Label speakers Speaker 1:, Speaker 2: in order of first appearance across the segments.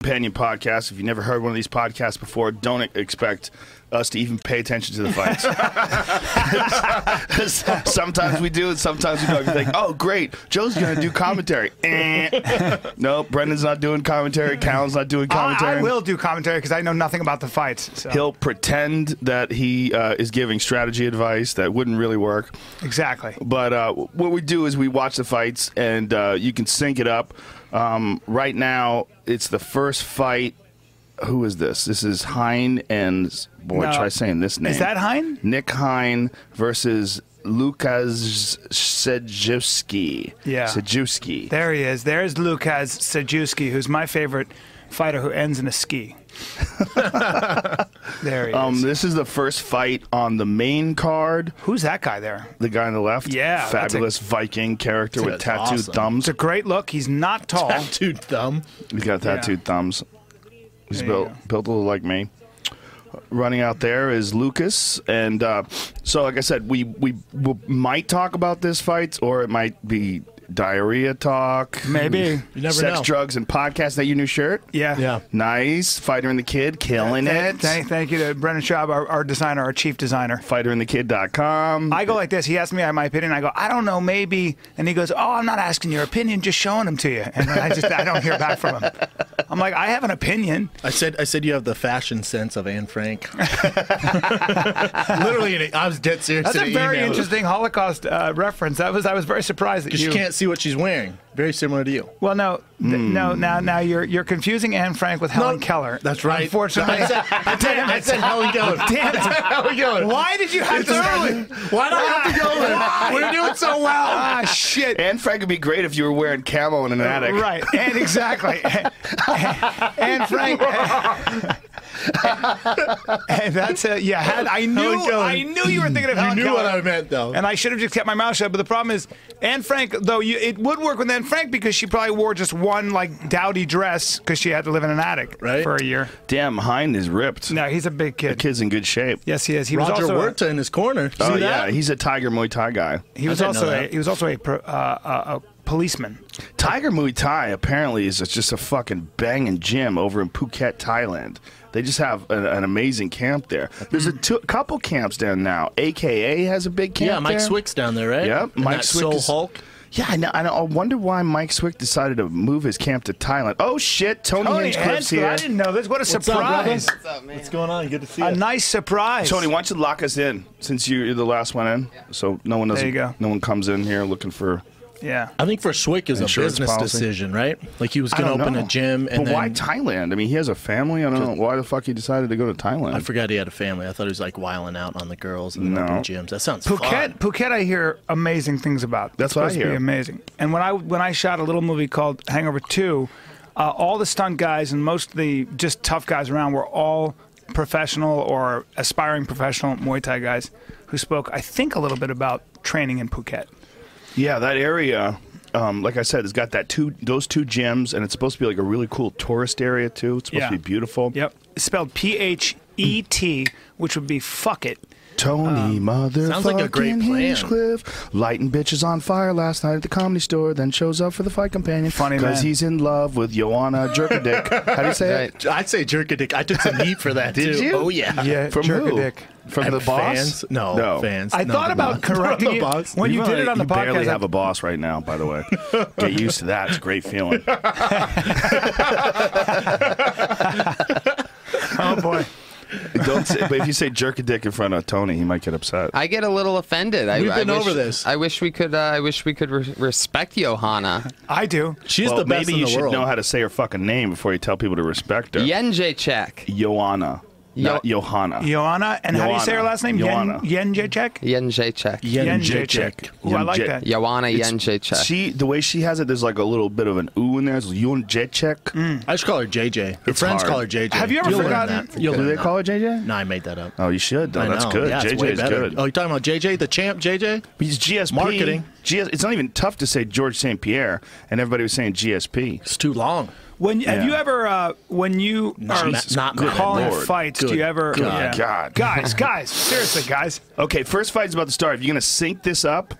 Speaker 1: companion podcast. If you never heard one of these podcasts before, don't expect us to even pay attention to the fights. sometimes we do, and sometimes we don't. You think, oh, great, Joe's going to do commentary. Eh. no, Brendan's not doing commentary. Callan's not doing commentary.
Speaker 2: I, I will do commentary because I know nothing about the fights. So.
Speaker 1: He'll pretend that he uh, is giving strategy advice that wouldn't really work.
Speaker 2: exactly.
Speaker 1: But uh, what we do is we watch the fights, and uh, you can sync it up. Um, right now, it's the first fight. Who is this? This is Hine and boy,
Speaker 2: No.
Speaker 1: try saying this name.
Speaker 2: Is that Hein?
Speaker 1: Nick Hine versus Lukas Sejewski.
Speaker 2: Yeah.
Speaker 1: Sejewski.
Speaker 2: There he is. There's Lukas Sajewski, who's my favorite fighter who ends in a ski. there he is.
Speaker 1: Um, this is the first fight on the main card.
Speaker 2: Who's that guy there?
Speaker 1: The guy on the left,
Speaker 2: Yeah, that's a-
Speaker 1: fabulous Viking character with
Speaker 3: That's
Speaker 1: tattooed
Speaker 3: awesome.
Speaker 1: thumbs.
Speaker 2: It's a great look. He's not tall.
Speaker 3: Tattooed thumb.
Speaker 1: He's got tattooed thumbs. He's
Speaker 2: There you
Speaker 1: built
Speaker 2: go.
Speaker 1: built a little like me. Running out there is Lucas, and uh, so like I said, we, we we might talk about this fight, or it might be diarrhea talk,
Speaker 2: Maybe.
Speaker 3: You never
Speaker 1: sex,
Speaker 3: know.
Speaker 1: drugs, and podcast. Is That your new shirt?
Speaker 2: Yeah.
Speaker 3: Yeah.
Speaker 1: Nice fighter and the kid, killing it.
Speaker 2: Thank, thank, thank you to Brendan Schaub, our, our designer, our chief designer.
Speaker 1: Fighterandthekid.com.
Speaker 2: I go like this. He asked me my opinion. I go, I don't know, maybe. And he goes, Oh, I'm not asking your opinion, just showing them to you. And then I just, I don't hear back from him. I'm like, I have an opinion.
Speaker 3: I said I said you have the fashion sense of Anne Frank. Literally, in a- I was dead serious.
Speaker 2: That's
Speaker 3: in
Speaker 2: a
Speaker 3: an
Speaker 2: very
Speaker 3: email.
Speaker 2: interesting Holocaust uh, reference. That was I was very surprised that
Speaker 3: 'Cause
Speaker 2: you.
Speaker 3: You can't see what she's wearing. Very similar to you.
Speaker 2: Well, no, th- no, now, now you're you're confusing Anne Frank with Helen Keller.
Speaker 3: Hmm. That's right.
Speaker 2: Unfortunately,
Speaker 3: I said, I said, I said Helen Keller.
Speaker 2: Damn it.
Speaker 3: Helen Keller.
Speaker 2: why did you have
Speaker 3: It's
Speaker 2: to?
Speaker 3: early. Why do I have to go there? We're doing so well.
Speaker 2: Ah, shit. Uh,
Speaker 1: and Frank would be great if you were wearing camo in an attic.
Speaker 2: Right, and exactly, and Frank, and that's it. Yeah, had, I knew,
Speaker 3: Keller.
Speaker 2: I knew you were thinking of
Speaker 3: You
Speaker 2: Helen
Speaker 3: knew
Speaker 2: Keller.
Speaker 3: what I meant, though.
Speaker 2: Oh, And I should have just kept my mouth shut. But the problem is, Anne Frank, though, you, it would work with Anne Frank because she probably wore just one like dowdy dress because she had to live in an attic
Speaker 3: Right.
Speaker 2: for a year.
Speaker 1: Damn, Hind is ripped.
Speaker 2: No, he's a big kid.
Speaker 1: Kid's in good shape.
Speaker 2: Yes, he is. He was
Speaker 3: Roger
Speaker 2: also
Speaker 3: Huerta in his corner. See
Speaker 1: Oh, yeah.
Speaker 3: that?
Speaker 1: He's a Tiger Muay Thai guy.
Speaker 2: he was
Speaker 3: I didn't know
Speaker 2: also a,
Speaker 3: that.
Speaker 2: he was also a, pro- uh, a, a policeman.
Speaker 1: Tiger Muay Thai apparently is just a fucking banging gym over in Phuket, Thailand. They just have an, an amazing camp there. There's a two, couple camps down now. AKA has a big camp.
Speaker 3: Hmm. yeah, Mike
Speaker 1: there.
Speaker 3: Swick's down there, right?
Speaker 1: Yep,
Speaker 3: And
Speaker 1: Mike
Speaker 3: that
Speaker 1: Swick
Speaker 3: Soul
Speaker 1: is-
Speaker 3: Hulk.
Speaker 1: Yeah, I, know, I, know, I wonder why Mike Swick decided to move his camp to Thailand. Oh shit, Tony,
Speaker 2: Tony
Speaker 1: Hinchcliffe's
Speaker 2: Hansen, I
Speaker 1: here.
Speaker 2: didn't know this. What a surprise!
Speaker 3: What's up, man? What's going on? Good to see you.
Speaker 2: a nice surprise.
Speaker 1: Tony, why don't you lock us in since you- you're the last one in, so no one doesn't,
Speaker 2: you go.
Speaker 1: no one comes in here looking for.
Speaker 2: yeah.
Speaker 3: I think for Swick is a
Speaker 1: Insurance
Speaker 3: business
Speaker 1: policy.
Speaker 3: decision, right? Like he was
Speaker 1: I
Speaker 3: going to
Speaker 1: don't
Speaker 3: open
Speaker 1: know.
Speaker 3: a gym,
Speaker 1: but
Speaker 3: and then
Speaker 1: why Thailand? I mean, he has a family. I don't know why the fuck he decided to go to Thailand.
Speaker 3: I forgot he had a family. I thought he was like wiling out on the girls and
Speaker 1: No.
Speaker 3: no. opening gyms. That sounds
Speaker 2: Phuket,
Speaker 3: fun.
Speaker 2: Phuket, I hear amazing things about.
Speaker 1: That's
Speaker 2: It's
Speaker 1: what I
Speaker 2: supposed to be
Speaker 1: hear.
Speaker 2: amazing. And when I when I shot a little movie called Hangover Two, uh, all the stunt guys and most of the just tough guys around were all professional or aspiring professional Muay Thai guys who spoke, I think, a little bit about training in Phuket.
Speaker 1: Yeah, that area, um, like I said, it's got that two those two gyms, and it's supposed to be like a really cool tourist area too. It's supposed
Speaker 2: Yeah.
Speaker 1: to be beautiful.
Speaker 2: Yep, it's spelled P H E T, which would be fuck it.
Speaker 1: Tony, mother,
Speaker 3: sounds like a great plan.
Speaker 1: Hinchcliffe, lighting bitches on fire last night at the comedy store, then shows up for the fight companion.
Speaker 2: Funny
Speaker 1: because
Speaker 2: man.
Speaker 1: he's in love with Joanna Jerkadick. How do you say it?
Speaker 3: I'd say jerkadick. I took some heat for that
Speaker 1: Did
Speaker 3: too.
Speaker 1: you?
Speaker 3: Oh yeah.
Speaker 2: Yeah.
Speaker 1: From
Speaker 2: Jerkadick.
Speaker 1: who? From the
Speaker 3: And
Speaker 1: boss?
Speaker 3: Fans? No,
Speaker 1: no
Speaker 3: fans.
Speaker 2: I
Speaker 3: No,
Speaker 2: thought
Speaker 3: the
Speaker 2: about
Speaker 3: boss.
Speaker 2: correcting
Speaker 3: The
Speaker 2: you
Speaker 3: boss.
Speaker 2: when you, did
Speaker 1: probably-
Speaker 2: it on the
Speaker 1: you
Speaker 2: podcast.
Speaker 1: barely
Speaker 2: I-
Speaker 1: have a boss right now, by the way. Get used to that. It's a great feeling.
Speaker 2: oh boy.
Speaker 1: Don't say, but if you say jerk a dick in front of Tony, he might get upset.
Speaker 4: I get a little offended. I,
Speaker 3: We've
Speaker 4: I
Speaker 3: been
Speaker 4: wish,
Speaker 3: over this.
Speaker 4: I wish we could. Uh, I wish we could re- respect Johanna.
Speaker 2: I do.
Speaker 3: She's
Speaker 1: well,
Speaker 3: the best
Speaker 1: maybe
Speaker 3: in
Speaker 1: you
Speaker 3: the
Speaker 1: should
Speaker 3: world.
Speaker 1: know how to say her fucking name before you tell people to respect her.
Speaker 4: Yenjechek.
Speaker 1: Joanna, not
Speaker 4: Yo-
Speaker 1: Johanna.
Speaker 2: Joanna, and how do you say her
Speaker 1: Ioana.
Speaker 2: last name?
Speaker 1: Ioana.
Speaker 2: Yen Yenjechek.
Speaker 4: Yenjechek.
Speaker 2: Yenjechek. Ooh, I like
Speaker 1: Yenjechek.
Speaker 2: that.
Speaker 4: Johanna
Speaker 1: It's-
Speaker 4: Yenjechek.
Speaker 1: She, the way she has it, there's like a little bit of an ooh in there. It's Yonjechek.
Speaker 3: I just call her JJ. Her
Speaker 1: It's
Speaker 3: friends
Speaker 1: hard.
Speaker 3: call her JJ.
Speaker 2: Have you ever
Speaker 3: You'll learn
Speaker 2: forgotten-
Speaker 3: that. You'll
Speaker 1: Do
Speaker 3: learn
Speaker 1: they
Speaker 3: that.
Speaker 1: call her JJ?
Speaker 3: No, I made that up.
Speaker 1: Oh, you should though.
Speaker 3: I
Speaker 1: That's
Speaker 3: know.
Speaker 1: good.
Speaker 3: Yeah, it's way
Speaker 1: JJ's
Speaker 3: better.
Speaker 1: good.
Speaker 3: Oh, you're talking about JJ, the champ, JJ?
Speaker 1: He's GSP.
Speaker 3: Marketing.
Speaker 1: GS, it's not even tough to say George St. Pierre, and everybody was saying GSP.
Speaker 3: It's too long.
Speaker 2: When have
Speaker 1: Yeah.
Speaker 2: you ever uh, when you
Speaker 3: Not
Speaker 2: are
Speaker 3: ma- not
Speaker 2: good
Speaker 3: mad.
Speaker 2: calling
Speaker 1: Lord.
Speaker 2: fights? do
Speaker 3: Good
Speaker 2: you ever?
Speaker 3: God.
Speaker 1: God.
Speaker 2: guys, guys, seriously, guys.
Speaker 1: Okay, first fight's about to start. If you're gonna sync this up,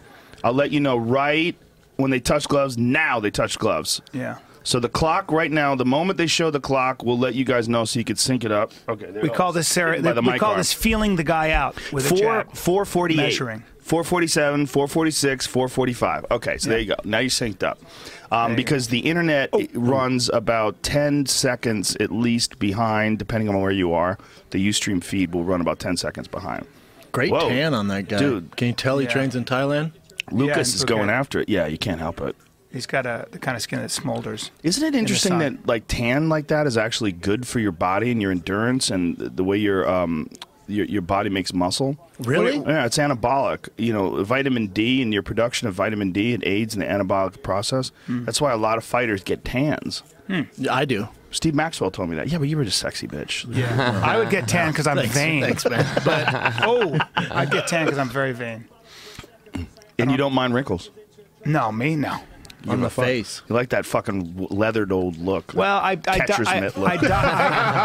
Speaker 1: I'll let you know right when they touch gloves. Now they touch gloves.
Speaker 2: Yeah.
Speaker 1: So the clock right now, the moment they show the clock, we'll let you guys know so you could sync it up. Okay, there
Speaker 2: We
Speaker 1: it
Speaker 2: call
Speaker 1: is.
Speaker 2: this Sarah.
Speaker 1: By the
Speaker 2: we
Speaker 1: mic
Speaker 2: call
Speaker 1: arm.
Speaker 2: this feeling the guy out with a
Speaker 1: four
Speaker 2: jab.
Speaker 1: four forty eight
Speaker 2: Measuring.
Speaker 1: 447, 446, 445. Okay, so there you go. Now you're synced up. Um, because the internet it
Speaker 2: Oh.
Speaker 1: runs about 10 seconds at least behind, depending on where you are. The Ustream feed will run about 10 seconds behind.
Speaker 5: Great
Speaker 1: Whoa.
Speaker 5: tan on that guy.
Speaker 1: Dude.
Speaker 5: Can you tell he
Speaker 2: Yeah.
Speaker 5: trains in Thailand?
Speaker 1: Lucas
Speaker 2: it's
Speaker 1: is
Speaker 2: okay.
Speaker 1: going after it. Yeah, you can't help it.
Speaker 2: He's got a the kind of skin that smolders.
Speaker 1: Isn't it interesting
Speaker 2: sun.
Speaker 1: that like tan like that is actually good for your body and your endurance and the the way your um your, your body makes muscle?
Speaker 5: Really?
Speaker 1: Yeah, it's anabolic. You know, vitamin D and your production of vitamin D it aids in the anabolic process.
Speaker 2: Hmm.
Speaker 1: That's why a lot of fighters get tans.
Speaker 5: Yeah, I do.
Speaker 1: Steve Maxwell told me that. Yeah, but you were just sexy bitch.
Speaker 2: Yeah, I would get tan because I'm
Speaker 5: Thanks,
Speaker 2: vain.
Speaker 5: thanks, man.
Speaker 2: But oh, I'd get tan because I'm very vain.
Speaker 1: And you don't mind wrinkles.
Speaker 2: No, me no.
Speaker 5: on the face.
Speaker 1: You like that fucking w- leathered old look. like
Speaker 2: Well, I I, di-
Speaker 1: catcher's
Speaker 2: I,
Speaker 1: mitt look.
Speaker 2: I, di-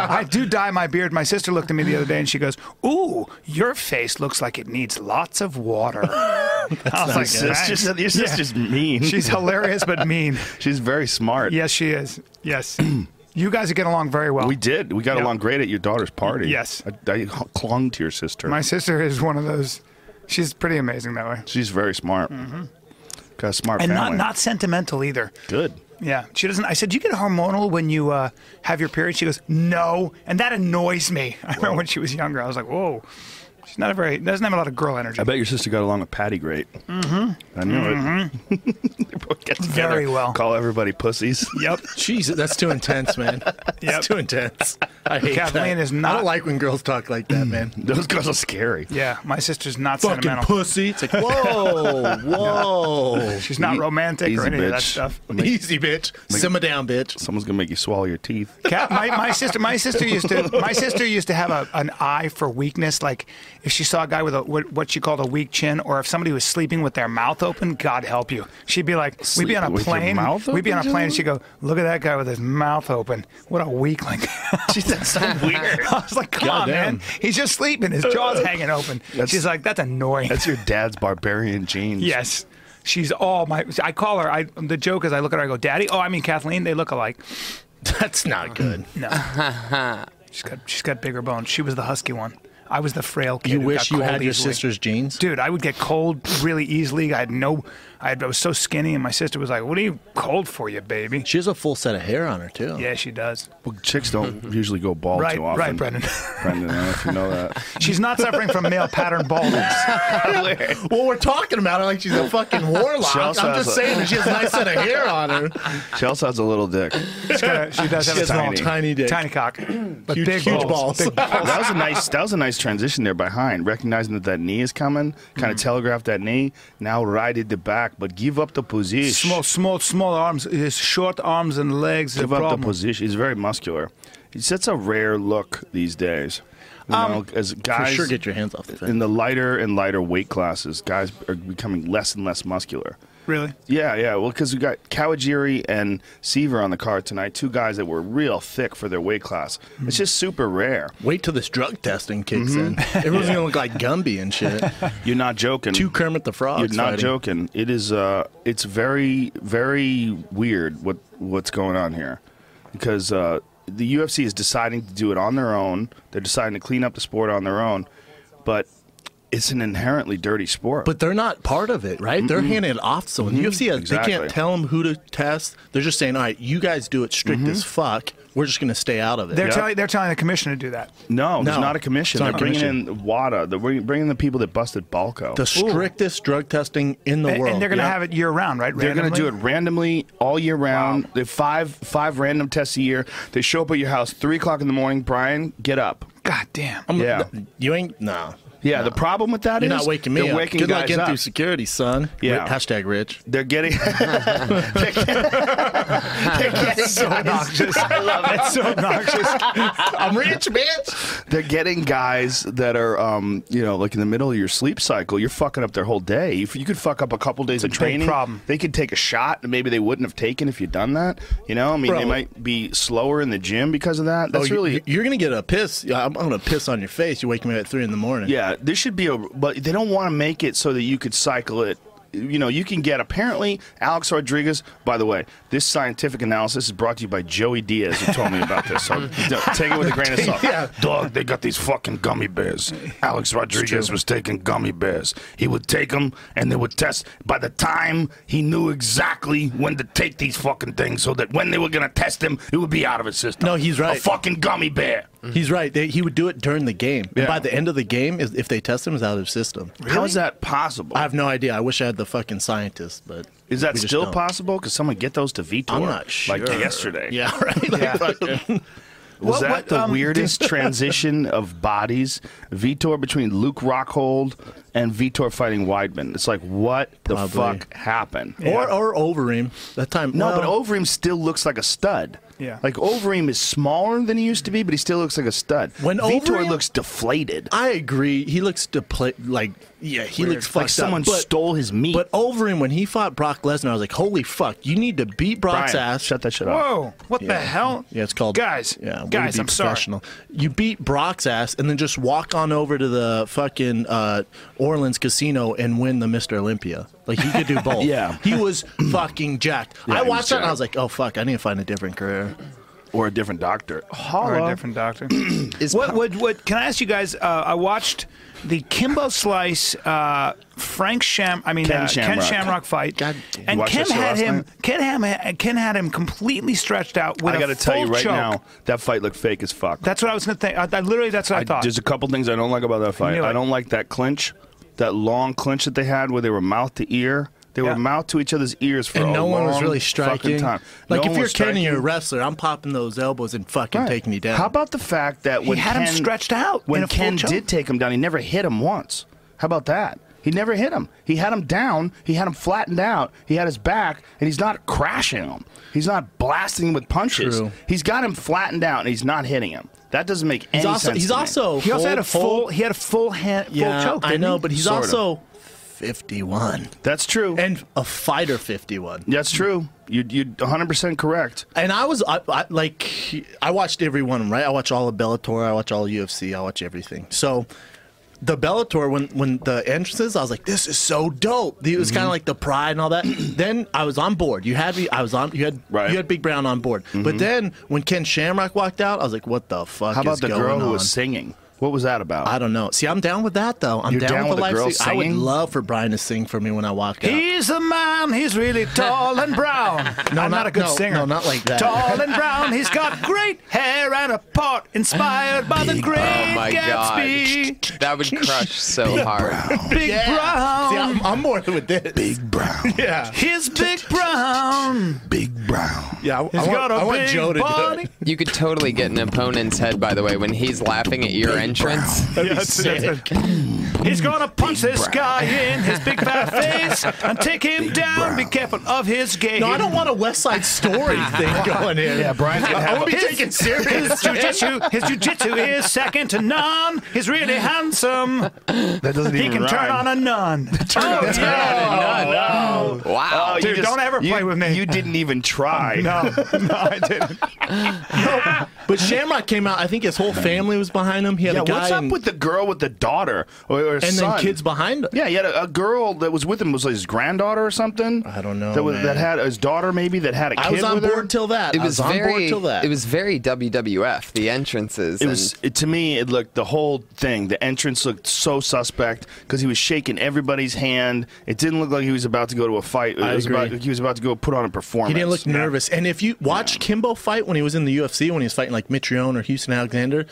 Speaker 2: I, I do dye my beard. My sister looked at me the other day and she goes, "Ooh, your face looks like it needs lots of water." I was like,
Speaker 1: Your sister's-
Speaker 2: "Thanks."
Speaker 1: your sister's mean.
Speaker 2: She's hilarious but mean.
Speaker 1: She's very smart.
Speaker 2: Yes, she is. Yes, you guys get along very well.
Speaker 1: We did. We got
Speaker 2: Yep.
Speaker 1: along great at your daughter's party.
Speaker 2: Oh. Yes.
Speaker 1: I, I clung to your sister.
Speaker 2: My sister is one of those. She's pretty amazing that way,
Speaker 1: She's very smart. Got a smart
Speaker 2: Mm-hmm. and not
Speaker 1: family.
Speaker 2: not sentimental either.
Speaker 1: good.
Speaker 2: Yeah, she doesn't. I said, "Do you get hormonal when you uh, have your period?" She goes, "No," and that annoys me. I remember when she was younger, I was like, "Whoa." She's not a very doesn't have a lot of girl energy.
Speaker 1: I bet your sister got along with Patty great. Mm-hmm. I knew it. they both get together,
Speaker 2: Mm-hmm. Very well.
Speaker 1: Call everybody pussies.
Speaker 2: Yep.
Speaker 5: Jesus, that's too intense, man. That's too intense. I hate
Speaker 2: Kathleen
Speaker 5: that.
Speaker 2: is
Speaker 5: I
Speaker 2: not-
Speaker 5: don't like when girls talk like that, man.
Speaker 1: Those girls are scary.
Speaker 2: Yeah, my sister's not
Speaker 5: Fucking
Speaker 2: sentimental.
Speaker 5: pussy. It's like, whoa, whoa.
Speaker 2: She's not romantic
Speaker 1: Easy,
Speaker 2: or any of that
Speaker 1: bitch.
Speaker 2: stuff.
Speaker 5: Easy, bitch. Simmer down, bitch.
Speaker 1: Someone's gonna make you swallow your teeth.
Speaker 2: Cat, my, my sister, my sister used to, my sister used to have a, an eye for weakness. Like if she saw a guy with a what, what she called a weak chin, or if somebody was sleeping with their mouth open, God help you. She'd be like, we'd be on a
Speaker 1: Sleeping with your
Speaker 2: plane,
Speaker 1: mouth
Speaker 2: we'd be on a
Speaker 1: open,
Speaker 2: plane, and
Speaker 1: John?
Speaker 2: she'd go, look at that guy with his mouth open. What a weakling.
Speaker 1: She's so weird. Uh,
Speaker 2: I was like, come on,
Speaker 5: Goddamn.
Speaker 2: man. He's just sleeping. His jaw's hanging open. She's like, that's annoying.
Speaker 1: That's your dad's barbarian genes.
Speaker 2: Yes. She's all my. I call her. I the joke is I look at her. I go, Daddy. Oh, I mean Kathleen. They look alike.
Speaker 5: That's not good.
Speaker 2: She's got she's got bigger bones. She was the husky one. I was the frail kid.
Speaker 5: You
Speaker 2: who
Speaker 5: wish
Speaker 2: got
Speaker 5: you
Speaker 2: cold
Speaker 5: had your
Speaker 2: easily.
Speaker 5: sister's jeans?
Speaker 2: Dude, I would get cold really easily. I had no. I, had, I was so skinny, and my sister was like, "What are you cold for, you baby?"
Speaker 5: She has a full set of hair on her, too.
Speaker 2: Yeah, she does.
Speaker 1: Well, chicks don't usually go bald
Speaker 2: Mm-hmm. Right,
Speaker 1: too often.
Speaker 2: right, Brendan.
Speaker 1: Brendan, I don't know if you know that.
Speaker 2: She's not suffering from male pattern baldness.
Speaker 5: Well, we're talking about her like she's a fucking warlock.
Speaker 1: She
Speaker 5: I'm
Speaker 1: also has
Speaker 5: just
Speaker 1: a-
Speaker 5: saying that she has a nice set of hair on her.
Speaker 1: Chelsea has a little dick.
Speaker 2: She's got a- she does have
Speaker 5: She
Speaker 2: a
Speaker 5: has a little
Speaker 2: tiny,
Speaker 5: tiny dick.
Speaker 2: tiny cock, but
Speaker 5: Huge-
Speaker 2: big
Speaker 5: huge
Speaker 2: balls.
Speaker 5: balls.
Speaker 2: Big
Speaker 1: that was a nice. That was a nice transition there behind, recognizing that that knee is coming. Kind of
Speaker 5: Mm.
Speaker 1: telegraphed that knee. Now ride it the back, but give up the position.
Speaker 2: small, small, small arms. His short arms and legs.
Speaker 1: give
Speaker 2: the
Speaker 1: up the
Speaker 2: problem.
Speaker 1: position. He's very muscular. He's that's a rare look these days. You know, as
Speaker 5: Um, For
Speaker 1: guys
Speaker 5: sure, get your hands off the
Speaker 1: in
Speaker 5: thing.
Speaker 1: the lighter and lighter weight classes, guys are becoming less and less muscular.
Speaker 2: Really?
Speaker 1: Yeah, yeah. Well, because we got Kawajiri and Seaver on the card tonight, two guys that were real thick for their weight class. It's
Speaker 5: Mm.
Speaker 1: just super rare.
Speaker 5: Wait till this drug testing kicks in. Everyone's gonna look like Gumby and shit.
Speaker 1: You're not joking.
Speaker 5: Two Kermit the Frog.
Speaker 1: You're not joking. It is. Uh, it's very, very weird what what's going on here, because uh, the UFC is deciding to do it on their own. They're deciding to clean up the sport on their own, but it's an inherently dirty sport.
Speaker 5: But they're not part of it, right? They're handing it off to someone. The UFC, has-
Speaker 1: Mm-hmm. Exactly.
Speaker 5: they can't tell them who to test. They're just saying, all right, you guys do it strict
Speaker 1: Mm-hmm.
Speaker 5: as fuck. We're just gonna stay out of it.
Speaker 2: They're
Speaker 1: Yeah.
Speaker 2: telling they're telling the commissioner to do that.
Speaker 1: no, there's
Speaker 5: No,
Speaker 1: not a commission.
Speaker 5: it's not
Speaker 1: They're
Speaker 5: a
Speaker 1: bringing
Speaker 5: commission.
Speaker 1: in WADA. They're bring- bringing the people that busted Balco.
Speaker 5: the strictest drug testing in the
Speaker 2: And,
Speaker 5: world.
Speaker 2: and they're going to
Speaker 1: yeah.
Speaker 2: have it year round, right?
Speaker 1: They're going to do it
Speaker 2: Randomly?
Speaker 1: randomly all year round. They have five five random tests a year. They show up at your house three o'clock in the morning. Brian, get up.
Speaker 2: God damn.
Speaker 5: I'm-
Speaker 1: Yeah.
Speaker 5: th- you ain't no.
Speaker 1: Yeah, the problem with that
Speaker 5: You're
Speaker 1: is
Speaker 5: not waking me
Speaker 1: they're
Speaker 5: up.
Speaker 1: waking
Speaker 5: Good luck
Speaker 1: guys
Speaker 5: getting
Speaker 1: up.
Speaker 5: through security, son.
Speaker 1: Yeah.
Speaker 5: Ri- Hashtag rich.
Speaker 1: They're getting. they're getting
Speaker 2: So obnoxious. I love it. It's so obnoxious.
Speaker 5: I'm rich, bitch.
Speaker 1: they're getting guys that are, um, you know, like in the middle of your sleep cycle. You're fucking up their whole day. If you could fuck up a couple days of
Speaker 2: big
Speaker 1: training,
Speaker 2: problem.
Speaker 1: they could take a shot that maybe they wouldn't have taken if you'd done that. You know, I mean,
Speaker 5: Bro.
Speaker 1: they might be slower in the gym because of that. That's
Speaker 5: Oh, you-
Speaker 1: really.
Speaker 5: you- You're gonna get a piss. Yeah, I'm, I'm gonna piss on your face. You wake me up at three in the morning.
Speaker 1: yeah, there should be a, but they don't want to make it so that you could cycle it you know, you can get apparently Alex Rodriguez. By the way, this scientific analysis is brought to you by Joey Diaz, who told me about this. So d- take it with a grain of salt.
Speaker 5: Yeah.
Speaker 1: Dog, they got these fucking gummy bears. Alex Rodriguez was taking gummy bears. He would take them, and they would test. By the time he knew exactly when to take these fucking things, so that when they were gonna test him, it would be out of his system.
Speaker 5: No, he's right.
Speaker 1: A fucking gummy bear.
Speaker 5: He's right. They, he would do it during the game.
Speaker 1: Yeah.
Speaker 5: And by the end of the game, is- if they test him, it's out of his system.
Speaker 1: How is that possible?
Speaker 5: I have no idea. I wish I had the fucking scientist, but
Speaker 1: Is that
Speaker 5: we just
Speaker 1: still
Speaker 5: don't.
Speaker 1: possible? Because someone get those to Vitor
Speaker 5: I'm not sure.
Speaker 1: like yesterday.
Speaker 5: Yeah, right. Like, fucking-
Speaker 1: Was
Speaker 2: What-
Speaker 1: that
Speaker 2: what,
Speaker 1: the
Speaker 2: um,
Speaker 1: weirdest transition of bodies? Vitor between Luke Rockhold and Vitor fighting Weidman. It's like what the
Speaker 5: Probably.
Speaker 1: fuck happened?
Speaker 5: Or or Overeem that time.
Speaker 1: No,
Speaker 5: well,
Speaker 1: but Overeem still looks like a stud.
Speaker 2: Yeah.
Speaker 1: Like Overeem is smaller than he used to be, but he still looks like a stud.
Speaker 5: When
Speaker 1: Vitor
Speaker 5: Overeem-
Speaker 1: looks deflated.
Speaker 5: I agree. He looks depla- like yeah, he looks fucked
Speaker 1: like
Speaker 5: up,
Speaker 1: someone
Speaker 5: but-
Speaker 1: stole his meat.
Speaker 5: But Overeem when he fought Brock Lesnar, I was like, holy fuck, you need to beat Brock's
Speaker 1: Brian,
Speaker 5: ass.
Speaker 1: shut that shit up.
Speaker 2: Whoa! What the hell?
Speaker 5: Yeah, it's called
Speaker 2: guys.
Speaker 5: Yeah, way to
Speaker 2: guys,
Speaker 5: be
Speaker 2: I'm sorry.
Speaker 5: professional. You beat Brock's ass, and then just walk on over to the fucking uh, Orleans casino and win the Mr. Olympia. Like he could do both.
Speaker 1: Yeah.
Speaker 5: he was fucking jacked. I
Speaker 1: he was
Speaker 5: watched that and I
Speaker 1: jacked.
Speaker 5: was like, oh fuck, I need to find a different career.
Speaker 1: Or a different doctor.
Speaker 2: Or
Speaker 1: Holla.
Speaker 2: a different doctor. what, what, what, can I ask you guys? Uh, I watched the Kimbo Slice, uh, Frank Sham, I mean
Speaker 1: Ken
Speaker 2: uh, Ken
Speaker 1: Shamrock.
Speaker 2: Shamrock fight,
Speaker 5: God damn.
Speaker 1: You
Speaker 2: and
Speaker 1: watched
Speaker 2: Ken
Speaker 1: that show
Speaker 2: had
Speaker 1: last
Speaker 2: him,
Speaker 1: night?
Speaker 2: Ken had him, Ken had him completely stretched out with
Speaker 1: I
Speaker 2: a
Speaker 1: gotta tell you
Speaker 2: full
Speaker 1: right
Speaker 2: choke.
Speaker 1: now, that fight looked fake as fuck.
Speaker 2: That's what I was gonna think. I, I literally, that's what I,
Speaker 1: I-
Speaker 2: thought.
Speaker 1: There's a couple things I don't like about that fight.
Speaker 2: knew
Speaker 1: I
Speaker 2: it.
Speaker 1: don't like that clinch, that long clinch that they had where they were mouth to ear. They
Speaker 2: Yeah.
Speaker 1: were mouth to each other's ears for
Speaker 5: And
Speaker 1: a
Speaker 5: no one was
Speaker 1: long
Speaker 5: really
Speaker 1: fucking
Speaker 5: striking.
Speaker 1: Time.
Speaker 5: Like
Speaker 1: No
Speaker 5: if
Speaker 1: one
Speaker 5: you're
Speaker 1: was
Speaker 5: Ken and
Speaker 1: striking.
Speaker 5: you're a wrestler, I'm popping those elbows and fucking
Speaker 1: Right.
Speaker 5: taking you down.
Speaker 1: How about the fact that when
Speaker 2: had him
Speaker 1: Ken,
Speaker 2: stretched out
Speaker 1: when
Speaker 2: in a full
Speaker 1: Ken
Speaker 2: choke.
Speaker 1: did take him down, he never hit him once. How about that? He never hit him. He had him down. He had him flattened out. He had his back, and he's not crashing him. He's not blasting him with punches.
Speaker 5: True.
Speaker 1: He's got him flattened out, and he's not hitting him. That doesn't make any
Speaker 5: He's also
Speaker 1: sense.
Speaker 5: he's
Speaker 1: to me.
Speaker 5: also
Speaker 2: he also
Speaker 5: full-
Speaker 2: had a full, he had a full hand, full
Speaker 5: yeah,
Speaker 2: choke.
Speaker 5: I
Speaker 2: didn't
Speaker 5: know,
Speaker 2: he?
Speaker 5: but he's
Speaker 1: Sort of.
Speaker 5: also 51
Speaker 1: That's true.
Speaker 5: and a fighter 51.
Speaker 1: That's true. You, you're 100% correct.
Speaker 5: And I was I, I, like, I watched every one, right? I watch all of Bellator, I watch all of UFC, I watch everything. So, the Bellator when when the entrances, I was like, this is so dope. It was kind
Speaker 1: Mm-hmm.
Speaker 5: of like the pride and all that. then I was on board. You had me. I was on. You had
Speaker 1: Right. Mm-hmm.
Speaker 5: you had Big Brown on board. But then when Ken Shamrock walked out, I was like, what the fuck?
Speaker 1: How
Speaker 5: is
Speaker 1: about the
Speaker 5: going
Speaker 1: girl
Speaker 5: on?
Speaker 1: who was singing? What was that about?
Speaker 5: I don't know. See, I'm down with that though. I'm
Speaker 1: You're down with
Speaker 5: with the
Speaker 1: a
Speaker 5: live
Speaker 1: girl
Speaker 5: sing- I would
Speaker 1: singing?
Speaker 5: love for Brian to sing for me when I walk out.
Speaker 2: He's a man. He's really tall and brown.
Speaker 5: No,
Speaker 2: I'm not, a good
Speaker 5: no,
Speaker 2: singer.
Speaker 5: No, not like that.
Speaker 2: Tall and brown, he's got great hair and a part inspired by the great
Speaker 4: Oh my
Speaker 2: Gatsby.
Speaker 4: god, that would crush so hard.
Speaker 2: Big
Speaker 5: Yeah. See,
Speaker 2: brown,
Speaker 5: I'm, I'm more with this.
Speaker 1: Big Brown.
Speaker 5: Yeah.
Speaker 2: his big brown.
Speaker 1: Big Brown.
Speaker 5: Yeah, I,
Speaker 2: He's
Speaker 5: want,
Speaker 2: got a
Speaker 5: I want
Speaker 2: big
Speaker 5: Joe to
Speaker 2: body.
Speaker 5: do it.
Speaker 4: You could totally get an opponent's head, by the way, when he's laughing at your entrance.
Speaker 2: Yeah, that's- that's- he's gonna punch this guy in his big fat face and take him down. Be careful of his game.
Speaker 5: No, I don't want a West Side Story thing going here. Yeah, Brian, I won't be
Speaker 2: His-
Speaker 5: taken serious.
Speaker 2: His jujitsu, his jujitsu is second to none. He's really handsome.
Speaker 1: That doesn't
Speaker 2: He can turn on a nun. turn oh,
Speaker 1: on a
Speaker 5: Oh,
Speaker 1: nun.
Speaker 2: no.
Speaker 4: Wow.
Speaker 2: Oh, Dude, don't ever play
Speaker 1: Oh, you,
Speaker 2: with me.
Speaker 1: You didn't even try.
Speaker 2: No, no, I didn't.
Speaker 5: But Shamrock came out. I think his whole family was behind him. He had
Speaker 1: Yeah,
Speaker 5: a guy
Speaker 1: what's up
Speaker 5: and,
Speaker 1: with the girl with the daughter or, or
Speaker 5: and
Speaker 1: son?
Speaker 5: then kids behind him.
Speaker 1: Yeah, he had a, a girl that was with him was his granddaughter or something.
Speaker 5: I don't know,
Speaker 1: That, was,
Speaker 5: man.
Speaker 1: that had his daughter maybe that had a kid
Speaker 5: I was on
Speaker 1: with her.
Speaker 5: board till that.
Speaker 4: It
Speaker 5: I was,
Speaker 4: was,
Speaker 5: on board
Speaker 4: very.
Speaker 5: till that.
Speaker 4: It was very WWF. The entrances.
Speaker 1: It was it, to me. It looked the whole thing. The entrance looked so suspect because he was shaking everybody's hand. It didn't look like he was about to go to a fight. It
Speaker 5: I
Speaker 1: was
Speaker 5: agree.
Speaker 1: about like he was about to go put on a performance.
Speaker 5: He didn't look nervous. And if you watch Kimbo fight when he was in the UFC, when he was fighting like Mitrione or Houston Alexander,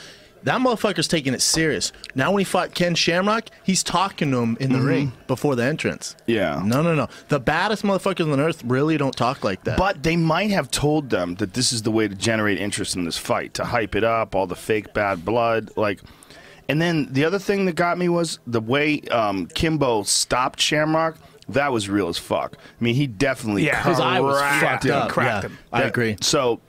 Speaker 5: that motherfucker's taking it serious. Now when he fought Ken Shamrock, he's talking to him in the ring before the entrance.
Speaker 1: Mm-hmm. Yeah.
Speaker 5: No, no, no. The baddest motherfuckers on earth really don't talk like that.
Speaker 1: But they might have told them that this is the way to generate interest in this fight, to hype it up, all the fake bad blood, like. And then the other thing that got me was the way um, Kimbo stopped Shamrock. That was real as fuck. I mean, he definitely
Speaker 2: Yeah.
Speaker 5: his eye was
Speaker 1: cracked
Speaker 5: fucked
Speaker 1: him.
Speaker 5: up.
Speaker 2: Cracked
Speaker 5: yeah.
Speaker 2: him.
Speaker 5: I
Speaker 1: That-
Speaker 5: agree.
Speaker 1: So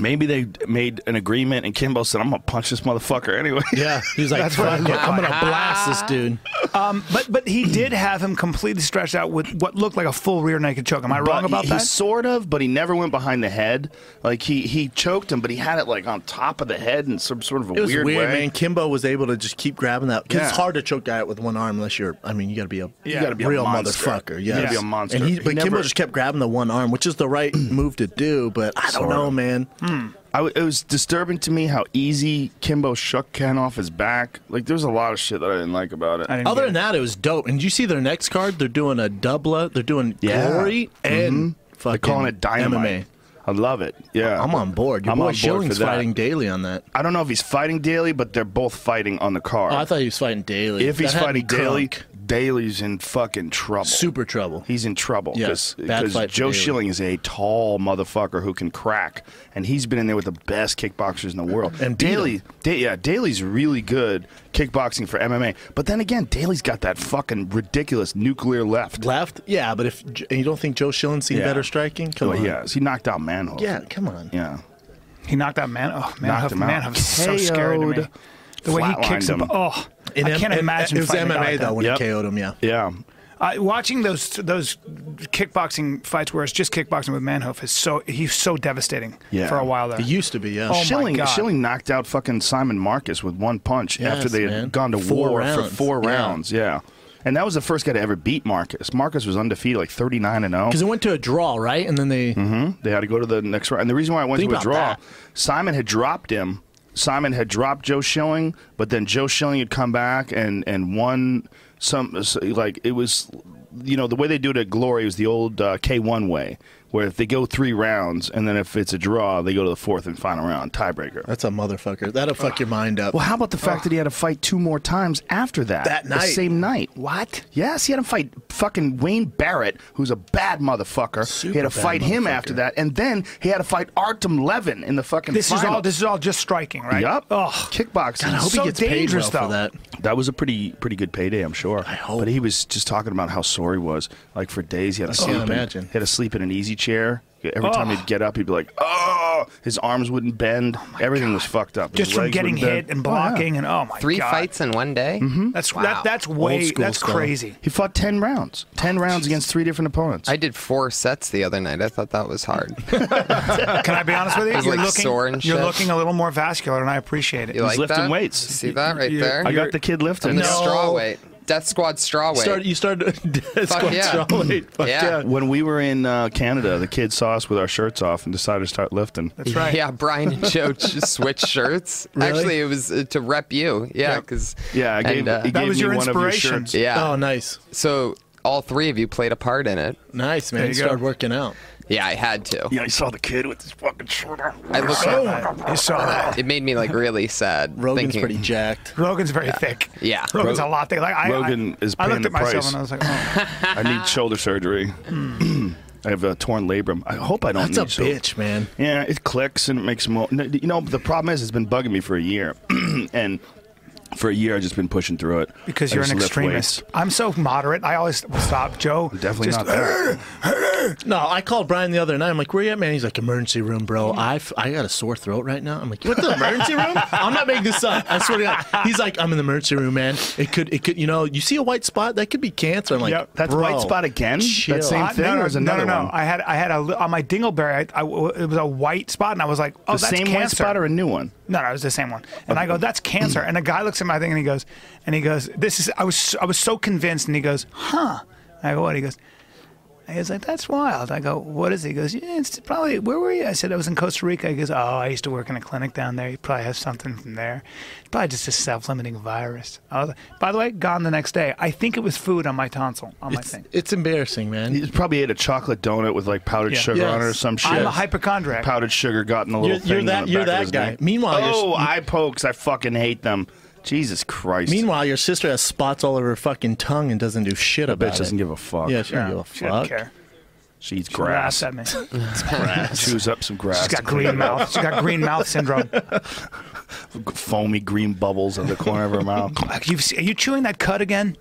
Speaker 1: Maybe they made an agreement, and Kimbo said, "I'm gonna punch this motherfucker anyway."
Speaker 5: Yeah, he's like, "Fuck it, I'm gonna blast this dude.
Speaker 2: Um, but but he did have him completely stretched out with what looked like a full rear naked choke. Am I wrong
Speaker 1: But
Speaker 2: about
Speaker 1: he,
Speaker 2: that?
Speaker 1: He sort of, but he never went behind the head. Like he he choked him, but he had it like on top of the head in some sort of a
Speaker 5: It was
Speaker 1: weird,
Speaker 5: weird,
Speaker 1: way.
Speaker 5: man. Kimbo was able to just keep grabbing that. 'cause
Speaker 1: Yeah.
Speaker 5: It's hard to choke guy out with one arm unless you're. I mean, you gotta be a
Speaker 1: You gotta be a
Speaker 5: real
Speaker 1: monster.
Speaker 5: motherfucker.
Speaker 1: You
Speaker 5: Yeah,
Speaker 1: gotta be a monster.
Speaker 5: And he,
Speaker 1: He
Speaker 5: but Kimbo
Speaker 1: never-
Speaker 5: just kept grabbing the one arm, which is the right move to do. But I don't
Speaker 1: Sorta.
Speaker 5: know, man.
Speaker 1: Hmm. I w it was disturbing to me how easy Kimbo shook Ken off his back. Like there's a lot of shit that I didn't like about it.
Speaker 2: I didn't
Speaker 5: Other
Speaker 2: get
Speaker 5: than
Speaker 2: it.
Speaker 5: that, it was dope. And you see their next card? They're doing a doubla. They're doing
Speaker 1: Yeah. Mm-hmm.
Speaker 5: glory and fucking
Speaker 1: They're calling it dynamite.
Speaker 5: MMA.
Speaker 1: I love it. Yeah,
Speaker 5: I'm on board. Your
Speaker 1: I'm
Speaker 5: boy
Speaker 1: on board
Speaker 5: Schilling's
Speaker 1: for that.
Speaker 5: fighting daily on that.
Speaker 1: I don't know if he's fighting daily, but they're both fighting on the card.
Speaker 5: Oh, I thought he was fighting daily.
Speaker 1: if he's
Speaker 5: That had
Speaker 1: fighting
Speaker 5: me
Speaker 1: daily,
Speaker 5: crunk.
Speaker 1: Daly's in fucking trouble.
Speaker 5: super trouble.
Speaker 1: He's in trouble
Speaker 5: Yeah,
Speaker 1: because
Speaker 5: bad fight for
Speaker 1: Joe
Speaker 5: Daly.
Speaker 1: Schilling is a tall motherfucker who can crack, and he's been in there with the best kickboxers in the world.
Speaker 5: And beat
Speaker 1: Daly, da- yeah, Daly's really good kickboxing for MMA. But then again, Daly's got that fucking ridiculous nuclear left.
Speaker 5: Left, yeah, but if J- you don't think Joe Schilling's seen
Speaker 1: Yeah.
Speaker 5: better striking, come
Speaker 1: Well,
Speaker 5: on,
Speaker 1: he has. He knocked out Manhoef.
Speaker 5: yeah, come on,
Speaker 1: yeah.
Speaker 2: he knocked out man. Oh,
Speaker 1: Knocked
Speaker 2: Manhoef,
Speaker 1: him out.
Speaker 2: Manhoef's so scary to me.
Speaker 1: KO'd.
Speaker 2: The way he
Speaker 1: Flatlined
Speaker 2: kicks him.
Speaker 1: him.
Speaker 2: Oh,
Speaker 5: In
Speaker 2: I
Speaker 5: M-
Speaker 2: can't
Speaker 5: in-
Speaker 2: imagine.
Speaker 5: It was
Speaker 2: fighting a guy
Speaker 5: MMA
Speaker 2: like
Speaker 5: though
Speaker 2: that.
Speaker 5: when
Speaker 1: Yep.
Speaker 5: he KO'd him. Yeah,
Speaker 1: Yeah.
Speaker 2: Uh, watching those those kickboxing fights where it's just kickboxing with Manhoef is so he's so devastating
Speaker 1: Yeah.
Speaker 2: for a while there.
Speaker 5: it used to be. Yeah,
Speaker 2: Oh, my
Speaker 1: Schilling,
Speaker 2: God.
Speaker 1: Schilling knocked out fucking Simon Marcus with one punch
Speaker 5: Yes,
Speaker 1: after they had
Speaker 5: man.
Speaker 1: gone to
Speaker 5: Four
Speaker 1: war for
Speaker 5: rounds.
Speaker 1: four
Speaker 5: Yeah.
Speaker 1: rounds. Yeah. And that was the first guy to ever beat Marcus. Marcus was undefeated, like 39 and 0.
Speaker 5: because it went to a draw, right? And then they
Speaker 1: They had to go to the next round. And the reason why I went
Speaker 5: Think
Speaker 1: to a
Speaker 5: about
Speaker 1: draw,
Speaker 5: that.
Speaker 1: Simon had dropped him. Simon had dropped Joe Schilling, but then Joe Schilling had come back and and won some. so, Like it was, you know, the way they do it at Glory was the old uh, K1 way, where if they go three rounds and then if it's a draw, they go to the fourth and final round tiebreaker.
Speaker 5: that's a motherfucker. That'll fuck your mind up.
Speaker 1: Well, how about the fact that he had to fight two more times after that?
Speaker 5: That
Speaker 1: The
Speaker 5: night.
Speaker 1: same night.
Speaker 5: What?
Speaker 1: Yes, he had to fight fucking Wayne Barrett, who's a bad motherfucker.
Speaker 5: Super
Speaker 1: he had to
Speaker 5: bad
Speaker 1: fight him
Speaker 5: motherfucker.
Speaker 1: after that, and then he had to fight Artem Levin in the fucking
Speaker 2: this is
Speaker 1: final.
Speaker 2: all this is all just striking, right?
Speaker 1: Yup.
Speaker 2: Oh,
Speaker 1: Kickboxing.
Speaker 5: I hope
Speaker 2: So
Speaker 5: he gets
Speaker 2: dangerous,
Speaker 5: paid well
Speaker 2: though.
Speaker 5: for that.
Speaker 1: That was a pretty pretty good payday, I'm sure. I
Speaker 5: hope.
Speaker 1: But he was just talking about how sore he was. Like for days, he had to sleep. in-
Speaker 5: imagine.
Speaker 1: He had to sleep in an easy chair. Every time
Speaker 2: Oh.
Speaker 1: he'd get up, he'd be like, "Oh!" His arms wouldn't bend. Everything was fucked up. His
Speaker 2: just from
Speaker 1: legs
Speaker 2: getting
Speaker 1: wouldn't bend.
Speaker 2: hit and
Speaker 1: Oh, yeah.
Speaker 2: blocking and oh my
Speaker 4: Three
Speaker 2: God.
Speaker 4: fights in one day. Mm-hmm.
Speaker 2: That's
Speaker 4: Wow.
Speaker 2: that, that's way
Speaker 5: school
Speaker 2: that's
Speaker 5: style.
Speaker 2: crazy.
Speaker 1: He fought ten rounds. Ten rounds against three different opponents.
Speaker 4: I did four sets the other night. I thought that was hard.
Speaker 2: Can I be honest with you?
Speaker 4: was,
Speaker 2: You're
Speaker 4: like,
Speaker 2: looking
Speaker 4: sore and
Speaker 2: you're
Speaker 4: shit.
Speaker 2: looking a little more vascular, and I appreciate it.
Speaker 4: You like
Speaker 1: lifting
Speaker 4: that?
Speaker 1: weights.
Speaker 4: See that right
Speaker 2: You-
Speaker 4: there?
Speaker 1: I
Speaker 4: You're
Speaker 1: got the kid lifting.
Speaker 4: on the
Speaker 5: No.
Speaker 4: straw weight. Death Squad straw weight.
Speaker 5: Start, you started.
Speaker 4: Fuck yeah.
Speaker 5: Fuck
Speaker 4: Yeah.
Speaker 5: yeah.
Speaker 1: When we were in uh, Canada, the kids saw us with our shirts off and decided to start lifting.
Speaker 2: That's right.
Speaker 4: Yeah, Brian and Joe ch- switched shirts. Actually, it was uh, to rep you. Yeah, because
Speaker 1: Yeah, I gave,
Speaker 4: and, uh,
Speaker 1: he
Speaker 2: That
Speaker 1: gave
Speaker 2: was
Speaker 1: me
Speaker 2: your
Speaker 1: one of your
Speaker 2: inspiration.
Speaker 1: shirts.
Speaker 4: yeah.
Speaker 5: Oh, nice,
Speaker 4: So all three of you played a part in it.
Speaker 5: nice man.
Speaker 2: you
Speaker 5: You
Speaker 2: go.
Speaker 5: started working out.
Speaker 4: Yeah, I had to.
Speaker 1: Yeah, I saw the kid with his fucking shirt on.
Speaker 4: I looked.
Speaker 2: You saw that.
Speaker 4: It made me like really sad.
Speaker 5: Oh. Rogan's
Speaker 4: thinking,
Speaker 5: pretty jacked.
Speaker 2: Rogan's very thick.
Speaker 4: Yeah.
Speaker 2: Rogan's
Speaker 1: Rog-
Speaker 2: a lot thick. Like I,
Speaker 1: Rogan
Speaker 2: I,
Speaker 1: is
Speaker 2: I
Speaker 1: paying
Speaker 2: looked
Speaker 1: the
Speaker 2: at myself
Speaker 1: price.
Speaker 2: and I was like, oh.
Speaker 1: I need shoulder surgery. I have a torn labrum. I hope I don't
Speaker 5: That's a
Speaker 1: need shoulder-
Speaker 5: bitch, man.
Speaker 1: Yeah, it clicks and it makes mo. no, You know, the problem is it's been bugging me for a year, and for a year I've just been pushing through it
Speaker 2: because
Speaker 1: I
Speaker 2: you're
Speaker 1: just
Speaker 2: an
Speaker 1: lift
Speaker 2: extremist.
Speaker 1: weights.
Speaker 2: I'm so moderate. I always stop, Joe.
Speaker 1: Definitely
Speaker 2: just,
Speaker 1: not that.
Speaker 5: No, I called Brian the other night. I'm like, where you at, man? He's like, emergency room, bro.
Speaker 2: Mm-hmm.
Speaker 5: I, f- I got a sore throat right now. I'm like, what the emergency room? I'm not making this up. I swear to God. He's like, I'm in the emergency room, man. It could, it could, you know, you see a white spot that could be cancer. I'm like,
Speaker 2: Yep,
Speaker 1: that's
Speaker 5: "Bro,
Speaker 1: white spot again? That
Speaker 5: chill."
Speaker 1: same
Speaker 2: I-
Speaker 1: thing
Speaker 2: Uh, no,
Speaker 1: or
Speaker 2: no,
Speaker 1: is
Speaker 2: no, no,
Speaker 1: another
Speaker 2: no.
Speaker 1: one?
Speaker 2: I had I had a li- on my dingleberry. I, I, it was a white spot, and I was like, "Oh,
Speaker 1: the
Speaker 2: that's
Speaker 1: same
Speaker 2: cancer."
Speaker 1: white spot or a new one?
Speaker 2: No, no, it was the same one. And I go, that's cancer. And a guy looks at my thing and he goes, and he goes, this is. I was so- I was so convinced. And he goes, huh? And I go, what? He goes. I was like, that's wild. I go, what is it? He goes, yeah, it's probably, where were you? I said, I was in Costa Rica. He goes, oh, I used to work in a clinic down there. You probably have something from there. It's probably just a self limiting virus. I was, by the way, gone the next day. I think it was food on my tonsil, on my
Speaker 5: It's,
Speaker 2: thing.
Speaker 5: it's embarrassing, man.
Speaker 1: He probably ate a chocolate donut with like powdered
Speaker 2: Yeah.
Speaker 1: sugar on it or
Speaker 5: Yes.
Speaker 1: some shit.
Speaker 2: I'm a hypochondriac.
Speaker 1: Powdered sugar got in the
Speaker 5: You're,
Speaker 1: little thing.
Speaker 5: you're
Speaker 1: on
Speaker 5: that,
Speaker 1: the
Speaker 5: you're
Speaker 1: back of his
Speaker 5: that guy.
Speaker 1: neck.
Speaker 5: Meanwhile, your s-
Speaker 1: oh, eye pokes. I fucking hate them. Jesus Christ.
Speaker 5: meanwhile, your sister has spots all over her fucking tongue and doesn't do shit
Speaker 1: the
Speaker 5: about
Speaker 1: bitch
Speaker 5: it.
Speaker 1: doesn't give a fuck.
Speaker 5: Yeah, she
Speaker 2: Yeah,
Speaker 5: doesn't give a
Speaker 2: She doesn't
Speaker 5: fuck.
Speaker 2: care.
Speaker 1: she eats
Speaker 2: She laughs
Speaker 1: grass.
Speaker 2: at me.
Speaker 1: Chews up some grass.
Speaker 2: She's got green mouth. She's got green mouth syndrome.
Speaker 1: foamy green bubbles in the corner of her mouth.
Speaker 2: You've, se- are you chewing that cud again?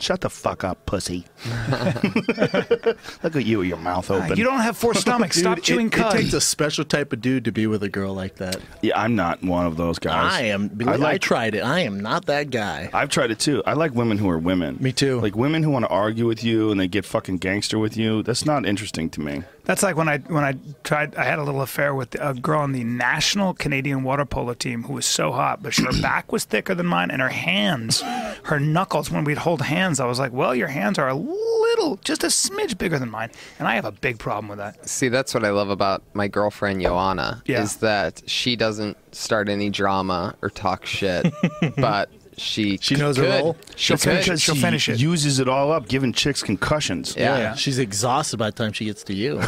Speaker 1: Shut the fuck up, pussy. Look at you with your mouth
Speaker 5: Uh,
Speaker 1: open.
Speaker 2: You don't have four stomachs. Stop
Speaker 5: Dude,
Speaker 2: chewing
Speaker 5: it, it
Speaker 2: cud.
Speaker 5: takes a special type of dude to be with a girl like that.
Speaker 1: yeah, I'm not one of those guys.
Speaker 5: I am.
Speaker 1: I
Speaker 5: Believe, I
Speaker 1: like.
Speaker 5: tried it. I am not that guy.
Speaker 1: I've tried it too. I like women who are women.
Speaker 5: Me too.
Speaker 1: Like women who want to argue with you and they get fucking gangster with you. That's not interesting to me.
Speaker 2: That's like when I when I tried. I had a little affair with a girl on the national Canadian water polo team who was so hot, but her back was thicker than mine, and her hands, her knuckles. When we'd hold hands, I was like, "Well, your hands are a little, just a smidge bigger than mine," and I have a big problem with that.
Speaker 4: See, that's what I love about my girlfriend Joanna
Speaker 2: Yeah.
Speaker 4: is that she doesn't start any drama or talk shit, but she
Speaker 5: She knows her
Speaker 4: could.
Speaker 5: role.
Speaker 4: She
Speaker 2: It's
Speaker 4: could.
Speaker 2: because she'll
Speaker 1: she
Speaker 2: finish it.
Speaker 1: Uses it all up, giving chicks concussions.
Speaker 4: yeah.
Speaker 2: Yeah.
Speaker 5: She's exhausted by the time she gets to you.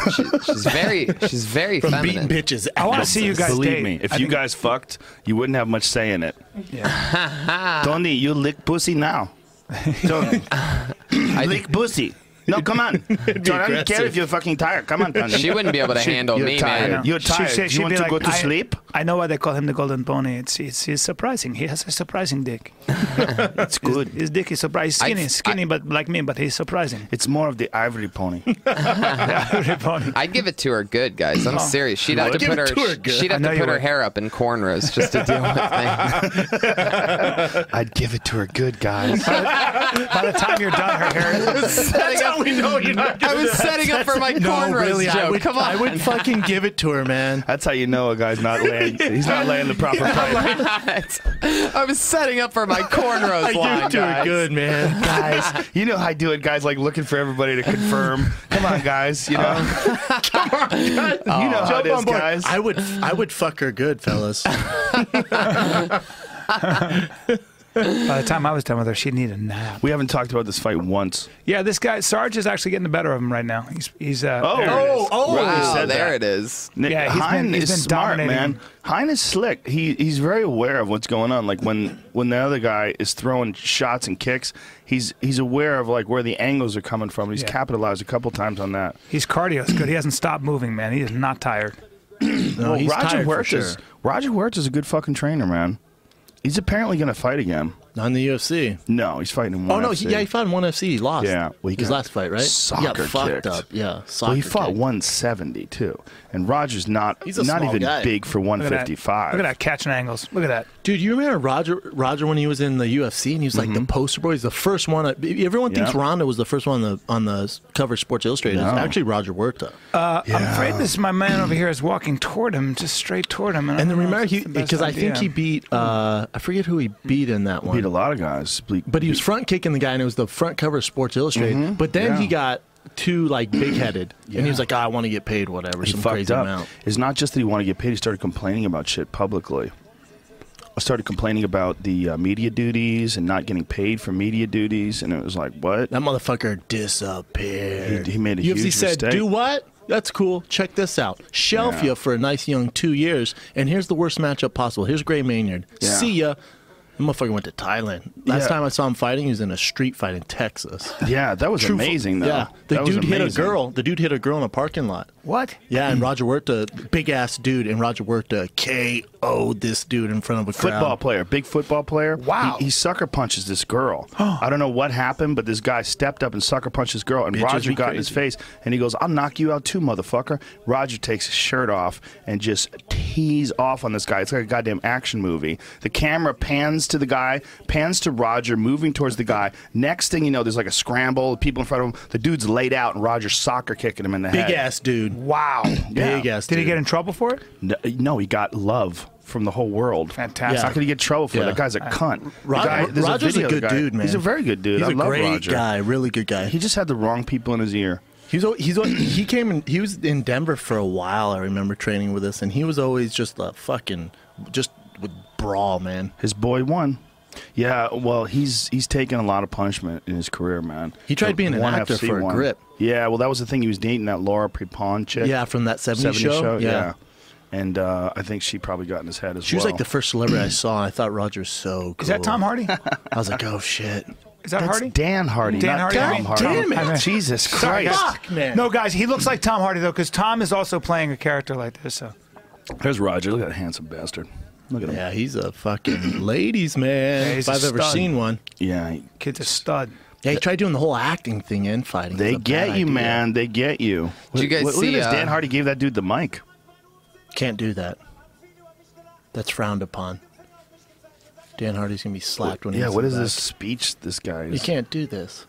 Speaker 4: she's very she's very
Speaker 5: From
Speaker 4: feminine.
Speaker 5: beating bitches.
Speaker 2: I wanna see you guys-
Speaker 1: Believe
Speaker 2: date.
Speaker 1: me, if
Speaker 2: I
Speaker 1: you
Speaker 2: think-
Speaker 1: guys fucked, you wouldn't have much say in it.
Speaker 2: Yeah.
Speaker 4: Uh.
Speaker 1: Tony, you lick pussy now. Tony, lick pussy. No, come on. Tony, I don't care
Speaker 5: aggressive.
Speaker 1: if you're fucking tired. Come on, Tony.
Speaker 4: She wouldn't be able to handle
Speaker 1: you're
Speaker 4: me,
Speaker 1: tired.
Speaker 4: man.
Speaker 1: You're tired.
Speaker 2: said
Speaker 1: You
Speaker 2: she'd
Speaker 1: want
Speaker 2: be
Speaker 1: to go to
Speaker 2: I,
Speaker 1: sleep?
Speaker 2: I know why they call him the golden pony. It's it's, it's surprising. He has a surprising dick.
Speaker 1: It's good.
Speaker 2: His dick is surprising.
Speaker 4: I-
Speaker 2: Skinny, skinny, but like me, but he's surprising.
Speaker 1: It's more of the ivory pony.
Speaker 2: Golden pony.
Speaker 4: I'd give it to her good, guys. I'm serious. She'd have
Speaker 1: would?
Speaker 4: to put her,
Speaker 5: Give it to her good.
Speaker 4: she'd
Speaker 2: I
Speaker 4: have
Speaker 2: know
Speaker 4: to
Speaker 2: you
Speaker 4: put her
Speaker 2: would.
Speaker 4: hair up in cornrows just to deal with me.
Speaker 1: I'd give it to her good, guys.
Speaker 2: By the time you're done, her hair.
Speaker 4: Setting up-
Speaker 5: we know you're not
Speaker 4: I was setting up for my
Speaker 5: No,
Speaker 4: cornrows
Speaker 5: really,
Speaker 4: joke.
Speaker 5: I would,
Speaker 4: Come on.
Speaker 5: I would fucking give it to her, man.
Speaker 1: That's how you know a guy's not laying. He's not laying the proper pipe.
Speaker 4: I was setting up for my cornrows
Speaker 5: I
Speaker 4: line,
Speaker 5: give it to her
Speaker 4: guys.
Speaker 5: good, man.
Speaker 1: Guys, you know how I do it. Guys like looking for everybody to confirm. Come on, guys. You know. Come on, guys. You know how it is, guys.
Speaker 5: I would, I would fuck her good, fellas.
Speaker 2: By the time I was done with her, she'd need a nap.
Speaker 1: We haven't talked about this fight once.
Speaker 2: Yeah, this guy Sarge is actually getting the better of him right now. He's he's uh,
Speaker 1: Oh,
Speaker 2: there it is.
Speaker 1: oh, oh!
Speaker 4: Wow,
Speaker 1: said
Speaker 4: there
Speaker 1: that.
Speaker 4: it is.
Speaker 1: Nick,
Speaker 2: Yeah, he's
Speaker 1: Hein
Speaker 2: been- he's
Speaker 1: is
Speaker 2: been
Speaker 1: smart,
Speaker 2: dominating
Speaker 1: man.
Speaker 2: him.
Speaker 1: Hein is slick. He he's very aware of what's going on. Like when when the other guy is throwing shots and kicks, he's he's aware of like where the angles are coming from. He's
Speaker 2: Yeah.
Speaker 1: capitalized a couple times on that.
Speaker 2: He's cardio is good. He hasn't stopped moving, man. He is not tired.
Speaker 5: No,
Speaker 1: well,
Speaker 5: he's
Speaker 1: Roger
Speaker 5: tired for
Speaker 1: Huerta is
Speaker 5: sure.
Speaker 1: Roger Huerta is a good fucking trainer, man. He's apparently going to fight again.
Speaker 5: Not in the UFC.
Speaker 1: No, he's fighting in
Speaker 5: Oh
Speaker 1: one.
Speaker 5: no,
Speaker 1: FC.
Speaker 5: he, yeah, he fought in one FC. He lost.
Speaker 1: Yeah, well, he
Speaker 5: his
Speaker 1: got
Speaker 5: last fight, right? he got
Speaker 1: soccer
Speaker 5: fucked
Speaker 1: kicked.
Speaker 5: up. Yeah, soccer.
Speaker 1: well, he fought
Speaker 5: kicked.
Speaker 1: 170 too, and Roger's not
Speaker 5: He's a
Speaker 1: not
Speaker 5: small
Speaker 1: even
Speaker 5: guy.
Speaker 1: big for
Speaker 2: Look at that.
Speaker 1: 155.
Speaker 2: Look at that catching angles. Look at that.
Speaker 5: Dude, you remember Roger Roger when he was in the UFC and he was like the poster boy. He's the first one. uh, e-, Everyone thinks
Speaker 1: Mm-hmm. Yeah.
Speaker 5: Ronda was the first one on the on the cover of Sports Illustrated. It's
Speaker 1: No.
Speaker 5: actually Roger Huerta.
Speaker 2: Uh, I'm afraid this my man over here is walking toward him, just straight toward him. I
Speaker 5: and
Speaker 2: don't
Speaker 5: then
Speaker 2: know
Speaker 5: remember
Speaker 2: if
Speaker 5: he
Speaker 2: it's the best
Speaker 5: because I think
Speaker 2: idea.
Speaker 5: he beat uh, I forget who he beat in that one.
Speaker 1: Beat a lot of guys. Beat-
Speaker 5: but he was front kicking the guy and it was the front cover of Sports Illustrated. But then
Speaker 1: Mm-hmm. Yeah.
Speaker 5: he got too like big headed and he was like, "Ah, I want to get paid whatever
Speaker 1: he
Speaker 5: some
Speaker 1: fucked
Speaker 5: crazy
Speaker 1: up.
Speaker 5: amount.
Speaker 1: It's not just that he wanted to get paid. He started complaining about shit publicly. I started complaining about the uh, media duties and not getting paid for media duties, and it was like, what?
Speaker 5: That motherfucker disappeared.
Speaker 1: He- he made a
Speaker 5: UFC
Speaker 1: huge
Speaker 5: said,
Speaker 1: mistake.
Speaker 5: "Do what? That's cool. Check this out. Shelf
Speaker 1: Yeah.
Speaker 5: you for a nice young two years, and here's the worst matchup possible. Here's Gray Maynard.
Speaker 1: Yeah.
Speaker 5: See ya." That motherfucker went to Thailand. Last
Speaker 1: Yeah.
Speaker 5: time I saw him fighting, he was in a street fight in Texas.
Speaker 1: Yeah, that was
Speaker 5: Truthful-
Speaker 1: amazing. Though.
Speaker 5: Yeah, the
Speaker 1: That was
Speaker 5: dude hit a
Speaker 1: amazing.
Speaker 5: girl. The dude hit a girl in a parking lot.
Speaker 2: what?
Speaker 5: Yeah, and Roger Huerta, big ass dude, and Roger Huerta KO'd this dude in front of a crowd.
Speaker 1: Football player, big football player.
Speaker 2: Wow.
Speaker 1: He, he sucker punches this girl. I don't know what happened, but this guy stepped up and sucker punched this girl, and
Speaker 5: Bitches
Speaker 1: Roger
Speaker 5: be
Speaker 1: got in his face, and he goes, "I'll knock you out too, motherfucker." Roger takes his shirt off and just tees off on this guy. It's like a goddamn action movie. The camera pans to the guy, pans to Roger, moving towards the guy. Next thing you know, there's like a scramble. People in front of him. The dude's laid out, and Roger's soccer kicking him in the
Speaker 5: Big
Speaker 1: head.
Speaker 5: ass dude.
Speaker 2: Wow.
Speaker 1: Yeah.
Speaker 5: Big ass
Speaker 2: Did
Speaker 5: dude.
Speaker 2: he get in trouble for it?
Speaker 1: No, no, he got love from the whole world.
Speaker 2: Fantastic.
Speaker 1: How could he get in trouble for it?
Speaker 5: Yeah.
Speaker 1: That guy's a cunt. The
Speaker 5: Roger-
Speaker 1: guy- there's
Speaker 5: Roger's a
Speaker 1: video of the
Speaker 5: good
Speaker 1: guy.
Speaker 5: dude, man.
Speaker 1: He's a very good dude.
Speaker 5: He's
Speaker 1: I
Speaker 5: a
Speaker 1: love
Speaker 5: great
Speaker 1: Roger.
Speaker 5: guy, really good guy.
Speaker 1: He just had the wrong people in his ear.
Speaker 5: He's al- he's al- he came in, he was in Denver for a while. I remember training with us, and he was always just a fucking just with brawl man.
Speaker 1: His boy won. Yeah, well, he's he's taken a lot of punishment in his career, man.
Speaker 5: He tried
Speaker 1: The
Speaker 5: being an
Speaker 1: one
Speaker 5: actor
Speaker 1: FC
Speaker 5: for a
Speaker 1: one.
Speaker 5: grip.
Speaker 1: Yeah, well, that was the thing. He was dating that Laura Prepon chick.
Speaker 5: Yeah, from that 70s,
Speaker 1: 70
Speaker 5: show.
Speaker 1: Yeah. And uh, I think she probably got in his head as
Speaker 5: She
Speaker 1: well.
Speaker 5: was like the first celebrity I saw, and I thought Roger was so cool.
Speaker 2: Is that Tom Hardy? Is
Speaker 5: I was like, oh shit.
Speaker 2: that
Speaker 1: That's
Speaker 2: Hardy?
Speaker 1: Dan Hardy,
Speaker 2: Dan
Speaker 1: not
Speaker 2: Hardy, I
Speaker 1: Tom
Speaker 2: mean,
Speaker 1: Hardy.
Speaker 2: Tom- I mean-
Speaker 1: Jesus
Speaker 2: Sorry,
Speaker 1: Christ.
Speaker 2: guys.
Speaker 5: Fuck, man.
Speaker 2: No, guys, he looks like Tom Hardy though, because Tom is also playing a character like this. So
Speaker 1: There's Roger. Look at that handsome bastard. Look at him.
Speaker 5: Yeah, he's a fucking ladies man.
Speaker 2: Yeah, he's
Speaker 5: if
Speaker 2: a
Speaker 5: I've ever
Speaker 2: stud.
Speaker 5: seen one.
Speaker 1: Yeah, he-
Speaker 2: kid's a stud.
Speaker 5: Yeah, he tried doing the whole acting thing and fighting.
Speaker 1: They
Speaker 5: It's a
Speaker 1: get you,
Speaker 5: bad idea.
Speaker 1: man. They get you.
Speaker 4: Did you guys
Speaker 1: look,
Speaker 4: see,
Speaker 1: Look at this.
Speaker 4: uh,
Speaker 1: Dan Hardy gave that dude the mic.
Speaker 5: Can't do that. That's frowned upon. Dan Hardy's gonna be slapped when
Speaker 1: yeah.
Speaker 5: he's
Speaker 1: What
Speaker 5: in
Speaker 1: is
Speaker 5: the
Speaker 1: this
Speaker 5: back.
Speaker 1: speech? This guy.
Speaker 5: You
Speaker 1: Is,
Speaker 5: can't do this.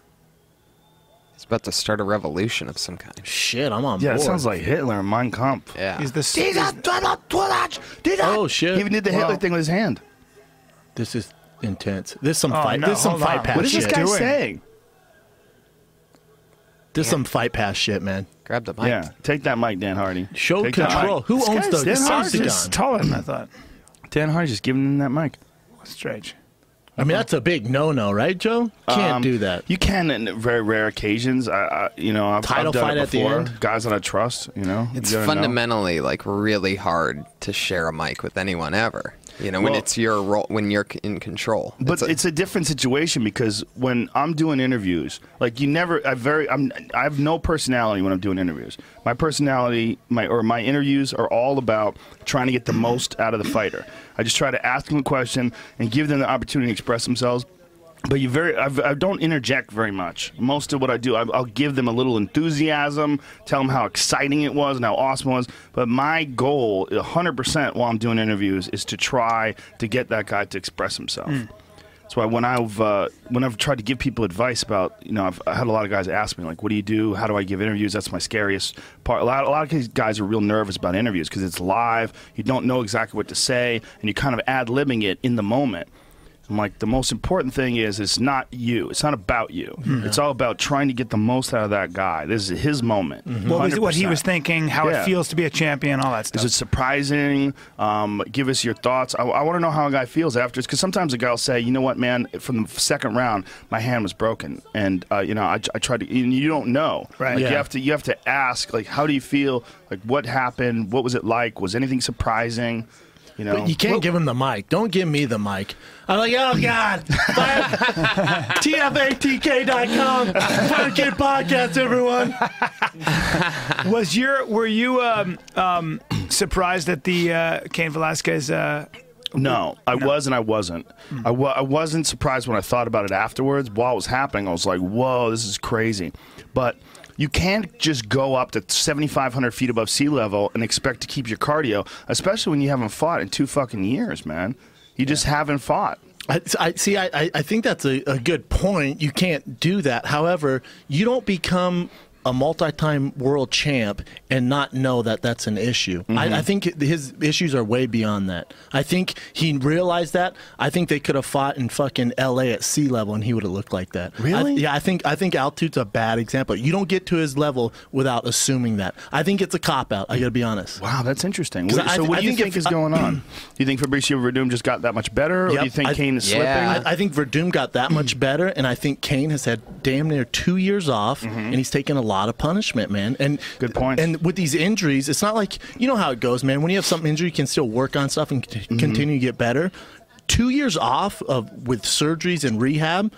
Speaker 4: It's about to start a revolution of some kind.
Speaker 5: Shit, I'm on
Speaker 1: yeah,
Speaker 5: board.
Speaker 1: it sounds like Hitler in Mein Kampf.
Speaker 4: Yeah.
Speaker 2: He's this.
Speaker 5: Oh
Speaker 1: He
Speaker 5: shit!
Speaker 1: even did the Hitler
Speaker 2: Wow.
Speaker 1: thing with his hand.
Speaker 5: This is intense. This some
Speaker 2: Oh,
Speaker 5: fight.
Speaker 2: no,
Speaker 5: this some
Speaker 2: hold
Speaker 5: fight
Speaker 2: on.
Speaker 5: pass.
Speaker 1: What is this
Speaker 5: shit.
Speaker 1: guy
Speaker 2: doing?
Speaker 1: saying?
Speaker 5: This some fight pass shit, man.
Speaker 4: Grab the mic.
Speaker 1: Yeah, take that mic, Dan Hardy.
Speaker 5: Show
Speaker 1: Take that
Speaker 5: control.
Speaker 1: mic.
Speaker 5: Who
Speaker 1: This
Speaker 5: owns
Speaker 1: guy's
Speaker 5: the
Speaker 1: Dan
Speaker 5: this
Speaker 1: Hardy's
Speaker 5: owns the
Speaker 2: It's
Speaker 5: gun?
Speaker 2: taller than I thought.
Speaker 1: Dan Hardy's just giving him that mic.
Speaker 2: Strange.
Speaker 5: I mean, that's a big no-no, right, Joe? Can't
Speaker 1: Uh-huh. Um,
Speaker 5: do that.
Speaker 1: You can in very rare occasions. I, I you know, I've,
Speaker 5: Title
Speaker 1: I've done
Speaker 5: fight
Speaker 1: it
Speaker 5: at the
Speaker 1: before.
Speaker 5: end?
Speaker 1: Guys that I trust, you know.
Speaker 4: It's
Speaker 1: you gotta know.
Speaker 4: fundamentally like really hard to share a mic with anyone ever. You know, when
Speaker 1: Well-
Speaker 4: it's your role, when you're c- in control.
Speaker 1: But
Speaker 4: a-
Speaker 1: it's a different situation because when I'm doing interviews, like you never, I very, I'm, I have no personality when I'm doing interviews. My personality, my or my interviews are all about trying to get the most out of the fighter. I just try to ask them a question and give them the opportunity to express themselves. But you very, I've, I don't interject very much. Most of what I do, I, I'll give them a little enthusiasm, tell them how exciting it was and how awesome it was. But my goal, 100% while I'm doing interviews, is to try to get that guy to express himself. That's why when I've uh, when I've tried to give people advice about you know I've I had a lot of guys ask me like what do you do how do I give interviews that's my scariest part a lot a lot of these guys are real nervous about interviews because it's live you don't know exactly what to say and you're kind of ad libbing it in the moment I'm like the most important thing is it's not you it's not about you
Speaker 2: Mm-hmm.
Speaker 1: it's all about trying to get the most out of that guy this is his moment
Speaker 2: Mm-hmm. What, was, what he was
Speaker 1: 100%.
Speaker 2: thinking, how
Speaker 1: Yeah.
Speaker 2: it feels to be a champion, all that stuff.
Speaker 1: Is it surprising? Um, give us your thoughts. I, I want to know how a guy feels after because sometimes a guy will say, "You know what, man? From the second round, my hand was broken, and uh, you know, I, I tried to." And you don't know,
Speaker 2: Right.
Speaker 1: Like, You
Speaker 5: Yeah.
Speaker 1: have to you have to ask, like, how do you feel? Like, what happened? What was it like? Was anything surprising? You know,
Speaker 5: But you can't give him the mic. Don't give me the mic. I'm like, oh god, tfatk.com, Fire Kid Podcast, everyone.
Speaker 2: Was your were you um, um, surprised at the uh, Cain Velasquez? Uh,
Speaker 1: No, I was and I wasn't. I, wa- I wasn't surprised when I thought about it afterwards. While it was happening, I was like, whoa, this is crazy. But you can't just go up to 7,500 feet above sea level and expect to keep your cardio, especially when you haven't fought in two fucking years, man. You just haven't fought.
Speaker 5: I, I see. I, I- I think that's a, a good point. You can't do that. However, you don't become a multi-time world champ and not know that that's an issue. I, I think his issues are way beyond that. I think he realized that. I think they could have fought in fucking L.A. at sea level and he would have looked like that.
Speaker 1: Really?
Speaker 5: I, yeah, I think I think altitude's a bad example. You don't get to his level without assuming that. I think it's a cop out. I got to be honest.
Speaker 1: Wow, that's interesting.
Speaker 5: 'Cause
Speaker 1: What-
Speaker 5: I-
Speaker 1: so, what
Speaker 5: I
Speaker 1: do you
Speaker 5: think if-
Speaker 1: think, is going on? do you think Fabricio Verdum just got that much better, or
Speaker 5: Yep,
Speaker 1: do you think
Speaker 5: I-
Speaker 1: Kane is
Speaker 4: Yeah.
Speaker 1: slipping?
Speaker 5: I, I think Verdum got that much better, and I think Kane has had damn near two years off, and he's taken a lot of punishment, man. And
Speaker 1: Mm-hmm. Good point.
Speaker 5: And with these injuries, it's not like you know how it goes, man. When you have something injury, you can still work on stuff and
Speaker 1: Mm-hmm.
Speaker 5: cont- continue to get better. Two years off of with surgeries and rehab.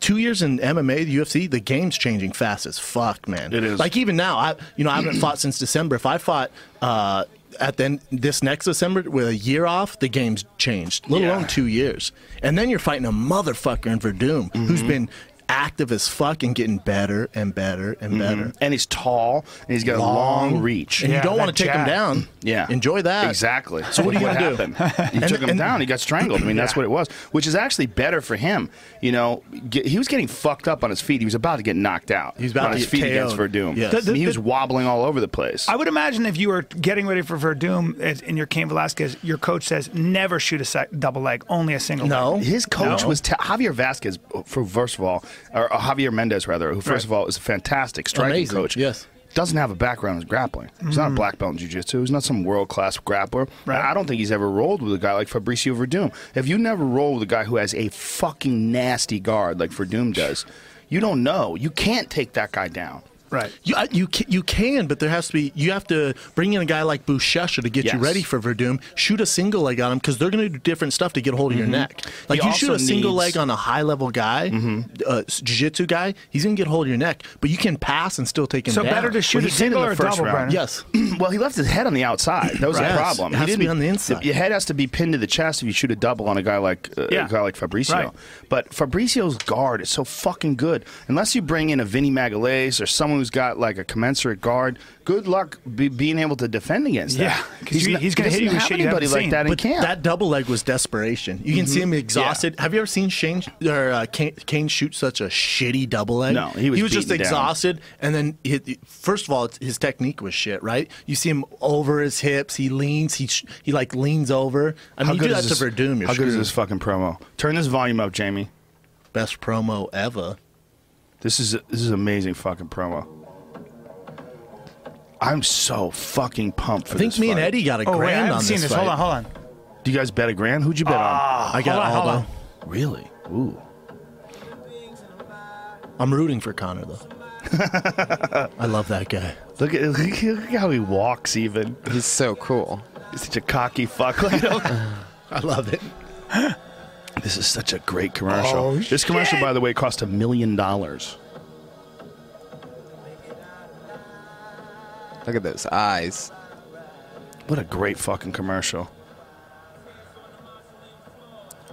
Speaker 5: Two years in MMA, the UFC, the game's changing fast as fuck, man.
Speaker 1: It is.
Speaker 5: Like even now, I you know I haven't fought since December. If I fought uh, at then this next December with a year off, the game's changed. Let
Speaker 1: Yeah.
Speaker 5: alone two years, and then you're fighting a motherfucker in Verdum who's been active as fuck and getting better and better and better.
Speaker 1: And he's tall, and he's got a long reach.
Speaker 5: And
Speaker 2: Yeah,
Speaker 5: you don't want
Speaker 2: that
Speaker 5: to take him
Speaker 2: jab.
Speaker 5: down.
Speaker 1: Yeah.
Speaker 5: Enjoy that.
Speaker 1: Exactly.
Speaker 5: So what are you gonna do?
Speaker 1: He
Speaker 5: And-
Speaker 1: took him
Speaker 5: and-
Speaker 1: down. He got strangled. I mean, that's what it was, which is actually better for him. You know, ge- he was getting fucked up on his feet. He was about to get knocked out.
Speaker 5: He was about
Speaker 1: on
Speaker 5: to
Speaker 1: his
Speaker 5: get
Speaker 1: feet against
Speaker 5: KO'd.
Speaker 1: Verdum.
Speaker 5: Yes.
Speaker 1: I mean, he was wobbling all over the place.
Speaker 2: I would imagine if you were getting ready for Verdum as- and you're Cain Velasquez, your coach says never shoot a sec- double leg, only a single.
Speaker 5: No.
Speaker 2: leg.
Speaker 1: his coach
Speaker 2: No.
Speaker 1: was te- Javier Vasquez, for first of all, or uh, Javier Mendez rather, who first of all is a fantastic striking
Speaker 5: Amazing,
Speaker 1: coach.
Speaker 5: yes. Mm.
Speaker 1: doesn't have a background in grappling. He's not a black belt in jiu-jitsu. He's not some world-class grappler.
Speaker 2: Right.
Speaker 1: I don't think he's ever rolled with a guy like Fabricio Verdum. If you never roll with a guy who has a fucking nasty guard like Verdum does, you don't know. You can't take that guy down.
Speaker 2: Right.
Speaker 5: You I- you ca- you can, but there has to be. You have to bring in a guy like Bushesha to get
Speaker 1: Yes.
Speaker 5: you ready for Verdum. Shoot a single leg on him because they're going to do different stuff to get a hold of your neck. Like
Speaker 1: Mm-hmm. He
Speaker 5: you shoot a
Speaker 1: also
Speaker 5: single
Speaker 1: needs- Mm-hmm.
Speaker 5: leg on a high level guy, uh, jiu-jitsu guy, he's going to get a hold of your neck. But you can pass and still take him
Speaker 2: So
Speaker 5: down.
Speaker 2: better to shoot
Speaker 1: he
Speaker 2: a
Speaker 1: did in
Speaker 2: single
Speaker 1: the
Speaker 2: or a
Speaker 1: first
Speaker 2: double,
Speaker 1: round.
Speaker 2: Brennan.
Speaker 5: Yes.
Speaker 1: well, he left his head on the outside. That was
Speaker 5: Right.
Speaker 1: the problem.
Speaker 5: It has
Speaker 1: he
Speaker 5: to be on the inside.
Speaker 1: Your head has to be pinned to the chest if you shoot a double on a guy like uh,
Speaker 2: Yeah.
Speaker 1: a guy like Fabricio.
Speaker 2: Right.
Speaker 1: But Fabricio's guard is so fucking good. Unless you bring in a Vinny Magalhaes or someone who's got like a commensurate guard, good luck be- being able to defend against that.
Speaker 2: Yeah, 'cause you-
Speaker 1: not-
Speaker 2: he's gonna
Speaker 1: he
Speaker 2: hit you
Speaker 1: doesn't
Speaker 2: with
Speaker 1: have
Speaker 2: shit you haven't
Speaker 1: anybody like
Speaker 2: seen.
Speaker 1: that in
Speaker 5: But
Speaker 1: camp.
Speaker 5: that double leg was desperation. You can see
Speaker 1: Mm-hmm.
Speaker 5: him exhausted. Have you ever seen Shane or uh, Kane, Kane shoot such a shitty double leg?
Speaker 1: No, he was
Speaker 5: just
Speaker 1: beaten down.
Speaker 5: exhausted. And then, he, first of all, it's, his technique was shit, right? You see him over his hips. He leans. He sh- he like leans over. I mean, you do that to
Speaker 1: this-
Speaker 5: Verdum. You're
Speaker 1: How good is
Speaker 5: screwed.
Speaker 1: this fucking promo? Turn this volume up, Jamie.
Speaker 5: best promo ever?
Speaker 1: This is this is amazing fucking promo. I'm so fucking pumped for
Speaker 5: I think
Speaker 1: this
Speaker 5: me and
Speaker 1: fight.
Speaker 5: Eddie got a
Speaker 2: Oh,
Speaker 5: grand
Speaker 2: wait, I
Speaker 5: on
Speaker 2: haven't
Speaker 5: this
Speaker 2: seen this.
Speaker 5: fight.
Speaker 2: Hold on, hold on.
Speaker 1: Do you guys bet a grand? Who'd you bet on?
Speaker 5: I got
Speaker 2: Hold on, hold
Speaker 5: Aldo.
Speaker 1: Really? Ooh.
Speaker 5: I'm rooting for Connor though. I love that guy.
Speaker 1: Look at look at how he walks. Even
Speaker 4: He's so cool.
Speaker 1: he's such a cocky fuck. Like,
Speaker 5: I love it.
Speaker 1: this is such a great commercial.
Speaker 2: Oh,
Speaker 1: this commercial, by the way, cost a million dollars.
Speaker 4: Look at those eyes.
Speaker 1: What a great fucking commercial.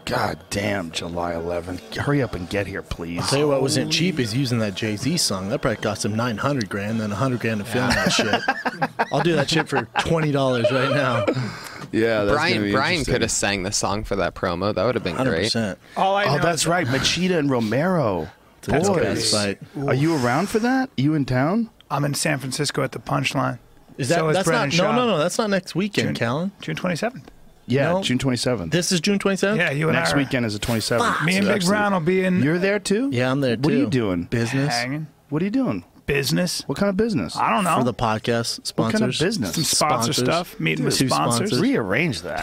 Speaker 1: God damn, July 11th. Hurry up and get here, please.
Speaker 5: Tell you what wasn't cheap is using that Jay Z song. That probably cost him nine hundred grand, then hundred grand to film that shit. I'll do that shit for twenty dollars right now.
Speaker 4: Oh,
Speaker 1: Yeah,
Speaker 4: Brian Brian could have sang the song for that promo. That would have been
Speaker 5: Hundred
Speaker 4: great.
Speaker 5: percent.
Speaker 2: All I know
Speaker 1: Oh, that's
Speaker 2: is-
Speaker 1: right, Machida and Romero.
Speaker 5: That's
Speaker 1: Boys.
Speaker 5: the best fight.
Speaker 1: Are you around for that? You in town?
Speaker 2: I'm in San Francisco at the Punchline.
Speaker 5: Is that
Speaker 2: so is
Speaker 5: that's
Speaker 2: Brennan
Speaker 5: not no
Speaker 2: Schaub.
Speaker 5: no no that's not next weekend, Callan.
Speaker 2: June 27th.
Speaker 1: Yeah,
Speaker 5: No.
Speaker 1: June 27th.
Speaker 5: This is June twenty seventh?
Speaker 2: Yeah, you and
Speaker 1: Next
Speaker 2: I are
Speaker 1: weekend is the 27th.
Speaker 2: Me and
Speaker 1: So
Speaker 2: Big
Speaker 1: actually-
Speaker 2: Brown will be in
Speaker 1: You're there too?
Speaker 5: Yeah, I'm there
Speaker 1: What are you
Speaker 5: too.
Speaker 1: doing?
Speaker 5: business
Speaker 2: hanging
Speaker 1: What are you doing?
Speaker 2: business.
Speaker 1: What kind of business?
Speaker 2: I don't know.
Speaker 5: for the podcast sponsors.
Speaker 1: What kind of business?
Speaker 2: Some sponsor
Speaker 5: Sponsors.
Speaker 2: stuff. Meeting with
Speaker 5: Two
Speaker 2: sponsors.
Speaker 5: sponsors.
Speaker 1: Rearrange that.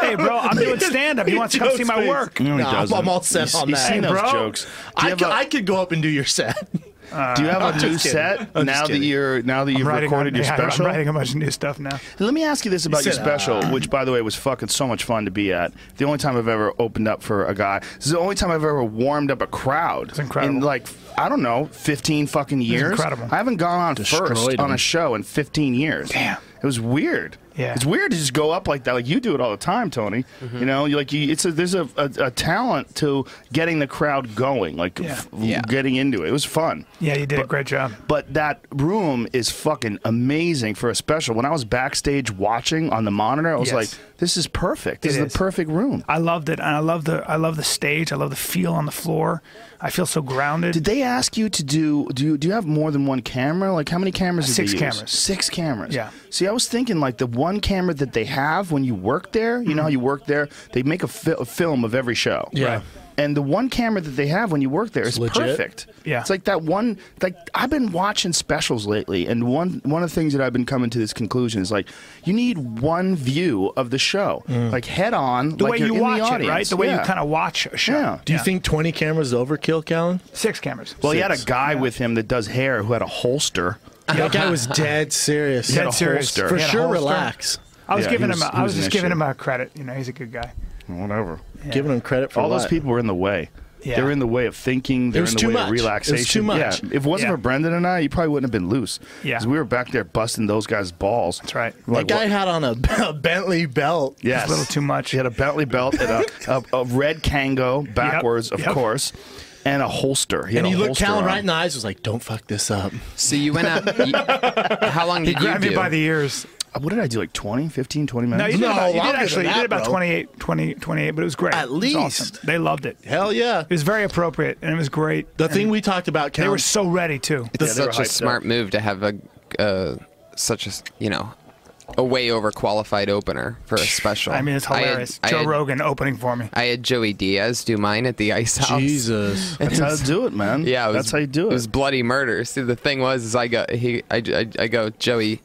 Speaker 2: hey, bro, I'm doing stand up. You want to come see my work?
Speaker 1: No, he
Speaker 5: Nah, I'm-
Speaker 1: doesn't.
Speaker 5: I'm all set
Speaker 1: He's-
Speaker 5: on
Speaker 1: he's
Speaker 5: that.
Speaker 1: seen
Speaker 5: Hey,
Speaker 1: those
Speaker 5: bro.
Speaker 1: jokes. Do you
Speaker 5: I
Speaker 1: have
Speaker 5: could,
Speaker 1: a-
Speaker 5: I could go up and do your set.
Speaker 1: Do you have a new
Speaker 5: just kidding.
Speaker 1: set
Speaker 5: I'm just
Speaker 1: now that
Speaker 5: kidding.
Speaker 1: you're now that
Speaker 2: I'm
Speaker 1: you've
Speaker 2: writing,
Speaker 1: recorded
Speaker 2: on-
Speaker 1: your
Speaker 2: yeah,
Speaker 1: special?
Speaker 2: I'm writing a bunch of new stuff now.
Speaker 1: Let me ask you this about your
Speaker 5: said,
Speaker 1: special,
Speaker 2: "Ah."
Speaker 1: which by the way was fucking so much fun to be at. The only time I've ever opened up for a guy. This is the only time I've ever warmed up a crowd. It's
Speaker 2: incredible.
Speaker 1: In like I don't know, fifteen fucking years.
Speaker 2: incredible.
Speaker 1: I haven't gone on first
Speaker 5: Destroyed
Speaker 1: on a
Speaker 5: him.
Speaker 1: show in fifteen years.
Speaker 2: Damn.
Speaker 1: It was weird.
Speaker 2: Yeah. Mm-hmm.
Speaker 1: It's weird to just go up like that. Like you do it all the time, Tony. You know, you like you, it's a, there's a, a, a talent to getting the crowd going, like
Speaker 2: Yeah.
Speaker 1: f-
Speaker 4: Yeah.
Speaker 1: getting into it. It was fun.
Speaker 2: Yeah, you did a great job.
Speaker 1: But that room is fucking amazing for a special. When I was backstage watching on the monitor, I was
Speaker 2: Yes.
Speaker 1: like, this is perfect. This
Speaker 2: It
Speaker 1: is
Speaker 2: is.
Speaker 1: the perfect room.
Speaker 2: I loved it, and I love the I love the stage. I love the feel on the floor. I feel so grounded.
Speaker 1: Did they ask you to do do you do you have more than one camera? Like how many cameras? did
Speaker 2: Uh, Six
Speaker 1: they use?
Speaker 2: cameras.
Speaker 1: Six cameras.
Speaker 2: Yeah.
Speaker 1: See, I was thinking like the one camera that they have when you work there. You know
Speaker 2: Mm-hmm.
Speaker 1: how you work there? They make a, fil- a film of every show.
Speaker 5: Yeah. Right.
Speaker 1: And the one camera that they have when you work there is
Speaker 5: legit.
Speaker 1: perfect.
Speaker 2: Yeah.
Speaker 1: It's like that one. Like I've been watching specials lately, and one one of the things that I've been coming to this conclusion is like you need one view of the show, like head on,
Speaker 2: Mm. the
Speaker 1: like
Speaker 2: way
Speaker 1: you're
Speaker 2: you
Speaker 1: in
Speaker 2: watch
Speaker 1: the audience,
Speaker 2: it, right? The way you kind of watch a show.
Speaker 1: Yeah.
Speaker 5: Do you think twenty cameras is overkill, Callan?
Speaker 2: six cameras?
Speaker 1: Well, he had a
Speaker 5: Six.
Speaker 1: guy with him that does hair who had a holster.
Speaker 5: That guy was dead serious.
Speaker 1: had
Speaker 2: dead
Speaker 1: a
Speaker 2: serious.
Speaker 1: holster.
Speaker 5: For
Speaker 2: He had a
Speaker 5: sure,
Speaker 2: holster.
Speaker 5: relax.
Speaker 2: I was
Speaker 1: Yeah,
Speaker 2: giving
Speaker 1: he was-
Speaker 2: him. A,
Speaker 1: he
Speaker 2: I
Speaker 1: was
Speaker 2: was
Speaker 1: an
Speaker 2: just giving
Speaker 1: issue.
Speaker 2: him a credit. You know, he's a good guy.
Speaker 1: Whatever.
Speaker 5: Giving him credit for
Speaker 1: All
Speaker 5: what?
Speaker 1: those people were in the way.
Speaker 2: Yeah.
Speaker 1: They were in the way of thinking. They
Speaker 5: It
Speaker 1: were
Speaker 5: was
Speaker 1: in the
Speaker 5: too
Speaker 1: way
Speaker 5: much.
Speaker 1: of
Speaker 5: It was
Speaker 1: relaxation.
Speaker 5: too much.
Speaker 1: Yeah. If it wasn't
Speaker 2: Yeah.
Speaker 1: for Brendan and I, you probably wouldn't have been loose.
Speaker 2: Yeah.
Speaker 1: 'Cause we were back there busting those guys' balls. That's
Speaker 2: right.
Speaker 5: That guy had on a, a Bentley belt.
Speaker 1: Yes.
Speaker 2: It's a little too much.
Speaker 1: He had a Bentley belt and a, a, a red Kango backwards, of
Speaker 2: Yep.
Speaker 1: course, and a holster. He had
Speaker 5: And
Speaker 1: a
Speaker 5: he looked
Speaker 1: holster
Speaker 5: Callan
Speaker 1: on.
Speaker 5: right in the eyes. Was like, "Don't fuck this up."
Speaker 4: So you went out. you- how long did you
Speaker 2: Grabbed
Speaker 4: do?
Speaker 2: me by the ears.
Speaker 1: Uh, What did I do? Like 20, 15, 20 minutes?
Speaker 2: No, you did,
Speaker 5: No,
Speaker 2: about, you did
Speaker 5: longer than
Speaker 2: actually. you
Speaker 5: that,
Speaker 2: did about
Speaker 5: bro.
Speaker 2: 28, 20, 28, but it was great.
Speaker 5: At
Speaker 2: It was awesome.
Speaker 5: least.
Speaker 2: they loved it. It
Speaker 5: Hell yeah!
Speaker 2: was very appropriate, and it was great.
Speaker 5: The
Speaker 2: And
Speaker 5: thing we talked about, Callan,
Speaker 2: they were so ready too.
Speaker 4: It's
Speaker 1: they were
Speaker 4: such a
Speaker 1: hyped up.
Speaker 4: smart move to have a uh, such a s- you know a way over qualified opener for a special.
Speaker 2: I mean, it's
Speaker 4: had-
Speaker 2: hilarious.
Speaker 4: I
Speaker 2: Joe
Speaker 4: had-
Speaker 2: Rogan opening for me.
Speaker 4: I had Joey Diaz do mine at the ice house.
Speaker 5: Jesus.
Speaker 1: That's how you do it, man.
Speaker 4: Yeah, it was-
Speaker 1: That's how you do it.
Speaker 4: It was bloody murder. See, the thing was, is I go, he, I, I, I go, Joey,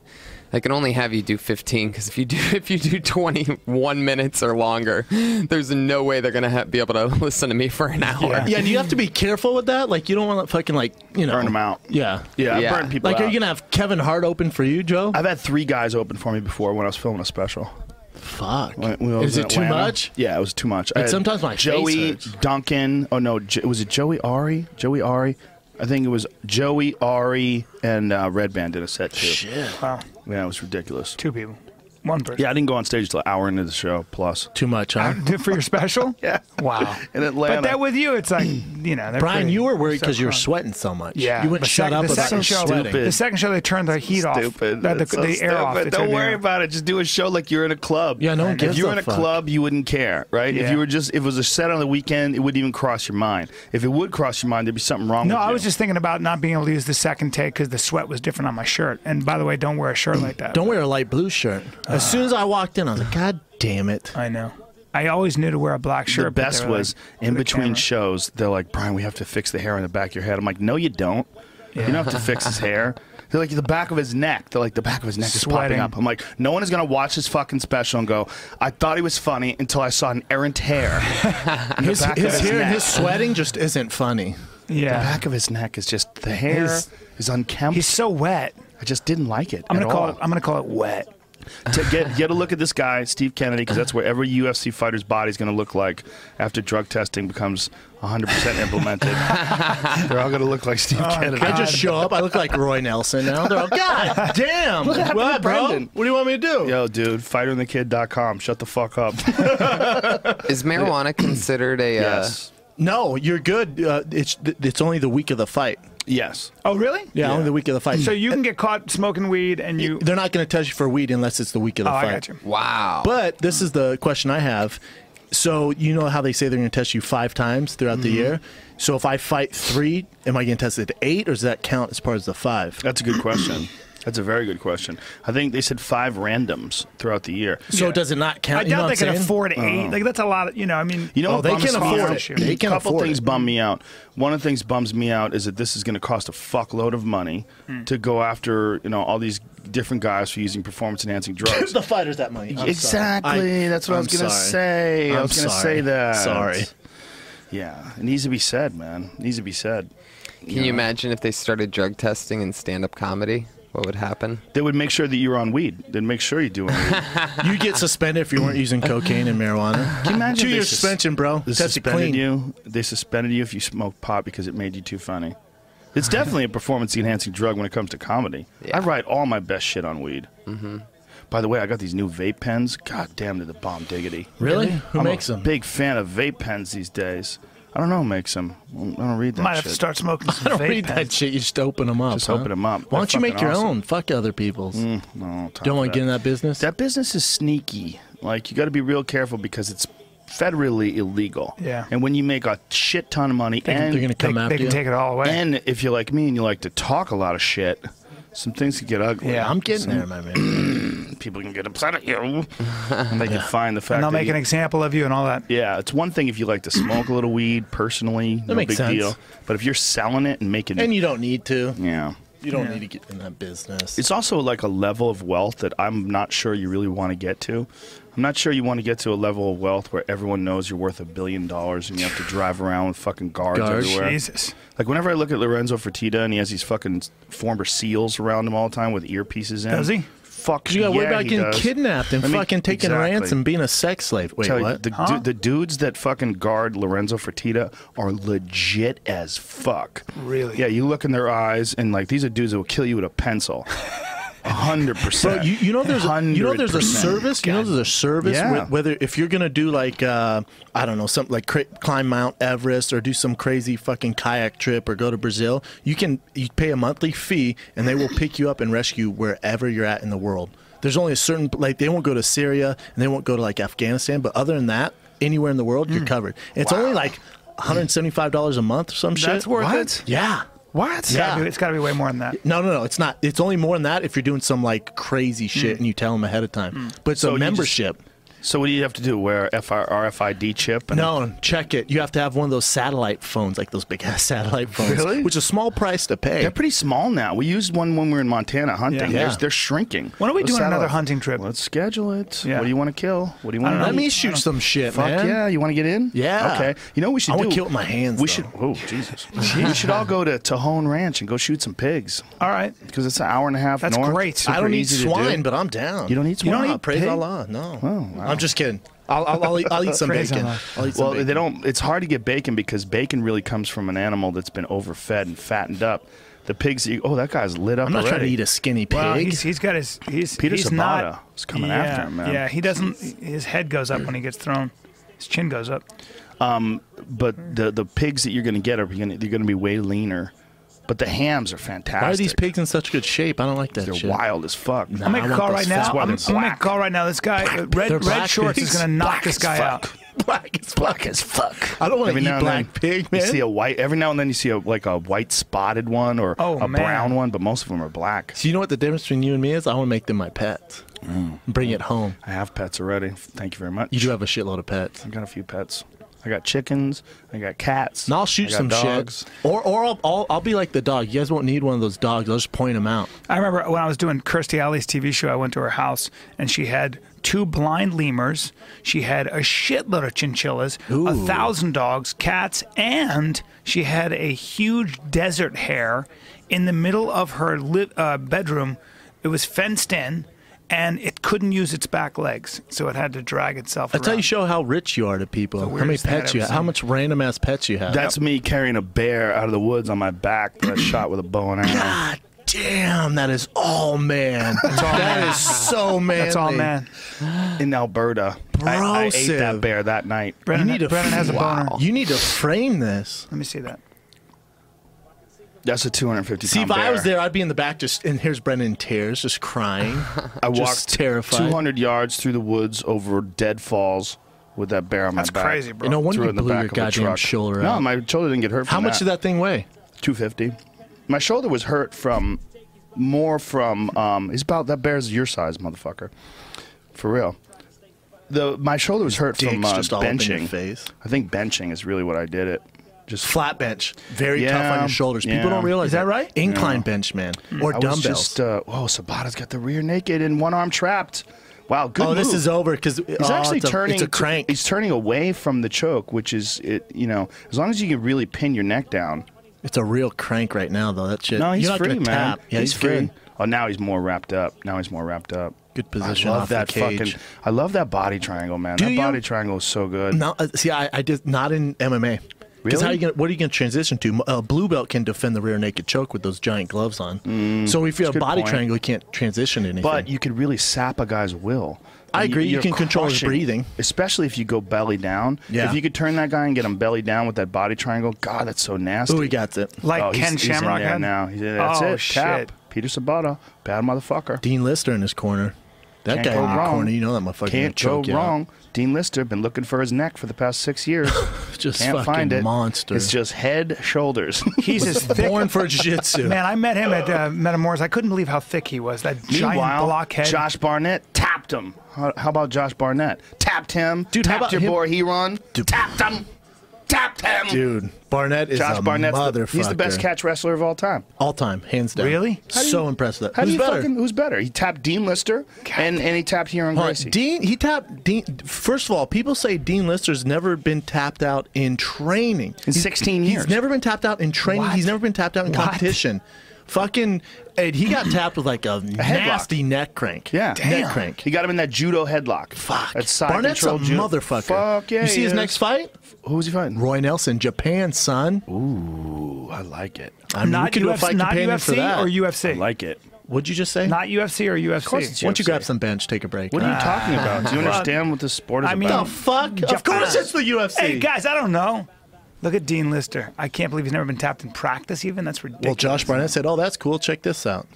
Speaker 4: I can only have you do 15 because if you do if you do 21 minutes or longer, there's no way they're gonna ha- be able to listen to me for an hour.
Speaker 5: Yeah, and you have to be careful with that. Like, you don't want to fucking like you know
Speaker 1: Burn them out.
Speaker 5: Yeah,
Speaker 1: Yeah,
Speaker 4: Yeah.
Speaker 1: I burn people
Speaker 5: Like,
Speaker 1: out.
Speaker 5: are you gonna have Kevin Hart open for you, Joe?
Speaker 1: I've had three guys open for me before when I was filming a special.
Speaker 5: Fuck.
Speaker 1: When- when I was
Speaker 5: Is
Speaker 1: in
Speaker 5: it too
Speaker 1: Uh, Atlanta.
Speaker 5: much?
Speaker 1: Yeah, it was too much. I
Speaker 5: Like,
Speaker 1: had
Speaker 5: sometimes my face
Speaker 1: Joey
Speaker 5: hurts.
Speaker 1: Duncan. Oh no, J- was it Joey Ari? Joey Ari. I think it was Joey Ari and uh, Red Band did a set too.
Speaker 5: Shit.
Speaker 2: Wow,
Speaker 1: Yeah, it was ridiculous.
Speaker 2: two people, one person.
Speaker 1: Yeah, I didn't go on stage till an hour into the show plus.
Speaker 5: Too much, huh?
Speaker 2: for your special.
Speaker 1: Yeah.
Speaker 2: Wow.
Speaker 1: In Atlanta.
Speaker 2: But that with you, it's like you know. they're
Speaker 5: Brian,
Speaker 2: pretty-
Speaker 5: you were worried
Speaker 2: so
Speaker 5: because you were
Speaker 2: close.
Speaker 5: sweating so much.
Speaker 2: Yeah,
Speaker 5: you wouldn't
Speaker 2: the
Speaker 5: shut
Speaker 2: sec-
Speaker 5: up
Speaker 2: the
Speaker 5: about
Speaker 2: second
Speaker 5: your
Speaker 2: show,
Speaker 5: sweating.
Speaker 1: stupid.
Speaker 2: The second show, they turned the heat off.
Speaker 1: Stupid.
Speaker 2: The, the,
Speaker 1: That's so
Speaker 2: the air off.
Speaker 1: stupid.
Speaker 2: They
Speaker 1: Don't
Speaker 2: turned the
Speaker 1: worry
Speaker 2: air off.
Speaker 1: about it. Just do a show like you're in a club.
Speaker 5: Yeah, no one
Speaker 1: If
Speaker 5: gives
Speaker 1: you were
Speaker 5: a
Speaker 1: in a
Speaker 5: fuck.
Speaker 1: club, you wouldn't care, right? If
Speaker 2: Yeah.
Speaker 1: you were just, if it was a set on the weekend, it wouldn't even cross your mind. If it would cross your mind, there'd be something wrong
Speaker 2: No,
Speaker 1: with you.
Speaker 2: I was just thinking about not being able to use the second take because the sweat was different on my shirt. And by the way, don't wear a shirt like that.
Speaker 5: Don't wear a light blue shirt. As soon as I walked in, I was like, God damn it.
Speaker 2: I know. I always knew to wear a black shirt.
Speaker 1: the
Speaker 2: but
Speaker 1: best
Speaker 2: they were
Speaker 1: was
Speaker 2: like,
Speaker 1: in
Speaker 2: for the
Speaker 1: between
Speaker 2: camera.
Speaker 1: shows. They're like, Brian, we have to fix the hair on the back of your head. I'm like, no, you don't. You don't have to fix his hair. They're like the back of his neck. They're like the back of his neck is popping
Speaker 2: Sweating.
Speaker 1: up. I'm like, no one is gonna watch this fucking special and go, I thought he was funny until I saw an errant hair. in the
Speaker 5: His,
Speaker 1: back of
Speaker 5: his hair and
Speaker 1: neck.
Speaker 5: his sweating just isn't funny.
Speaker 1: The
Speaker 2: yeah,
Speaker 1: back of his neck is just the hair
Speaker 5: His-
Speaker 1: is unkempt.
Speaker 2: he's so wet.
Speaker 1: I just didn't like it.
Speaker 2: I'm gonna
Speaker 1: at
Speaker 2: call
Speaker 1: all.
Speaker 2: it. I'm gonna call it wet.
Speaker 1: to get get a look at this guy, Steve Kennedy, because that's where every UFC fighter's body is going to look like after drug testing becomes 100 percent implemented. They're all going to look like Steve Kennedy.
Speaker 5: I just show up. I look like Roy Nelson now. They're like, God damn. What,
Speaker 1: happened to
Speaker 5: bro?
Speaker 1: Brendan?
Speaker 5: What do you want me to do?
Speaker 1: Yo, dude, fighterandthekid.com. Shut the fuck up.
Speaker 4: Is marijuana considered a? uh,
Speaker 1: yes.
Speaker 5: No, you're good. Uh, it's it's only the week of the fight.
Speaker 1: Yes.
Speaker 2: Oh, really?
Speaker 5: Yeah, only the week of the fight.
Speaker 2: So you can get caught smoking weed, and you.
Speaker 5: they're not going to test you for weed unless it's the week of the
Speaker 2: oh,
Speaker 5: fight.
Speaker 2: I got you.
Speaker 4: Uh, wow.
Speaker 5: But this is the question I have. So you know how they say they're going to test you five times throughout the year. So if I fight three, am I getting tested eight, or does that count as part of the five?
Speaker 1: That's a good question. That's a very good question. I think they said five randoms throughout the year.
Speaker 5: So does it not count?
Speaker 2: I
Speaker 5: You know
Speaker 2: doubt
Speaker 5: what
Speaker 2: they
Speaker 5: I'm
Speaker 2: can
Speaker 5: saying? Uh-huh.
Speaker 2: afford eight. Like that's a lot. Of, you know, I mean,
Speaker 1: You know,
Speaker 5: Oh,
Speaker 1: what
Speaker 5: they
Speaker 1: bums
Speaker 5: can
Speaker 1: me
Speaker 5: afford
Speaker 1: out?
Speaker 5: it. They can
Speaker 1: A couple
Speaker 5: afford
Speaker 1: things
Speaker 5: it.
Speaker 1: bum me out. One of the things bums me out is that this is going to cost a fuckload of money to go after you know all these different guys for using performance enhancing drugs.
Speaker 5: the fighters that money. I'm sorry.
Speaker 1: exactly.
Speaker 5: I-
Speaker 1: That's what i
Speaker 5: I'm
Speaker 1: was going to
Speaker 5: sorry.
Speaker 1: say. i
Speaker 5: I'm
Speaker 1: was going to
Speaker 5: sorry.
Speaker 1: say that.
Speaker 5: Sorry.
Speaker 1: Yeah, it needs to be said, man. It needs to be said.
Speaker 4: Can you imagine if they started drug testing in stand-up comedy? What would happen?
Speaker 1: They would make sure that you're on weed. They'd make sure you're doing weed.
Speaker 5: You get suspended if you weren't using cocaine and marijuana.
Speaker 1: Can you imagine
Speaker 5: Two
Speaker 1: if they
Speaker 5: year
Speaker 1: sus-
Speaker 5: suspension, bro.
Speaker 1: They
Speaker 5: Test you
Speaker 1: suspended
Speaker 5: clean.
Speaker 1: you. They suspended you if you smoked pot because it made you too funny. It's definitely a performance-enhancing drug when it comes to comedy. I write all my best shit on weed. Mm-hmm. By the way, I got these new vape pens. God damn, they're the bomb diggity.
Speaker 5: Really? Who
Speaker 1: I'm
Speaker 5: makes
Speaker 1: a
Speaker 5: them?
Speaker 1: Big fan of vape pens these days. I don't know who makes them. I don't read that
Speaker 2: might have
Speaker 1: shit.
Speaker 2: to start smoking
Speaker 5: I
Speaker 2: some
Speaker 5: don't
Speaker 2: vape
Speaker 5: read that
Speaker 2: pens.
Speaker 5: shit. You just open them up.
Speaker 1: Just
Speaker 5: huh?
Speaker 1: open 'em up.
Speaker 5: Why don't
Speaker 1: They're
Speaker 5: you make
Speaker 1: fucking
Speaker 5: your
Speaker 1: awesome.
Speaker 5: own? Fuck other people's.
Speaker 1: No, time for
Speaker 5: Don't want to
Speaker 1: that.
Speaker 5: get in that business.
Speaker 1: That business is sneaky. Like you got to be real careful because it's federally illegal.
Speaker 2: Yeah.
Speaker 1: And when you make a shit ton of money
Speaker 5: They're
Speaker 1: and
Speaker 5: going to come
Speaker 2: They,
Speaker 5: after
Speaker 2: they can
Speaker 5: you.
Speaker 2: take it all away.
Speaker 1: And if you're like me and you like to talk a lot of shit, some things can get ugly.
Speaker 2: Yeah.
Speaker 5: I'm getting there, my man.
Speaker 1: People can get upset at you. and they can find the fact
Speaker 2: and
Speaker 1: that
Speaker 2: they'll make an
Speaker 1: you-
Speaker 2: example of you and all that.
Speaker 1: Yeah, it's one thing if you like to smoke a little weed personally, no
Speaker 5: makes
Speaker 1: big
Speaker 5: sense.
Speaker 1: deal. But if you're selling it and making
Speaker 5: And you don't need to.
Speaker 1: yeah.
Speaker 5: You don't need to get in that business.
Speaker 1: It's also like a level of wealth that I'm not sure you really want to get to. I'm not sure you want to get to a level of wealth where everyone knows you're worth a billion dollars and you have to drive around with fucking guards,
Speaker 5: Guards.
Speaker 1: everywhere.
Speaker 2: Jesus.
Speaker 1: Like whenever I look at Lorenzo Fertitta and he has these fucking former seals around him all the time with earpieces in.
Speaker 2: Does he?
Speaker 1: Fuck.
Speaker 5: You got to
Speaker 1: yeah,
Speaker 5: worry about
Speaker 1: he
Speaker 5: getting
Speaker 1: does.
Speaker 5: kidnapped and
Speaker 1: I mean,
Speaker 5: fucking taken
Speaker 1: exactly.
Speaker 5: ransom, being a sex slave. Wait,
Speaker 1: Tell you,
Speaker 5: what?
Speaker 1: the,
Speaker 2: Huh?
Speaker 1: du- the dudes that fucking guard Lorenzo Fertitta are legit as fuck.
Speaker 2: Really?
Speaker 1: Yeah, you look in their eyes and like these are dudes that will kill you with a pencil. A hundred
Speaker 5: Bro,
Speaker 1: percent.
Speaker 5: you, you know there's a, you know there's a
Speaker 1: 100%.
Speaker 5: service. You know there's a service.
Speaker 1: Yeah.
Speaker 5: whe- whether if you're gonna do like uh, I don't know something like cra- climb Mount Everest or do some crazy fucking kayak trip or go to Brazil, you can you pay a monthly fee and they will pick you up and rescue wherever you're at in the world. There's only a certain like they won't go to Syria and they won't go to like Afghanistan, but other than that, anywhere in the world
Speaker 2: Hmm.
Speaker 5: you're covered. It's only like 175 dollars a month or some shit.
Speaker 2: That's worth
Speaker 1: What?
Speaker 2: it.
Speaker 5: Yeah.
Speaker 1: What?
Speaker 2: It's gotta
Speaker 5: Yeah.
Speaker 2: be- it's got to be way more than that.
Speaker 5: No, no, no. It's not. It's only more than that if you're doing some like crazy shit and you tell them ahead of time. But it's
Speaker 1: Hmm. So
Speaker 5: a
Speaker 1: you
Speaker 5: membership.
Speaker 1: So what do you have to do? Wear a FR, RFID chip? And
Speaker 5: No, check it. You have to have one of those satellite phones, like those big ass satellite phones,
Speaker 1: Really?
Speaker 5: which is a small price to pay.
Speaker 1: They're pretty small now. We used one when we were in Montana hunting.
Speaker 2: Yeah.
Speaker 1: They're,
Speaker 5: Yeah.
Speaker 1: they're shrinking.
Speaker 2: When are we
Speaker 1: Those
Speaker 2: doing another
Speaker 1: satellites-
Speaker 2: hunting trip?
Speaker 1: Let's schedule it.
Speaker 2: Yeah.
Speaker 1: What do you want to kill? What do you want
Speaker 2: don't
Speaker 1: to
Speaker 5: Let
Speaker 2: know.
Speaker 5: me shoot some shit,
Speaker 1: Fuck
Speaker 5: man.
Speaker 1: yeah! You want to get in?
Speaker 5: Yeah.
Speaker 1: Okay. You know what we should
Speaker 5: I
Speaker 1: do?
Speaker 5: wanna kill it with my hands,
Speaker 1: We
Speaker 5: though.
Speaker 1: should. Oh Jesus! we should all go to Tajon Ranch and go shoot some pigs
Speaker 2: All right.
Speaker 1: because it's an hour and a half.
Speaker 2: That's
Speaker 1: north.
Speaker 2: great.
Speaker 5: I don't
Speaker 1: Super
Speaker 5: eat
Speaker 1: easy to do.
Speaker 5: swine, but I'm down.
Speaker 1: You don't eat
Speaker 5: You don't
Speaker 1: swine?
Speaker 5: eat. Praise
Speaker 1: Pig? Oh,
Speaker 5: Allah. No.
Speaker 1: wow.
Speaker 5: I'm just kidding. I'll, I'll, I'll, eat, I'll eat some
Speaker 2: Praise
Speaker 5: bacon.
Speaker 2: Allah.
Speaker 5: I'll eat some
Speaker 1: Well,
Speaker 5: bacon.
Speaker 1: they don't. It's hard to get bacon because bacon really comes from an animal that's been overfed and fattened up. The pigs. that you- Oh, that guy's lit up.
Speaker 5: I'm not
Speaker 1: already.
Speaker 5: trying to eat a skinny pig.
Speaker 2: Well, he's, he's got his. He's,
Speaker 1: Peter
Speaker 2: he's
Speaker 1: Sabata
Speaker 2: not,
Speaker 1: is coming
Speaker 2: yeah,
Speaker 1: after him, man.
Speaker 2: Yeah, he doesn't. His head goes up when he gets thrown. His chin goes up.
Speaker 1: But the the pigs that you're going to get are going they're going to be way leaner. But the hams are fantastic.
Speaker 5: Why are these pigs in such good shape? I don't like that
Speaker 1: They're
Speaker 5: shit.
Speaker 1: wild as fuck.
Speaker 2: I'll make a
Speaker 5: I want
Speaker 2: call
Speaker 5: those
Speaker 2: right
Speaker 5: fat
Speaker 2: now. I'm, I'm
Speaker 1: ones.
Speaker 2: gonna make a call right now. This guy, uh,
Speaker 5: They're
Speaker 2: red, red
Speaker 5: black
Speaker 2: shorts, is
Speaker 5: pigs.
Speaker 2: going to knock
Speaker 5: Black
Speaker 2: this
Speaker 5: as
Speaker 2: guy
Speaker 5: fuck.
Speaker 2: out.
Speaker 5: Black as fuck.
Speaker 1: as fuck.
Speaker 5: I don't want to
Speaker 1: Every now
Speaker 5: eat
Speaker 1: and
Speaker 5: black
Speaker 1: then,
Speaker 5: pig, man.
Speaker 1: You see a white every now and then you see a like a white spotted one or
Speaker 2: Oh,
Speaker 1: a
Speaker 2: man.
Speaker 1: brown one, but most of them are black.
Speaker 5: so you know what the difference between you and me is? I want to make them my pets. Bring it home.
Speaker 1: I have pets already. Thank you very much.
Speaker 5: You do have a shitload of pets.
Speaker 1: I got a few pets. I got chickens. I got cats.
Speaker 5: And I'll
Speaker 1: I
Speaker 5: shoot
Speaker 1: got
Speaker 5: some
Speaker 1: dogs.
Speaker 5: shit. Or or I'll, I'll I'll be like the dog. You guys won't need one of those dogs. I'll just point them out.
Speaker 2: I remember when I was doing Kirstie Alley's TV show, I went to her house and she had two blind lemurs. She had a shitload of chinchillas, a thousand dogs, cats, and she had a huge desert hare in the middle of her li- uh, bedroom. It was fenced in and it couldn't use its back legs, so it had to drag itself
Speaker 5: That's how you
Speaker 2: around.
Speaker 5: show how rich you are to people. How many
Speaker 2: weirdest thing I've
Speaker 5: pets you
Speaker 2: ever
Speaker 5: have? How
Speaker 2: seen.
Speaker 5: much random ass pets you have?
Speaker 1: That's me carrying a bear out of the woods on my back that I shot with a bow and arrow.
Speaker 5: God damn, that is all man. That's all man. so man.
Speaker 2: That's all, man.
Speaker 1: in Alberta. I, I ate that
Speaker 5: Brosive.
Speaker 1: bear that night.
Speaker 2: Brennan,
Speaker 5: need to-
Speaker 2: Brennan has a boner.
Speaker 4: Wow.
Speaker 5: You need to frame this.
Speaker 2: Let me see that.
Speaker 1: That's a 250
Speaker 5: See, if
Speaker 1: pound
Speaker 5: I was
Speaker 1: bear.
Speaker 5: there, I'd be in the back just, and here's Brendan in tears, just crying.
Speaker 1: I
Speaker 5: just
Speaker 1: walked
Speaker 5: terrified.
Speaker 1: 200 yards through the woods over dead falls with that bear on my
Speaker 2: That's
Speaker 1: back.
Speaker 2: crazy, bro.
Speaker 5: You know, one
Speaker 1: Threw it
Speaker 5: you
Speaker 1: in the
Speaker 5: blew
Speaker 1: back
Speaker 5: your
Speaker 1: of a
Speaker 5: goddamn
Speaker 1: truck.
Speaker 5: shoulder
Speaker 1: No,
Speaker 5: out.
Speaker 1: my shoulder didn't get hurt.
Speaker 5: how
Speaker 1: from
Speaker 5: much
Speaker 1: that?
Speaker 5: did that thing weigh?
Speaker 1: 250. My shoulder was hurt from more from um it's about that bear's your size, motherfucker. For real. The my shoulder was hurt from
Speaker 5: Dick's
Speaker 1: uh,
Speaker 5: just all up in your
Speaker 1: benching.
Speaker 5: face.
Speaker 1: I think benching is really what I did it. Just
Speaker 5: Flat bench, very
Speaker 1: Yeah,
Speaker 5: tough on your shoulders. People
Speaker 1: yeah. Hmm.
Speaker 5: don't realize
Speaker 2: Is that right?
Speaker 5: Incline bench, man, or
Speaker 1: I was
Speaker 5: dumbbells.
Speaker 1: just uh whoa, Sabata's got the rear naked and one arm trapped. Wow, good
Speaker 5: oh, this
Speaker 1: move.
Speaker 5: is over because it's
Speaker 1: He's actually
Speaker 5: Uh, it's a,
Speaker 1: turning.
Speaker 5: It's a crank.
Speaker 1: He's turning away from the choke, which is it. You know, as long as you can really pin your neck down.
Speaker 5: It's a real crank right now, though. That shit.
Speaker 1: No, he's
Speaker 5: You're not
Speaker 1: free,
Speaker 5: gonna
Speaker 1: man.
Speaker 5: Tap. Yeah, he's,
Speaker 1: free.
Speaker 5: good.
Speaker 1: Oh, now he's more wrapped up. Now he's more wrapped up.
Speaker 5: Good position
Speaker 1: I love
Speaker 5: off the
Speaker 1: that
Speaker 5: cage.
Speaker 1: fucking. I love that body triangle, man.
Speaker 5: Do
Speaker 1: that
Speaker 5: you?
Speaker 1: body triangle is so good.
Speaker 5: No, uh, see, I, I just not in MMA. Because
Speaker 1: Really?
Speaker 5: how you gonna, what are you going to transition to? A blue belt can defend the rear naked choke with those giant gloves on. so if you have
Speaker 1: Mm, a good
Speaker 5: body
Speaker 1: point.
Speaker 5: triangle, you can't transition to anything.
Speaker 1: But you could really sap a guy's will.
Speaker 5: I
Speaker 1: And
Speaker 5: agree, you
Speaker 1: you're
Speaker 5: can control his
Speaker 1: crushing-
Speaker 5: breathing.
Speaker 1: especially if you go belly down.
Speaker 5: Yeah.
Speaker 1: If you could turn that guy and get him belly down with that body triangle, God, that's so nasty.
Speaker 5: Ooh, he got it.
Speaker 2: Like
Speaker 1: oh, he's-
Speaker 2: Ken
Speaker 1: he's in
Speaker 2: Shamrock
Speaker 1: there
Speaker 2: had?
Speaker 1: now. He's in- that's
Speaker 2: oh,
Speaker 1: it.
Speaker 2: Shit.
Speaker 1: Tap. Peter Sabata, bad motherfucker.
Speaker 5: Dean Lister in his corner. That
Speaker 1: Can't
Speaker 5: guy
Speaker 1: go
Speaker 5: in the
Speaker 1: wrong.
Speaker 5: corner, Ah, you know that motherfucker
Speaker 1: Can't
Speaker 5: gonna
Speaker 1: go
Speaker 5: choke you
Speaker 1: wrong. Dean Lister been looking for his neck for the past six years.
Speaker 5: Out. Just
Speaker 1: Can't
Speaker 5: fucking
Speaker 1: find it.
Speaker 5: monster.
Speaker 1: It's just head, shoulders.
Speaker 2: He's as thick
Speaker 5: born for jiu-jitsu.
Speaker 2: Man, I met him at uh, Metamores. I couldn't believe how thick he was. That giant
Speaker 1: Meanwhile,
Speaker 2: blockhead.
Speaker 1: Josh Barnett tapped him. How, how about Josh Barnett? Tapped him.
Speaker 5: Dude, how
Speaker 1: tapped
Speaker 5: about
Speaker 1: your
Speaker 5: him-
Speaker 1: boy Heron.
Speaker 5: Dude.
Speaker 1: Tapped him. Tapped him.
Speaker 5: Dude, Barnett is
Speaker 1: Josh
Speaker 5: a
Speaker 1: Barnett's the,
Speaker 5: motherfucker.
Speaker 1: he's the best catch wrestler of all time.
Speaker 5: all time, hands down.
Speaker 2: Really?
Speaker 1: How do
Speaker 5: so
Speaker 1: you-
Speaker 5: impressed with that.
Speaker 1: How do
Speaker 5: Who's
Speaker 1: you
Speaker 5: better?
Speaker 1: fucking who's better? He tapped Dean Lister and, and he tapped Heron
Speaker 5: Hold on,
Speaker 1: Gracie.
Speaker 5: Dean, he tapped Dean. First of all, people say Dean Lister's never been tapped out in training.
Speaker 1: in 16 years.
Speaker 5: He's never been tapped out in training.
Speaker 2: What?
Speaker 5: He's never been tapped out in
Speaker 2: What?
Speaker 5: competition. Fucking, and he got tapped with like a,
Speaker 1: headlock.
Speaker 5: nasty neck crank.
Speaker 1: Yeah.
Speaker 5: neck
Speaker 1: Damn.
Speaker 5: crank.
Speaker 1: he got him in that judo headlock.
Speaker 5: Fuck.
Speaker 1: That's side
Speaker 5: Barnett's a
Speaker 1: control judo.
Speaker 5: motherfucker.
Speaker 1: Fuck yeah.
Speaker 5: You see
Speaker 1: he
Speaker 5: his
Speaker 1: is.
Speaker 5: next fight?
Speaker 1: Who was he fighting?
Speaker 5: Roy Nelson, Japan, son.
Speaker 1: Ooh, I like it.
Speaker 5: I mean, we
Speaker 2: not
Speaker 5: could do a
Speaker 2: UFC,
Speaker 5: fight
Speaker 2: not
Speaker 5: companion
Speaker 2: UFC
Speaker 5: for that.
Speaker 2: or UFC.
Speaker 1: I like it.
Speaker 5: What'd you just say?
Speaker 2: not UFC or UFC.
Speaker 1: course it's
Speaker 5: Why don't you grab
Speaker 1: UFC.
Speaker 5: some bench, take a break? Ah.
Speaker 1: What are you talking about? Do you understand what this sport is
Speaker 2: I mean-
Speaker 1: about?
Speaker 5: the fuck? Of course it's the UFC.
Speaker 2: Hey guys, I don't know. Look at Dean Lister. I can't believe he's never been tapped in practice. Even that's ridiculous.
Speaker 5: Well, Josh Barnett said, "Oh, that's cool. Check this out."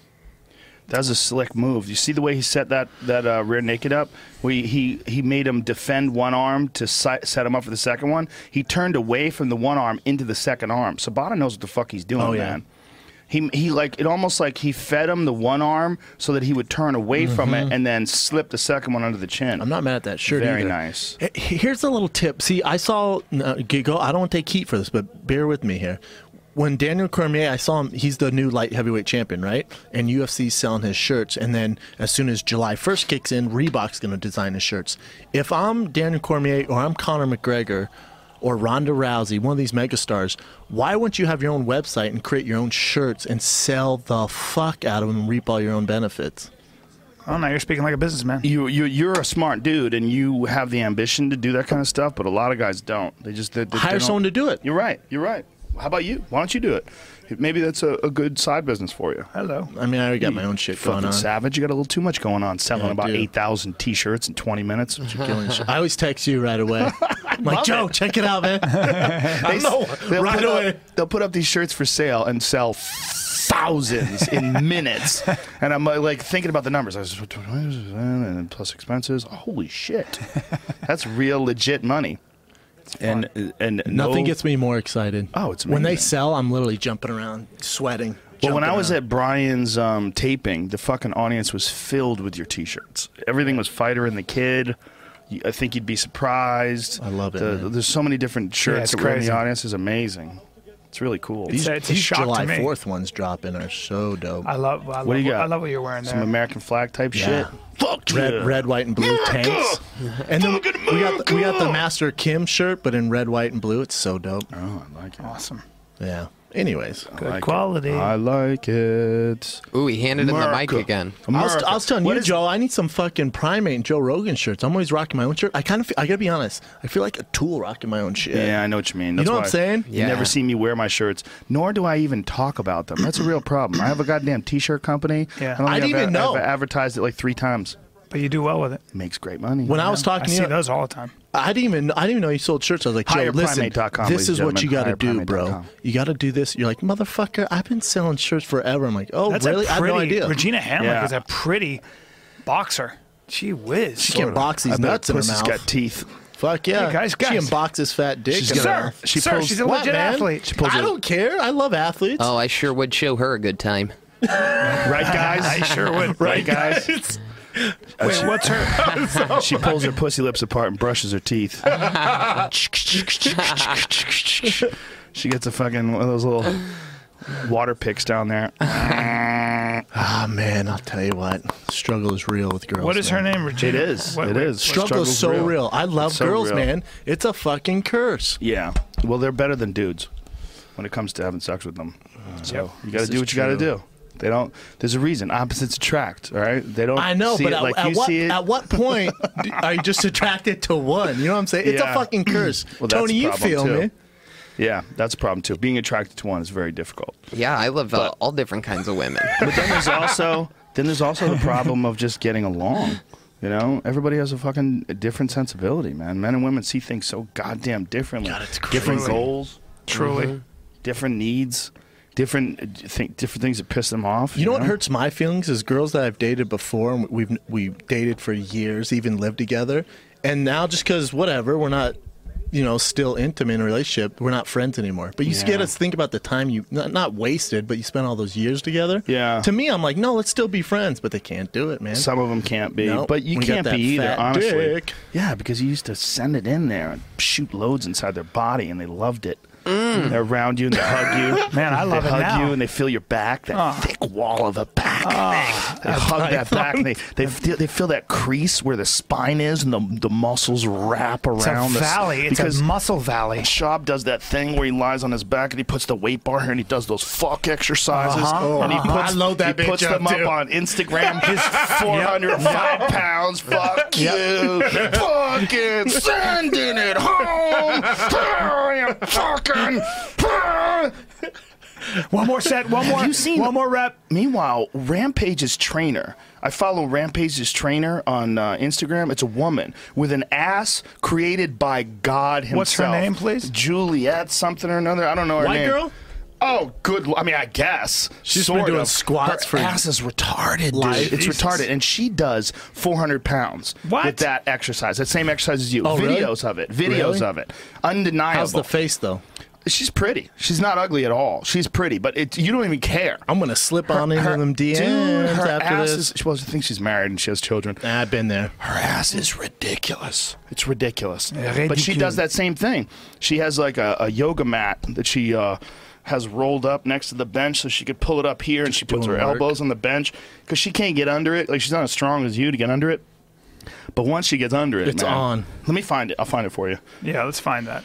Speaker 1: That was a slick move. You see the way he set that that uh, rear naked up. We he he made him defend one arm to si- set him up for the second one. He turned away from the one arm into the second arm. Sabata knows what the fuck he's doing,
Speaker 5: Oh, yeah.
Speaker 1: man. He he like it almost like he fed him the one arm so that he would turn away from it and then slip the second one under the chin.
Speaker 5: I'm not mad at that shirt.
Speaker 1: Very
Speaker 5: either.
Speaker 1: nice.
Speaker 5: H- Here's a little tip. See, I saw uh, go. I don't want to take heat for this, but bear with me here. When Daniel Cormier, I saw him. He's the new light heavyweight champion, right? And UFC's selling his shirts. And then as soon as July 1st kicks in, Reebok's going to design his shirts. If I'm Daniel Cormier or I'm Conor McGregor or Ronda Rousey, one of these megastars, why wouldn't you have your own website and create your own shirts and sell the fuck out of them and reap all your own benefits?
Speaker 2: Oh no, you're speaking like a businessman.
Speaker 1: You you you're a smart dude and you have the ambition to do that kind of stuff, but a lot of guys don't. They just they, they,
Speaker 5: Hire
Speaker 1: they don't-
Speaker 5: someone to do it.
Speaker 1: You're right. You're right. How about you? Why don't you do it? Maybe that's a, a good side business for you.
Speaker 2: Hello.
Speaker 5: I mean, I already got my own shit going
Speaker 1: Fucking
Speaker 5: on.
Speaker 1: savage. You got a little too much going on. Selling
Speaker 5: Yeah, I
Speaker 1: about
Speaker 5: do.
Speaker 1: eight thousand t-shirts in twenty minutes.
Speaker 5: killing shit. I always text you right away. I'm like, Joe, check it out, man. I know.
Speaker 1: They'll
Speaker 5: Right
Speaker 1: put up-
Speaker 5: away.
Speaker 1: they'll put up these shirts for sale and sell thousands in minutes. And I'm uh, like thinking about the numbers. I was and then plus expenses. Holy shit, that's real legit money. And and no-
Speaker 5: Nothing gets me more excited.
Speaker 1: Oh, it's
Speaker 5: when they
Speaker 1: amazing.
Speaker 5: sell, I'm literally jumping around, sweating.
Speaker 1: Well, when
Speaker 5: jumping
Speaker 1: I was
Speaker 5: around.
Speaker 1: at Brian's um, taping, the fucking audience was filled with your T-shirts. Everything was Fighter and the Kid. You- I think you'd be surprised.
Speaker 5: I love it,
Speaker 1: The-
Speaker 5: man.
Speaker 1: there's so many different shirts
Speaker 2: it's
Speaker 1: that were in
Speaker 2: crazy.
Speaker 1: the audience. is amazing. It's really cool.
Speaker 5: these,
Speaker 2: it's a
Speaker 5: these
Speaker 2: shock to
Speaker 5: July
Speaker 2: me.
Speaker 5: Fourth ones dropping are so dope.
Speaker 2: I love. I love
Speaker 1: what do you got?
Speaker 2: I love what you're wearing
Speaker 1: Some
Speaker 2: there.
Speaker 1: American flag type shit.
Speaker 5: Yeah.
Speaker 1: Fuck
Speaker 5: Red,
Speaker 1: yeah.
Speaker 5: red, white, and blue tanks. And then we
Speaker 1: Fucking
Speaker 5: got the, we got the
Speaker 1: America!
Speaker 5: Master Kim shirt, but in red, white, and blue. It's so dope.
Speaker 1: Oh, I like it.
Speaker 2: awesome.
Speaker 5: Yeah. Anyways,
Speaker 1: I like it.
Speaker 2: quality.
Speaker 5: Uh,
Speaker 1: I like it.
Speaker 4: Ooh, he handed him the mic
Speaker 1: America.
Speaker 4: again.
Speaker 5: I was,
Speaker 1: America.
Speaker 5: I was telling
Speaker 1: What
Speaker 5: you,
Speaker 1: is-
Speaker 5: Joe, I need some fucking primate and Joe Rogan shirts. I'm always rocking my own shirt. I kind of, feel, I gotta be honest, I feel like a tool rocking my own shit.
Speaker 1: Yeah, I know what you mean.
Speaker 5: You
Speaker 1: That's
Speaker 5: know what
Speaker 1: why
Speaker 5: I'm saying?
Speaker 1: You
Speaker 4: Yeah.
Speaker 1: never see me wear my shirts, nor do I even talk about them. That's a real problem. I have a goddamn t-shirt company.
Speaker 2: Yeah.
Speaker 1: don't
Speaker 5: I
Speaker 1: think
Speaker 5: didn't
Speaker 1: I've,
Speaker 5: even
Speaker 1: a-
Speaker 5: know.
Speaker 1: I've advertised it like three times.
Speaker 2: But you do well with it.
Speaker 1: Makes great money.
Speaker 5: When I was
Speaker 2: I
Speaker 5: talking
Speaker 2: see
Speaker 5: to you,
Speaker 2: those all the time.
Speaker 5: I didn't even I didn't even know you sold shirts. I was like, Joe, listen,
Speaker 1: HigherPrimate.com, ladies
Speaker 5: this is
Speaker 1: and
Speaker 5: what you got to
Speaker 1: gentlemen,
Speaker 5: do, bro.
Speaker 1: HigherPrimate.com.
Speaker 5: You got to do this. You're like, motherfucker, I've been selling shirts forever. I'm like, oh,
Speaker 2: That's
Speaker 5: really?
Speaker 2: a
Speaker 5: I have
Speaker 2: pretty.
Speaker 5: no idea.
Speaker 2: Regina Hamlet
Speaker 1: Yeah.
Speaker 2: is a pretty boxer. Gee whiz.
Speaker 5: she can box these nuts in her
Speaker 1: Pussy's
Speaker 5: mouth.
Speaker 1: got teeth.
Speaker 5: Fuck yeah,
Speaker 2: Hey, guys,
Speaker 5: she
Speaker 2: guys.
Speaker 5: can box his fat dick.
Speaker 1: She's
Speaker 5: in her
Speaker 1: gonna-
Speaker 5: mouth.
Speaker 2: Sir, sir, she's a
Speaker 5: What,
Speaker 2: legit
Speaker 5: man?
Speaker 2: athlete.
Speaker 5: I don't care. I love athletes.
Speaker 4: Oh, I sure would show her a good time.
Speaker 1: Right, guys? I sure would. Right, guys?
Speaker 2: Wait, what's her?
Speaker 1: She pulls her pussy lips apart and brushes her teeth. she gets a fucking one of those little water picks down there.
Speaker 5: Ah, man, I'll tell you what, struggle is real with girls.
Speaker 2: What is her
Speaker 5: man.
Speaker 2: name? Regina.
Speaker 1: It is.
Speaker 2: What-
Speaker 1: It
Speaker 2: wait,
Speaker 1: is.
Speaker 2: what-
Speaker 5: Struggle is
Speaker 1: Struggle's real.
Speaker 5: so real. I love
Speaker 1: It's so
Speaker 5: girls,
Speaker 1: real.
Speaker 5: man. It's a fucking curse.
Speaker 1: Yeah. Well, they're better than dudes when it comes to having sex with them. So you got to
Speaker 5: Uh, This
Speaker 1: do
Speaker 5: is
Speaker 1: what you got to
Speaker 5: true.
Speaker 1: do. They don't. There's a reason. Opposites attract. All right. They don't.
Speaker 5: I know,
Speaker 1: see
Speaker 5: but
Speaker 1: it
Speaker 5: at,
Speaker 1: like
Speaker 5: at
Speaker 1: you
Speaker 5: what
Speaker 1: see it.
Speaker 5: at what point do- are you just attracted to one? You know what I'm saying? It's
Speaker 1: Yeah.
Speaker 5: a fucking curse.
Speaker 1: Well, that's
Speaker 5: Tony,
Speaker 1: a
Speaker 5: you
Speaker 1: problem,
Speaker 5: feel
Speaker 1: too.
Speaker 5: me?
Speaker 1: Yeah, that's a problem too. Being attracted to one is very difficult.
Speaker 4: Yeah, I love uh, all different kinds of women.
Speaker 1: But then there's also then there's also the problem of just getting along. You know, everybody has a fucking different sensibility, man. Men and women see things so goddamn differently.
Speaker 5: God, it's
Speaker 1: different
Speaker 5: crazy.
Speaker 1: goals,
Speaker 2: Truly.
Speaker 1: different needs, different uh, think different things that piss them off.
Speaker 5: You, know, what hurts my feelings is girls that I've dated before and we've we dated for years, even lived together, and now just because whatever we're not, you know, still intimate in a relationship, we're not friends anymore. But you
Speaker 1: Yeah.
Speaker 5: get us to think about the time you not, not wasted, but you spent all those years together.
Speaker 1: Yeah.
Speaker 5: To me, I'm like, no, let's still be friends, but they can't do it, man.
Speaker 1: Some of them can't be,
Speaker 5: Nope.
Speaker 1: but you
Speaker 5: We got
Speaker 1: can't
Speaker 5: that
Speaker 1: be either.
Speaker 5: fat
Speaker 1: Honestly,
Speaker 5: dick.
Speaker 1: yeah, because you used to send it in there and shoot loads inside their body, and they loved it. They're around you and they hug you.
Speaker 2: Mm. Man, I love
Speaker 1: they
Speaker 2: it
Speaker 1: hug
Speaker 2: now. Ah.
Speaker 1: you and they feel your back, that thick wall of a back. they hug that back. And they they feel, they feel that crease where the spine is, and the the muscles wrap
Speaker 2: It's a
Speaker 1: around. the s-
Speaker 2: valley. It's
Speaker 1: because
Speaker 2: a muscle valley.
Speaker 1: Shab does that thing where he lies on his back and he puts the weight bar here and he does those fuck exercises
Speaker 2: Uh-huh. Oh,
Speaker 1: and he
Speaker 2: uh-huh.
Speaker 1: puts,
Speaker 5: I load that
Speaker 1: he
Speaker 5: bitch
Speaker 1: puts
Speaker 5: up,
Speaker 1: them up
Speaker 5: too.
Speaker 1: on Instagram. His 405 pounds. Fuck you. Fucking sending it home. I am ah, fucking.
Speaker 2: One more set. One more.
Speaker 1: you seen-
Speaker 2: one more rep.
Speaker 1: Meanwhile, Rampage's trainer. I follow Rampage's trainer on uh, Instagram. It's a woman with an ass created by God himself.
Speaker 2: What's her name, please?
Speaker 1: Juliet something or another. I don't know her
Speaker 5: White
Speaker 1: name.
Speaker 5: girl?
Speaker 1: Oh, good. l- I mean, I guess.
Speaker 5: She's
Speaker 1: sort
Speaker 5: been doing
Speaker 1: of.
Speaker 5: squats
Speaker 1: her
Speaker 5: for
Speaker 1: ass is retarded, dude.
Speaker 5: life.
Speaker 1: It's
Speaker 5: Jesus.
Speaker 1: retarded. And she does 400 pounds with
Speaker 2: What?
Speaker 1: that exercise. That same exercise as you.
Speaker 5: Oh, really?
Speaker 1: Videos of it. Videos
Speaker 5: Really?
Speaker 1: of it. Undeniable.
Speaker 5: How's the face though?
Speaker 1: she's pretty. She's not ugly at all. She's pretty, but it, you don't even care.
Speaker 5: I'm gonna slip on into
Speaker 1: Her-
Speaker 5: them DMs
Speaker 1: dude, her
Speaker 5: after
Speaker 1: ass
Speaker 5: this.
Speaker 1: is. She was. I think she's married and she has children.
Speaker 5: Nah, I've been there.
Speaker 1: her ass is ridiculous. It's ridiculous. But she
Speaker 2: Ridiculous.
Speaker 1: does that same thing. She has like a, a yoga mat that she uh, has rolled up next to the bench so she could pull it up here and she puts her
Speaker 5: doing work.
Speaker 1: elbows on the bench because she can't get under it. Like she's not as strong as you to get under it. But once she gets under it,
Speaker 5: It's
Speaker 1: man-
Speaker 5: on.
Speaker 1: Let me find it. I'll find it for you.
Speaker 2: Yeah, let's find that.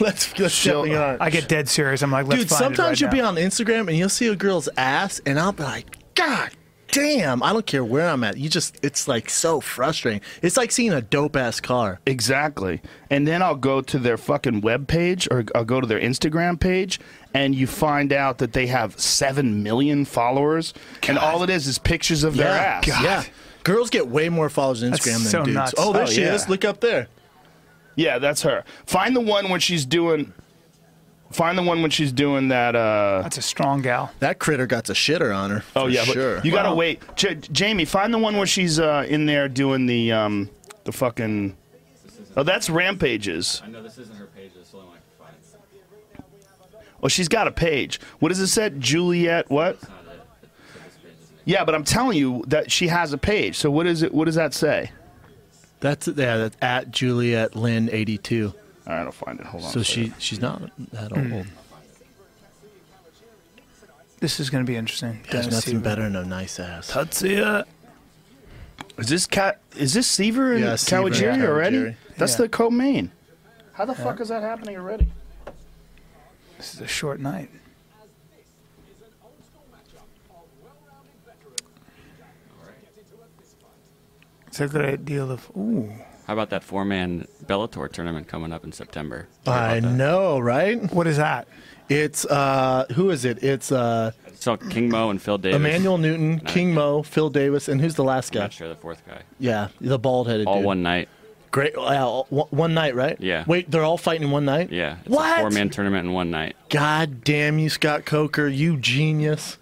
Speaker 5: let's let's
Speaker 1: She'll- uh,
Speaker 5: definitely not.
Speaker 2: I get dead serious. I'm like, let's
Speaker 5: Dude,
Speaker 2: find it
Speaker 5: sometimes
Speaker 2: right
Speaker 5: you'll be
Speaker 2: now.
Speaker 5: on Instagram and you'll see a girl's ass, and I'll be like, God damn, I don't care where I'm at. You just, it's like so frustrating. It's like seeing a dope ass car.
Speaker 1: Exactly. And then I'll go to their fucking webpage or I'll go to their Instagram page and you find out that they have 7 million followers and all it is is pictures of their ass.
Speaker 5: Yeah. Girls get way more followers on
Speaker 2: That's
Speaker 5: Instagram than
Speaker 2: so
Speaker 5: dudes.
Speaker 2: nuts.
Speaker 5: Oh, there
Speaker 1: Oh,
Speaker 5: she
Speaker 1: yeah.
Speaker 5: is. Look up there.
Speaker 1: Yeah, that's her. Find the one when she's doing Find the one when she's doing that uh
Speaker 2: That's a strong gal.
Speaker 5: That critter got to shitter on her.
Speaker 1: Oh
Speaker 5: for
Speaker 1: yeah, but
Speaker 5: sure.
Speaker 1: you got to
Speaker 2: Wow.
Speaker 1: wait. J- Jamie, find the one where she's uh in there doing the um the fucking Oh, that's Rampages.
Speaker 6: I know this isn't her page. This is the only one I can find.
Speaker 1: Oh, she's got a page. What does it say? Juliet what? Yeah, but I'm telling you that she has a page. So what is it? What does that say?
Speaker 5: That's yeah. That's at Juliet Lynn eighty two.
Speaker 1: All right, I'll find it. Hold on.
Speaker 5: So
Speaker 1: a
Speaker 5: she
Speaker 1: second.
Speaker 5: she's not that old.
Speaker 1: Hmm.
Speaker 2: This is going to be interesting.
Speaker 5: There's
Speaker 2: Dennis
Speaker 5: nothing
Speaker 2: Seaver.
Speaker 5: better than a nice ass.
Speaker 2: Let's see it.
Speaker 1: is this cat? Is this Seaver and
Speaker 5: Yeah, Seaver and
Speaker 1: Kawajiri already?
Speaker 5: Kawajiri.
Speaker 1: That's
Speaker 2: Yeah.
Speaker 1: the co-main. How the fuck is that happening already?
Speaker 2: This is a short night. It's a great deal of ooh.
Speaker 6: How about that four-man Bellator tournament coming up in September?
Speaker 5: I know, right?
Speaker 2: What is that?
Speaker 5: It's uh, who is it? It's uh,
Speaker 6: So King Mo and Phil Davis.
Speaker 5: Emmanuel Newton, King Mo, Phil Davis, and who's the last
Speaker 6: I'm
Speaker 5: guy?
Speaker 6: not sure the fourth guy.
Speaker 5: Yeah, the bald headed
Speaker 6: All
Speaker 5: dude.
Speaker 6: one night.
Speaker 5: Great. Yeah, all- one- one night, right?
Speaker 6: Yeah.
Speaker 5: Wait, they're all fighting one night.
Speaker 6: Yeah. It's
Speaker 5: What?
Speaker 6: a four-man tournament in one night.
Speaker 5: God damn you, Scott Coker, you genius.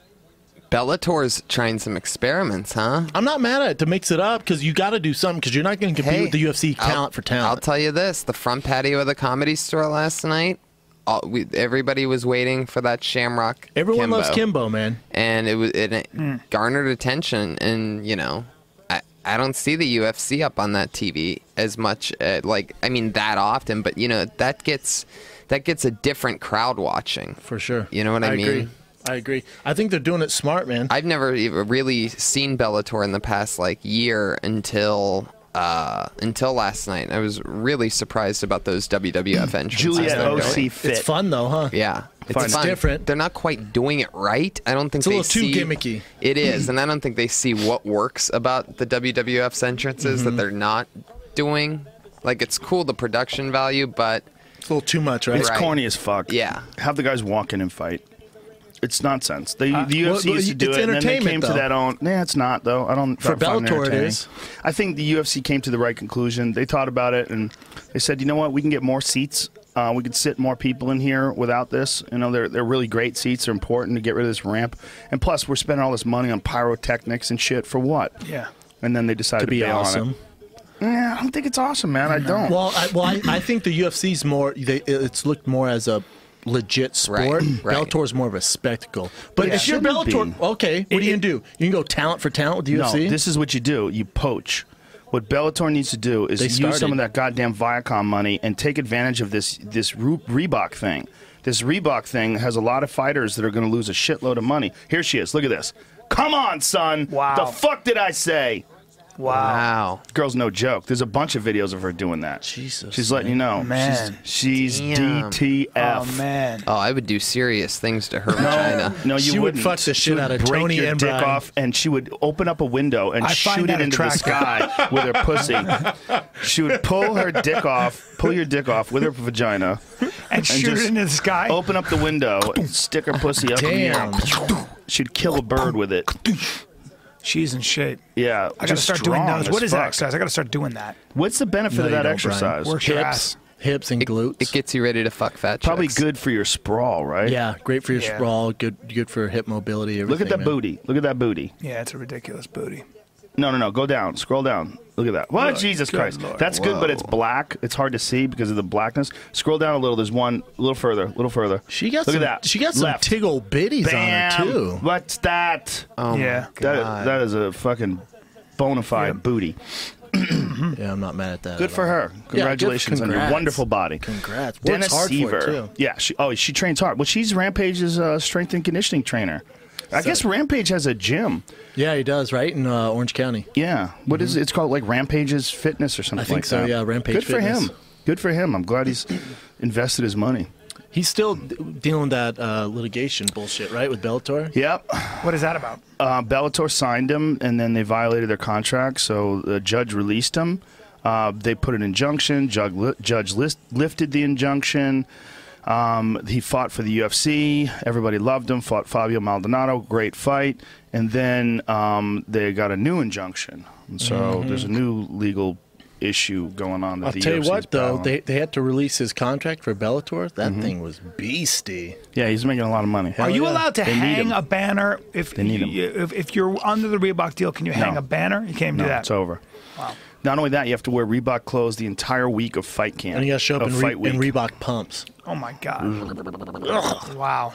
Speaker 4: Bellator's trying some experiments, huh?
Speaker 5: I'm not mad at it to mix it up because you got to do something because you're not going to compete
Speaker 4: Hey,
Speaker 5: with the UFC
Speaker 4: I'll-
Speaker 5: talent for talent.
Speaker 4: I'll tell you this: the front patio of the Comedy Store last night, all, we, everybody was waiting for that Shamrock.
Speaker 5: Everyone
Speaker 4: Kimbo,
Speaker 5: loves Kimbo, man.
Speaker 4: and it was it, it garnered attention. And you know, I I don't see the UFC up on that TV as much. Uh, like I mean, that often, but you know, that gets that gets a different crowd watching.
Speaker 5: For sure.
Speaker 4: You know what I mean?
Speaker 5: Agree. I agree. I think they're doing it smart, man.
Speaker 4: I've never even really seen Bellator in the past like year until uh, until last night. I was really surprised about those WWF entrances.
Speaker 1: Juliet
Speaker 4: they're doing.
Speaker 1: OC fit.
Speaker 5: it's fun though, huh?
Speaker 4: Yeah,
Speaker 5: Fun. It's different.
Speaker 4: They're not quite doing it right. I don't think
Speaker 5: a
Speaker 4: they
Speaker 5: little too
Speaker 4: see-
Speaker 5: gimmicky.
Speaker 4: It is, and I don't think they see what works about the WWF's entrances
Speaker 5: Mm-hmm.
Speaker 4: that they're not doing. Like it's cool the production value, but
Speaker 5: It's a little too much, right?
Speaker 1: It's
Speaker 4: Right.
Speaker 1: corny as fuck.
Speaker 4: Yeah.
Speaker 1: Have the guys walk in and fight. It's nonsense. They, the UFC
Speaker 5: Uh, well, well,
Speaker 1: used to do
Speaker 5: it's
Speaker 1: it, and then they
Speaker 5: entertainment,
Speaker 1: came
Speaker 5: though.
Speaker 1: to that own. Nah, it's not though. I don't.
Speaker 5: For
Speaker 1: I don't find
Speaker 5: Bellator, it
Speaker 1: entertaining.
Speaker 5: is.
Speaker 1: I think the UFC came to the right conclusion. They thought about it and they said, you know what, we can get more seats. Uh, we could sit more people in here without this. You know, they're they're really great seats. They're important to get rid of this ramp. And plus, we're spending all this money on pyrotechnics and shit for what?
Speaker 2: Yeah.
Speaker 1: And then they decided
Speaker 5: to
Speaker 1: to
Speaker 5: be
Speaker 1: bail on
Speaker 5: awesome. Mm-hmm.
Speaker 1: it. Yeah, I don't think it's awesome, man. I don't.
Speaker 5: Well, I, well, I, I think the UFC's more. They, it's looked more as a legit
Speaker 4: Right,
Speaker 5: sport.
Speaker 4: right.
Speaker 5: Bellator's more of a spectacle. But
Speaker 1: it
Speaker 5: if you're
Speaker 1: shouldn't
Speaker 5: Bellator,
Speaker 1: be.
Speaker 5: okay, what
Speaker 2: It-
Speaker 5: do you gonna do? You can go talent for talent with the
Speaker 1: No,
Speaker 5: UFC.
Speaker 1: this is what you do. You poach. What Bellator needs to do is
Speaker 5: They
Speaker 1: use
Speaker 5: started.
Speaker 1: some of that goddamn Viacom money and take advantage of this this Ru- Reebok thing. This Reebok thing has a lot of fighters that are going to lose a shitload of money. Here she is. Look at this. Come on, son.
Speaker 2: Wow.
Speaker 1: The fuck did I say?
Speaker 2: Wow.
Speaker 4: wow,
Speaker 1: Girl's no joke. There's a bunch of videos of her doing that.
Speaker 5: Jesus,
Speaker 1: She's letting you know.
Speaker 2: Man.
Speaker 1: She's, she's
Speaker 4: Damn.
Speaker 1: DTF.
Speaker 2: Oh man.
Speaker 4: oh, I would do serious things to her vagina.
Speaker 1: No, you
Speaker 5: She would
Speaker 1: wouldn't.
Speaker 5: fuck the
Speaker 1: She
Speaker 5: shit
Speaker 1: would
Speaker 5: out of
Speaker 1: break
Speaker 5: Tony
Speaker 1: your
Speaker 5: and
Speaker 1: dick
Speaker 5: Brian.
Speaker 1: off, and she would open up a window and
Speaker 2: I find
Speaker 1: shoot it
Speaker 2: that
Speaker 1: into the sky with her pussy. She would pull her dick off, pull your dick off with her vagina,
Speaker 2: And Oh. shoot
Speaker 1: just
Speaker 2: it into the sky.
Speaker 1: open up the window, and stick her pussy up.
Speaker 5: Damn.
Speaker 1: In the air. She'd kill a bird with it.
Speaker 2: She's in shape.
Speaker 1: Yeah,
Speaker 2: I gotta
Speaker 1: just
Speaker 2: start doing
Speaker 1: strong
Speaker 2: those.
Speaker 1: as
Speaker 2: What is
Speaker 1: fuck.
Speaker 2: that exercise? I gotta start doing that.
Speaker 1: What's the benefit
Speaker 5: No,
Speaker 1: of
Speaker 5: you
Speaker 1: that
Speaker 5: don't,
Speaker 1: exercise?
Speaker 2: Brian. Work your
Speaker 5: hips,
Speaker 2: ass.
Speaker 5: hips, and glutes.
Speaker 4: It gets you ready to fuck fat
Speaker 1: Probably
Speaker 4: chicks.
Speaker 1: good for your sprawl, right?
Speaker 5: yeah, great for your
Speaker 2: Yeah.
Speaker 5: sprawl. Good, good for hip mobility. Everything.
Speaker 1: Look at that
Speaker 5: man.
Speaker 1: booty. Look at that booty.
Speaker 2: Yeah, it's a ridiculous booty.
Speaker 1: No, no, no. Go down. Scroll down. Look at that. What? Jesus Christ. That's good, but it's black. It's hard to see because of the blackness. Scroll down a little. There's one a little further. A little further.
Speaker 5: She got
Speaker 1: Look
Speaker 5: some.
Speaker 1: at that.
Speaker 5: She got some
Speaker 1: Left.
Speaker 5: tiggle bitties
Speaker 1: Bam.
Speaker 5: on her too.
Speaker 1: What's that?
Speaker 4: Oh
Speaker 2: Yeah.
Speaker 4: my
Speaker 1: That-
Speaker 4: god.
Speaker 1: that is a fucking bona fide booty.
Speaker 5: Yeah, I'm not mad at that.
Speaker 1: Mm. Good
Speaker 5: at
Speaker 1: for
Speaker 5: all.
Speaker 1: her. Congratulations on your
Speaker 5: Congrats.
Speaker 1: wonderful body.
Speaker 5: Congrats. Works
Speaker 1: Dennis
Speaker 5: hard
Speaker 1: Seaver.
Speaker 5: for it too.
Speaker 1: Yeah, she oh she trains hard. Well, she's Rampage's uh, strength and conditioning trainer. I guess Rampage has a gym.
Speaker 5: Yeah, he does right in uh, Orange County.
Speaker 1: Yeah, what is it? It's called like Rampage's Fitness or something.
Speaker 5: Mm-hmm. think
Speaker 1: like
Speaker 5: so,
Speaker 1: that.
Speaker 5: yeah, Rampage
Speaker 1: Good for
Speaker 5: Fitness.
Speaker 1: him. Good for him. I'm glad he's invested his money.
Speaker 5: He's still d- dealing that uh, litigation bullshit, right, with Bellator.
Speaker 1: Yep.
Speaker 2: What is that about?
Speaker 1: Uh, Bellator signed him, and then they violated their contract, so the judge released him. Uh, they put an injunction. Judge, li- judge list- lifted the injunction. Um, he fought for the UFC. Everybody loved him. Fought Fabio Maldonado. Great fight. And then um, they got a new injunction. And so there's a new legal issue going on. That
Speaker 5: Mm-hmm. I'll
Speaker 1: the
Speaker 5: tell you
Speaker 1: UFC 's
Speaker 5: what, though,
Speaker 1: battling.
Speaker 5: they, they had to release his contract for Bellator.
Speaker 1: Mm-hmm.
Speaker 5: That thing was beasty.
Speaker 1: yeah, he's making a lot of money.
Speaker 2: Are you
Speaker 5: yeah.
Speaker 2: allowed to
Speaker 1: They need
Speaker 2: hang
Speaker 1: 'em.
Speaker 2: a banner if
Speaker 1: need 'em.
Speaker 2: you, if, if you're under the Reebok deal? Can you hang
Speaker 1: No.
Speaker 2: a banner? You can't
Speaker 1: No,
Speaker 2: do that.
Speaker 1: it's over. Wow. Not only that, you have to wear Reebok clothes the entire week of fight camp.
Speaker 5: And you got to show up
Speaker 1: of
Speaker 5: in,
Speaker 1: fight
Speaker 5: Re- in
Speaker 1: week.
Speaker 5: Reebok pumps.
Speaker 2: oh my god! Wow.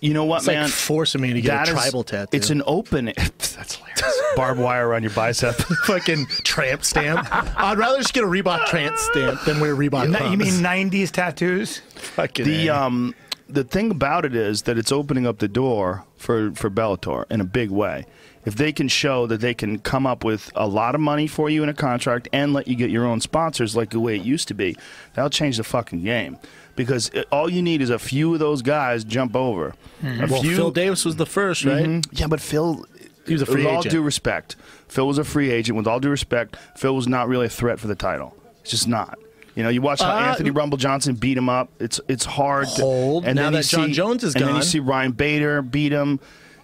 Speaker 1: You know what,
Speaker 5: It's
Speaker 1: man?
Speaker 5: like forcing me to get
Speaker 1: That
Speaker 5: a
Speaker 1: is-
Speaker 5: tribal tattoo.
Speaker 1: It's an open. that's hilarious. Barbed wire around your bicep.
Speaker 5: fucking tramp stamp. I'd rather just get a Reebok tramp stamp than wear Reebok
Speaker 2: Ni-
Speaker 5: pumps.
Speaker 2: you mean '90s tattoos?
Speaker 5: fucking
Speaker 1: the
Speaker 5: A.
Speaker 1: um, the thing about it is that it's opening up the door for for Bellator in a big way. If they can show that they can come up with a lot of money for you in a contract and let you get your own sponsors like the way it used to be, that'll change the fucking game. Because it, all you need is a few of those guys jump over. A
Speaker 5: well,
Speaker 1: few
Speaker 5: Phil Davis was the first, right?
Speaker 2: Mm-hmm.
Speaker 1: Yeah, but Phil.
Speaker 5: He was a free
Speaker 1: with all
Speaker 5: agent.
Speaker 1: due respect, Phil was a free agent. With all due respect, Phil was not really a threat for the title. It's just not. You know, you watch how
Speaker 5: Uh,
Speaker 1: Anthony Rumble Johnson beat him up. It's it's hard. to-
Speaker 5: Hold. Now
Speaker 1: you
Speaker 5: that John Jones is
Speaker 1: and then you
Speaker 5: gone.
Speaker 1: see Ryan Bader beat him.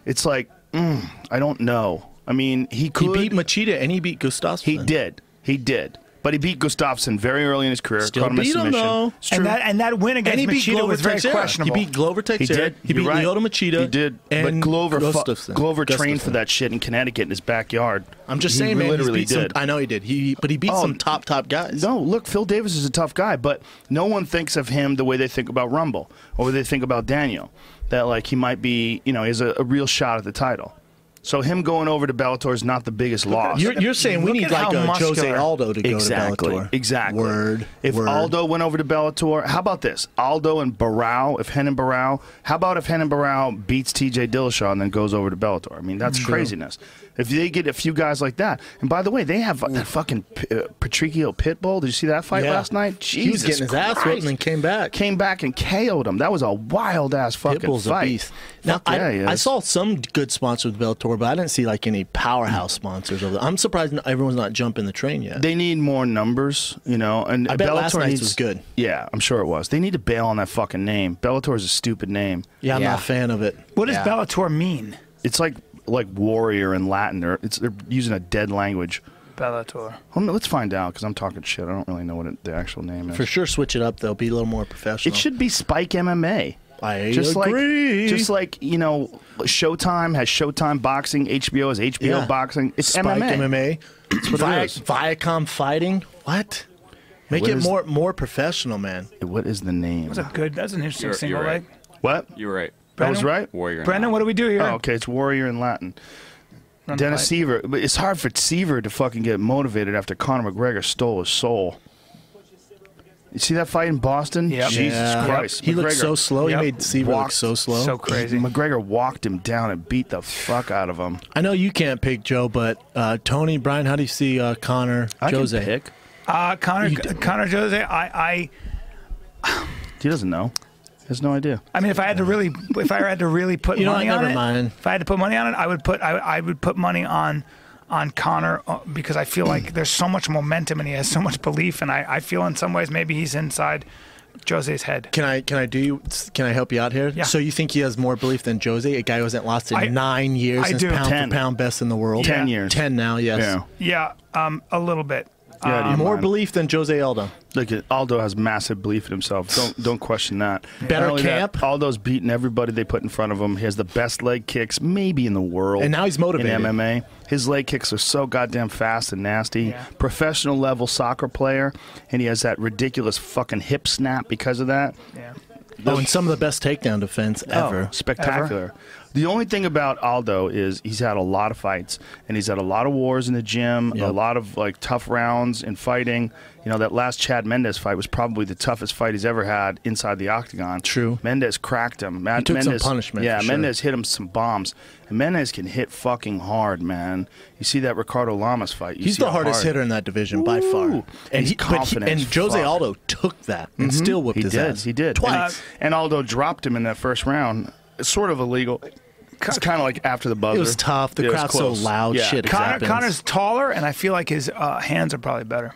Speaker 1: It's like mm, I don't know. I mean, he
Speaker 5: He
Speaker 1: could.
Speaker 5: beat Machida and he beat Gustafsson.
Speaker 1: he did. He did. But he beat Gustafsson very early in his career.
Speaker 5: Still
Speaker 1: caught him in
Speaker 5: beat him,
Speaker 1: submission.
Speaker 5: though.
Speaker 1: It's true.
Speaker 2: And that and that win
Speaker 5: And
Speaker 2: against
Speaker 5: he beat
Speaker 2: Machida
Speaker 5: Glover
Speaker 2: was very
Speaker 5: Teixeira.
Speaker 2: questionable.
Speaker 5: He beat Glover
Speaker 1: He
Speaker 5: Teixeira.
Speaker 1: did.
Speaker 5: He beat
Speaker 1: You're right.
Speaker 5: Lyoto Machida.
Speaker 1: He did.
Speaker 5: And
Speaker 1: but Glover, fu-
Speaker 5: Gustafsson.
Speaker 1: Glover trained for
Speaker 5: Gustafsson.
Speaker 1: that shit in Connecticut in his backyard.
Speaker 5: I'm just
Speaker 1: He
Speaker 5: saying, man.
Speaker 1: Literally
Speaker 5: he's beat
Speaker 1: did.
Speaker 5: Some, I know he did. He but he beat
Speaker 1: Oh.
Speaker 5: some top top guys.
Speaker 1: No, look, Phil Davis is a tough guy, but no one thinks of him the way they think about Rumble or they think about Daniel. That like he might be, you know, he has a, a real shot at the title. So him going over to Bellator is not the biggest loss.
Speaker 5: You're, you're saying we
Speaker 2: Look
Speaker 5: need
Speaker 2: at
Speaker 5: like
Speaker 2: how
Speaker 5: a Jose
Speaker 2: muscular-
Speaker 5: Aldo to go
Speaker 1: exactly,
Speaker 5: to Bellator.
Speaker 1: exactly.
Speaker 5: Word.
Speaker 1: If
Speaker 5: word.
Speaker 1: Aldo went over to Bellator, how about this? Aldo and Barrow. If Henan Barrow, how about if Henan Barrow beats T.J. Dillashaw and then goes over to Bellator? I mean, that's craziness. If they get a few guys like that, and by the way, they have that fucking P- uh, Patricio Pitbull. Did you see that fight
Speaker 5: Yeah.
Speaker 1: last night? Jesus
Speaker 5: he was getting his ass
Speaker 1: Christ
Speaker 5: whipped and then came back.
Speaker 1: came back and KO'd him. That was a wild ass fucking
Speaker 5: Pitbull's
Speaker 1: fight.
Speaker 5: a beast. Now
Speaker 1: Fuck yeah,
Speaker 5: I,
Speaker 1: he
Speaker 5: I
Speaker 1: is.
Speaker 5: saw some good sponsors with Bellator, but I didn't see like any powerhouse sponsors of it. I'm surprised not- everyone's not jumping the train yet.
Speaker 1: They need more numbers, you know. And
Speaker 5: I bet last night's was good.
Speaker 1: Yeah, I'm sure it was. They need to bail on that fucking name. Bellator is a stupid name.
Speaker 5: yeah, I'm
Speaker 4: Yeah.
Speaker 5: not a fan of it.
Speaker 2: What does
Speaker 4: Yeah.
Speaker 2: Bellator mean?
Speaker 1: It's like like warrior in Latin. They're it's they're using a dead language.
Speaker 2: Bellator.
Speaker 1: Hold on, let's find out because I'm talking shit. I don't really know what it, the actual name is.
Speaker 5: For sure, switch it up though. Be a little more professional.
Speaker 1: It should be Spike MMA.
Speaker 5: I
Speaker 1: just
Speaker 5: agree.
Speaker 1: like just like you know, Showtime has Showtime Boxing. HBO has HBO
Speaker 5: Yeah.
Speaker 1: Boxing. It's
Speaker 5: Spike
Speaker 1: MMA.
Speaker 5: MMA.
Speaker 1: what it
Speaker 5: Vi-
Speaker 1: is.
Speaker 5: Viacom fighting. What? Make
Speaker 1: What
Speaker 5: it
Speaker 1: is-
Speaker 5: more more professional, man.
Speaker 1: What is the name?
Speaker 2: That's a good. That's an interesting
Speaker 6: You're-
Speaker 2: single,
Speaker 6: you're
Speaker 2: right?
Speaker 6: right.
Speaker 1: What?
Speaker 6: You're right.
Speaker 1: That was right.
Speaker 6: Warrior.
Speaker 2: Brendan, what do we do here?
Speaker 1: Oh, okay. It's warrior in Latin.
Speaker 2: Run the
Speaker 1: Dennis
Speaker 2: fight.
Speaker 1: Seaver. But it's hard for Seaver to fucking get motivated after Conor McGregor stole his soul. You see that fight in Boston?
Speaker 2: Yep.
Speaker 1: Jesus
Speaker 5: Yeah.
Speaker 1: Christ.
Speaker 5: He looked
Speaker 1: McGregor-
Speaker 5: so slow.
Speaker 2: Yep.
Speaker 5: He made Seaver look
Speaker 1: Walked
Speaker 5: so slow.
Speaker 2: So crazy.
Speaker 1: McGregor walked him down and beat the fuck out of him.
Speaker 5: I know you can't pick Joe, but uh, Tony, Brian, how do you see uh, Connor,
Speaker 1: I can
Speaker 5: Jose?
Speaker 1: pick.
Speaker 2: Uh, Connor, Connor Jose. I, I,
Speaker 1: He doesn't know. He has no idea.
Speaker 2: I mean, if I had to really, if I had to really put
Speaker 5: You know what,
Speaker 2: money on
Speaker 5: never
Speaker 2: it,
Speaker 5: mind.
Speaker 2: if I had to put money on it, I would put, I, I would put money on, on Connor uh, because I feel like there's so much momentum and he has so much belief, and I, I feel in some ways maybe he's inside Jose's head.
Speaker 5: Can I can I do you? Can I help you out here?
Speaker 2: Yeah.
Speaker 5: So you think he has more belief than Jose, a guy who hasn't lost in
Speaker 2: I-
Speaker 5: nine years,
Speaker 2: I
Speaker 5: and is
Speaker 2: do.
Speaker 5: pound
Speaker 1: Ten.
Speaker 5: for pound best in the world,
Speaker 1: Ten years.
Speaker 5: ten now, yes.
Speaker 1: Yeah.
Speaker 2: Yeah, um, a little bit.
Speaker 1: Yeah, do you
Speaker 5: more
Speaker 1: mind?
Speaker 5: belief than Jose Aldo.
Speaker 1: Look, Aldo has massive belief in himself. Don't don't question that.
Speaker 5: Better
Speaker 1: Not only that,
Speaker 5: camp?
Speaker 1: Aldo's beating everybody they put in front of him. He has the best leg kicks maybe in the world.
Speaker 5: And now he's motivated.
Speaker 1: in MMA. His leg kicks are so goddamn fast and nasty.
Speaker 2: Yeah.
Speaker 1: Professional level soccer player, and he has that ridiculous fucking hip snap because of that.
Speaker 2: Yeah.
Speaker 5: Oh, and some of the best takedown defense ever.
Speaker 1: Oh, spectacular.
Speaker 2: Ever.
Speaker 1: The only thing about Aldo is he's had a lot of fights and he's had a lot of wars in the gym, a
Speaker 5: Yep.
Speaker 1: lot of like tough rounds and fighting. You know, that last Chad Mendez fight was probably the toughest fight he's ever had inside the octagon.
Speaker 5: True.
Speaker 1: Mendez cracked him. Matt,
Speaker 5: took some
Speaker 1: Mendez,
Speaker 5: punishment,
Speaker 1: Yeah,
Speaker 5: for sure.
Speaker 1: Mendez hit him some bombs. And Mendez can hit fucking hard, man. You see that Ricardo Lamas fight. you
Speaker 5: He's
Speaker 1: see
Speaker 5: the
Speaker 1: how
Speaker 5: hardest
Speaker 1: hard-
Speaker 5: hitter in that division by far.
Speaker 1: Ooh,
Speaker 5: And
Speaker 1: he's
Speaker 5: he, but he-
Speaker 1: confident
Speaker 5: and
Speaker 1: as
Speaker 5: Jose
Speaker 1: fuck. Mm-hmm.
Speaker 5: Aldo took that and still whipped
Speaker 1: He
Speaker 5: his
Speaker 1: did.
Speaker 5: ass.
Speaker 1: He did.
Speaker 5: twice.
Speaker 1: And, and Aldo dropped him in that first round. It's sort of illegal. It's kind of like after the buzzer.
Speaker 5: It was tough. The
Speaker 1: Yeah, it was
Speaker 5: crowd's so
Speaker 1: close.
Speaker 5: loud.
Speaker 1: Yeah.
Speaker 5: Shit. it
Speaker 2: Connor
Speaker 5: happens.
Speaker 2: Connor's taller, and I feel like his uh, hands are probably better.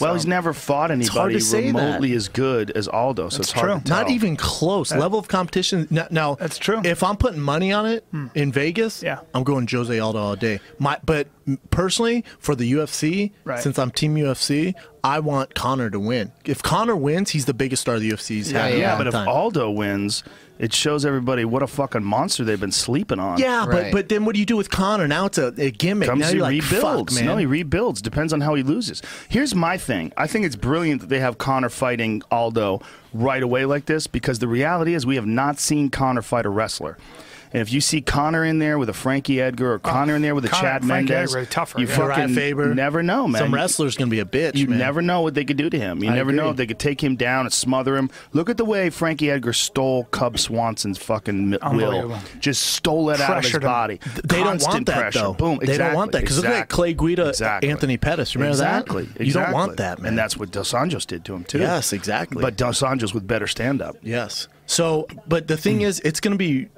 Speaker 1: Well, he's never fought
Speaker 5: hard
Speaker 1: anybody
Speaker 5: to say that.
Speaker 1: remotely as good as Aldo, so it's hard
Speaker 2: true.
Speaker 1: to tell.
Speaker 5: Not even close. Level of competition. Now, now
Speaker 2: That's true.
Speaker 5: If I'm putting money on it
Speaker 1: Hmm.
Speaker 5: in Vegas,
Speaker 2: Yeah.
Speaker 5: I'm going Jose Aldo all day. My, but personally, for the UFC,
Speaker 2: Right.
Speaker 5: since I'm Team UFC, I want Connor to win. If Connor wins, he's the biggest star the UFC's had.
Speaker 4: Yeah,
Speaker 5: in a
Speaker 4: yeah.
Speaker 5: long
Speaker 1: But if
Speaker 5: time.
Speaker 1: Aldo wins, it shows everybody what a fucking monster they've been sleeping on.
Speaker 5: yeah, but
Speaker 4: Right.
Speaker 5: but then what do you do with Connor? Now it's a, a gimmick.
Speaker 1: comes
Speaker 5: now
Speaker 1: he
Speaker 5: you're like,
Speaker 1: rebuilds.
Speaker 5: Fuck, man.
Speaker 1: No, he rebuilds. Depends on how he loses. Here's my thing. I think it's brilliant that they have Connor fighting Aldo right away like this because the reality is we have not seen Connor fight a wrestler. And if you see Connor in there with a Frankie Edgar or Connor in there with a
Speaker 2: Connor
Speaker 1: Chad
Speaker 2: and Frankie
Speaker 1: Mendez,
Speaker 2: Edgar are tougher,
Speaker 1: you
Speaker 2: yeah.
Speaker 1: fucking
Speaker 5: Mariah Faber.
Speaker 1: never know, man.
Speaker 5: Some
Speaker 1: You-
Speaker 5: wrestler's gonna be a bitch.
Speaker 1: You
Speaker 5: man.
Speaker 1: never know what they could do to him. You
Speaker 5: I
Speaker 1: never know
Speaker 5: agree.
Speaker 1: if they could take him down and smother him. Look at the way Frankie Edgar stole Cub Swanson's fucking mi- will.
Speaker 2: Unbelievable.
Speaker 1: Just stole it out of his
Speaker 2: Pressured him.
Speaker 1: body.
Speaker 5: They don't
Speaker 1: Constant
Speaker 5: want that
Speaker 1: pressure.
Speaker 5: though.
Speaker 1: Boom.
Speaker 5: They don't want that because
Speaker 1: exactly,
Speaker 5: look at that Clay Guida,
Speaker 1: exactly.
Speaker 5: Anthony Pettis. Remember
Speaker 1: exactly.
Speaker 5: that? You don't want
Speaker 1: exactly.
Speaker 5: that, man.
Speaker 1: And that's what Dos Anjos did to him too.
Speaker 5: Yes, exactly.
Speaker 1: But Dos Anjos with better stand up.
Speaker 5: Yes. So, but the
Speaker 1: Hmm.
Speaker 5: thing is, it's going to be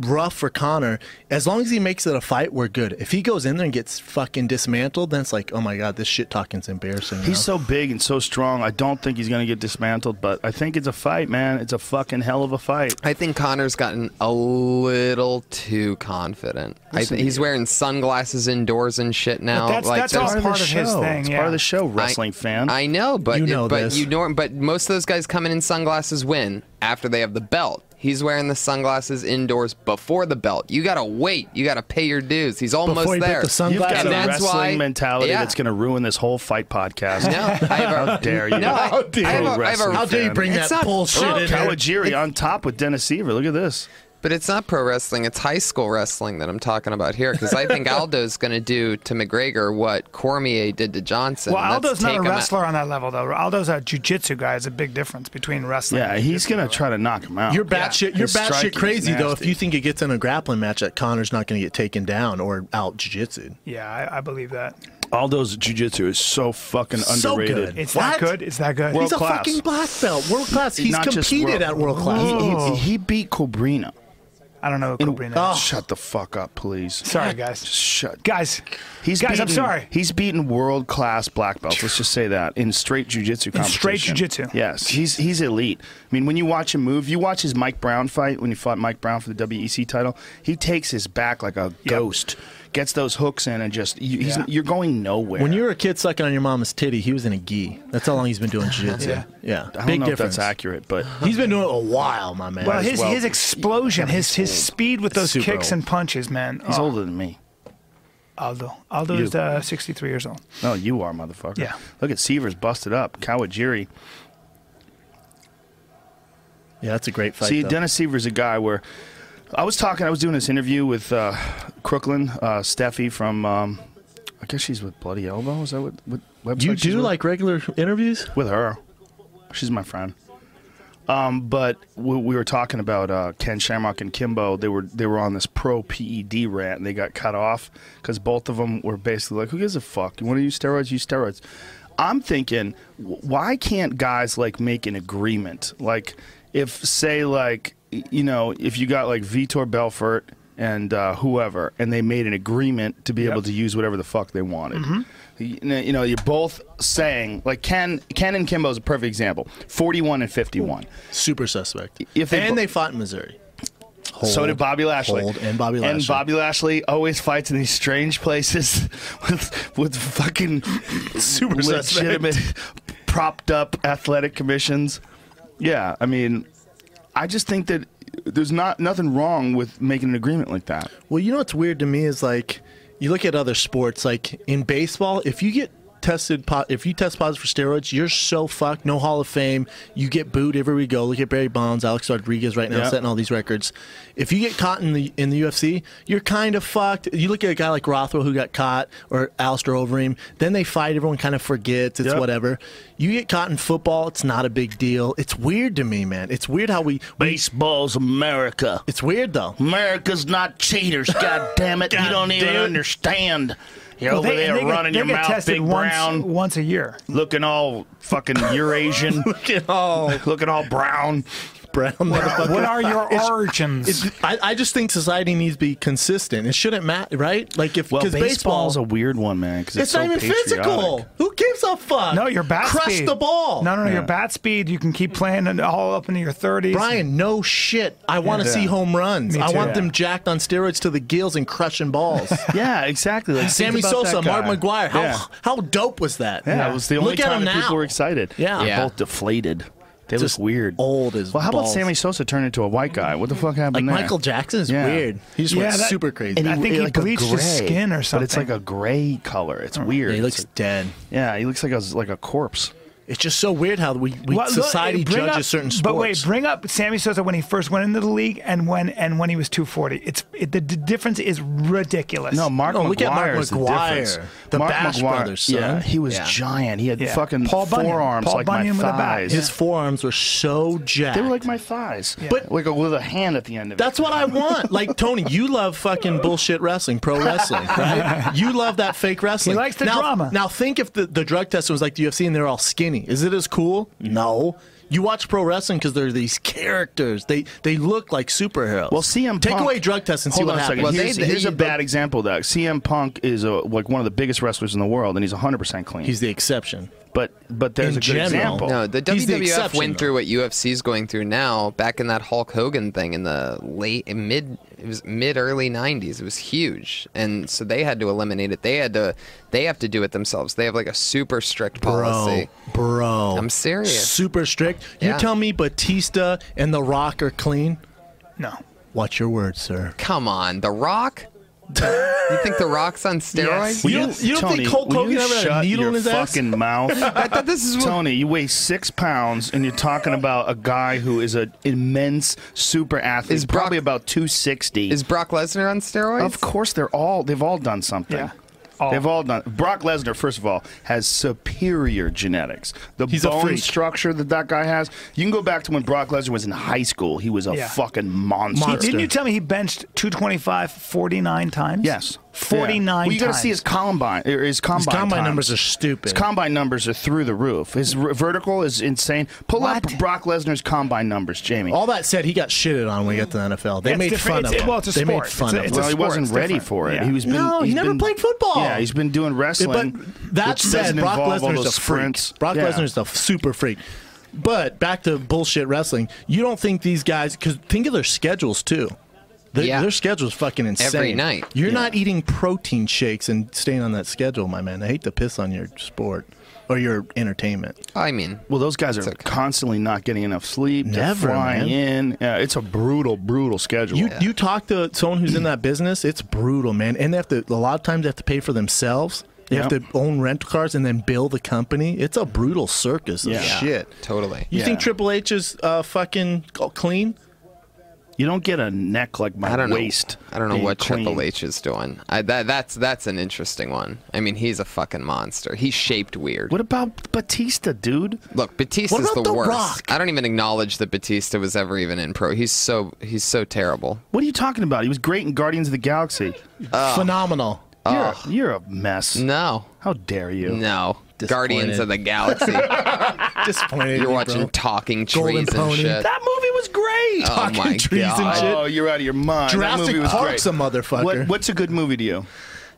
Speaker 5: rough for Connor. As long as he makes it a fight, we're good. If he goes in there and gets fucking dismantled, then it's like, oh my god, this shit talking's embarrassing.
Speaker 1: He's
Speaker 5: now.
Speaker 1: so big and so strong. I don't think he's going to get dismantled, but I think it's a fight, man. It's a fucking hell of a fight.
Speaker 4: I think Connor's gotten a little too confident. I
Speaker 1: Listen
Speaker 4: think
Speaker 1: to
Speaker 4: he's
Speaker 1: you.
Speaker 4: wearing sunglasses indoors and shit now.
Speaker 2: that's-
Speaker 4: Oh, like
Speaker 2: that's all
Speaker 4: there's-
Speaker 2: Part of his
Speaker 1: show.
Speaker 2: thing,
Speaker 1: It's
Speaker 2: yeah.
Speaker 1: part of the show,
Speaker 4: I-
Speaker 1: wrestling fan.
Speaker 4: I know, but
Speaker 5: You know
Speaker 4: but
Speaker 5: this.
Speaker 4: you norm, but most of those guys coming in sunglasses win after they have the belt. He's wearing the sunglasses indoors before the belt. You gotta wait. You gotta pay your dues. He's almost
Speaker 5: Before he put
Speaker 4: there.
Speaker 5: the
Speaker 1: You've
Speaker 5: sunglasses,
Speaker 1: got
Speaker 4: And
Speaker 1: a
Speaker 4: that's
Speaker 1: wrestling
Speaker 4: why-
Speaker 1: mentality
Speaker 4: yeah.
Speaker 1: that's going to ruin this whole fight podcast.
Speaker 4: No, I have a-
Speaker 1: How dare you?
Speaker 4: No,
Speaker 1: How
Speaker 4: I- I have a- I have a-
Speaker 1: wrestling
Speaker 4: How
Speaker 5: dare you
Speaker 1: fan.
Speaker 5: bring
Speaker 4: It's
Speaker 5: that
Speaker 4: not-
Speaker 5: bullshit
Speaker 4: Oh,
Speaker 5: in there?
Speaker 1: Kawajiri on top with Dennis Seaver. Look at this.
Speaker 4: But it's not pro wrestling, it's high school wrestling that I'm talking about here because I think Aldo's going to do to McGregor what Cormier did to Johnson.
Speaker 2: Well,
Speaker 4: and that's
Speaker 2: Aldo's not
Speaker 4: take
Speaker 2: a
Speaker 4: him out-
Speaker 2: wrestler on that level, though. Aldo's a jujitsu guy. It's a big difference between wrestling.
Speaker 1: Yeah,
Speaker 2: and
Speaker 1: he's
Speaker 2: jujitsu.
Speaker 1: going to try to knock him out.
Speaker 5: You're batshit. You're
Speaker 1: His striking
Speaker 5: batshit
Speaker 1: is
Speaker 5: crazy though. If
Speaker 1: nasty.
Speaker 5: you think it gets in a grappling match, that Connor's not going to get taken down or out jiu-jitsu.
Speaker 2: Yeah, I, I believe that.
Speaker 1: Aldo's jujitsu is so fucking
Speaker 5: So
Speaker 1: underrated.
Speaker 5: good.
Speaker 2: It's
Speaker 5: What?
Speaker 2: that good. It's that good.
Speaker 1: World
Speaker 5: He's a
Speaker 1: class.
Speaker 5: fucking black belt, world class. He's
Speaker 1: Not just
Speaker 5: competed at world class.
Speaker 1: He- He, he beat Cobrina.
Speaker 2: I don't know who Cobra is.
Speaker 1: Shut the fuck up, please.
Speaker 2: Sorry, guys.
Speaker 1: Shut.
Speaker 2: Guys,
Speaker 1: He's
Speaker 2: guys, I'm
Speaker 1: beaten-
Speaker 2: sorry.
Speaker 1: He's beaten world class black belts. Let's just say that in straight jujitsu competition.
Speaker 2: straight jujitsu.
Speaker 1: Yes, he's he's elite. I mean, when you watch him move, you watch his Mike Brown fight when he fought Mike Brown for the WEC title. He takes his back like a ghost, gets those hooks in, and just you, he's,
Speaker 2: Yeah.
Speaker 1: you're going nowhere.
Speaker 5: When you were a kid sucking on your mama's titty, he was in a gi. That's how long he's been doing jiu-jitsu. yeah.
Speaker 2: Yeah.
Speaker 1: I don't
Speaker 5: Big
Speaker 1: know
Speaker 5: difference.
Speaker 1: if that's accurate, but
Speaker 5: He's been doing it a while, my man.
Speaker 2: Well, his
Speaker 1: well.
Speaker 2: his explosion, his his speed with those
Speaker 5: Super
Speaker 2: kicks
Speaker 5: old.
Speaker 2: and punches, man.
Speaker 1: he's
Speaker 2: Oh,
Speaker 1: older than me.
Speaker 2: Aldo. Aldo
Speaker 1: You.
Speaker 2: is uh, 63 years old.
Speaker 1: No, you are, motherfucker.
Speaker 2: Yeah.
Speaker 1: Look at Seaver's busted up. Kawajiri.
Speaker 5: yeah, that's a great fight.
Speaker 1: See,
Speaker 5: though.
Speaker 1: Dennis Seaver's a guy where I was talking. I was doing this interview with uh, Crooklyn, uh, Steffi from. Um, I guess she's with Bloody Elbow. Is that what, what website?
Speaker 5: you
Speaker 1: she's
Speaker 5: do
Speaker 1: with?
Speaker 5: like regular interviews?
Speaker 1: with her. She's my friend. Um, but we, we were talking about uh, Ken Shamrock and Kimbo. They were they were on this pro PED rant, and they got cut off because both of them were basically like, "Who gives a fuck? You want to use steroids? Use steroids." I'm thinking, wh- why can't guys like make an agreement? Like, if say like y- you know, if you got like Vitor Belfort and uh, whoever, and they made an agreement to be able to use whatever the fuck they wanted. You know, you know, you're both saying like Ken, Ken and Kimbo is a perfect example. Forty-one and fifty-one.
Speaker 5: Super suspect.
Speaker 1: If they
Speaker 5: and
Speaker 1: bo-
Speaker 5: they fought in Missouri.
Speaker 1: so did Bobby Lashley.
Speaker 5: Hold and Bobby
Speaker 1: And
Speaker 5: Lashley.
Speaker 1: Bobby Lashley always fights in these strange places with, with fucking
Speaker 5: Super suspect.
Speaker 1: legitimate, propped up athletic commissions. Yeah, I mean, I just think that there's not nothing wrong with making an agreement like that.
Speaker 5: Well, you know what's weird to me is like you look at other sports, like in baseball, if you get tested po- if you test positive for steroids, you're so fucked. No Hall of Fame. You get booed everywhere we go. Look at Barry Bonds, Alex Rodriguez right now
Speaker 1: Yeah.
Speaker 5: setting all these records. If you get caught in the in the UFC, you're kind of fucked. You look at a guy like Rothwell who got caught or Alistair Overeem, then they fight, everyone kind of forgets, it's
Speaker 1: Yeah.
Speaker 5: whatever. You get caught in football, it's not a big deal. It's weird to me, man. It's weird how we, we
Speaker 1: Baseball's America.
Speaker 5: it's weird though.
Speaker 1: America's not cheaters. God damn it! you don't even
Speaker 2: dude.
Speaker 1: understand. You're
Speaker 2: Well,
Speaker 1: over
Speaker 2: they-
Speaker 1: there
Speaker 2: they get-
Speaker 1: running
Speaker 2: they
Speaker 1: your
Speaker 2: get
Speaker 1: mouth,
Speaker 2: tested
Speaker 1: big
Speaker 2: once,
Speaker 1: brown,
Speaker 2: once a year.
Speaker 1: looking all fucking Eurasian,
Speaker 5: Oh,
Speaker 1: looking all brown.
Speaker 5: brown motherfucker.
Speaker 2: What are your origins?
Speaker 5: It, I, I just think society needs to be consistent. It shouldn't matter, right? Like if
Speaker 1: Well,
Speaker 5: because baseball,
Speaker 1: baseball's a weird one, man. Because
Speaker 5: it's,
Speaker 1: so
Speaker 5: not even physical.
Speaker 1: patriotic.
Speaker 5: Who gives a fuck?
Speaker 2: no, your bat
Speaker 5: crush
Speaker 2: speed.
Speaker 5: the ball.
Speaker 2: No, no, no. Your
Speaker 1: Yeah.
Speaker 2: bat speed. You can keep playing it all up into your thirties.
Speaker 5: Brian, no shit. I want to
Speaker 1: Yeah.
Speaker 5: see home runs.
Speaker 2: Me
Speaker 5: I
Speaker 2: too.
Speaker 5: want
Speaker 2: Yeah.
Speaker 5: them jacked on steroids to the gills and crushing balls.
Speaker 1: Yeah, exactly. Like, think
Speaker 5: Sammy
Speaker 1: about
Speaker 5: Sosa,
Speaker 1: that
Speaker 5: Mark
Speaker 1: guy.
Speaker 5: McGuire. How
Speaker 1: yeah.
Speaker 5: how dope was that?
Speaker 1: Yeah, it was the only
Speaker 5: Look at
Speaker 1: time
Speaker 5: him
Speaker 1: that
Speaker 5: now.
Speaker 1: people were excited.
Speaker 5: Yeah.
Speaker 1: They're
Speaker 4: Yeah.
Speaker 1: both deflated. They
Speaker 5: Just
Speaker 1: look weird.
Speaker 5: old as
Speaker 1: Well, how
Speaker 5: balls.
Speaker 1: about Sammy Sosa turned into a white guy? What the fuck happened
Speaker 5: Like
Speaker 1: there?
Speaker 5: Michael Jackson is
Speaker 1: Yeah.
Speaker 5: weird. He just went
Speaker 2: Yeah, that-
Speaker 5: super crazy.
Speaker 2: And I
Speaker 5: yeah,
Speaker 2: think he
Speaker 1: a
Speaker 2: bleached his skin or
Speaker 1: But it's like
Speaker 2: something.
Speaker 1: a gray color. It's weird.
Speaker 5: he
Speaker 1: It's
Speaker 5: looks dead.
Speaker 1: like- yeah, he looks like a like a corpse.
Speaker 5: It's just so weird how we, we
Speaker 2: Well, look,
Speaker 5: society
Speaker 2: bring
Speaker 5: judges
Speaker 2: up-
Speaker 5: certain sports.
Speaker 2: But wait, bring up Sammy Sosa when he first went into the league and when and when he was 240. It's it, the, d difference is ridiculous.
Speaker 1: No, Mark
Speaker 5: No,
Speaker 1: McGuire.
Speaker 5: look at Mark
Speaker 1: is the
Speaker 5: McGuire.
Speaker 1: difference.
Speaker 5: The
Speaker 1: Mark
Speaker 5: Bash
Speaker 1: McGuire,
Speaker 5: brothers, son.
Speaker 1: Yeah, he was
Speaker 4: Yeah.
Speaker 1: giant. He had
Speaker 2: Yeah.
Speaker 1: fucking
Speaker 2: Paul Bunyan.
Speaker 1: forearms
Speaker 2: Paul
Speaker 1: like
Speaker 2: Bunyan
Speaker 1: my
Speaker 2: with a bat.
Speaker 1: thighs.
Speaker 5: His forearms were so jacked.
Speaker 1: They were like my thighs,
Speaker 5: But-
Speaker 1: like a, with a hand at the end of it.
Speaker 5: That's what I want. Like Tony, you love fucking bullshit wrestling, pro wrestling, right? You love that fake wrestling.
Speaker 2: He likes the
Speaker 5: now,
Speaker 2: drama.
Speaker 5: Now think if the, the drug testing was like the UFC and they're all skinny. Is it as cool? No. You watch pro wrestling because they're these characters. They they look like superheroes.
Speaker 1: Well, CM
Speaker 5: take
Speaker 1: Punk-
Speaker 5: away drug tests and see
Speaker 1: Hold
Speaker 5: what
Speaker 1: on a second.
Speaker 5: happens.
Speaker 4: Well,
Speaker 1: here's,
Speaker 4: they-
Speaker 1: here's a
Speaker 4: they-
Speaker 1: bad example. Though CM Punk is a, like one of the biggest wrestlers in the world, and he's 100 percent clean.
Speaker 5: He's the exception.
Speaker 1: but but there's a
Speaker 5: In
Speaker 1: good
Speaker 5: general-
Speaker 1: example.
Speaker 4: No, the
Speaker 5: He's the
Speaker 4: WWF
Speaker 5: exception,
Speaker 4: went
Speaker 5: though.
Speaker 4: through what UFC's going through now. Back in that Hulk Hogan thing in the late mid, it was mid early '90s. It was huge, and so they had to eliminate it. They had to, they have to do it themselves. They have like a super strict policy.
Speaker 5: Bro, bro.
Speaker 4: I'm serious.
Speaker 5: Super strict. You
Speaker 4: Yeah.
Speaker 5: tell me Batista and The Rock are clean?
Speaker 2: no.
Speaker 5: Watch your words, sir.
Speaker 4: Come on, The Rock. you think The Rock's on steroids?
Speaker 5: You don't- you don't
Speaker 1: Tony,
Speaker 5: think Hulk
Speaker 1: will
Speaker 5: Hogan
Speaker 1: you
Speaker 5: ever had a
Speaker 1: shut
Speaker 5: needle
Speaker 1: your
Speaker 5: in his ass?
Speaker 1: fucking mouth?
Speaker 4: I thought this is what
Speaker 1: Tony, you weigh six pounds, and you're talking about a guy who is an immense super athlete.
Speaker 4: Is Brock-
Speaker 1: probably about 260.
Speaker 4: is Brock Lesnar on steroids?
Speaker 1: Of course, they're all they've all done something.
Speaker 2: Yeah. All.
Speaker 1: They've all done. Brock Lesnar, first of all, has superior genetics. The
Speaker 5: He's a
Speaker 1: bone
Speaker 5: freak.
Speaker 1: structure that that guy has. You can go back to when Brock Lesnar was in high school. He was a
Speaker 2: Yeah.
Speaker 1: fucking monster.
Speaker 5: Monster.
Speaker 2: Didn't you tell me he benched 225 49 times?
Speaker 1: Yes,
Speaker 2: 49
Speaker 1: Yeah. Well, you gotta
Speaker 2: times.
Speaker 1: see his combine. Or his combine.
Speaker 5: His combine
Speaker 1: times.
Speaker 5: numbers are stupid.
Speaker 1: His combine numbers are through the roof. His r- vertical is insane. Pull up
Speaker 2: What?
Speaker 1: Brock Lesnar's combine numbers, Jamie.
Speaker 5: All that said, he got shitted on when he got to the NFL.
Speaker 2: Mm.
Speaker 5: They
Speaker 2: It's
Speaker 5: made
Speaker 2: different-
Speaker 5: fun of
Speaker 2: it's-
Speaker 5: him.
Speaker 2: well, it's a
Speaker 5: they made
Speaker 2: sport.
Speaker 5: fun
Speaker 2: It's a-
Speaker 5: of
Speaker 2: it's
Speaker 5: him.
Speaker 2: a
Speaker 1: well, he
Speaker 2: sport,
Speaker 1: wasn't
Speaker 2: it's
Speaker 1: ready
Speaker 2: different.
Speaker 1: for it.
Speaker 2: Yeah.
Speaker 1: He was been,
Speaker 5: No, he
Speaker 1: he's
Speaker 5: never
Speaker 1: been-
Speaker 5: played football.
Speaker 1: Yeah, he's been doing wrestling.
Speaker 5: but that
Speaker 1: which doesn't
Speaker 5: said, Brock
Speaker 1: involve all
Speaker 5: Lesnar's
Speaker 1: those
Speaker 5: a freak.
Speaker 1: sprints.
Speaker 5: Brock
Speaker 1: Yeah.
Speaker 5: Lesnar's a f- super freak. But back to bullshit wrestling. You don't think these guys? Because think of their schedules too. Their,
Speaker 4: Yeah.
Speaker 5: their schedule's fucking insane.
Speaker 4: night.
Speaker 5: You're not eating protein shakes and staying on that schedule, my man. I hate to piss on your sport or your entertainment.
Speaker 4: I mean,
Speaker 1: Well, those guys are
Speaker 4: okay.
Speaker 1: constantly not getting enough sleep. They're
Speaker 5: Never,
Speaker 1: flying in. Yeah, it's a brutal, brutal schedule.
Speaker 5: You you talk to someone who's in that business, it's brutal, man. And they have to a lot of times they have to pay for themselves. They have
Speaker 1: Yeah.
Speaker 5: to own rental cars and then bill the company. It's a brutal circus of
Speaker 1: Yeah.
Speaker 5: shit.
Speaker 4: totally.
Speaker 5: You
Speaker 1: Yeah.
Speaker 5: think Triple H is uh, fucking clean?
Speaker 1: You don't get a neck like my
Speaker 4: I don't
Speaker 1: waist.
Speaker 4: know. I don't know
Speaker 1: being
Speaker 4: what
Speaker 1: clean.
Speaker 4: Triple H is doing. I, that, that's that's an interesting one. I mean, he's a fucking monster. He's shaped weird.
Speaker 1: What about Batista, dude?
Speaker 4: Look, Batista's
Speaker 5: What about
Speaker 4: the,
Speaker 5: The
Speaker 4: worst.
Speaker 5: Rock?
Speaker 4: I don't even acknowledge that Batista was ever even in pro. He's so he's so terrible.
Speaker 1: What are you talking about? He was great in Guardians of the Galaxy. Oh.
Speaker 5: Phenomenal.
Speaker 1: you're, a, you're a mess.
Speaker 4: No,
Speaker 1: How dare you?
Speaker 4: no. Guardians
Speaker 5: Disappointed.
Speaker 4: of the Galaxy.
Speaker 5: Disappointed.
Speaker 4: You're
Speaker 5: in you,
Speaker 4: watching
Speaker 5: bro.
Speaker 4: Talking
Speaker 5: Golden
Speaker 4: Trees and
Speaker 5: Pony.
Speaker 4: shit.
Speaker 1: That movie was great.
Speaker 4: oh
Speaker 5: Talking
Speaker 4: my
Speaker 5: Trees and
Speaker 4: god.
Speaker 5: shit.
Speaker 1: Oh, you're out of your mind. that
Speaker 5: Jurassic
Speaker 1: movie was
Speaker 5: Park's
Speaker 1: great.
Speaker 5: a motherfucker.
Speaker 1: What, what's a good movie to you?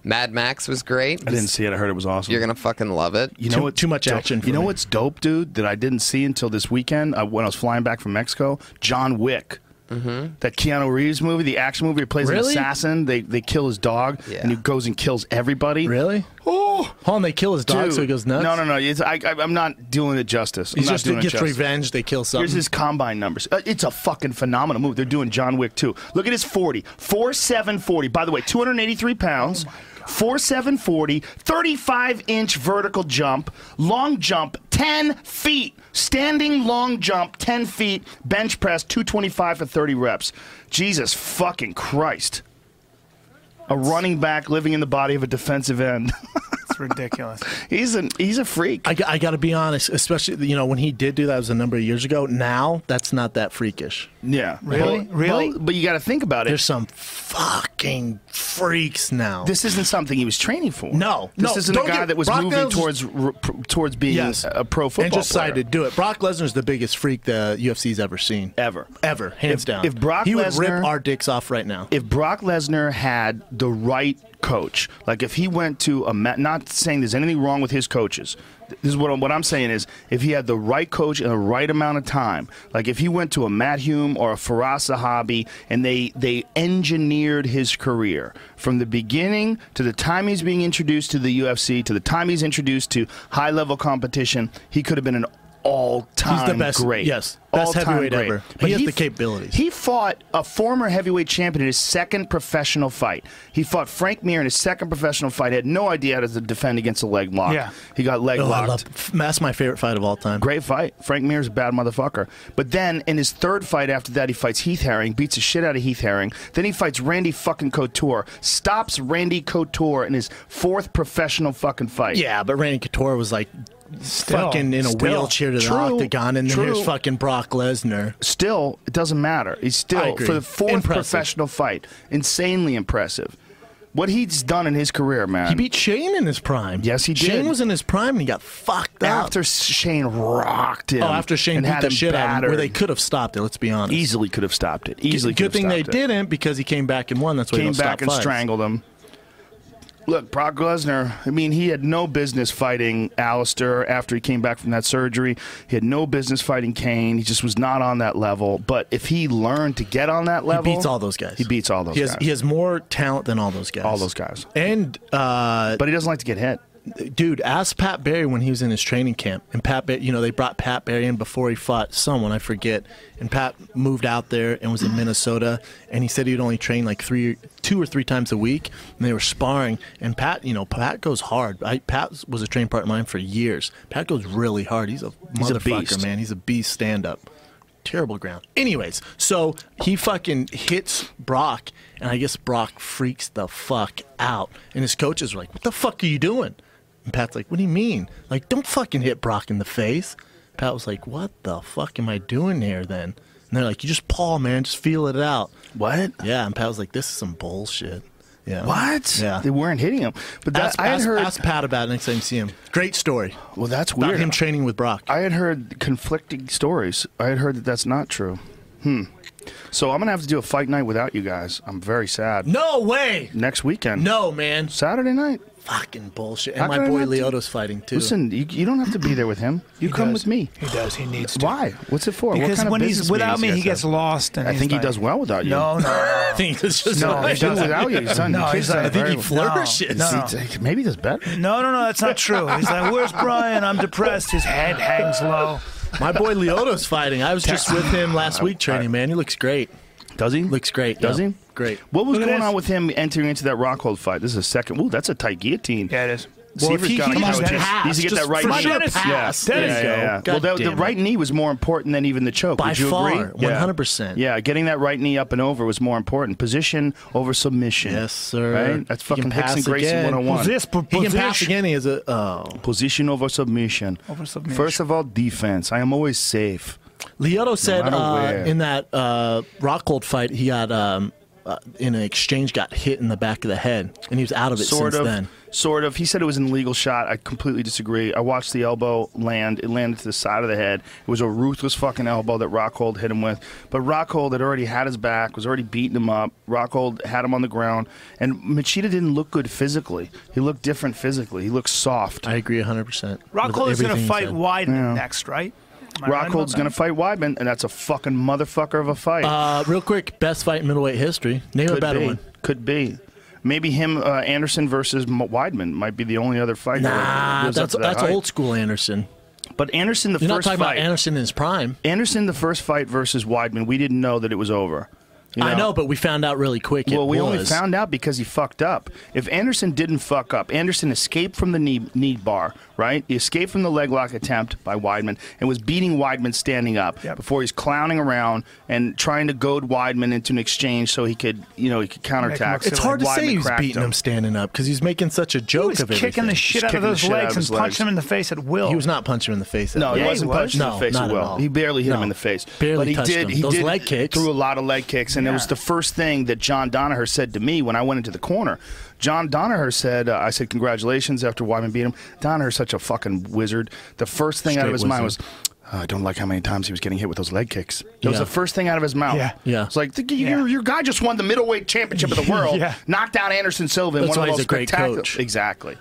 Speaker 4: Mad Max was great.
Speaker 1: I didn't see it. I heard it was awesome.
Speaker 4: You're gonna fucking love it.
Speaker 1: You know
Speaker 5: Too-
Speaker 1: what?
Speaker 5: too much action for
Speaker 1: you know
Speaker 5: me.
Speaker 1: what's dope, dude? That I didn't see until this weekend uh, when I was flying back from Mexico. John Wick.
Speaker 4: Mm-hmm.
Speaker 1: That Keanu Reeves movie, the action movie, he plays an
Speaker 5: Really?
Speaker 1: assassin. They they kill his dog,
Speaker 4: Yeah.
Speaker 1: and he goes and kills everybody.
Speaker 5: Really?
Speaker 1: Oh,
Speaker 5: Oh, and they kill his dog,
Speaker 1: dude.
Speaker 5: so he goes nuts.
Speaker 1: No, no, no. It's, I, I, I'm not doing it justice. I'm
Speaker 5: He's
Speaker 1: not
Speaker 5: just
Speaker 1: doing
Speaker 5: it
Speaker 1: it
Speaker 5: gets
Speaker 1: justice.
Speaker 5: revenge. They kill something.
Speaker 1: Here's his combine numbers. Uh, it's a fucking phenomenal move. They're doing John Wick too. Look at his 40. 4740. By the way, 283 pounds. 4740, 35 inch vertical jump, long jump, 10 feet, standing long jump, 10 feet, bench press, 225 for 30 reps. Jesus fucking Christ. A running back living in the body of a defensive end.
Speaker 2: It's ridiculous.
Speaker 1: he's, an, he's a freak.
Speaker 5: I, got to be honest, especially you know when he did do that it was a number of years ago. Now that's not that freakish.
Speaker 1: yeah.
Speaker 2: Really?
Speaker 1: Well,
Speaker 2: Really?
Speaker 1: well, but you got to think about it.
Speaker 5: There's some fucking freaks now.
Speaker 1: this isn't something he was training for.
Speaker 5: No,
Speaker 1: this
Speaker 5: no,
Speaker 1: isn't a
Speaker 5: don't
Speaker 1: guy
Speaker 5: get-
Speaker 1: that was
Speaker 5: Brock
Speaker 1: moving
Speaker 5: Lesnar's-
Speaker 1: towards r- pr- towards being a pro football
Speaker 5: and just
Speaker 1: player.
Speaker 5: decided to do it. Brock Lesnar's the biggest freak the UFC's ever seen,
Speaker 1: Ever.
Speaker 5: ever, hands
Speaker 1: If-
Speaker 5: down.
Speaker 1: if Brock
Speaker 5: he would
Speaker 1: Lesnar-
Speaker 5: rip our dicks off right now.
Speaker 1: If Brock Lesnar had the right coach, like if he went to a ma- not saying there's anything wrong with his coaches. This is what I'm, what I'm saying is if he had the right coach and the right amount of time, like if he went to a Matt Hume or a Faraz Sahabi and they they engineered his career from the beginning to the time he's being introduced to the UFC to the time he's introduced to high level competition, he could have been an all time
Speaker 5: best-
Speaker 1: great.
Speaker 5: yes, best
Speaker 1: All-time
Speaker 5: heavyweight
Speaker 1: great.
Speaker 5: ever. He has the capabilities.
Speaker 1: He fought a former heavyweight champion in his second professional fight. He fought Frank Mir in his second professional fight. Had no idea how to defend against a leg lock.
Speaker 2: Yeah.
Speaker 1: He got leg
Speaker 5: oh, I
Speaker 1: locked.
Speaker 5: love, that's my favorite fight of all time.
Speaker 1: Great fight. Frank Mir's a bad motherfucker. But then in his third fight after that, he fights Heath Herring, beats the shit out of Heath Herring. Then he fights Randy fucking Couture, stops Randy Couture in his fourth professional fucking fight.
Speaker 5: Yeah, but Randy Couture was like
Speaker 2: Still,
Speaker 5: fucking in a
Speaker 2: still.
Speaker 5: wheelchair to the
Speaker 1: True,
Speaker 5: octagon, and then here's
Speaker 1: true.
Speaker 5: fucking Brock Lesnar.
Speaker 1: still it doesn't matter. He's
Speaker 5: I
Speaker 1: still
Speaker 5: agree.
Speaker 1: for the fourth
Speaker 5: Impressive.
Speaker 1: professional fight, insanely impressive. What he's done in his career, man.
Speaker 5: He beat Shane in his prime.
Speaker 1: Yes, he did.
Speaker 5: Shane was in his prime and he got fucked
Speaker 1: after
Speaker 5: up.
Speaker 1: Shane rocked him.
Speaker 5: Oh, after Shane
Speaker 1: and
Speaker 5: beat
Speaker 1: had
Speaker 5: the
Speaker 1: him
Speaker 5: shit out of him, where
Speaker 1: battered.
Speaker 5: they could have stopped it. Let's be honest.
Speaker 1: easily could have stopped it. Easily, could
Speaker 5: Good
Speaker 1: have
Speaker 5: thing they
Speaker 1: stopped it.
Speaker 5: didn't because he came back and won. That's why he
Speaker 1: Came
Speaker 5: don't stop
Speaker 1: back and
Speaker 5: fights.
Speaker 1: strangled him. Look, Brock Lesnar. I mean, he had no business fighting Alistair after he came back from that surgery. He had no business fighting Kane. He just was not on that level. But if he learned to get on that level,
Speaker 5: He beats all those guys.
Speaker 1: He beats all those
Speaker 5: He has,
Speaker 1: guys.
Speaker 5: He has more talent than all those guys.
Speaker 1: all those guys.
Speaker 5: And uh,
Speaker 1: But he doesn't like to get hit.
Speaker 5: dude, ask Pat Barry when he was in his training camp. And Pat, Barry, you know, they brought Pat Barry in before he fought someone I forget. And Pat moved out there and was in Minnesota. And he said he would only train like three, two or three times a week. And they were sparring. And Pat, you know, Pat goes hard. I, Pat was a training partner of mine for years. Pat goes really hard. He's a
Speaker 1: He's a
Speaker 5: motherfucker,
Speaker 1: beast.
Speaker 5: man. He's a beast stand up. Terrible ground. Anyways, so he fucking hits Brock, and I guess Brock freaks the fuck out. And his coaches are like, What the fuck are you doing? And Pat's like, What do you mean? Like, don't fucking hit Brock in the face. Pat was like, What the fuck am I doing here then? And they're like, You just paw, man. Just feel it out.
Speaker 1: What?
Speaker 5: Yeah. And Pat was like, This is some bullshit. Yeah.
Speaker 1: What?
Speaker 5: Yeah.
Speaker 1: They weren't hitting him. But that,
Speaker 5: Ask,
Speaker 1: I had
Speaker 5: ask-
Speaker 1: heard.
Speaker 5: ask Pat about it next time you see him. Great story.
Speaker 1: well, that's
Speaker 5: About
Speaker 1: weird.
Speaker 5: him training with Brock.
Speaker 1: I had heard conflicting stories. I had heard that that's not true. Hmm. So I'm gonna have to do a fight night without you guys. I'm very sad.
Speaker 5: no way.
Speaker 1: Next weekend.
Speaker 5: No, man.
Speaker 1: Saturday night.
Speaker 5: Fucking bullshit.
Speaker 1: How
Speaker 5: And
Speaker 1: could
Speaker 5: my
Speaker 1: I
Speaker 5: boy
Speaker 1: not do-
Speaker 5: Leoto's fighting too.
Speaker 1: Listen, you, you don't have to be there with him. You come
Speaker 2: does.
Speaker 1: with me.
Speaker 2: He does. He needs to.
Speaker 1: Why? What's it for? What
Speaker 2: Because
Speaker 1: kind of
Speaker 2: when
Speaker 1: business
Speaker 2: he's without
Speaker 1: meetings
Speaker 2: me,
Speaker 1: you
Speaker 2: he
Speaker 1: guys
Speaker 2: gets
Speaker 1: have?
Speaker 2: lost. And
Speaker 1: I
Speaker 2: he's
Speaker 1: think he
Speaker 2: like-
Speaker 1: does well without you.
Speaker 2: No, no,
Speaker 5: I think it's just
Speaker 2: No,
Speaker 1: he
Speaker 2: he
Speaker 1: does
Speaker 2: doesn't.
Speaker 1: without you. Son,
Speaker 2: No,
Speaker 1: the
Speaker 2: he's
Speaker 1: kid's done
Speaker 2: like- I think
Speaker 1: very
Speaker 5: he
Speaker 1: well.
Speaker 5: flourishes.
Speaker 2: No, no, no.
Speaker 1: Maybe that's better.
Speaker 2: No, no, no, that's not true. He's like, "Where's Brian? I'm depressed. His head hangs low."
Speaker 5: my boy Leoto's fighting. I was just with him last week training, man. He looks great.
Speaker 1: Does he?
Speaker 5: Looks great.
Speaker 1: Does
Speaker 5: Yeah.
Speaker 1: he?
Speaker 5: Great.
Speaker 1: What was
Speaker 2: Look at
Speaker 1: going
Speaker 2: this.
Speaker 1: on with him entering into that Rockhold fight? This is a second. Ooh, that's a tight guillotine.
Speaker 2: Yeah, it is.
Speaker 1: Well,
Speaker 5: if he-
Speaker 1: got
Speaker 5: he
Speaker 1: a
Speaker 5: just
Speaker 1: coach.
Speaker 5: passed,
Speaker 1: Needs to get
Speaker 5: just
Speaker 1: that right
Speaker 5: for
Speaker 1: knee.
Speaker 5: sure
Speaker 1: Yeah.
Speaker 5: passed.
Speaker 1: Yeah,
Speaker 5: There you
Speaker 1: yeah,
Speaker 5: go.
Speaker 1: yeah.
Speaker 5: God
Speaker 1: Well, the, the
Speaker 5: damn it.
Speaker 1: right knee was more important than even the choke.
Speaker 5: By
Speaker 1: Would you
Speaker 5: far,
Speaker 1: agree? Yeah.
Speaker 5: 100%.
Speaker 1: Yeah, getting that right knee up and over was more important. Position over submission.
Speaker 5: Yes, sir.
Speaker 1: Right? That's
Speaker 5: He
Speaker 1: fucking
Speaker 5: can
Speaker 1: Hicks
Speaker 5: pass
Speaker 1: and Gracie
Speaker 5: again.
Speaker 1: 101.
Speaker 2: This p-
Speaker 5: He can pass
Speaker 2: position-
Speaker 5: again. He is a oh.
Speaker 1: Position over submission.
Speaker 2: Over submission.
Speaker 1: First of all, defense. I am always safe.
Speaker 5: Leoto said
Speaker 1: matter
Speaker 5: uh,
Speaker 1: where.
Speaker 5: in that uh, Rockhold fight, he got um, uh, in an exchange, got hit in the back of the head, and he was out of it
Speaker 1: sort
Speaker 5: since
Speaker 1: of,
Speaker 5: then.
Speaker 1: sort of. He said it was an illegal shot. I completely disagree. I watched the elbow land. It landed to the side of the head. It was a ruthless fucking elbow that Rockhold hit him with. But Rockhold had already had his back, was already beating him up. Rockhold had him on the ground, and Machida didn't look good physically. He looked different physically. He looked soft.
Speaker 5: I agree 100. percent
Speaker 2: Rockhold is going to fight Wyden
Speaker 1: Yeah.
Speaker 2: next, right? I right
Speaker 1: Rockhold's
Speaker 2: about
Speaker 1: going to fight Weidman, and that's a fucking motherfucker of a fight.
Speaker 5: Uh, real quick, best fight in middleweight history. Name a
Speaker 1: Could
Speaker 5: better
Speaker 1: be.
Speaker 5: one.
Speaker 1: Could be. Maybe him, uh, Anderson versus M- Weidman might be the only other fight. that
Speaker 5: Nah,
Speaker 1: lives up
Speaker 5: that's
Speaker 1: to that
Speaker 5: that's
Speaker 1: hype.
Speaker 5: old school Anderson.
Speaker 1: But Anderson, the
Speaker 5: You're not
Speaker 1: first
Speaker 5: talking
Speaker 1: fight,
Speaker 5: about Anderson in his prime.
Speaker 1: Anderson, the first fight versus Weidman, we didn't know that it was over. You
Speaker 5: I know, but we found out really quick. It
Speaker 1: Well, we
Speaker 5: was.
Speaker 1: only found out because he fucked up. If Anderson didn't fuck up, Anderson escaped from the knee, knee bar, right? He escaped from the leg lock attempt by Weidman and was beating Weidman standing up
Speaker 2: Yep.
Speaker 1: before he's clowning around and trying to goad Weidman into an exchange so he could, you know, he could counterattack.
Speaker 2: look
Speaker 5: It's
Speaker 2: So
Speaker 5: hard to
Speaker 1: Weidman
Speaker 5: say he was
Speaker 1: cracked
Speaker 5: beating him, standing up because he's making such a
Speaker 2: He
Speaker 5: joke
Speaker 2: was
Speaker 5: of everything.
Speaker 2: kicking the shit out of
Speaker 1: kicking the
Speaker 2: those
Speaker 1: shit out
Speaker 2: legs
Speaker 1: of
Speaker 2: and
Speaker 1: his
Speaker 2: punching
Speaker 1: legs.
Speaker 2: him in the face at will.
Speaker 5: He was not punching him in the face.
Speaker 1: No,
Speaker 5: that
Speaker 1: he
Speaker 5: way.
Speaker 1: wasn't
Speaker 2: was.
Speaker 1: punching in
Speaker 5: No,
Speaker 1: the face
Speaker 5: not
Speaker 1: at
Speaker 5: at
Speaker 1: will.
Speaker 5: all.
Speaker 1: He barely hit him
Speaker 5: No.
Speaker 1: in the face.
Speaker 5: Barely
Speaker 1: but he
Speaker 5: touched
Speaker 1: did.
Speaker 5: him.
Speaker 1: He
Speaker 5: Those
Speaker 1: did
Speaker 5: leg kicks.
Speaker 1: threw a lot of leg kicks, and it was
Speaker 2: Yeah.
Speaker 1: the first thing that John Donaher said to me when I went into the corner. John Donaher said, uh, "I said congratulations after Wyman beat him." Donaher's such a fucking wizard. The first thing out
Speaker 5: Straight
Speaker 1: of his mind was.
Speaker 5: wizard.
Speaker 1: "Oh, I don't like how many times he was getting hit with those leg kicks. That was
Speaker 5: Yeah.
Speaker 1: the first thing out of his mouth.
Speaker 2: Yeah.
Speaker 5: Yeah.
Speaker 1: It's like, "Th-
Speaker 2: Yeah.
Speaker 1: your, your guy just won the middleweight championship of the world,
Speaker 2: Yeah.
Speaker 1: knocked out Anderson Silva in one
Speaker 5: That's
Speaker 1: of
Speaker 5: why
Speaker 1: the
Speaker 5: he's
Speaker 1: most
Speaker 5: a great
Speaker 1: spectacular.
Speaker 5: coach. Uh,
Speaker 1: Exactly.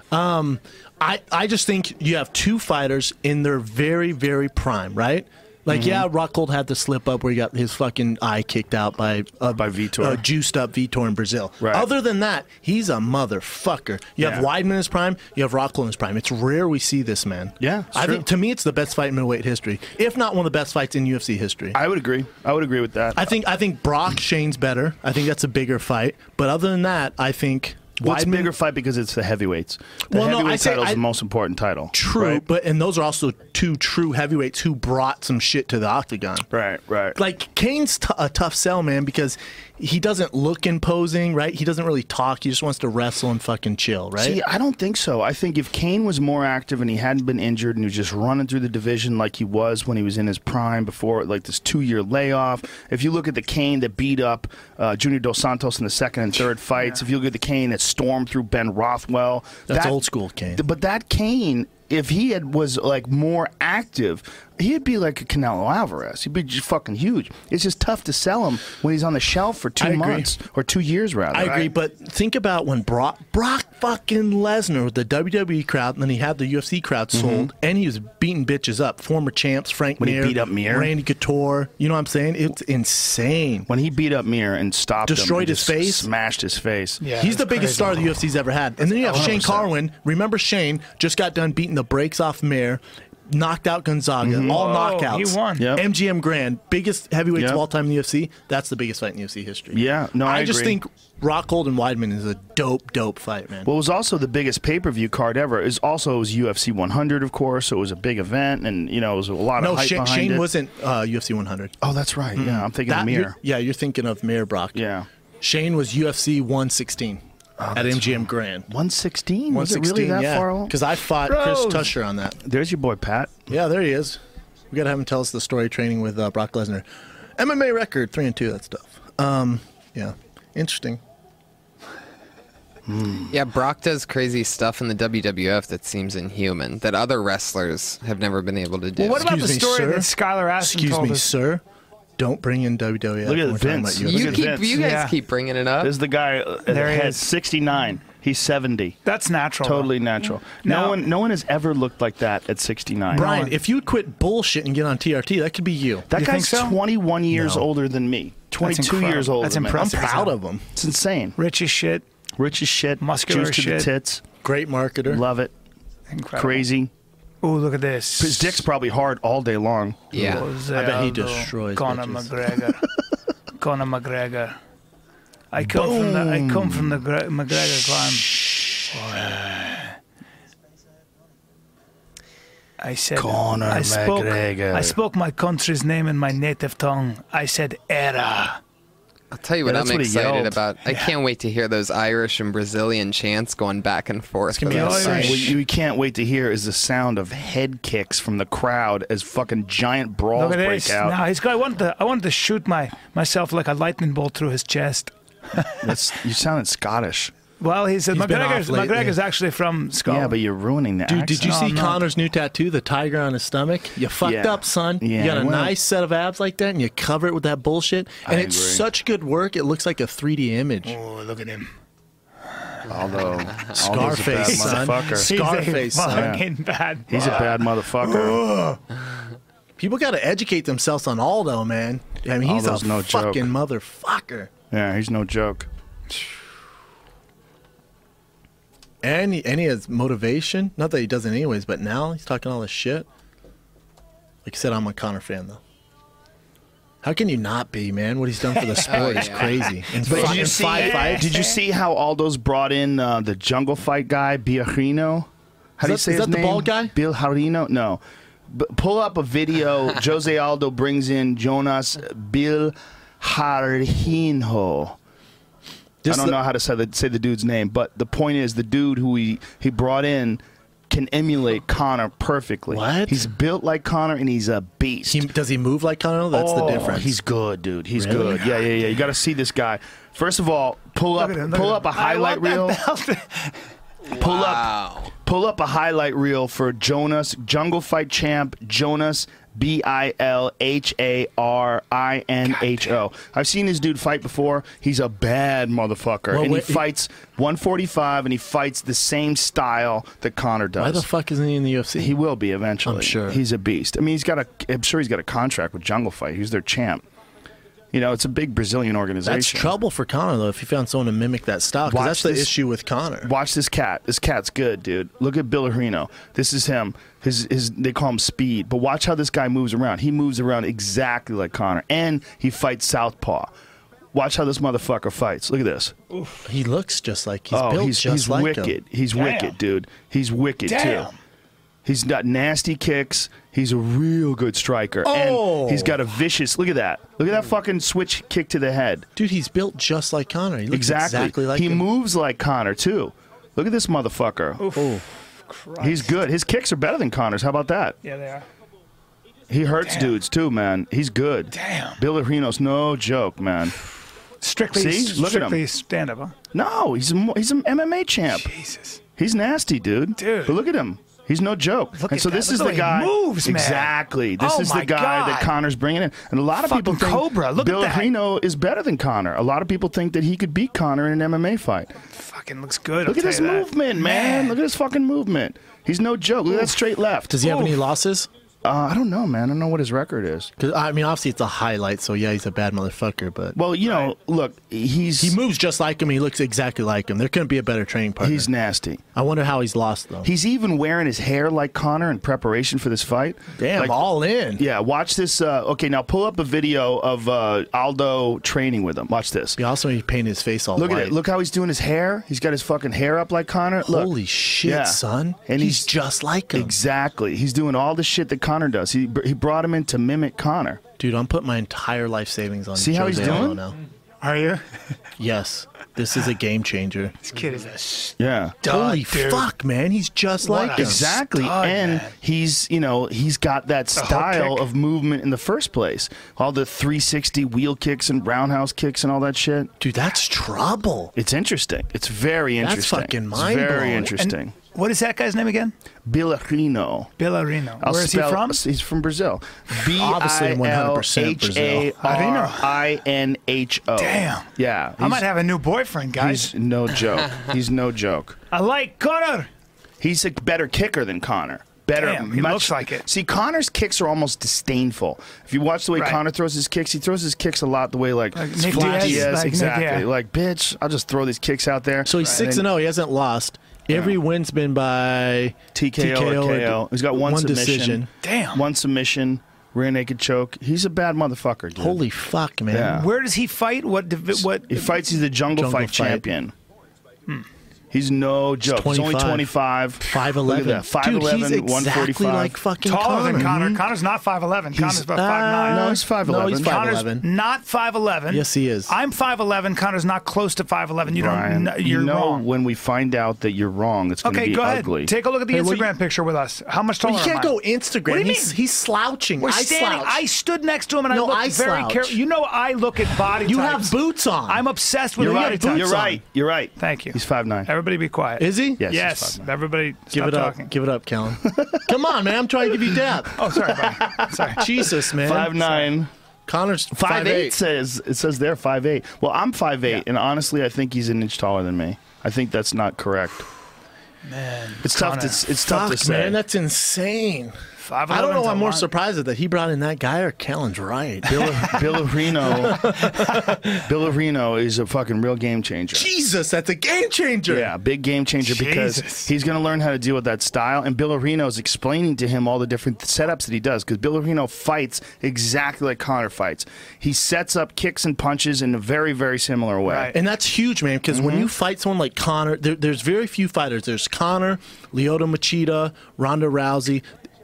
Speaker 5: I, I just think you have two fighters in their very, very prime, right? Like,
Speaker 1: Mm-hmm.
Speaker 5: yeah, Rockhold had the slip up where he got his fucking eye kicked out by uh,
Speaker 1: By Vitor.
Speaker 5: uh, juiced up Vitor in Brazil.
Speaker 1: Right.
Speaker 5: Other than that, he's a motherfucker. You have
Speaker 1: Yeah.
Speaker 5: Weidman in his prime, you have Rockhold in his prime. It's rare we see this man.
Speaker 1: Yeah, it's
Speaker 5: I
Speaker 1: true.
Speaker 5: think to me it's the best fight in middleweight history, if not one of the best fights in UFC history.
Speaker 1: I would agree. I would agree with that.
Speaker 5: I think I think Brock Shane's better. I think that's a bigger fight. But other than that, I think
Speaker 1: What's
Speaker 5: Weidman-
Speaker 1: bigger fight because it's the heavyweights. The
Speaker 5: Well, no, I
Speaker 1: heavyweight
Speaker 5: say-
Speaker 1: title is
Speaker 5: I-
Speaker 1: the most important title.
Speaker 5: True,
Speaker 1: right?
Speaker 5: but and those are also two true heavyweights who brought some shit to the octagon.
Speaker 1: right, right.
Speaker 5: Like Kane's t- a tough sell, man, because he doesn't look imposing, right? He doesn't really talk. He just wants to wrestle and fucking chill, right?
Speaker 1: See, I don't think so. I think if Kane was more active and he hadn't been injured and he was just running through the division like he was when he was in his prime before like this two-year layoff. If you look at the Kane that beat up uh, Junior Dos Santos in the second and third fights, if you look at the Kane that stormed through Ben Rothwell,
Speaker 5: That's old school Kane.
Speaker 1: th- But that Kane, if he had was like more active, he'd be like a Canelo Alvarez. He'd be just fucking huge. It's just tough to sell him when he's on the shelf for
Speaker 5: I
Speaker 1: two
Speaker 5: agree.
Speaker 1: months or two years rather.
Speaker 5: I agree, but think about when Brock, Brock fucking Lesnar with the WWE crowd, and then he had the UFC crowd sold, and he was beating bitches up. Former champs, Frank
Speaker 1: Mm-hmm. When he
Speaker 5: Mir,
Speaker 1: beat up Mir?
Speaker 5: Randy Couture. You know what I'm saying? It's insane.
Speaker 1: when he beat up Mir and stopped him and
Speaker 5: Destroyed his
Speaker 1: just
Speaker 5: face?
Speaker 1: smashed his face.
Speaker 2: Yeah,
Speaker 5: He's
Speaker 2: it
Speaker 5: the
Speaker 2: was
Speaker 5: biggest
Speaker 2: crazy.
Speaker 5: star the UFC's ever had. And then you have Shane
Speaker 1: 100%.
Speaker 5: Carwin. Remember Shane just got done beating the brakes off Mayer, knocked out Gonzaga,
Speaker 1: Mm-hmm.
Speaker 5: all
Speaker 2: Whoa,
Speaker 5: knockouts.
Speaker 2: he won.
Speaker 1: Yep.
Speaker 5: MGM Grand, biggest heavyweights
Speaker 1: Yep.
Speaker 5: of all time in the UFC. That's the biggest fight in UFC history.
Speaker 1: Yeah, no, I
Speaker 5: just
Speaker 1: agree.
Speaker 5: think Rockhold and Weidman is a dope, dope fight, man.
Speaker 1: What was also the biggest pay per view card ever is also it was UFC 100, of course. So it was a big event, and you know it was a lot
Speaker 5: no,
Speaker 1: of hype
Speaker 5: Shane,
Speaker 1: behind
Speaker 5: Shane
Speaker 1: it.
Speaker 5: wasn't uh, UFC 100.
Speaker 1: Oh, that's right. Yeah, I'm thinking of
Speaker 5: That-
Speaker 1: Mir.
Speaker 5: you're- yeah, you're thinking of Mayer Brock.
Speaker 1: Yeah,
Speaker 5: Shane was UFC 116 at MGM Grand.
Speaker 1: 116. Was it
Speaker 5: 116,
Speaker 1: really that
Speaker 5: yeah.
Speaker 1: far? along?
Speaker 5: Because I fought
Speaker 2: Rose.
Speaker 5: Chris Tusher on that.
Speaker 1: There's your boy Pat.
Speaker 5: Yeah, there he is. We gotta have him tell us the story training with uh, Brock Lesnar. MMA record three and two. That stuff. Um, yeah, interesting.
Speaker 4: Yeah, Brock does crazy stuff in the WWF that seems inhuman that other wrestlers have never been able to do.
Speaker 2: Well, what about the
Speaker 5: Excuse me,
Speaker 2: story
Speaker 5: sir?
Speaker 2: that Skylar Aston
Speaker 5: Excuse
Speaker 2: told
Speaker 5: me,
Speaker 2: us?
Speaker 5: sir. Don't bring in E WWE.
Speaker 1: Look at Vince.
Speaker 5: About
Speaker 1: Look
Speaker 4: you
Speaker 1: at
Speaker 4: keep
Speaker 1: Vince.
Speaker 4: you guys
Speaker 2: Yeah.
Speaker 4: keep bringing it up.
Speaker 1: There's the guy. Uh,
Speaker 2: There
Speaker 1: there
Speaker 2: he
Speaker 1: he
Speaker 2: is.
Speaker 1: 69. He's 70.
Speaker 2: That's natural.
Speaker 1: Totally natural.
Speaker 2: Now-
Speaker 1: no one, no one has ever looked like that at 69.
Speaker 5: Brian, if you'd quit bullshit and get on TRT, that could be you.
Speaker 1: that
Speaker 2: You think
Speaker 1: guy's
Speaker 2: so?
Speaker 1: 21 years
Speaker 5: No.
Speaker 1: older than me. 22
Speaker 2: incredible.
Speaker 1: years older.
Speaker 2: That's
Speaker 1: than me.
Speaker 5: I'm
Speaker 2: impressive.
Speaker 5: proud of him.
Speaker 1: It's insane.
Speaker 2: Rich as shit.
Speaker 1: Rich as shit.
Speaker 2: Muscular
Speaker 1: juice
Speaker 2: shit.
Speaker 1: to the tits.
Speaker 5: Great marketer.
Speaker 1: Love it.
Speaker 2: Incredible.
Speaker 1: Crazy.
Speaker 2: Ooh, look at this.
Speaker 1: His dick's probably hard all day long.
Speaker 4: yeah.
Speaker 2: Jose
Speaker 5: I bet he
Speaker 2: Aldo,
Speaker 5: destroys
Speaker 2: Conor
Speaker 5: bitches.
Speaker 2: McGregor. Conor McGregor. I come from the I come from the Gre- McGregor clan. I said
Speaker 1: Conor
Speaker 2: I spoke
Speaker 1: McGregor.
Speaker 2: I spoke my country's name in my native tongue. I said era.
Speaker 4: I'll tell you what
Speaker 1: Yeah, that's
Speaker 4: I'm
Speaker 1: what he
Speaker 4: excited
Speaker 1: yelled.
Speaker 4: about. I can't wait to hear those Irish and Brazilian chants going back and forth.
Speaker 5: gonna
Speaker 4: for
Speaker 5: be
Speaker 4: that
Speaker 5: awesome.
Speaker 4: fight.
Speaker 1: What you can't wait to hear is the sound of head kicks from the crowd as fucking giant brawls
Speaker 2: Look at
Speaker 1: break
Speaker 2: this.
Speaker 1: out.
Speaker 2: Now he's got I wanted to I wanted to shoot my myself like a lightning bolt through his chest.
Speaker 1: That's, you sounded Scottish.
Speaker 2: Well, he said
Speaker 5: He's been off
Speaker 2: McGregor's,
Speaker 5: lately.
Speaker 2: McGregor's actually from Scotland.
Speaker 1: Yeah, but you're ruining that.
Speaker 5: Dude, did you
Speaker 2: No,
Speaker 5: see
Speaker 2: I'm not.
Speaker 5: Connor's new tattoo, the tiger on his stomach? You fucked
Speaker 1: Oh, Yeah.
Speaker 5: up, son.
Speaker 1: Yeah,
Speaker 5: you got a
Speaker 1: well-
Speaker 5: nice set of abs like that, and you cover it with that bullshit.
Speaker 1: I
Speaker 5: And it's
Speaker 1: agree.
Speaker 5: such good work. It looks like a 3D image.
Speaker 2: Oh, look at him.
Speaker 1: Although
Speaker 5: Scarface,
Speaker 1: Aldo's a
Speaker 5: son.
Speaker 1: bad motherfucker.
Speaker 5: Scarface,
Speaker 2: He's a
Speaker 5: son.
Speaker 2: fucking bad
Speaker 1: He's a bad motherfucker.
Speaker 5: people got to educate themselves on Aldo, man. I mean, he's
Speaker 1: Aldo's
Speaker 5: a
Speaker 1: no joke.
Speaker 5: fucking motherfucker.
Speaker 1: Yeah, he's no joke.
Speaker 5: And he, and he has motivation. Not that he doesn't, anyways, but now he's talking all this shit. Like I said, I'm a Connor fan, though. How can you not be, man? What he's done for the sport is
Speaker 4: yeah.
Speaker 5: crazy. And
Speaker 1: But
Speaker 5: fi-
Speaker 1: did you
Speaker 5: and
Speaker 1: see?
Speaker 5: five fights.
Speaker 1: Did you see how Aldo's brought in uh, the jungle fight guy, Biajarino? How do you
Speaker 5: Is that-
Speaker 1: say
Speaker 5: is
Speaker 1: his
Speaker 5: that the
Speaker 1: name?
Speaker 5: bald guy?
Speaker 1: Bill Harino? No. B- pull up a video. Jose Aldo brings in Jonas Bill Harino. I
Speaker 5: Just
Speaker 1: don't
Speaker 5: the-
Speaker 1: know how to say the, say the dude's name, but the point is, the dude who he, he brought in can emulate Connor perfectly.
Speaker 5: What?
Speaker 1: He's built like Connor, and he's a beast.
Speaker 5: He, does he move like Connor? That's
Speaker 1: Oh,
Speaker 5: the difference.
Speaker 1: He's good, dude. He's
Speaker 5: Really?
Speaker 1: good. Yeah, yeah, yeah. You got to see this guy. First of all, pull up,
Speaker 2: Look at him, look
Speaker 1: pull
Speaker 2: at
Speaker 1: up a
Speaker 2: him. I
Speaker 1: highlight
Speaker 2: want that
Speaker 1: reel.
Speaker 2: belt.
Speaker 1: Pull
Speaker 4: Oh,
Speaker 1: up, pull up a highlight reel for Jonas Jungle Fight Champ Jonas B I L H A R I N H O. I've seen this dude fight before. He's a bad motherfucker,
Speaker 5: Well,
Speaker 1: and
Speaker 5: wait,
Speaker 1: he
Speaker 5: he-
Speaker 1: fights 145, and he fights the same style that Connor does.
Speaker 5: Why the fuck isn't he in the UFC?
Speaker 1: He will be eventually.
Speaker 5: I'm sure.
Speaker 1: He's a beast. I mean, he's got a. I'm sure he's got a contract with Jungle Fight. He's their champ. You know, it's a big Brazilian organization.
Speaker 5: that's trouble for Connor though. If he found someone to mimic that style, 'cause
Speaker 1: Watch
Speaker 5: that's
Speaker 1: this-
Speaker 5: the issue with Connor.
Speaker 1: Watch this cat. This cat's good, dude. Look at Bill Arino. This is him. His, his they call him speed, but watch how this guy moves around. He moves around exactly like Connor, and he fights southpaw. Watch how this motherfucker fights. Look at this.
Speaker 5: He looks just like he's
Speaker 1: oh,
Speaker 5: built
Speaker 1: he's,
Speaker 5: just
Speaker 1: he's
Speaker 5: like him.
Speaker 1: wicked. He's
Speaker 2: Damn.
Speaker 1: wicked, dude. He's wicked
Speaker 2: Damn.
Speaker 1: too. He's got nasty kicks. He's a real good striker,
Speaker 5: Oh. Hmm.
Speaker 1: and he's got a vicious. Look at that. Look at that fucking switch kick to the head.
Speaker 5: Dude, he's built just like Connor. He looks
Speaker 1: Exactly.
Speaker 5: exactly, like
Speaker 1: he
Speaker 5: him.
Speaker 1: moves like Connor too. Look at this motherfucker.
Speaker 5: Oh,
Speaker 1: He's good. His kicks are better than Connor's. How about that?
Speaker 2: Yeah, they are.
Speaker 1: He hurts dudes too, man. He's good.
Speaker 2: Damn.
Speaker 1: Bill Arino's no joke, man.
Speaker 2: Strictly,
Speaker 1: See? Look at 'em.
Speaker 2: strictly stand up. Huh?
Speaker 1: No, he's a, mo- he's an MMA champ.
Speaker 2: Jesus.
Speaker 1: He's nasty, dude.
Speaker 2: Dude.
Speaker 1: But look at him. He's no joke.
Speaker 2: Look
Speaker 1: and
Speaker 2: at
Speaker 1: so
Speaker 2: that.
Speaker 1: this
Speaker 2: Look
Speaker 1: is
Speaker 2: the
Speaker 1: the
Speaker 2: way he
Speaker 1: guy.
Speaker 2: moves, man.
Speaker 1: Exactly. This
Speaker 2: Oh
Speaker 1: is the
Speaker 2: my
Speaker 1: guy that
Speaker 2: God.
Speaker 1: Connor's bringing in. And a lot of people
Speaker 2: Fucking
Speaker 1: think
Speaker 2: Cobra. Look at
Speaker 1: Bill
Speaker 2: that.
Speaker 1: Arino is better than Connor. A lot of people think that he could beat Connor in an MMA fight.
Speaker 2: Fucking looks good.
Speaker 1: Look
Speaker 2: I'll
Speaker 1: at
Speaker 2: tell
Speaker 1: this
Speaker 2: you that.
Speaker 1: movement, man. Look at this fucking movement. He's no joke. Look at that straight left.
Speaker 5: does he have
Speaker 2: Oof.
Speaker 5: any losses?
Speaker 1: Uh, I don't know, man. I don't know what his record is.
Speaker 5: 'Cause, I mean, obviously it's a highlight, so yeah, he's a bad motherfucker. But
Speaker 1: Well, you know, look, he's
Speaker 5: he moves just like him. He looks exactly like him. There couldn't be a better training partner.
Speaker 1: he's nasty.
Speaker 5: I wonder how he's lost though.
Speaker 1: He's even wearing his hair like Connor in preparation for this fight.
Speaker 5: damn
Speaker 1: Like-
Speaker 5: all in.
Speaker 1: Yeah, watch this. Uh, okay, now pull up a video of uh, Aldo training with him. Watch this.
Speaker 5: He also he painted his face all
Speaker 1: Look
Speaker 5: white.
Speaker 1: at it. Look how he's doing his hair. He's got his fucking hair up like Connor. Look.
Speaker 5: Holy shit,
Speaker 1: Yeah.
Speaker 5: son!
Speaker 1: And
Speaker 5: he's,
Speaker 1: he's-
Speaker 5: just like him,
Speaker 1: Exactly. He's doing all the shit that Connor does. He, he brought him in to mimic Connor.
Speaker 5: dude. I'm putting my entire life savings on.
Speaker 1: See how he's
Speaker 5: Jose Aldo
Speaker 1: doing?
Speaker 5: now.
Speaker 2: Are you?
Speaker 5: Yes, this is a game changer.
Speaker 2: This kid is a stud,
Speaker 1: Yeah.
Speaker 5: Holy
Speaker 2: dude.
Speaker 5: fuck, man! He's just
Speaker 2: What
Speaker 5: like
Speaker 2: a
Speaker 5: him.
Speaker 2: s-
Speaker 1: Exactly.
Speaker 2: stud,
Speaker 1: and
Speaker 2: man.
Speaker 1: he's, you know, he's got that
Speaker 2: hook
Speaker 1: style
Speaker 2: kick.
Speaker 1: of movement in the first place. All the 360 wheel kicks and roundhouse kicks and all that shit.
Speaker 5: Dude, that's trouble.
Speaker 1: It's interesting. It's very
Speaker 5: That's
Speaker 1: interesting.
Speaker 5: fucking
Speaker 1: It's Very
Speaker 5: mind-blowing.
Speaker 1: interesting.
Speaker 2: What is that guy's name again?
Speaker 1: Bilarino.
Speaker 2: Bellarino.
Speaker 1: I'll
Speaker 2: Where is he
Speaker 1: spell-
Speaker 2: from?
Speaker 1: He's from Brazil. B
Speaker 5: Obviously
Speaker 1: I L
Speaker 5: 100%
Speaker 1: H
Speaker 5: Brazil.
Speaker 1: A R I N H O.
Speaker 2: Damn.
Speaker 1: Yeah.
Speaker 2: I might
Speaker 1: he's-
Speaker 2: have a new boyfriend, guys.
Speaker 1: He's no joke. he's no joke.
Speaker 2: I like Connor.
Speaker 1: He's a better kicker than Connor. Better.
Speaker 2: Damn, he
Speaker 1: much-
Speaker 2: looks like it.
Speaker 1: See, Connor's kicks are almost disdainful. If you watch the way
Speaker 2: Right.
Speaker 1: Connor throws his kicks, he throws his kicks a lot the way like,
Speaker 2: Like Nick
Speaker 1: Vlad
Speaker 2: Diaz, like Nick-
Speaker 1: exactly.
Speaker 2: yeah.
Speaker 1: Like, bitch, I'll just throw these kicks out there.
Speaker 5: So he's six and oh. zero. He hasn't lost. Every win's been by
Speaker 1: TKO, or KO. He's got one, submission.
Speaker 5: decision.
Speaker 2: Damn.
Speaker 1: One submission. Rear naked choke. He's a bad motherfucker, dude.
Speaker 5: Holy fuck, man!
Speaker 1: Yeah.
Speaker 2: Where does he fight? What? divi- What? Hmm.
Speaker 1: He fights. He's the jungle,
Speaker 5: Jungle
Speaker 1: fight,
Speaker 5: Fight.
Speaker 1: champion. He's no joke. He's, only 25.
Speaker 5: 25. Five eleven.
Speaker 1: Five
Speaker 5: Dude,
Speaker 1: eleven.
Speaker 5: he's exactly
Speaker 1: 145.
Speaker 5: like fucking
Speaker 2: Taller
Speaker 5: Connor.
Speaker 2: than Connor. Connor's not 5'11. Connor's about 5'9.
Speaker 1: no, he's five eleven.
Speaker 5: No, he's five
Speaker 2: Connor's
Speaker 5: eleven.
Speaker 2: uh, not 5'11.
Speaker 5: Yes, he is.
Speaker 2: I'm 5'11. Connor's not close to 5'11. You
Speaker 1: Brian,
Speaker 2: don't kn-
Speaker 1: you
Speaker 2: You're
Speaker 1: know
Speaker 2: wrong.
Speaker 1: when we find out that you're wrong, it's going to
Speaker 2: okay,
Speaker 1: be
Speaker 2: go ahead.
Speaker 1: ugly.
Speaker 2: Take a look at the
Speaker 5: Hey, well,
Speaker 2: Instagram picture with us. How much taller
Speaker 5: You can't
Speaker 2: am I?
Speaker 5: go Instagram.
Speaker 2: What do you
Speaker 5: he's,
Speaker 2: mean?
Speaker 5: he's slouching.
Speaker 2: We're
Speaker 5: I
Speaker 2: standing.
Speaker 5: slouch.
Speaker 2: I stood next to him and
Speaker 5: No,
Speaker 2: I looked
Speaker 5: I
Speaker 2: very
Speaker 5: slouch.
Speaker 2: careful. You know, I look at body
Speaker 5: you
Speaker 2: types.
Speaker 5: have boots on.
Speaker 2: I'm obsessed with
Speaker 1: you're
Speaker 2: body
Speaker 1: right.
Speaker 2: types.
Speaker 1: You're right. You're right.
Speaker 2: Thank you.
Speaker 1: He's five nine.
Speaker 2: Everybody be quiet.
Speaker 5: Is he?
Speaker 1: Yes.
Speaker 2: Yes.
Speaker 1: he's 5'9".
Speaker 2: Everybody
Speaker 5: Give
Speaker 2: stop
Speaker 5: it up.
Speaker 2: talking.
Speaker 5: Give it up, Kellen. Come on, man. I'm trying to give you depth.
Speaker 2: Oh, sorry. Brian. sorry.
Speaker 5: Jesus, man.
Speaker 1: Five nine.
Speaker 5: Connor's
Speaker 1: Five eight,
Speaker 5: eight.
Speaker 1: says it says there five eight. Well, I'm five eight, and honestly, I think he's an inch taller than me. I think that's not correct. Man, it's tough.
Speaker 2: Connor.
Speaker 1: To, it's tough to
Speaker 5: Fuck,
Speaker 1: say.
Speaker 5: man. That's insane.
Speaker 2: 5'11
Speaker 5: I don't know.
Speaker 2: to
Speaker 5: I'm more
Speaker 2: one.
Speaker 5: surprised that he brought in that guy or Kellen's right.
Speaker 1: Bill, Billerino, Billerino is a fucking real game changer.
Speaker 5: Jesus, that's a game changer.
Speaker 1: Yeah, big game changer because
Speaker 2: Jesus.
Speaker 1: he's going to learn how to deal with that style. And Billerino is explaining to him all the different setups that he does because Billerino fights exactly like Connor fights. He sets up kicks and punches in a very, very similar way.
Speaker 2: Right.
Speaker 5: And that's huge, man, because when you fight someone like Connor, there, there's very few fighters. There's Connor, Leota Machida, Ronda Rousey,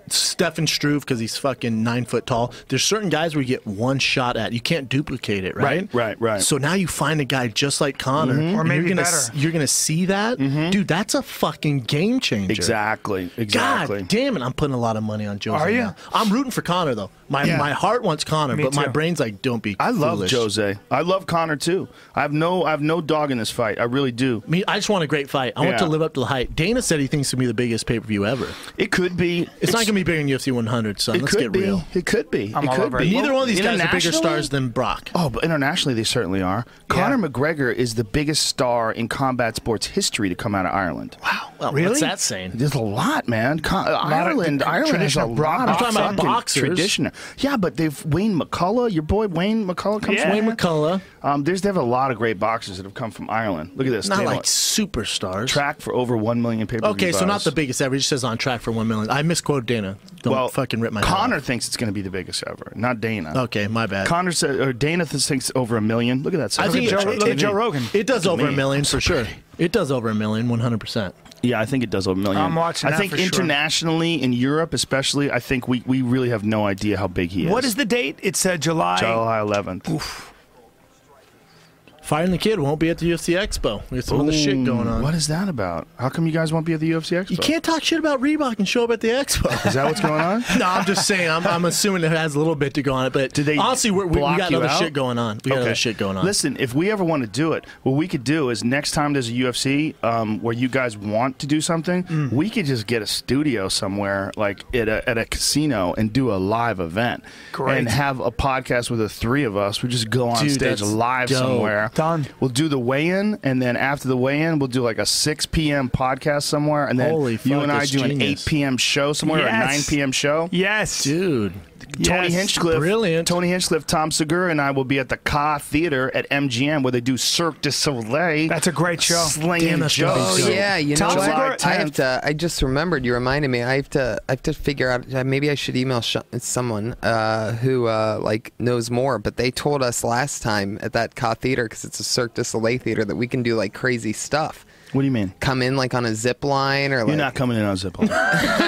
Speaker 5: Stefan Struve, because he's fucking nine foot tall. There's certain guys where you get one shot at. You can't duplicate it, right?
Speaker 1: Right, right, right.
Speaker 5: So now you find a guy just like Connor.
Speaker 2: Or
Speaker 5: and
Speaker 2: maybe
Speaker 5: you're gonna,
Speaker 2: better.
Speaker 5: s- You're going to see that? Dude, that's a fucking game changer.
Speaker 1: Exactly. Exactly.
Speaker 5: God damn it! I'm putting a lot of money on Jose.
Speaker 2: Are you?
Speaker 5: now. I'm rooting for Connor though. My
Speaker 2: Yeah.
Speaker 5: my heart wants Connor,
Speaker 2: Me
Speaker 5: but my
Speaker 2: too.
Speaker 5: brain's like, don't be.
Speaker 1: I love
Speaker 5: foolish.
Speaker 1: Jose. I love Connor too. I have no I have no dog in this fight. I really do.
Speaker 5: I mean, I just want a great fight. I want to
Speaker 1: Yeah.
Speaker 5: live up to the hype. Dana said he thinks it's gonna be the biggest pay per view ever. It's,
Speaker 1: It could be
Speaker 5: not gonna be bigger than UFC 100, son.
Speaker 1: it
Speaker 5: Let's
Speaker 1: could
Speaker 5: get
Speaker 1: be.
Speaker 5: real.
Speaker 1: It could be.
Speaker 2: I'm
Speaker 1: it
Speaker 2: all
Speaker 1: could
Speaker 2: over
Speaker 1: be.
Speaker 2: it.
Speaker 5: Neither one of these guys are bigger
Speaker 1: Internationally?
Speaker 5: stars than Brock.
Speaker 1: Oh, but internationally they certainly are. Conor McGregor is the biggest star in combat sports history to come out of Ireland. Wow.
Speaker 5: Oh, well,
Speaker 2: really?
Speaker 5: What's that saying?
Speaker 1: There's a lot, man. Con- Ireland, Ireland has a
Speaker 2: traditional
Speaker 1: lot
Speaker 5: I'm
Speaker 1: of
Speaker 5: talking about
Speaker 1: fucking
Speaker 5: boxers.
Speaker 1: tradition. Yeah, but they've Wayne McCullough, your boy Wayne McCullough comes from
Speaker 2: Yeah.
Speaker 5: Wayne McCullough,
Speaker 1: Um, there's they have a lot of great boxers that have come from Ireland. Look at this.
Speaker 5: not
Speaker 1: They have
Speaker 5: like
Speaker 1: a
Speaker 5: superstars.
Speaker 1: track for over one million pay per
Speaker 5: okay, so not the biggest ever. He just says on track for one million. I misquote Dana. Don't
Speaker 1: well,
Speaker 5: fucking rip my head
Speaker 1: Connor
Speaker 5: off.
Speaker 1: thinks it's going to be the biggest ever, not Dana.
Speaker 5: Okay, my bad.
Speaker 1: Connor said, or Dana th- thinks over a million. Look at that.
Speaker 5: I
Speaker 1: Look
Speaker 5: think
Speaker 1: at
Speaker 2: Joe-
Speaker 1: that
Speaker 5: it-
Speaker 1: chart.
Speaker 2: look at
Speaker 5: it-
Speaker 2: Joe Rogan.
Speaker 5: It does over a
Speaker 1: me.
Speaker 5: million for sure. It does over a million, 100%.
Speaker 1: Yeah, I think it does a million.
Speaker 2: I'm watching
Speaker 1: I
Speaker 2: that
Speaker 1: think
Speaker 2: for sure.
Speaker 1: internationally in Europe, especially, I think we, we really have no idea how big he is.
Speaker 2: What is the date? It's uh, July.
Speaker 1: July 11th?
Speaker 5: Firing the Kid won't be at the UFC Expo. We got some other shit going on.
Speaker 1: What is that about? How come you guys won't be at the UFC Expo?
Speaker 5: You can't talk shit about Reebok and show up at the Expo.
Speaker 1: Is that what's going on?
Speaker 5: no, I'm just saying. I'm, I'm assuming it has a little bit to go on it, but
Speaker 1: Did they
Speaker 5: honestly, we're, we, we
Speaker 1: block
Speaker 5: got
Speaker 1: you
Speaker 5: other
Speaker 1: out?
Speaker 5: shit going on. We got other shit going on.
Speaker 1: Listen, if we ever want to do it, what we could do is next time there's a UFC um, where you guys want to do something,
Speaker 5: Mm.
Speaker 1: we could just get a studio somewhere, like at a, at a casino, and do a live event.
Speaker 2: Great.
Speaker 1: And have a podcast with the three of us. We just go on
Speaker 5: Dude,
Speaker 1: stage
Speaker 5: that's
Speaker 1: live
Speaker 5: dope.
Speaker 1: somewhere.
Speaker 2: Done.
Speaker 1: We'll do the weigh in, and then after the weigh in, we'll do like a 6 p.m. podcast somewhere, and then
Speaker 5: Holy
Speaker 1: you
Speaker 5: fuck,
Speaker 1: and I
Speaker 5: that's
Speaker 1: do an
Speaker 5: genius.
Speaker 1: 8 p.m. show somewhere, or a 9
Speaker 2: Yes.
Speaker 1: p.m. show.
Speaker 2: Yes.
Speaker 5: dude.
Speaker 1: Tony
Speaker 2: Yes.
Speaker 1: Hinchcliffe,
Speaker 5: Brilliant.
Speaker 1: Tony Hinchcliffe, Tom Segura, and I will be at the Ka Theater at MGM where they do Cirque du Soleil.
Speaker 2: That's a great show.
Speaker 1: Slinging
Speaker 5: Damn, that's gonna be
Speaker 1: jokes.
Speaker 5: good.
Speaker 4: Oh yeah, you know
Speaker 2: Tom
Speaker 4: what?
Speaker 2: Segura-
Speaker 4: I have to. I just remembered. You reminded me. I have to. I have to figure out. uh, Maybe I should email sh- someone uh, who uh, like knows more. But they told us last time at that Ka Theater because it's a Cirque du Soleil theater that we can do like crazy stuff.
Speaker 1: What do you mean?
Speaker 4: Come in like on a zip line or
Speaker 1: You're
Speaker 4: like.
Speaker 1: not coming in on Zippo.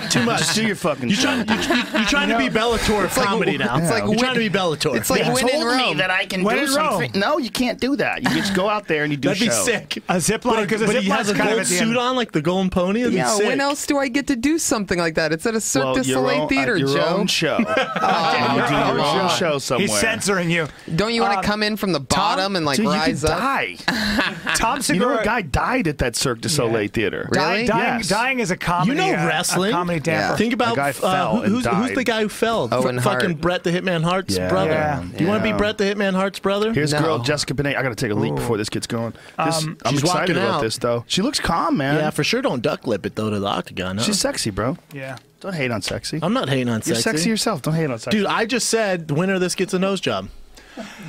Speaker 1: Too much. Just do your fucking
Speaker 5: You're
Speaker 1: show.
Speaker 5: trying, you, you, you're trying to be Bellator
Speaker 4: like-
Speaker 5: comedy now.
Speaker 4: it's like
Speaker 5: you're
Speaker 4: win-
Speaker 5: trying to be Bellator.
Speaker 4: it's like
Speaker 1: They
Speaker 4: when in
Speaker 1: told me
Speaker 4: Rome.
Speaker 1: that I can
Speaker 2: When
Speaker 1: do
Speaker 2: in
Speaker 1: something.
Speaker 2: Rome.
Speaker 1: No, you can't do that. You just go out there and you do
Speaker 5: That'd
Speaker 1: a
Speaker 5: be
Speaker 1: show.
Speaker 5: sick.
Speaker 2: A zip line,
Speaker 5: But-
Speaker 2: 'cause a
Speaker 5: but
Speaker 2: zip
Speaker 5: he has
Speaker 2: line's
Speaker 5: a
Speaker 2: kind of
Speaker 5: gold
Speaker 2: at the end.
Speaker 5: suit on, like the golden pony. That'd
Speaker 4: Yeah,
Speaker 5: be sick.
Speaker 4: when else do I get to do something like that? It's at a Cirque
Speaker 1: Well,
Speaker 4: du
Speaker 1: your
Speaker 4: Soleil
Speaker 1: own,
Speaker 4: theater,
Speaker 1: uh, your
Speaker 4: Joe. Oh.
Speaker 1: own show.
Speaker 2: Your
Speaker 1: I'll do your
Speaker 2: own
Speaker 1: own
Speaker 2: show.
Speaker 1: show somewhere.
Speaker 2: He's censoring you.
Speaker 4: Don't you want to
Speaker 2: Um,
Speaker 4: come in from the bottom and like
Speaker 1: Dude,
Speaker 4: rise
Speaker 1: you
Speaker 4: up?
Speaker 1: could die.
Speaker 2: Tom
Speaker 1: you
Speaker 2: Segura.
Speaker 1: know, a guy died at that Cirque du Soleil theater.
Speaker 4: Really?
Speaker 2: Dying,
Speaker 1: Yes.
Speaker 2: dying is a comedy.
Speaker 5: You know
Speaker 2: uh, a
Speaker 5: wrestling?
Speaker 2: comedy damper.
Speaker 5: Think about
Speaker 1: guy
Speaker 5: uh,
Speaker 1: fell
Speaker 5: who-
Speaker 1: and
Speaker 5: who's, who's
Speaker 1: died.
Speaker 5: the guy who fell?
Speaker 4: Owen
Speaker 5: Fucking
Speaker 4: Hart.
Speaker 5: Brett the Hitman Hart's
Speaker 1: Yeah.
Speaker 5: brother.
Speaker 2: Yeah.
Speaker 5: Do you want to
Speaker 1: Yeah.
Speaker 5: be Brett the Hitman Hart's brother?
Speaker 1: Here's
Speaker 4: No.
Speaker 1: girl Jessica Binet. I gotta take a leak before this gets going. This,
Speaker 2: Um,
Speaker 1: I'm
Speaker 5: she's
Speaker 1: excited
Speaker 5: walking
Speaker 1: about
Speaker 5: out.
Speaker 1: this though. She looks calm, man.
Speaker 5: yeah, for sure. Don't duck lip it though to the octagon. huh?
Speaker 1: She's sexy, bro.
Speaker 2: Yeah.
Speaker 1: Don't hate on sexy.
Speaker 5: I'm not hating on
Speaker 1: You're sexy.
Speaker 5: sexy.
Speaker 1: yourself. Don't hate on sexy.
Speaker 5: Dude, I just said the winner of this gets a nose job.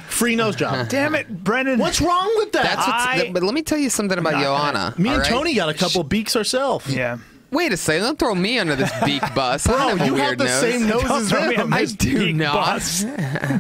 Speaker 5: Free nose job.
Speaker 2: Damn it, Brendan.
Speaker 5: What's wrong with that?
Speaker 4: That's what's.
Speaker 2: I-
Speaker 4: but let me tell you something about Joanna.
Speaker 5: me
Speaker 4: all
Speaker 5: and
Speaker 4: right?
Speaker 5: Tony got a couple beaks ourselves.
Speaker 2: Yeah.
Speaker 4: Wait a second! Don't throw me under this beak bus. I
Speaker 5: Bro,
Speaker 4: don't have a
Speaker 5: you
Speaker 4: weird
Speaker 5: have the
Speaker 4: nose.
Speaker 5: same nose
Speaker 2: Don't
Speaker 5: as
Speaker 2: throw me
Speaker 5: them.
Speaker 2: under
Speaker 4: I
Speaker 2: this
Speaker 4: do
Speaker 2: beak
Speaker 4: not.
Speaker 2: bus.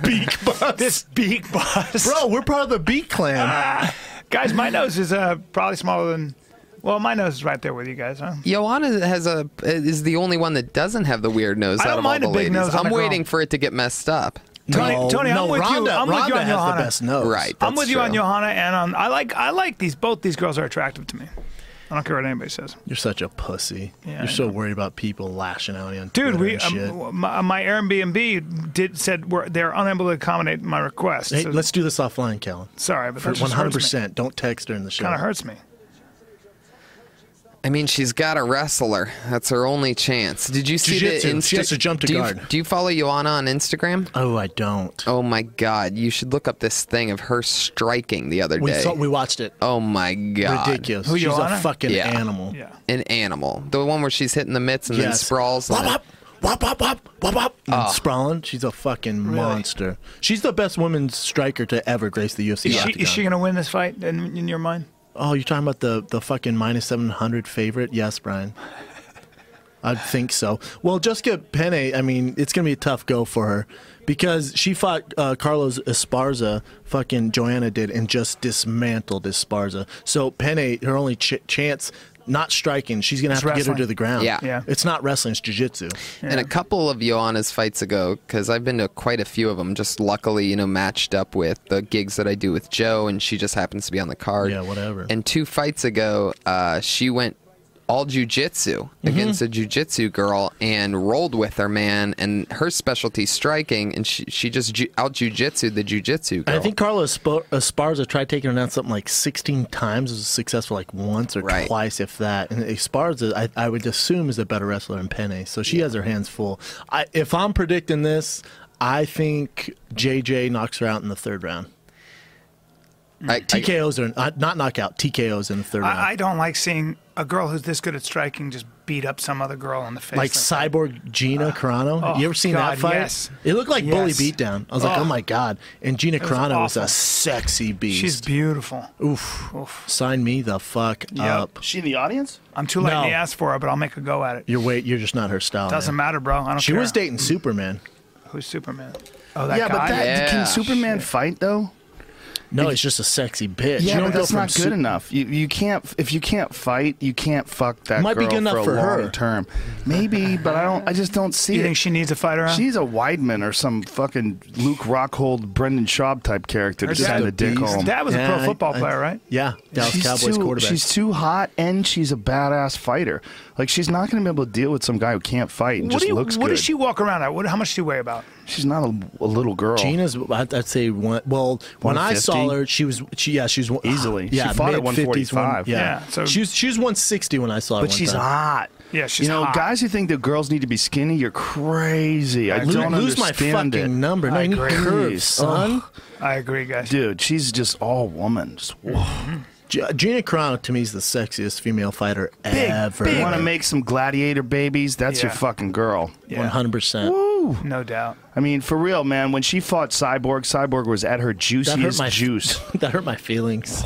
Speaker 5: beak bus.
Speaker 2: This beak bus.
Speaker 5: Bro, we're part of the beak clan.
Speaker 2: Guys, my nose is uh, probably smaller than. Well, my nose is right there with you guys, huh?
Speaker 4: Joanna has a is the only one that doesn't have the weird nose
Speaker 2: I
Speaker 4: out
Speaker 2: don't
Speaker 4: of
Speaker 2: mind a
Speaker 4: all the
Speaker 2: big
Speaker 4: ladies.
Speaker 2: nose on
Speaker 4: I'm
Speaker 2: a girl.
Speaker 4: waiting for it to get messed up.
Speaker 2: Tony,
Speaker 5: no,
Speaker 2: Tony, I'm
Speaker 5: no,
Speaker 2: with you.
Speaker 5: Rhonda,
Speaker 2: I'm with
Speaker 5: Rhonda
Speaker 2: you on
Speaker 5: has
Speaker 2: Johanna.
Speaker 5: the best nose.
Speaker 4: Right.
Speaker 2: I'm
Speaker 4: that's
Speaker 2: with you on
Speaker 4: true.
Speaker 2: Johanna and on. I like I like these. Both these girls are attractive to me. I don't care what anybody says.
Speaker 5: You're such a pussy.
Speaker 2: Yeah, I
Speaker 5: You're so worried about people lashing out on
Speaker 2: Dude,
Speaker 5: Twitter
Speaker 2: we
Speaker 5: and shit.
Speaker 2: um, my, my Airbnb did said we're, they're unable to accommodate my request.
Speaker 5: Hey,
Speaker 2: so-
Speaker 5: let's do this offline, Callan.
Speaker 2: sorry, but
Speaker 5: One hundred percent. Don't text during the show.
Speaker 2: Kind of hurts me.
Speaker 4: I mean, she's got a wrestler. That's her only chance. Did you see
Speaker 5: Jiu-jitsu.
Speaker 4: the Insta-
Speaker 5: She has to jump to
Speaker 4: do you,
Speaker 5: guard.
Speaker 4: Do you follow Joanna on Instagram?
Speaker 5: Oh, I don't.
Speaker 4: Oh my God! You should look up this thing of her striking the other
Speaker 5: we
Speaker 4: day.
Speaker 5: saw, we watched it.
Speaker 4: oh my God!
Speaker 5: Ridiculous.
Speaker 2: Who,
Speaker 5: She's a
Speaker 2: Joanna?
Speaker 5: fucking
Speaker 4: Yeah.
Speaker 5: animal.
Speaker 2: Yeah.
Speaker 4: An animal. The one where she's hitting the mitts and then
Speaker 5: Yes.
Speaker 4: sprawls. Oh. on
Speaker 5: Wop,
Speaker 4: it.
Speaker 5: wop. wop wop wop wop wop. and Sprawling, she's a fucking monster. She's the best women's striker to ever grace the UFC.
Speaker 2: Is she,
Speaker 5: octagon.
Speaker 2: is she going to win this fight in, in your mind?
Speaker 5: Oh, you're talking about the the fucking minus seven hundred favorite? Yes, Brian. I think so. Well, Jessica Penne, I mean, it's gonna be a tough go for her because she fought uh, Carlos Esparza, fucking Joanna did, and just dismantled Esparza. So Penne, her only ch- chance, not striking, she's gonna
Speaker 2: It's
Speaker 5: have to get her
Speaker 2: wrestling.
Speaker 5: to the ground.
Speaker 4: Yeah.
Speaker 2: Yeah.
Speaker 5: it's not wrestling; it's jujitsu.
Speaker 4: And a couple of Joanna's fights ago, because I've been to quite a few of them, just luckily, you know, matched up with the gigs that I do with Joe, and she just happens to be on the card.
Speaker 5: Yeah, whatever.
Speaker 4: And two fights ago, uh, she went all jujitsu
Speaker 5: Mm-hmm.
Speaker 4: against a jujitsu girl and rolled with her man, and her specialty striking, and she, she just ju- out jujitsu the jujitsu girl.
Speaker 5: And I think Carlos Espo- Esparza tried taking her down something like 16 times. It was successful like once or
Speaker 4: Right.
Speaker 5: twice, if that. And Esparza, I, I would assume, is a better wrestler than Penne. So she has her hands full. I, if I'm predicting this, I think JJ knocks her out in the third round.
Speaker 4: I- I-
Speaker 5: TKOs are uh, not knockout. TKOs in the third round.
Speaker 2: I, I don't like seeing a girl who's this good at striking just beat up some other girl in the face.
Speaker 5: like Cyborg Gina Carano.
Speaker 2: oh,
Speaker 5: you ever seen
Speaker 2: God,
Speaker 5: that fight?
Speaker 2: yes.
Speaker 5: It looked like bully
Speaker 2: Yes.
Speaker 5: beatdown. I was like,
Speaker 2: Oh.
Speaker 5: oh my god! And Gina
Speaker 2: was
Speaker 5: Carano was, a
Speaker 2: awful.
Speaker 5: sexy beast.
Speaker 2: She's beautiful.
Speaker 5: Oof. Sign me the fuck
Speaker 2: Yep.
Speaker 5: up.
Speaker 1: She in the audience?
Speaker 2: I'm too late
Speaker 5: No.
Speaker 2: in the ass for her, but I'll make a go at it.
Speaker 5: You're wait. You're just not her style.
Speaker 2: Doesn't
Speaker 5: man.
Speaker 2: matter, bro. I don't
Speaker 5: She
Speaker 2: care.
Speaker 5: was dating Superman.
Speaker 2: Who's Superman? Oh, that
Speaker 1: yeah,
Speaker 2: guy.
Speaker 1: but that,
Speaker 5: Ah,
Speaker 4: Yeah.
Speaker 1: can Superman fight though?
Speaker 5: No, it's just a sexy bitch.
Speaker 1: Yeah,
Speaker 5: you don't
Speaker 1: but
Speaker 5: go
Speaker 1: that's
Speaker 5: from
Speaker 1: not good
Speaker 5: Sup-
Speaker 1: enough. You, you can't if you can't fight, you can't fuck that
Speaker 5: Might be
Speaker 1: girl
Speaker 5: good enough
Speaker 1: for a
Speaker 5: for her.
Speaker 1: long term. Maybe, but I don't. I just don't see
Speaker 2: You
Speaker 1: it.
Speaker 2: think she needs a fight around?
Speaker 1: She's a Weidman or some fucking Luke Rockhold, Brendan Schaub type character to
Speaker 2: Her
Speaker 1: send
Speaker 2: dad-
Speaker 1: the dick
Speaker 5: beast.
Speaker 1: home.
Speaker 2: That was a
Speaker 5: Yeah,
Speaker 2: pro
Speaker 5: I-
Speaker 2: football
Speaker 5: I-
Speaker 2: player, right?
Speaker 5: Yeah, Dallas
Speaker 1: she's
Speaker 5: Cowboys
Speaker 1: too,
Speaker 5: quarterback.
Speaker 1: She's too hot and she's a badass fighter. Like she's not going to be able to deal with some guy who can't fight and
Speaker 2: What,
Speaker 1: just
Speaker 2: do you,
Speaker 1: looks
Speaker 2: what
Speaker 1: good.
Speaker 2: does she walk around at? What, how much does she weigh about?
Speaker 1: She's not a, a little girl.
Speaker 5: Gina's, I'd I'd say one. Well, when I saw
Speaker 1: 150?
Speaker 5: her, she was, she yeah, she was one-
Speaker 1: Easily. She
Speaker 5: yeah,
Speaker 1: fought at
Speaker 5: mid-fifties, one-
Speaker 1: 145.
Speaker 5: Yeah,
Speaker 2: Yeah, so-
Speaker 5: she was she was one sixty when I saw her.
Speaker 1: but
Speaker 5: one
Speaker 1: she's
Speaker 5: time.
Speaker 1: hot.
Speaker 2: Yeah, she's
Speaker 1: You know,
Speaker 2: hot.
Speaker 1: guys who think that girls need to be skinny, you're crazy. I,
Speaker 5: Lo-
Speaker 1: don't
Speaker 5: lose my
Speaker 1: understand
Speaker 5: fucking
Speaker 1: it.
Speaker 5: number. No,
Speaker 2: I
Speaker 5: you need
Speaker 2: agree.
Speaker 5: curves, son.
Speaker 2: I agree, guys.
Speaker 1: Dude, she's just all woman. Just,
Speaker 5: G- Gina Carano to me is the sexiest female fighter ever.
Speaker 1: You want to make some gladiator babies? That's your
Speaker 2: Yeah.
Speaker 1: fucking girl.
Speaker 2: Yeah,
Speaker 5: one hundred percent.
Speaker 2: No doubt.
Speaker 1: I mean, for real, man. When she fought Cyborg, Cyborg was at her
Speaker 5: That hurt
Speaker 1: juiciest
Speaker 5: my
Speaker 1: juice.
Speaker 5: that hurt my feelings.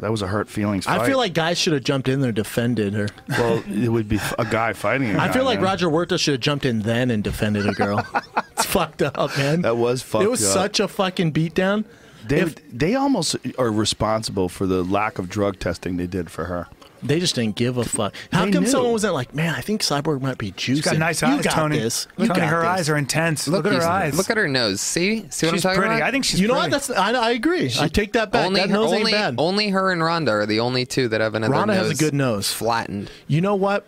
Speaker 1: That was a hurt feelings. Fight.
Speaker 5: I feel like guys should have jumped in there, and defended her.
Speaker 1: well, it would be a guy fighting. I
Speaker 5: I feel like Roger Huerta should have jumped in then and defended a girl. it's fucked up, man.
Speaker 1: That was fucked
Speaker 5: It was
Speaker 1: up.
Speaker 5: such a fucking beatdown.
Speaker 1: They,
Speaker 5: if-
Speaker 1: they almost are responsible for the lack of drug testing they did for her.
Speaker 5: They just didn't give a fuck. How
Speaker 1: They
Speaker 5: come
Speaker 1: knew.
Speaker 5: someone wasn't like, man, I think Cyborg might be juicing.
Speaker 2: She's got nice
Speaker 5: you
Speaker 2: eyes,
Speaker 5: got
Speaker 2: Tony.
Speaker 5: This. You
Speaker 2: Tony,
Speaker 5: got
Speaker 2: her
Speaker 5: this."
Speaker 2: eyes are intense. Look, at
Speaker 4: you-
Speaker 2: her eyes.
Speaker 4: Look at her nose. See? See what
Speaker 2: She's
Speaker 4: I'm talking
Speaker 2: pretty.
Speaker 4: about?
Speaker 2: I think she's
Speaker 5: You know
Speaker 2: pretty.
Speaker 5: what? That's I, I agree. I take that back.
Speaker 4: only,
Speaker 5: that
Speaker 4: her,
Speaker 5: nose
Speaker 4: only,
Speaker 5: ain't bad.
Speaker 4: only her and Rhonda are the only two that have another
Speaker 5: Rhonda
Speaker 4: nose
Speaker 5: has a good nose.
Speaker 4: flattened.
Speaker 5: you know what?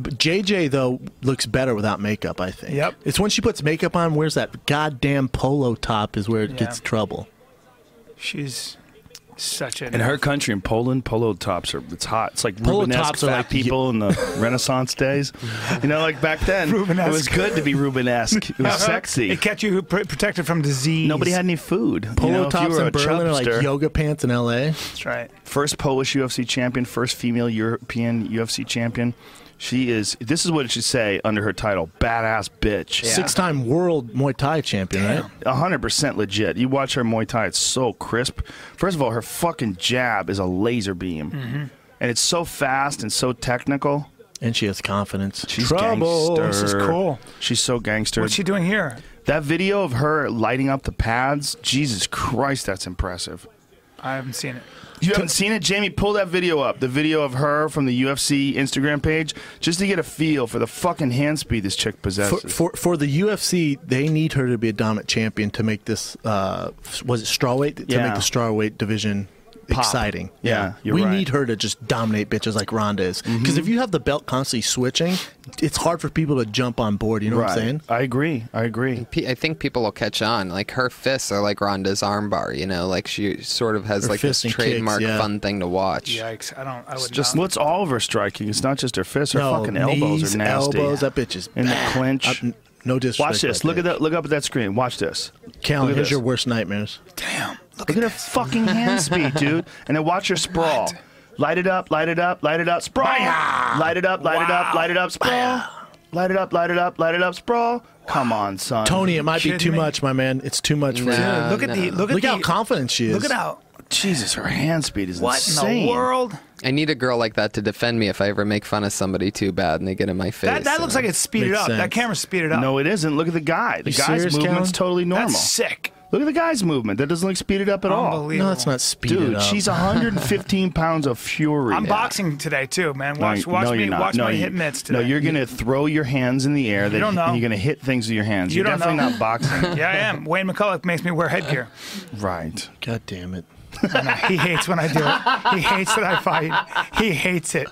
Speaker 5: B- JJ though looks better without makeup. I think.
Speaker 2: Yep.
Speaker 5: It's when she puts makeup on. Wears that goddamn polo top is where it
Speaker 2: Yeah.
Speaker 5: gets trouble.
Speaker 2: She's such a.
Speaker 1: In her country, in Poland, polo tops are it's hot. It's like
Speaker 5: Polo
Speaker 1: Rubenesque
Speaker 5: tops are
Speaker 1: fat
Speaker 5: like-
Speaker 1: people in the Renaissance days. You know, like back then, it was
Speaker 2: Rubenesque.
Speaker 1: good to be Rubenesque. It was sexy.
Speaker 2: It kept you pr- protected from disease.
Speaker 1: Nobody had any food. You
Speaker 5: Polo
Speaker 1: know, if you
Speaker 5: tops
Speaker 1: were
Speaker 5: in
Speaker 1: a
Speaker 5: Berlin are
Speaker 1: chubster-
Speaker 5: like yoga pants in L.A.
Speaker 2: That's right.
Speaker 1: first Polish UFC champion, first female European UFC champion. She is. This is what it should say under her title: badass bitch.
Speaker 5: Six-time world Muay Thai champion, right?
Speaker 1: A hundred percent legit. You watch her Muay Thai; it's so crisp. First of all, her fucking jab is a laser beam, and it's so fast and so technical.
Speaker 5: And she has confidence.
Speaker 1: She's
Speaker 5: Trouble.
Speaker 1: gangster.
Speaker 2: This is cool.
Speaker 1: She's so gangster.
Speaker 2: What's she doing here?
Speaker 1: that video of her lighting up the pads, Jesus Christ, that's impressive.
Speaker 2: I haven't seen it.
Speaker 1: You haven't seen it, Jamie? Pull that video up. The video of her from the UFC Instagram page, just to get a feel for the fucking hand speed this chick
Speaker 5: For,
Speaker 1: possesses.
Speaker 5: for for the UFC, they need her to be a dominant champion to make this. Uh, was it strawweight to
Speaker 1: Yeah.
Speaker 5: make the strawweight division
Speaker 1: Pop.
Speaker 5: exciting?
Speaker 1: Yeah, you're
Speaker 5: we
Speaker 1: right. Mm-hmm.
Speaker 5: need her to just dominate bitches like Ronda is. Because if you have the belt constantly switching, it's hard for people to jump on board. You know
Speaker 1: right.
Speaker 5: what I'm saying?
Speaker 1: I agree. I agree.
Speaker 4: P- I think people will catch on. Like her fists are like Rhonda's armbar, you know, like she sort of has
Speaker 5: Her
Speaker 4: like this
Speaker 5: fists and
Speaker 4: trademark
Speaker 5: kicks, yeah.
Speaker 4: fun thing to watch.
Speaker 2: Yikes! I don't. I would
Speaker 1: Just
Speaker 2: not.
Speaker 1: what's all of her striking? It's not just her fists. Her
Speaker 5: no,
Speaker 1: fucking elbows
Speaker 5: knees,
Speaker 1: are nasty.
Speaker 5: Elbows, that bitch is
Speaker 1: In the
Speaker 5: bad.
Speaker 1: clinch.
Speaker 5: I- n- no disrespect.
Speaker 1: Watch this.
Speaker 5: but
Speaker 1: Look at that. Look up at that screen. Watch this.
Speaker 5: Cal,
Speaker 1: Look at
Speaker 5: here's
Speaker 1: this.
Speaker 5: your worst nightmares.
Speaker 2: Damn. Look,
Speaker 1: Look at her fucking hand speed, dude. And then watch her sprawl. Light it up. Light it up. Light it up. Sprawl. Light it up. Light it up. Light it up. Sprawl. light it up, light it up, light it up, sprawl. Come on, son.
Speaker 5: Tony, it might be
Speaker 2: Kidding
Speaker 5: too
Speaker 2: me?
Speaker 5: much, my man. It's too much for
Speaker 4: Nah.
Speaker 5: you.
Speaker 4: Uh,
Speaker 2: look at the
Speaker 4: no.
Speaker 2: look at
Speaker 5: Look
Speaker 2: the,
Speaker 5: how confident she is.
Speaker 2: look at how
Speaker 1: Jesus, her hand speed is
Speaker 2: what
Speaker 1: insane.
Speaker 2: in the world.
Speaker 4: I need a girl like that to defend me if I ever make fun of somebody too bad and they get in my face.
Speaker 2: That, that looks like it's speeded
Speaker 5: Makes
Speaker 2: up. That
Speaker 5: sense.
Speaker 2: camera's speeded up.
Speaker 1: No, it isn't. Look at the guy. The
Speaker 5: You
Speaker 1: guy's
Speaker 5: serious,
Speaker 1: movement's
Speaker 5: Callan?
Speaker 1: totally normal.
Speaker 2: that's sick.
Speaker 1: Look at the guy's movement. That doesn't look speeded up at all.
Speaker 2: Unbelievable.
Speaker 5: No, that's not speed.
Speaker 1: Dude,
Speaker 5: it up.
Speaker 1: she's 115 pounds of fury.
Speaker 2: I'm boxing today too, man.
Speaker 1: No,
Speaker 2: Watch,
Speaker 1: you-
Speaker 2: watch
Speaker 1: no,
Speaker 2: me,
Speaker 1: you're not.
Speaker 2: watch
Speaker 1: no,
Speaker 2: my
Speaker 1: you-
Speaker 2: hit mitts today.
Speaker 1: No, you're gonna throw your hands in the air. That,
Speaker 2: don't know.
Speaker 1: and You're gonna hit things with your hands.
Speaker 2: You
Speaker 1: are
Speaker 2: don't
Speaker 1: definitely
Speaker 2: know.
Speaker 1: not boxing.
Speaker 2: Yeah, I am. Wayne McCulloch makes me wear headgear.
Speaker 1: right.
Speaker 5: God damn it.
Speaker 2: He hates when I do it. He hates that I fight. He hates it.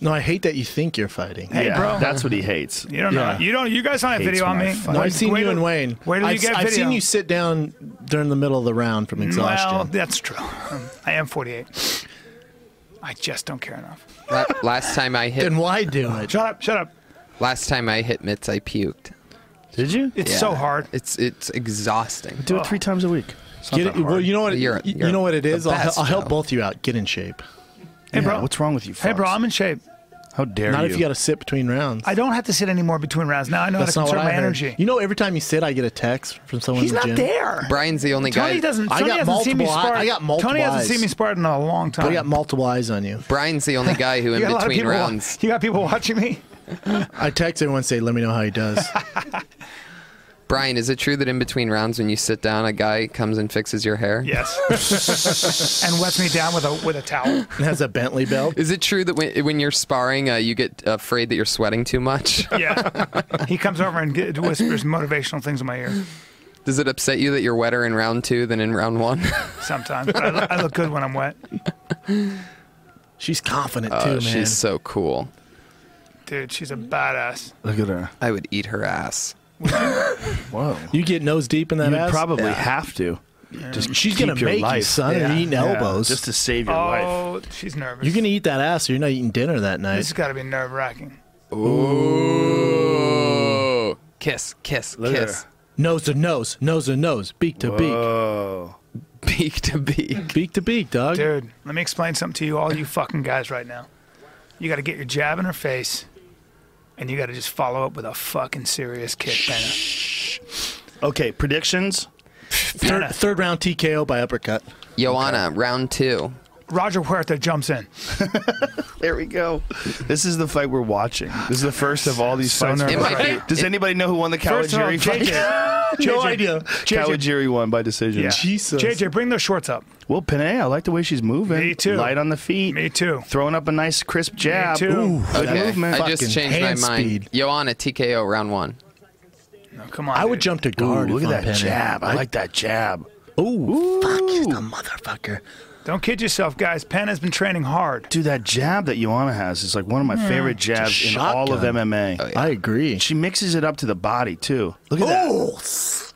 Speaker 5: No, I hate that you think you're fighting.
Speaker 1: Hey, yeah,
Speaker 2: bro.
Speaker 1: That's what he hates.
Speaker 2: You don't
Speaker 5: Yeah.
Speaker 2: know. You don't. You guys don't have
Speaker 1: Hates
Speaker 2: video on
Speaker 1: when I
Speaker 2: me.
Speaker 1: fight.
Speaker 5: No,
Speaker 2: Wait-
Speaker 5: I've seen
Speaker 2: wait
Speaker 5: you
Speaker 2: till-
Speaker 5: and Wayne.
Speaker 2: Where do you
Speaker 5: I've,
Speaker 2: get
Speaker 5: I've
Speaker 2: video? Mm,
Speaker 5: seen you sit down during the middle of the round from exhaustion.
Speaker 2: Well, that's true. I am 48. I just don't care enough.
Speaker 4: La- last time I hit
Speaker 5: then why do it?
Speaker 2: Shut up. Shut up.
Speaker 4: last time I hit mitts, I puked.
Speaker 1: Did you?
Speaker 2: It's
Speaker 4: Yeah.
Speaker 2: so hard.
Speaker 4: It's it's exhausting.
Speaker 1: Do it three
Speaker 2: Oh.
Speaker 1: times a week. It's not
Speaker 5: Get
Speaker 1: that
Speaker 5: it, well,
Speaker 1: hard.
Speaker 5: you know what?
Speaker 4: You're-
Speaker 5: you-
Speaker 4: you're
Speaker 5: you know what it is.
Speaker 4: the
Speaker 5: I'll,
Speaker 4: best,
Speaker 5: I'll help
Speaker 4: though.
Speaker 5: both you out. Get in shape.
Speaker 2: Hey,
Speaker 1: Yeah,
Speaker 2: bro.
Speaker 1: What's wrong with you?
Speaker 2: Hey, bro.
Speaker 1: fucks?
Speaker 2: I'm in shape.
Speaker 1: How dare
Speaker 5: Not
Speaker 1: you?
Speaker 5: if you got to sit between rounds.
Speaker 2: I don't have to sit anymore between rounds. Now I know
Speaker 5: That's
Speaker 2: how
Speaker 5: not
Speaker 2: to
Speaker 5: what
Speaker 2: conserve my
Speaker 5: I heard.
Speaker 2: energy.
Speaker 5: You know, every time you sit, I get a text from someone.
Speaker 2: He's
Speaker 5: in the
Speaker 2: not
Speaker 5: gym.
Speaker 2: there.
Speaker 4: Brian's the only
Speaker 2: Tony
Speaker 4: guy.
Speaker 2: doesn't.
Speaker 5: I
Speaker 2: Tony
Speaker 5: got
Speaker 2: hasn't seen me
Speaker 5: multiple eye-
Speaker 2: spar.
Speaker 5: I got multiple
Speaker 2: Tony hasn't seen
Speaker 5: eyes.
Speaker 2: me spar in a long time.
Speaker 5: I got multiple eyes on you.
Speaker 4: Brian's the only guy who
Speaker 2: You
Speaker 4: in
Speaker 2: got a lot of
Speaker 4: between
Speaker 2: people wa-
Speaker 4: rounds.
Speaker 2: You got people watching me.
Speaker 5: I text everyone, say, "Let me know how he does."
Speaker 4: Brian, is it true that in between rounds when you sit down, a guy comes and fixes your hair?
Speaker 2: Yes. and wets me down with a with a towel.
Speaker 5: and has a Bentley belt.
Speaker 4: Is it true that when, when you're sparring, uh, you get afraid that you're sweating too much?
Speaker 2: Yeah. he comes over and get, whispers motivational things in my ear
Speaker 4: Does it upset you that you're wetter in round two than in round one?
Speaker 2: sometimes. But I, look, I look good when I'm wet,
Speaker 5: She's confident too,
Speaker 4: Oh,
Speaker 5: man.
Speaker 4: she's so cool.
Speaker 2: dude. She's a badass.
Speaker 1: Look at her.
Speaker 4: I would eat her ass.
Speaker 1: Whoa.
Speaker 5: you get nose deep in that
Speaker 1: You'd
Speaker 5: ass.
Speaker 1: probably have to. Just
Speaker 5: She's
Speaker 1: keep
Speaker 5: gonna
Speaker 1: your
Speaker 5: make you,
Speaker 1: life.
Speaker 5: son. You're eating elbows.
Speaker 1: just to save your life.
Speaker 2: Oh, she's nervous.
Speaker 5: You're gonna eat that ass, or you're not eating dinner that night.
Speaker 2: This has got to be nerve wracking.
Speaker 4: Ooh. Kiss, kiss,
Speaker 1: Look at
Speaker 4: kiss.
Speaker 1: her.
Speaker 5: Nose to nose, nose to nose, beak to
Speaker 1: Oh.
Speaker 4: Beak to beak.
Speaker 5: beak, beak to beak, dog.
Speaker 2: Dude, let me explain something to you, all you fucking guys, right now. You got to get your jab in her face, and you got to just follow up with a fucking serious kick. Benna.
Speaker 1: Okay. Predictions.
Speaker 5: Third, third round TKO by uppercut.
Speaker 4: Joanna, round two.
Speaker 2: Roger Huerta jumps in.
Speaker 1: There we go. This is the fight we're watching. This is the first of all these
Speaker 2: So
Speaker 1: fights.
Speaker 2: nervous.
Speaker 4: It might be-
Speaker 1: Does anybody know who won the
Speaker 2: First of all,
Speaker 1: Kawajiri fight?
Speaker 2: JJ.
Speaker 5: No idea.
Speaker 1: Kawajiri won by decision.
Speaker 2: Yeah.
Speaker 5: Jesus.
Speaker 2: JJ, bring those shorts up.
Speaker 1: Well, Panay, I like the way she's moving.
Speaker 2: Me too.
Speaker 1: Light on the feet.
Speaker 2: Me too.
Speaker 1: Throwing up a nice crisp jab.
Speaker 2: too.
Speaker 1: Ooh, good
Speaker 4: Okay.
Speaker 1: movement.
Speaker 4: I just
Speaker 5: Fucking
Speaker 4: changed my
Speaker 5: hand
Speaker 4: mind.
Speaker 5: speed.
Speaker 4: Joanna, TKO, round one.
Speaker 2: No, come on.
Speaker 5: I would
Speaker 2: dude.
Speaker 5: jump to
Speaker 1: Ooh,
Speaker 5: guard.
Speaker 1: look
Speaker 5: if
Speaker 1: at
Speaker 5: I'm
Speaker 1: that
Speaker 5: Penny.
Speaker 1: jab. I like that jab.
Speaker 5: Ooh, fuck you,
Speaker 1: Ooh.
Speaker 5: the motherfucker.
Speaker 2: Don't kid yourself, guys. Penn has been training hard.
Speaker 1: Dude, that jab that Joanna has is like one of my favorite jabs in all of
Speaker 5: shotgun. Oh,
Speaker 1: MMA.
Speaker 5: I agree.
Speaker 1: She mixes it up to the body too. Look at that.
Speaker 5: Oh,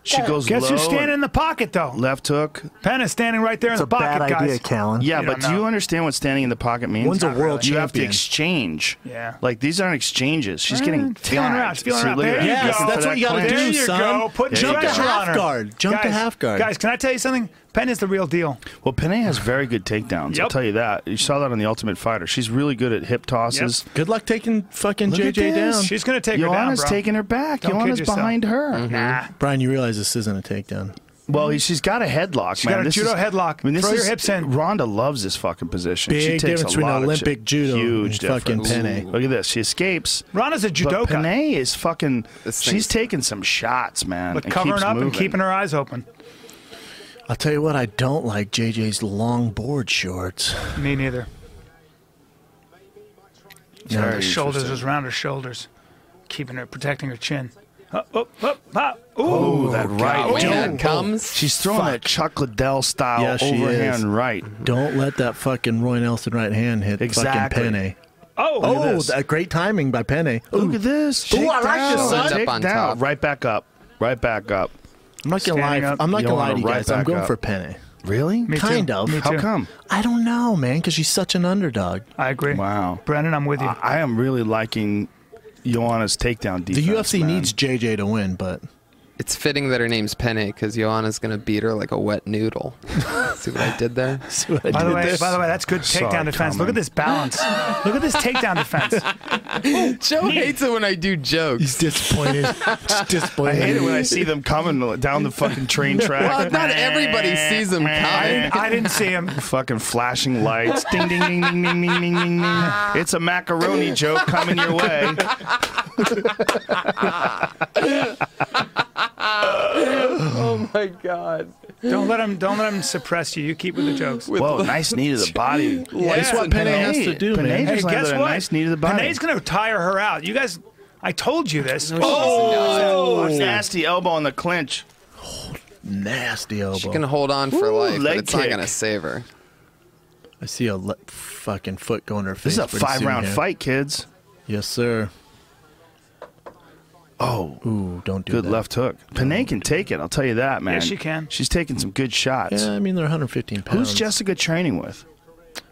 Speaker 1: She goes
Speaker 2: Guess
Speaker 1: low.
Speaker 2: who's standing in
Speaker 1: and
Speaker 2: the pocket, though?
Speaker 1: left hook.
Speaker 2: Penn is standing right there in the pocket, guys.
Speaker 5: Callan.
Speaker 1: Yeah,
Speaker 2: You
Speaker 1: but
Speaker 2: don't
Speaker 1: do you
Speaker 2: know.
Speaker 1: understand what standing in the pocket means?
Speaker 5: One's a
Speaker 1: Not
Speaker 5: world
Speaker 1: You have to
Speaker 5: champion.
Speaker 1: exchange.
Speaker 2: Yeah.
Speaker 1: Like these aren't exchanges. She's getting
Speaker 2: Mm, feeling her out,
Speaker 1: tagged.
Speaker 2: feeling her
Speaker 1: See,
Speaker 2: out.
Speaker 1: look at
Speaker 2: There
Speaker 1: that.
Speaker 2: you
Speaker 1: Looking
Speaker 5: Yes,
Speaker 2: go.
Speaker 1: for
Speaker 5: that's
Speaker 1: that
Speaker 5: what you gotta
Speaker 1: clinch.
Speaker 5: do,
Speaker 2: There you
Speaker 5: son.
Speaker 2: go. Put
Speaker 1: There you
Speaker 5: jump to
Speaker 1: go.
Speaker 2: pressure on her.
Speaker 5: half guard. Jump to
Speaker 2: Guys,
Speaker 5: half guard.
Speaker 2: Guys, can I tell you something? Penn is the real deal.
Speaker 1: Well, Panay has very good takedowns. I'll
Speaker 2: Yep.
Speaker 1: tell you that. You saw that on the Ultimate Fighter. She's really good at hip tosses.
Speaker 5: good luck taking fucking
Speaker 1: Look at
Speaker 5: JJ
Speaker 1: this.
Speaker 5: down.
Speaker 2: She's going to take
Speaker 1: Joanna's
Speaker 2: her down, bro.
Speaker 1: taking her back.
Speaker 2: Don't kid
Speaker 1: Joanna's
Speaker 2: yourself.
Speaker 1: behind her.
Speaker 2: Nah.
Speaker 5: Brian, you realize this isn't a takedown.
Speaker 1: Well, he, she's got a headlock,
Speaker 2: got
Speaker 1: man.
Speaker 2: a
Speaker 1: This is-
Speaker 2: judo headlock.
Speaker 1: I mean, this
Speaker 2: Throw your
Speaker 1: is-
Speaker 2: hips in.
Speaker 1: Ronda loves this fucking position. she
Speaker 5: Big
Speaker 1: takes
Speaker 5: difference
Speaker 1: a
Speaker 5: between
Speaker 1: lot of
Speaker 5: Olympic
Speaker 1: shit.
Speaker 5: judo
Speaker 1: Huge
Speaker 5: and fucking
Speaker 1: difference.
Speaker 5: Penne.
Speaker 1: Look at this. She escapes.
Speaker 2: Rhonda's a
Speaker 1: But
Speaker 2: judoka,
Speaker 1: Panay is fucking.
Speaker 4: This
Speaker 1: She's
Speaker 4: thing's-
Speaker 1: taking some shots, man.
Speaker 2: but
Speaker 1: and
Speaker 2: covering
Speaker 1: keeps
Speaker 2: up and
Speaker 1: moving.
Speaker 2: keeping her eyes open.
Speaker 5: I'll tell you what, I don't like JJ's long board shorts.
Speaker 2: Me neither.
Speaker 1: Very
Speaker 2: her shoulders
Speaker 1: interesting.
Speaker 2: was around her shoulders, keeping her, protecting her chin. Up, up, up, up. Ooh.
Speaker 1: Ooh, that right.
Speaker 2: Oh.
Speaker 4: When
Speaker 1: man.
Speaker 4: that comes,
Speaker 1: She's throwing that Chuck Liddell style
Speaker 5: Yeah, she
Speaker 1: overhand
Speaker 5: is.
Speaker 1: right.
Speaker 5: Don't let that fucking Roy Nelson right hand hit
Speaker 1: Exactly.
Speaker 5: fucking Penne.
Speaker 2: Oh,
Speaker 5: Oh,
Speaker 1: this.
Speaker 5: that great timing by Penne. Ooh,
Speaker 1: Look at this.
Speaker 5: Ooh, I like
Speaker 1: Takedown.
Speaker 5: this, son.
Speaker 4: Up
Speaker 1: Take
Speaker 4: on
Speaker 1: down.
Speaker 4: top.
Speaker 1: Right back up. Right back up.
Speaker 5: I'm not gonna lie.
Speaker 2: Standing up,
Speaker 5: I'm not
Speaker 1: you
Speaker 5: gonna lie
Speaker 1: wanna
Speaker 5: to you
Speaker 1: right
Speaker 5: guys. I'm
Speaker 1: back
Speaker 5: going
Speaker 1: up.
Speaker 5: for Penne.
Speaker 1: Really?
Speaker 2: Me too.
Speaker 5: kind of.
Speaker 2: Me
Speaker 1: How
Speaker 2: too.
Speaker 1: come?
Speaker 5: I don't know, man, because she's such an underdog.
Speaker 2: I agree.
Speaker 1: Wow.
Speaker 2: Brennan, I'm with you.
Speaker 1: I I am really liking Joanna's takedown defense.
Speaker 5: The UFC
Speaker 1: man.
Speaker 5: needs JJ to win, but
Speaker 4: It's fitting that her name's Penny because Joanna's gonna beat her like a wet noodle. See what I did there?
Speaker 2: By the,
Speaker 5: Dude,
Speaker 2: way,
Speaker 5: this-
Speaker 2: by the way, that's good
Speaker 1: Saw
Speaker 2: takedown
Speaker 1: it
Speaker 2: defense. Look
Speaker 1: coming.
Speaker 2: at this balance. Look at this takedown defense.
Speaker 4: Joe hates it when I do jokes.
Speaker 5: He's disappointed. Just
Speaker 1: I
Speaker 5: disappointed.
Speaker 1: hate it when I see them coming down the fucking train
Speaker 4: Well,
Speaker 1: track.
Speaker 4: not everybody sees him
Speaker 2: I
Speaker 4: coming.
Speaker 2: didn't, I didn't see him.
Speaker 1: fucking flashing lights. Ding, ding, ding, ding, ding, ding, ding, ding, ding. It's a macaroni joke coming your way.
Speaker 4: Oh my god.
Speaker 2: Don't let him. Don't let him suppress you. You keep with the jokes.
Speaker 1: Whoa, nice knee to the body.
Speaker 5: That's what Penny has to do,
Speaker 1: Panay
Speaker 5: man.
Speaker 1: just
Speaker 2: hey,
Speaker 1: landed
Speaker 2: guess
Speaker 1: a
Speaker 2: what?
Speaker 1: nice knee to the body.
Speaker 2: Panay's gonna tire her out. You guys, I told you this.
Speaker 1: Oh, nasty elbow in the clinch.
Speaker 5: Nasty elbow.
Speaker 4: She can hold on for
Speaker 1: Ooh,
Speaker 4: life, but
Speaker 1: leg
Speaker 4: it's not
Speaker 1: kick.
Speaker 4: gonna save her.
Speaker 5: I see a le- fucking foot going in her face.
Speaker 1: This is a
Speaker 5: pretty soon
Speaker 1: five round
Speaker 5: here.
Speaker 1: fight, kids.
Speaker 5: Yes, sir.
Speaker 1: Oh,
Speaker 5: Ooh, don't do
Speaker 1: good
Speaker 5: that.
Speaker 1: left hook. Panay can take it. I'll tell you that, man.
Speaker 2: Yeah, she can.
Speaker 1: She's taking some good shots.
Speaker 5: Yeah, Um, I mean they're 115 pounds.
Speaker 1: Who's Jessica training with?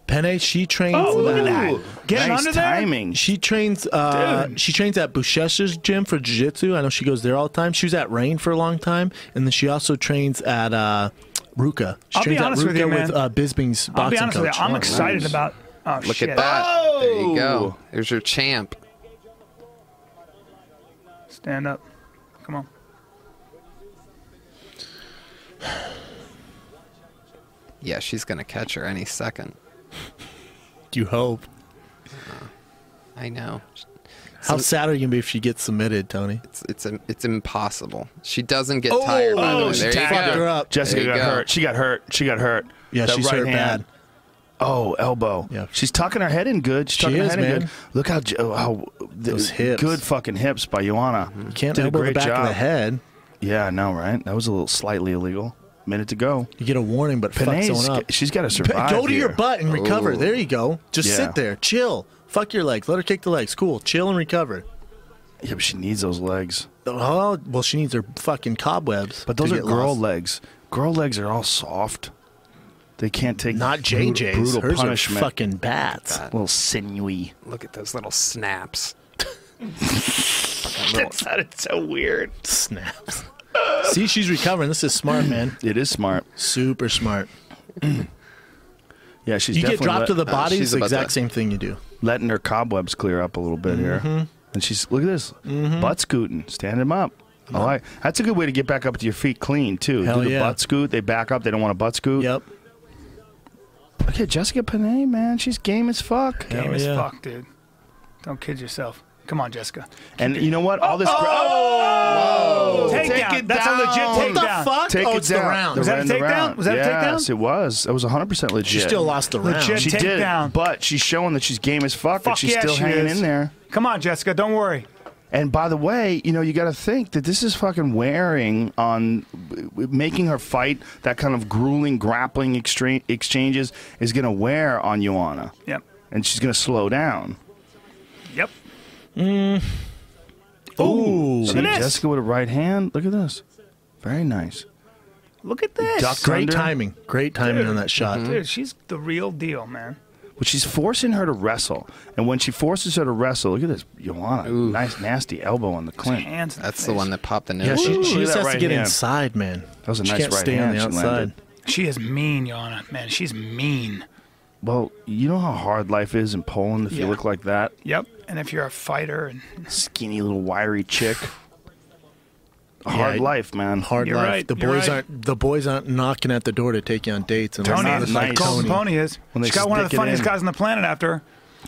Speaker 5: Penne? She trains.
Speaker 2: Oh, look at
Speaker 5: uh,
Speaker 2: that. Get him
Speaker 1: nice
Speaker 2: under there?
Speaker 1: timing.
Speaker 5: She trains. Uh,
Speaker 2: Dude.
Speaker 5: she trains at Bushesh's gym for jiu-jitsu. I know she goes there all the time. She was at Rain for a long time, and then she also trains at uh, Ruka. She
Speaker 2: I'll be
Speaker 5: trains at
Speaker 2: honest
Speaker 5: Ruka
Speaker 2: with you, man.
Speaker 5: with uh, Bisbing's boxing
Speaker 2: I'll be honest
Speaker 5: coach.
Speaker 2: with you. I'm excited about. Oh
Speaker 4: Look
Speaker 2: shit!
Speaker 4: at that. There you
Speaker 1: Oh.
Speaker 4: go. There's your champ.
Speaker 2: Stand up. Come on.
Speaker 4: Yeah, she's gonna catch her any second.
Speaker 5: You hope.
Speaker 4: I know.
Speaker 5: How sad are you gonna be if she gets submitted, Tony?
Speaker 4: It's it's im- it's impossible. She doesn't get tired. By the
Speaker 1: oh,
Speaker 4: way.
Speaker 1: she
Speaker 4: There you
Speaker 1: tagged
Speaker 4: go.
Speaker 5: Fucked her up.
Speaker 1: Jessica
Speaker 4: There you
Speaker 1: got
Speaker 4: go.
Speaker 1: hurt. She got hurt. She got hurt.
Speaker 5: Yeah,
Speaker 1: That
Speaker 5: she's
Speaker 1: right
Speaker 5: hurt
Speaker 1: hand.
Speaker 5: bad.
Speaker 1: Oh, elbow.
Speaker 5: Yeah.
Speaker 1: She's tucking her head in good. She's tucking
Speaker 5: She
Speaker 1: her
Speaker 5: is,
Speaker 1: head in
Speaker 5: man.
Speaker 1: good. Look how, j- oh, how
Speaker 5: Those hips.
Speaker 1: Good fucking hips by Ioana.
Speaker 5: You can't
Speaker 1: Did a
Speaker 5: elbow the
Speaker 1: great
Speaker 5: back
Speaker 1: job.
Speaker 5: of the head.
Speaker 1: Yeah, I know, right? That was a little slightly illegal. Minute to go.
Speaker 5: You get a warning, but fuck
Speaker 1: Panay's,
Speaker 5: someone up.
Speaker 1: she's got to survive.
Speaker 5: Go to your
Speaker 1: here.
Speaker 5: butt and recover.
Speaker 4: Ooh.
Speaker 5: There you go. Just
Speaker 1: Yeah.
Speaker 5: sit there, chill. Fuck your legs. Let her kick the legs. Cool. Chill and recover.
Speaker 1: Yeah, but she needs those legs.
Speaker 5: Oh well, she needs her fucking cobwebs.
Speaker 1: But
Speaker 5: to
Speaker 1: those are
Speaker 5: get
Speaker 1: girl
Speaker 5: lost.
Speaker 1: legs. Girl legs are all soft. They can't take
Speaker 5: not
Speaker 1: brutal-
Speaker 5: JJ's.
Speaker 1: brutal
Speaker 5: Hers
Speaker 1: punishment.
Speaker 5: are fucking bats.
Speaker 1: little sinewy.
Speaker 4: Look at those little snaps.
Speaker 1: That sounded so weird.
Speaker 5: Snaps. See, she's recovering. This is smart, man.
Speaker 1: It is smart.
Speaker 5: Super smart.
Speaker 1: Yeah, she's
Speaker 5: You get
Speaker 1: definitely
Speaker 5: dropped
Speaker 1: let-
Speaker 5: to the body.
Speaker 4: she's
Speaker 5: it's the
Speaker 4: about
Speaker 5: exact
Speaker 4: to-
Speaker 5: same thing you do.
Speaker 1: letting her cobwebs clear up a little bit
Speaker 5: Mm-hmm.
Speaker 1: here. And she's look at this butt scooting, stand him up. I like that's a good way to get back up to your feet clean too.
Speaker 5: Uh-huh. Hell
Speaker 1: Do the
Speaker 5: yeah.
Speaker 1: butt scoot. They back up. They don't want to butt scoot.
Speaker 5: Yep.
Speaker 1: Look at Jessica Panay, man. She's game as fuck.
Speaker 5: Hell
Speaker 2: Game as
Speaker 5: yeah.
Speaker 2: fuck, dude. Don't kid yourself. Come on, Jessica.
Speaker 1: And you know what? All this. gra-
Speaker 2: Takedown.
Speaker 1: it
Speaker 2: That's a legit
Speaker 1: down.
Speaker 2: takedown.
Speaker 5: What the fuck?
Speaker 1: Take
Speaker 5: oh,
Speaker 1: it
Speaker 5: it's
Speaker 1: down.
Speaker 5: the round.
Speaker 2: Was that a
Speaker 1: round, the
Speaker 2: takedown?
Speaker 1: round.
Speaker 2: Was that a
Speaker 1: yes,
Speaker 2: takedown?
Speaker 1: it was. It was 100% legit.
Speaker 5: she still lost the round.
Speaker 2: Legit
Speaker 1: She
Speaker 2: Takedown.
Speaker 1: did, but she's showing that she's game as fuck,
Speaker 2: Fuck
Speaker 1: and she's
Speaker 2: yeah,
Speaker 1: still
Speaker 2: she
Speaker 1: hanging
Speaker 2: is.
Speaker 1: in there.
Speaker 2: Come on, Jessica. Don't worry.
Speaker 1: And by the way, you know, you got to think that this is fucking wearing on making her fight that kind of grueling grappling extra- exchanges is going to wear on Joanna.
Speaker 2: Yep.
Speaker 1: And she's going to slow down.
Speaker 2: Yep.
Speaker 5: Ooh.
Speaker 1: See,
Speaker 2: at this.
Speaker 1: Jessica with a right hand. Look at this. Very nice.
Speaker 2: Look at this.
Speaker 1: Duck
Speaker 5: Great
Speaker 1: under.
Speaker 5: timing. Great timing on that shot.
Speaker 1: Mm-hmm.
Speaker 2: Dude, she's the real deal, man.
Speaker 1: But she's forcing her to wrestle. And when she forces her to wrestle, look at this. Joanna, nice, nasty elbow on Hmm. the clinch.
Speaker 2: Hands. in
Speaker 4: That's
Speaker 2: face.
Speaker 4: the one that popped the nose.
Speaker 5: Yeah, she,
Speaker 1: Ooh,
Speaker 5: she
Speaker 1: look at
Speaker 5: just
Speaker 1: that
Speaker 5: has
Speaker 1: right
Speaker 5: to get
Speaker 1: hand.
Speaker 5: inside, man. That
Speaker 1: was a
Speaker 5: she
Speaker 1: nice
Speaker 5: can't
Speaker 1: right
Speaker 5: stay on
Speaker 1: hand
Speaker 5: the
Speaker 1: she
Speaker 5: outside.
Speaker 1: landed.
Speaker 2: She is mean, Yana. Man, she's mean.
Speaker 1: Well, you know how hard life is in Poland if you
Speaker 2: Yeah.
Speaker 1: look like that?
Speaker 2: Yep. And if you're a fighter, and
Speaker 1: Skinny little wiry chick. Hard
Speaker 5: Yeah,
Speaker 1: life, man.
Speaker 5: Hard
Speaker 2: You're
Speaker 5: life.
Speaker 2: right,
Speaker 5: The
Speaker 2: you're
Speaker 5: boys
Speaker 2: right.
Speaker 5: aren't the boys aren't knocking at the door to take you on dates. And
Speaker 2: Tony
Speaker 1: not
Speaker 2: is
Speaker 1: nice.
Speaker 2: Golden
Speaker 1: Tony.
Speaker 2: Pony is.
Speaker 1: When they
Speaker 2: She's got one of
Speaker 1: stick
Speaker 2: the
Speaker 1: it
Speaker 2: funniest
Speaker 1: in.
Speaker 2: guys on the planet after her.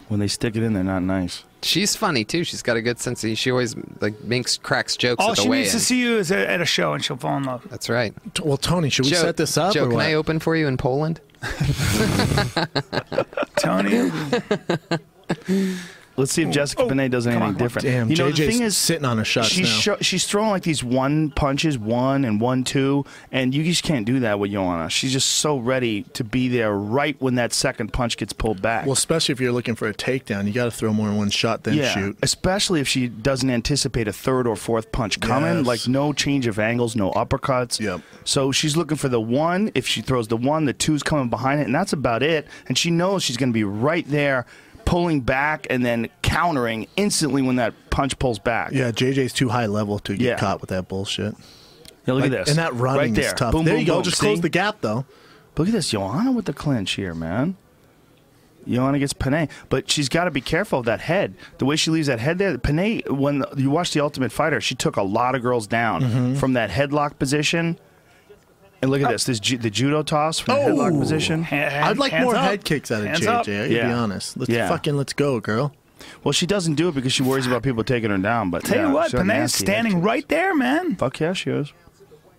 Speaker 1: When they stick it in, they're not nice.
Speaker 4: She's funny too. She's got a good sense. Of, she always like makes cracks jokes
Speaker 2: All
Speaker 4: at the
Speaker 2: she
Speaker 4: way.
Speaker 2: needs to see you is at at a show, and she'll fall in love.
Speaker 4: That's right.
Speaker 5: Well, Tony, should we
Speaker 4: Joe,
Speaker 5: set this up?
Speaker 4: Joe,
Speaker 5: or
Speaker 4: can
Speaker 5: what?
Speaker 4: I open for you in Poland?
Speaker 2: Tony,
Speaker 1: Let's see if Jessica
Speaker 2: oh,
Speaker 1: Benet does
Speaker 2: come
Speaker 1: anything
Speaker 2: on.
Speaker 1: different.
Speaker 5: Damn,
Speaker 1: you know
Speaker 5: JJ's
Speaker 1: the thing is,
Speaker 5: sitting on her shots
Speaker 1: she's
Speaker 5: now.
Speaker 1: sho- she's throwing like these one punches, one and one two, and you just can't do that with Joanna. She's just so ready to be there right when that second punch gets pulled back.
Speaker 5: well, especially if you're looking for a takedown, you got to throw more in one shot than
Speaker 1: yeah,
Speaker 5: shoot.
Speaker 1: especially if she doesn't anticipate a third or fourth punch coming.
Speaker 5: Yes.
Speaker 1: Like no change of angles, no uppercuts.
Speaker 5: Yep.
Speaker 1: So she's looking for the one. If she throws the one, the two's coming behind it, and that's about it. And she knows she's going to be right there, pulling back and then countering instantly when that punch pulls back.
Speaker 5: Yeah, JJ's too high level to get
Speaker 1: Yeah.
Speaker 5: caught with that bullshit.
Speaker 1: Yeah, look
Speaker 2: Like,
Speaker 1: at this.
Speaker 5: And that running
Speaker 1: right there.
Speaker 5: is tough.
Speaker 1: Boom,
Speaker 5: there
Speaker 1: boom,
Speaker 5: you go.
Speaker 1: boom.
Speaker 5: Just
Speaker 1: See?
Speaker 5: close the gap though.
Speaker 1: Look at this, Joanna with the clinch here, man. Joanna gets Panay, but she's got to be careful of that head. The way she leaves that head there, Panay. When you watch the Ultimate Fighter, she took a lot of girls down
Speaker 2: Mm-hmm.
Speaker 1: from that headlock position. And
Speaker 2: Oh.
Speaker 1: look at this, this ju- the judo toss from the headlock
Speaker 5: Oh.
Speaker 1: position.
Speaker 2: Ha- ha-
Speaker 5: I'd like
Speaker 2: hands
Speaker 5: more
Speaker 2: up.
Speaker 5: head kicks out of
Speaker 2: Hands
Speaker 5: JJ.
Speaker 2: up.
Speaker 5: I gotta
Speaker 1: Yeah.
Speaker 5: be honest. Let's
Speaker 1: Yeah.
Speaker 5: fucking let's go, girl.
Speaker 1: Well, she doesn't do it because she worries about people taking her down. But
Speaker 2: Tell
Speaker 1: yeah,
Speaker 2: you what,
Speaker 1: she's a
Speaker 2: Panay is
Speaker 1: nasty head
Speaker 2: standing
Speaker 1: kick.
Speaker 2: right there, man.
Speaker 1: Fuck yeah, she is.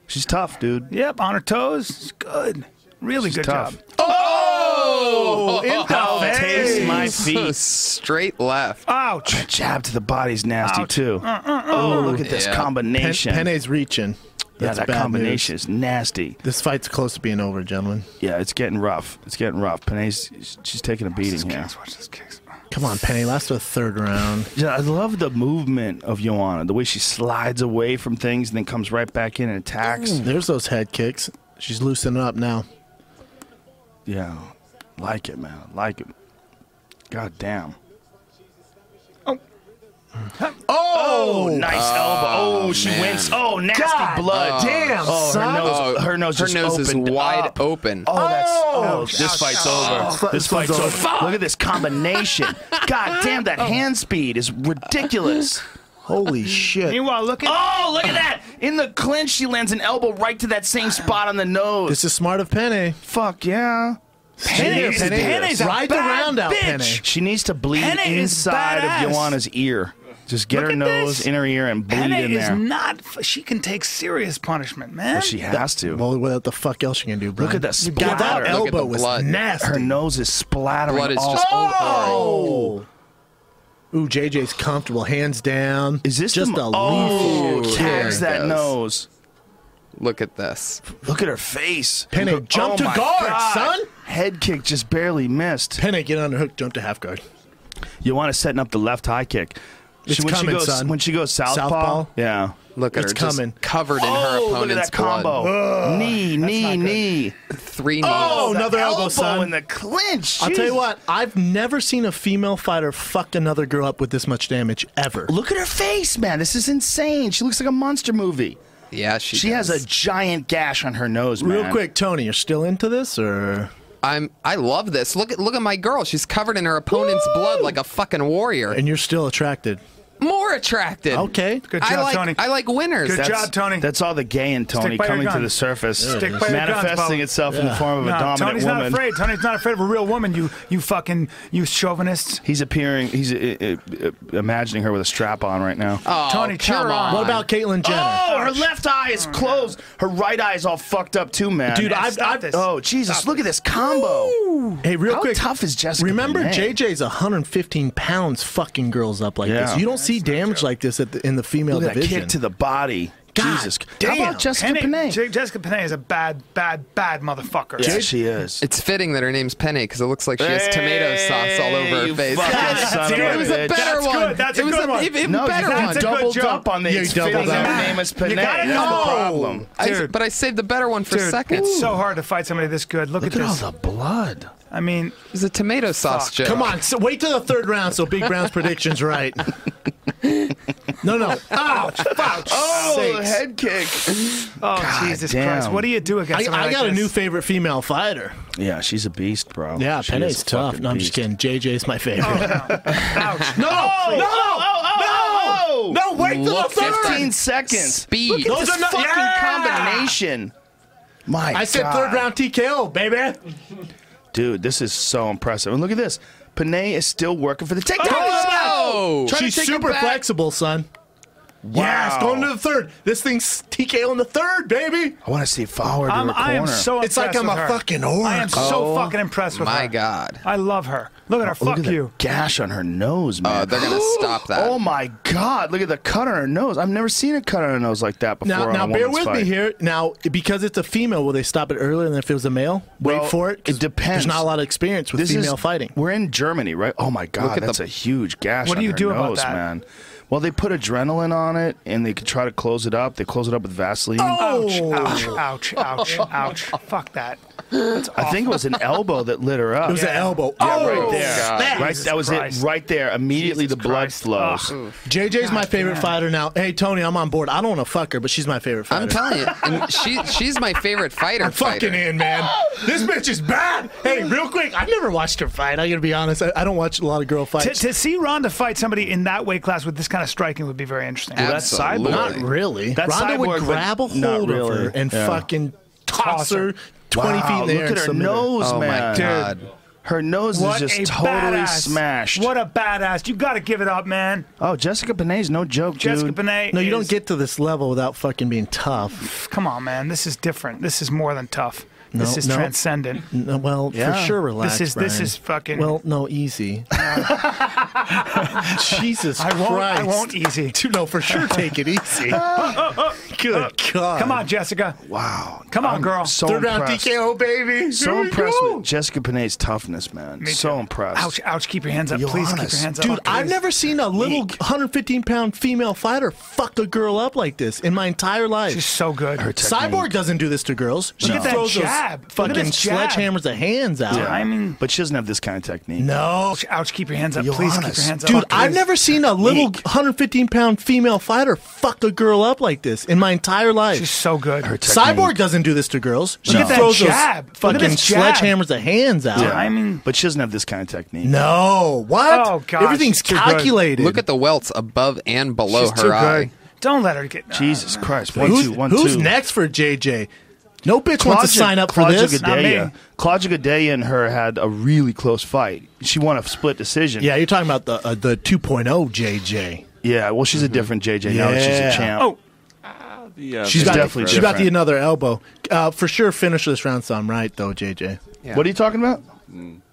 Speaker 1: She's tough, dude.
Speaker 2: Yep, on her toes. It's good. Really good
Speaker 1: tough.
Speaker 2: job. Oh! In the face.
Speaker 1: Taste my
Speaker 4: So
Speaker 1: feet.
Speaker 4: straight left.
Speaker 2: Ouch.
Speaker 1: Jab to the body's nasty
Speaker 2: Ouch. Uh,
Speaker 1: too. Oh, look at this
Speaker 4: Yeah.
Speaker 5: Pen-
Speaker 1: combination.
Speaker 5: Pene's reaching. That's
Speaker 1: yeah, that
Speaker 5: bad
Speaker 1: combination
Speaker 5: news.
Speaker 1: is nasty.
Speaker 5: This fight's close to being over, gentlemen.
Speaker 1: Yeah, it's getting rough. It's getting rough. Panay's she's taking a beating
Speaker 2: These
Speaker 1: here.
Speaker 2: kicks, watch those kicks.
Speaker 5: Come on, Penny. Last to the third round.
Speaker 1: Yeah, I love the movement of Joanna, the way she slides away from things and then comes right back in and attacks.
Speaker 5: There's those head kicks. She's loosening up now.
Speaker 1: Yeah, like it, man. Like it. God damn. Oh,
Speaker 5: Oh,
Speaker 1: Nice elbow. Oh, she
Speaker 4: Ah, man.
Speaker 1: wins. Oh, nasty
Speaker 5: God
Speaker 1: blood.
Speaker 5: damn,
Speaker 1: Oh, her
Speaker 5: son.
Speaker 1: nose, her nose,
Speaker 4: her
Speaker 1: just
Speaker 4: nose is
Speaker 1: opened
Speaker 4: wide
Speaker 1: up.
Speaker 4: open.
Speaker 1: Oh, that's oh,
Speaker 2: Ouch.
Speaker 1: this fight's over.
Speaker 5: Fuck,
Speaker 1: This
Speaker 5: this one's
Speaker 1: fight's over. Oh.
Speaker 5: over.
Speaker 1: Look at this combination. God damn, that hand speed is ridiculous.
Speaker 5: Holy shit.
Speaker 2: Meanwhile, look at
Speaker 1: Oh, look at that! In the clinch, she lands an elbow right to that same spot on the nose.
Speaker 5: This is smart of Penny.
Speaker 1: Fuck yeah!
Speaker 5: Penny,
Speaker 2: is-
Speaker 5: Penny,
Speaker 2: Penny's a
Speaker 5: ride the
Speaker 2: bad
Speaker 5: round out,
Speaker 2: bitch.
Speaker 5: Penny.
Speaker 1: She needs to bleed
Speaker 2: Penny is
Speaker 1: inside
Speaker 2: badass.
Speaker 1: of Joanna's ear. Just get
Speaker 2: Look
Speaker 1: her
Speaker 2: at
Speaker 1: nose
Speaker 2: this.
Speaker 1: in her ear and bleed
Speaker 2: Hannah
Speaker 1: in
Speaker 2: is
Speaker 1: there.
Speaker 2: not. She can take serious punishment, man.
Speaker 1: Well, she has to.
Speaker 5: Well, what the fuck else you gonna do, bro?
Speaker 1: Look at the
Speaker 5: God,
Speaker 1: splatter.
Speaker 5: that
Speaker 1: Look at
Speaker 5: elbow
Speaker 4: the
Speaker 5: was
Speaker 4: blood.
Speaker 5: nasty.
Speaker 1: her nose is splattering
Speaker 4: Blood is
Speaker 1: all
Speaker 4: just
Speaker 1: over.
Speaker 5: Oh. Ooh, JJ's comfortable, hands down.
Speaker 1: Is this
Speaker 5: just
Speaker 1: the,
Speaker 5: a
Speaker 1: oh, tags
Speaker 5: lethal kick?
Speaker 4: There it
Speaker 1: that
Speaker 4: goes.
Speaker 1: nose.
Speaker 4: Look at this.
Speaker 1: Look at her face.
Speaker 5: Penny,
Speaker 1: Oh
Speaker 5: jump to
Speaker 1: my
Speaker 5: guard,
Speaker 1: God.
Speaker 5: son.
Speaker 1: Head kick just barely missed.
Speaker 5: Penny, get on the hook, jump to half guard.
Speaker 1: Joanna setting up the left high kick.
Speaker 5: It's
Speaker 1: when she
Speaker 5: coming,
Speaker 1: goes,
Speaker 5: son.
Speaker 1: When she goes southpaw,
Speaker 5: Southpaw?
Speaker 1: yeah.
Speaker 4: Look at
Speaker 5: It's
Speaker 4: her just
Speaker 5: coming.
Speaker 4: covered in her
Speaker 1: oh, look at
Speaker 4: opponent's
Speaker 1: that combo!
Speaker 4: blood.
Speaker 1: knee, knee, knee.
Speaker 4: Three knees.
Speaker 5: Oh, another elbow, son.
Speaker 1: in the clinch.
Speaker 5: I'll tell you
Speaker 1: Jeez.
Speaker 5: what, I've never seen a female fighter fuck another girl up with this much damage ever.
Speaker 1: Look at her face, man. This is insane. She looks like a monster movie.
Speaker 4: Yeah, she.
Speaker 1: She has
Speaker 4: does.
Speaker 1: a giant gash on her nose, man.
Speaker 5: Real quick, Tony, you're still into this or
Speaker 4: I'm. I love this. Look at look at my girl. She's covered in her opponent's blood like a fucking warrior.
Speaker 5: and you're still attracted.
Speaker 4: More attracted.
Speaker 5: Okay.
Speaker 2: Good
Speaker 4: I
Speaker 2: job,
Speaker 4: like
Speaker 2: Tony.
Speaker 4: I like winners.
Speaker 2: Good job, Tony.
Speaker 1: That's all the gay in Tony
Speaker 2: by your
Speaker 1: coming to
Speaker 2: gun.
Speaker 1: the surface,
Speaker 2: Stick by your guns,
Speaker 1: manifesting
Speaker 2: Bo.
Speaker 1: itself in the form of a
Speaker 2: No,
Speaker 1: dominant
Speaker 2: Tony's
Speaker 1: woman.
Speaker 2: not afraid. Tony's not afraid of a real woman. You, you fucking, you chauvinists.
Speaker 1: He's appearing. He's uh, uh, uh, imagining her with a strap on right now.
Speaker 4: Oh,
Speaker 2: Tony, cheer
Speaker 4: come
Speaker 2: her on.
Speaker 4: on.
Speaker 5: What about Caitlyn Jenner?
Speaker 1: Oh, her left eye is closed. Her right eye is all fucked up too, man.
Speaker 5: Dude,
Speaker 2: man,
Speaker 5: I've,
Speaker 2: stop
Speaker 5: I've
Speaker 2: this.
Speaker 1: oh Jesus! Look at this combo.
Speaker 5: Hey, real
Speaker 1: Oh! How
Speaker 5: quick.
Speaker 1: tough is Jessica?
Speaker 5: Remember,
Speaker 1: Binet?
Speaker 5: JJ's 115 pounds fucking girls up like
Speaker 1: Yeah.
Speaker 5: this. You don't see damage like this at the, in the female
Speaker 1: Look at that
Speaker 5: division.
Speaker 1: kick to the body.
Speaker 5: God
Speaker 1: Jesus.
Speaker 5: damn.
Speaker 1: How about Jessica
Speaker 2: Penny-
Speaker 1: Panay?
Speaker 2: Je- Jessica Panay is a bad, bad, bad motherfucker.
Speaker 1: yeah, she is.
Speaker 4: It's fitting that her name's Penny because it looks like she has tomato sauce all over
Speaker 1: you
Speaker 4: her face.
Speaker 1: fucking
Speaker 4: Yes,
Speaker 1: son
Speaker 4: dude,
Speaker 1: of a
Speaker 4: it was a
Speaker 1: bitch.
Speaker 4: better
Speaker 2: That's
Speaker 4: one.
Speaker 2: good. That's a
Speaker 4: it was
Speaker 2: good
Speaker 4: a,
Speaker 2: one.
Speaker 4: ev- even
Speaker 1: no,
Speaker 4: better
Speaker 1: you
Speaker 2: that's
Speaker 4: one.
Speaker 2: a good
Speaker 1: doubled
Speaker 2: joke.
Speaker 1: up on the
Speaker 5: You
Speaker 1: it's
Speaker 5: doubled
Speaker 1: fitting
Speaker 5: up.
Speaker 1: Her name is Panay.
Speaker 2: You
Speaker 1: That's
Speaker 2: gotta know.
Speaker 1: the problem.
Speaker 4: I-
Speaker 2: Dude.
Speaker 4: but I saved the better one for
Speaker 2: Dude,
Speaker 4: second.
Speaker 2: it's
Speaker 4: It
Speaker 2: so hard to fight somebody this good. Look,
Speaker 1: Look
Speaker 2: at
Speaker 1: at all
Speaker 2: this.
Speaker 1: the blood.
Speaker 2: I mean,
Speaker 4: was a tomato sauce joke.
Speaker 5: Come on, so wait till the third round so Big Brown's prediction's right. No, no. Ouch, ouch.
Speaker 1: Oh,
Speaker 5: sakes.
Speaker 1: head kick.
Speaker 2: oh Jesus
Speaker 1: damn.
Speaker 2: Christ! What do you do against?
Speaker 5: I,
Speaker 2: somebody
Speaker 5: I
Speaker 2: like
Speaker 5: got a
Speaker 2: this?
Speaker 5: new favorite female fighter.
Speaker 1: Yeah, she's a beast, bro.
Speaker 5: Yeah,
Speaker 1: She is
Speaker 5: Penny's
Speaker 1: a
Speaker 5: tough.
Speaker 1: fucking
Speaker 5: No, I'm just
Speaker 1: beast.
Speaker 5: kidding. JJ's my favorite.
Speaker 2: Ouch!
Speaker 5: No, no,
Speaker 1: Oh,
Speaker 5: no, no, wait till
Speaker 4: Look,
Speaker 5: the third.
Speaker 1: 15 seconds.
Speaker 4: Speed.
Speaker 5: Look at
Speaker 1: Those
Speaker 5: this
Speaker 1: are not, fucking
Speaker 5: fucking
Speaker 1: combination. My
Speaker 5: I said
Speaker 1: God.
Speaker 5: third round TKO, baby.
Speaker 1: Dude, this is so impressive. And look at this. Panay is still working for the takedown.
Speaker 4: Oh!
Speaker 1: Try to
Speaker 5: She's
Speaker 1: take it
Speaker 5: super
Speaker 1: back.
Speaker 5: flexible, son. Yes, going to the third. This thing's TKO in the third, baby.
Speaker 1: I want to see forward
Speaker 2: I'm,
Speaker 1: to her corner.
Speaker 2: I am so.
Speaker 5: It's like
Speaker 2: impressed
Speaker 5: I'm
Speaker 2: with
Speaker 5: a
Speaker 2: her.
Speaker 5: fucking oracle. Oh,
Speaker 2: I am so fucking impressed with her.
Speaker 4: My God.
Speaker 2: I love her. Look at her.
Speaker 1: Look
Speaker 2: Fuck
Speaker 1: at
Speaker 2: you.
Speaker 1: the gash on her nose, man.
Speaker 4: Oh, they're gonna stop that.
Speaker 1: Oh my God! Look at the cut on her nose. I've never seen a cut on her nose like that before.
Speaker 5: Now,
Speaker 1: on
Speaker 5: now
Speaker 1: a
Speaker 5: bear
Speaker 1: woman's
Speaker 5: with me
Speaker 1: fight.
Speaker 5: here. Now, because it's a female, will they stop it earlier than if it was a male?
Speaker 1: Well,
Speaker 5: Wait for it. 'cause
Speaker 1: it depends.
Speaker 5: There's not a lot of experience with
Speaker 1: This
Speaker 5: female
Speaker 1: is,
Speaker 5: fighting.
Speaker 1: We're in Germany, right? Oh my God!
Speaker 4: Look at
Speaker 1: that's
Speaker 4: the-
Speaker 1: a huge gash.
Speaker 2: What do
Speaker 1: on
Speaker 2: you
Speaker 1: her
Speaker 2: do about
Speaker 1: nose,
Speaker 2: that?
Speaker 1: man? Well, they put adrenaline on it, and they could try to close it up. They close it up with Vaseline.
Speaker 2: Ouch,
Speaker 1: oh,
Speaker 2: ouch, ouch, ouch, ouch. Fuck that. That's
Speaker 1: I think it was an elbow that lit her up.
Speaker 5: It was an elbow.
Speaker 1: Yeah,
Speaker 5: oh,
Speaker 1: right there.
Speaker 5: man.
Speaker 1: Right, that was
Speaker 2: Christ.
Speaker 1: it. Right there. Immediately
Speaker 2: Jesus
Speaker 1: the blood
Speaker 2: Christ.
Speaker 1: flows.
Speaker 2: Ugh.
Speaker 5: JJ's my favorite fighter now. Hey Tony, I'm on board. I don't want to fuck her, but she's my favorite fighter.
Speaker 4: I'm telling you, and she she's my favorite fighter.
Speaker 5: fucking
Speaker 4: fighter.
Speaker 5: in, man. this bitch is bad. Hey, real quick, I've never watched her fight. I'm gonna be honest. I, I don't watch a lot of girl
Speaker 2: To,
Speaker 5: fights.
Speaker 2: to see Ronda fight somebody in that weight class with this kind of striking would be very interesting.
Speaker 4: Absolutely.
Speaker 1: that's cyborg.
Speaker 5: not really.
Speaker 1: That's
Speaker 5: Ronda
Speaker 1: cyborg,
Speaker 5: would
Speaker 1: but
Speaker 5: grab a
Speaker 1: not
Speaker 5: hold
Speaker 1: really.
Speaker 5: of her and
Speaker 1: Yeah.
Speaker 5: fucking toss
Speaker 2: Toss
Speaker 5: her
Speaker 2: her.
Speaker 5: 20 feet in
Speaker 1: Wow,
Speaker 5: the air.
Speaker 1: Look
Speaker 5: and
Speaker 1: at her
Speaker 5: submit
Speaker 1: nose,
Speaker 4: Oh my
Speaker 1: man.
Speaker 4: God. Dude.
Speaker 1: Her nose is
Speaker 2: What
Speaker 1: just
Speaker 2: a
Speaker 1: totally
Speaker 2: badass.
Speaker 1: smashed.
Speaker 2: What a badass. You got to give it up, man.
Speaker 1: oh, Jessica Benet's no joke,
Speaker 2: Jessica
Speaker 1: dude.
Speaker 2: Benet.
Speaker 5: No, you
Speaker 2: is-
Speaker 5: don't get to this level without fucking being tough.
Speaker 2: Come on, man. This is different. This is more than tough. this is
Speaker 5: no.
Speaker 2: transcendent.
Speaker 5: No, well, for
Speaker 1: Yeah.
Speaker 5: sure, relax.
Speaker 2: This is- this
Speaker 5: Brian.
Speaker 2: is fucking-
Speaker 5: Well, no, easy. Jesus
Speaker 2: I won't.
Speaker 5: Christ!
Speaker 2: I won't easy.
Speaker 5: Dude, no, for sure, take it easy. Good God!
Speaker 2: Uh, Come on, Jessica.
Speaker 1: Wow.
Speaker 2: Come on,
Speaker 1: I'm
Speaker 2: girl.
Speaker 1: So
Speaker 5: Third round
Speaker 1: impressed.
Speaker 5: TKO, baby.
Speaker 1: So impressed with Jessica Benet's toughness, man.
Speaker 2: Me
Speaker 1: so
Speaker 2: too.
Speaker 1: impressed.
Speaker 2: Ouch! Ouch! Keep your hands up, please. Keep your
Speaker 1: Johannes,
Speaker 2: hands up,
Speaker 5: Dude, I've
Speaker 2: please.
Speaker 5: never seen a little 115 pound female fighter fuck a girl up like this in my entire life.
Speaker 2: She's so good.
Speaker 1: Her technique.
Speaker 5: Cyborg doesn't do this to girls. She
Speaker 2: at that
Speaker 5: throws those
Speaker 2: jab. Look at
Speaker 5: fucking
Speaker 2: this jab.
Speaker 5: sledgehammers the hands out.
Speaker 1: Yeah.
Speaker 2: timing.
Speaker 1: But she doesn't have this kind of technique.
Speaker 5: No.
Speaker 2: Ouch, ouch, keep your hands up, please. Keep
Speaker 1: Johannes,
Speaker 2: your hands up.
Speaker 5: Dude,
Speaker 2: Fuck,
Speaker 5: I've
Speaker 2: please.
Speaker 5: never seen a little 115 pound female fighter fuck a girl up like this in my entire life.
Speaker 2: She's so good. Her
Speaker 5: Cyborg doesn't do this to girls. She
Speaker 2: Look at that
Speaker 5: throws those
Speaker 2: jab. Look at
Speaker 5: fucking
Speaker 2: this jab.
Speaker 5: sledgehammers the hands out.
Speaker 1: Yeah.
Speaker 2: Timing.
Speaker 1: But she doesn't have this kind of technique.
Speaker 5: No. What?
Speaker 2: Oh, gosh,
Speaker 5: Everything's
Speaker 2: too good.
Speaker 5: calculated.
Speaker 4: Look at the welts above and below her eye.
Speaker 2: Don't let her get. uh,
Speaker 1: Jesus Christ. One,
Speaker 5: Who's,
Speaker 1: two, one,
Speaker 5: who's
Speaker 1: two.
Speaker 5: next for JJ? No bitch wants to
Speaker 1: Claudia-
Speaker 5: sign up for
Speaker 1: Claudia
Speaker 5: this.
Speaker 2: Not
Speaker 1: Gadea.
Speaker 2: me.
Speaker 1: Claudia Gadea and her had a really close fight. She won a split decision.
Speaker 5: Yeah, you're talking about the uh, the 2.0 JJ.
Speaker 1: Yeah, well, she's a different JJ now that she's
Speaker 5: Yeah.
Speaker 1: a champ.
Speaker 2: Mm-hmm. Oh,
Speaker 6: The, uh,
Speaker 5: She's
Speaker 1: She's
Speaker 5: got
Speaker 1: definitely
Speaker 5: she got the
Speaker 1: different.
Speaker 5: another elbow. Uh, for sure, finish this round. So I'm right though, JJ.
Speaker 4: Yeah.
Speaker 1: What are you talking about?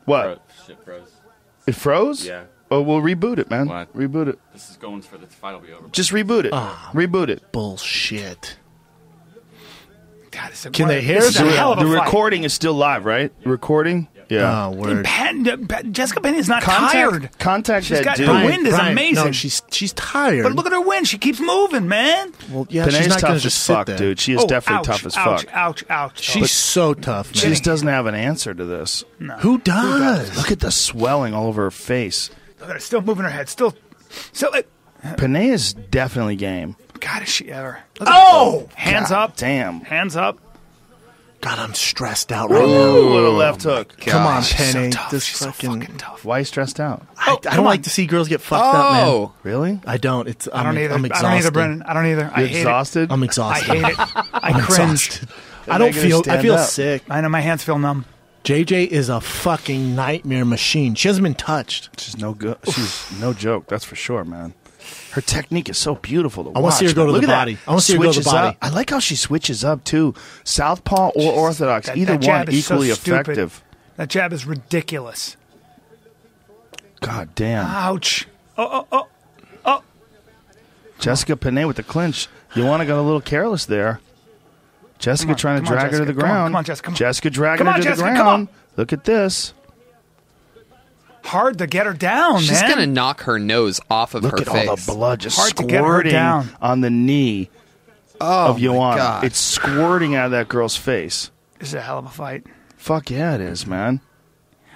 Speaker 1: What?
Speaker 6: Bro, shit, bros.
Speaker 1: It froze? Oh,
Speaker 6: Yeah.
Speaker 1: Well, we'll reboot it, man.
Speaker 6: What?
Speaker 1: Reboot it.
Speaker 6: This is going for the fight. Will be over.
Speaker 1: Just reboot it.
Speaker 5: Ah.
Speaker 1: reboot it.
Speaker 5: Bullshit.
Speaker 2: God, it's a-
Speaker 5: Can they hear
Speaker 2: this is
Speaker 5: us?
Speaker 2: a
Speaker 5: The-
Speaker 2: hell of a
Speaker 1: The
Speaker 2: fight.
Speaker 1: recording is still live, right? Recording? Yeah.
Speaker 5: Oh, word.
Speaker 2: Pen- uh, Pe- Jessica Penny is not
Speaker 1: Contact-
Speaker 2: tired.
Speaker 1: Contact
Speaker 2: She's
Speaker 1: that
Speaker 2: got
Speaker 1: dude.
Speaker 2: the wind is amazing.
Speaker 5: No, she's she's tired.
Speaker 2: But look at her win. She keeps moving, man.
Speaker 5: well, yeah,
Speaker 1: Pene's
Speaker 5: she's not
Speaker 1: tough
Speaker 5: gonna
Speaker 1: as
Speaker 5: just sit
Speaker 1: fuck,
Speaker 5: there.
Speaker 1: dude. She is
Speaker 2: Oh,
Speaker 1: definitely
Speaker 2: ouch,
Speaker 1: tough as
Speaker 2: ouch,
Speaker 1: fuck.
Speaker 2: Ouch! Ouch! Oh,
Speaker 5: She's so tough,
Speaker 1: She
Speaker 5: man.
Speaker 1: just doesn't have an answer to this.
Speaker 5: Who does?
Speaker 1: Look at the swelling all over her face.
Speaker 2: Look at her, still moving her head. Still, still. Like,
Speaker 1: Panay is definitely game.
Speaker 2: God, is she ever?
Speaker 5: Oh
Speaker 2: Hands
Speaker 1: God
Speaker 2: up.
Speaker 1: Damn.
Speaker 2: Hands up.
Speaker 5: God, I'm stressed out right now.
Speaker 1: Ooh, little left hook.
Speaker 5: Come on,
Speaker 2: She's so
Speaker 5: Penny.
Speaker 2: tough.
Speaker 5: This
Speaker 2: She's
Speaker 5: fucking.
Speaker 2: so fucking tough.
Speaker 1: Why are you stressed out?
Speaker 5: I, I don't like to see girls get fucked up, man.
Speaker 4: Oh.
Speaker 1: Really?
Speaker 5: I don't. It's I'm,
Speaker 2: I don't either.
Speaker 5: I'm
Speaker 2: I
Speaker 5: exhausted.
Speaker 2: don't either, Brendan. I don't either. I
Speaker 1: You're
Speaker 2: hate
Speaker 1: exhausted?
Speaker 5: I'm
Speaker 2: it. I
Speaker 5: exhausted.
Speaker 2: hate it. I
Speaker 5: I'm
Speaker 2: cringed.
Speaker 5: exhausted. I don't
Speaker 1: Negative
Speaker 5: feel. I
Speaker 1: stand
Speaker 5: feel
Speaker 1: up.
Speaker 5: sick.
Speaker 2: I know my hands feel numb.
Speaker 5: JJ is a fucking nightmare machine. She hasn't been touched.
Speaker 1: She's no good. She's no joke. That's for sure, man. Her technique is so beautiful. To I
Speaker 5: wanna see her go to the body. I wanna see her go to the body.
Speaker 1: Up. I like how she switches up too. Southpaw or orthodox,
Speaker 2: That-
Speaker 1: either
Speaker 2: that jab
Speaker 1: one
Speaker 2: is so
Speaker 1: equally
Speaker 2: stupid.
Speaker 1: effective.
Speaker 2: That jab is ridiculous.
Speaker 1: God damn.
Speaker 2: Ouch.
Speaker 1: Jessica Panay with the clinch. Joanna got a little careless there. Jessica
Speaker 2: Come on,
Speaker 1: trying to
Speaker 2: come on,
Speaker 1: drag her to the
Speaker 2: Jessica. Come on,
Speaker 1: ground.
Speaker 2: come on, Jessica, come on.
Speaker 1: Jessica dragging
Speaker 2: Come on,
Speaker 1: her to
Speaker 2: Jessica,
Speaker 1: the
Speaker 2: come
Speaker 1: ground.
Speaker 2: on.
Speaker 1: Look at this.
Speaker 2: Hard to get her down,
Speaker 4: She's
Speaker 2: man.
Speaker 4: gonna knock her nose off of
Speaker 1: Look
Speaker 4: her
Speaker 1: at
Speaker 4: face.
Speaker 1: all the blood just
Speaker 2: Hard to get her
Speaker 1: squirting
Speaker 2: down. Oh,
Speaker 1: on the knee of Joanna.
Speaker 4: God.
Speaker 1: It's squirting out of that girl's face.
Speaker 2: This is a hell of a fight.
Speaker 1: Fuck yeah, it is, man.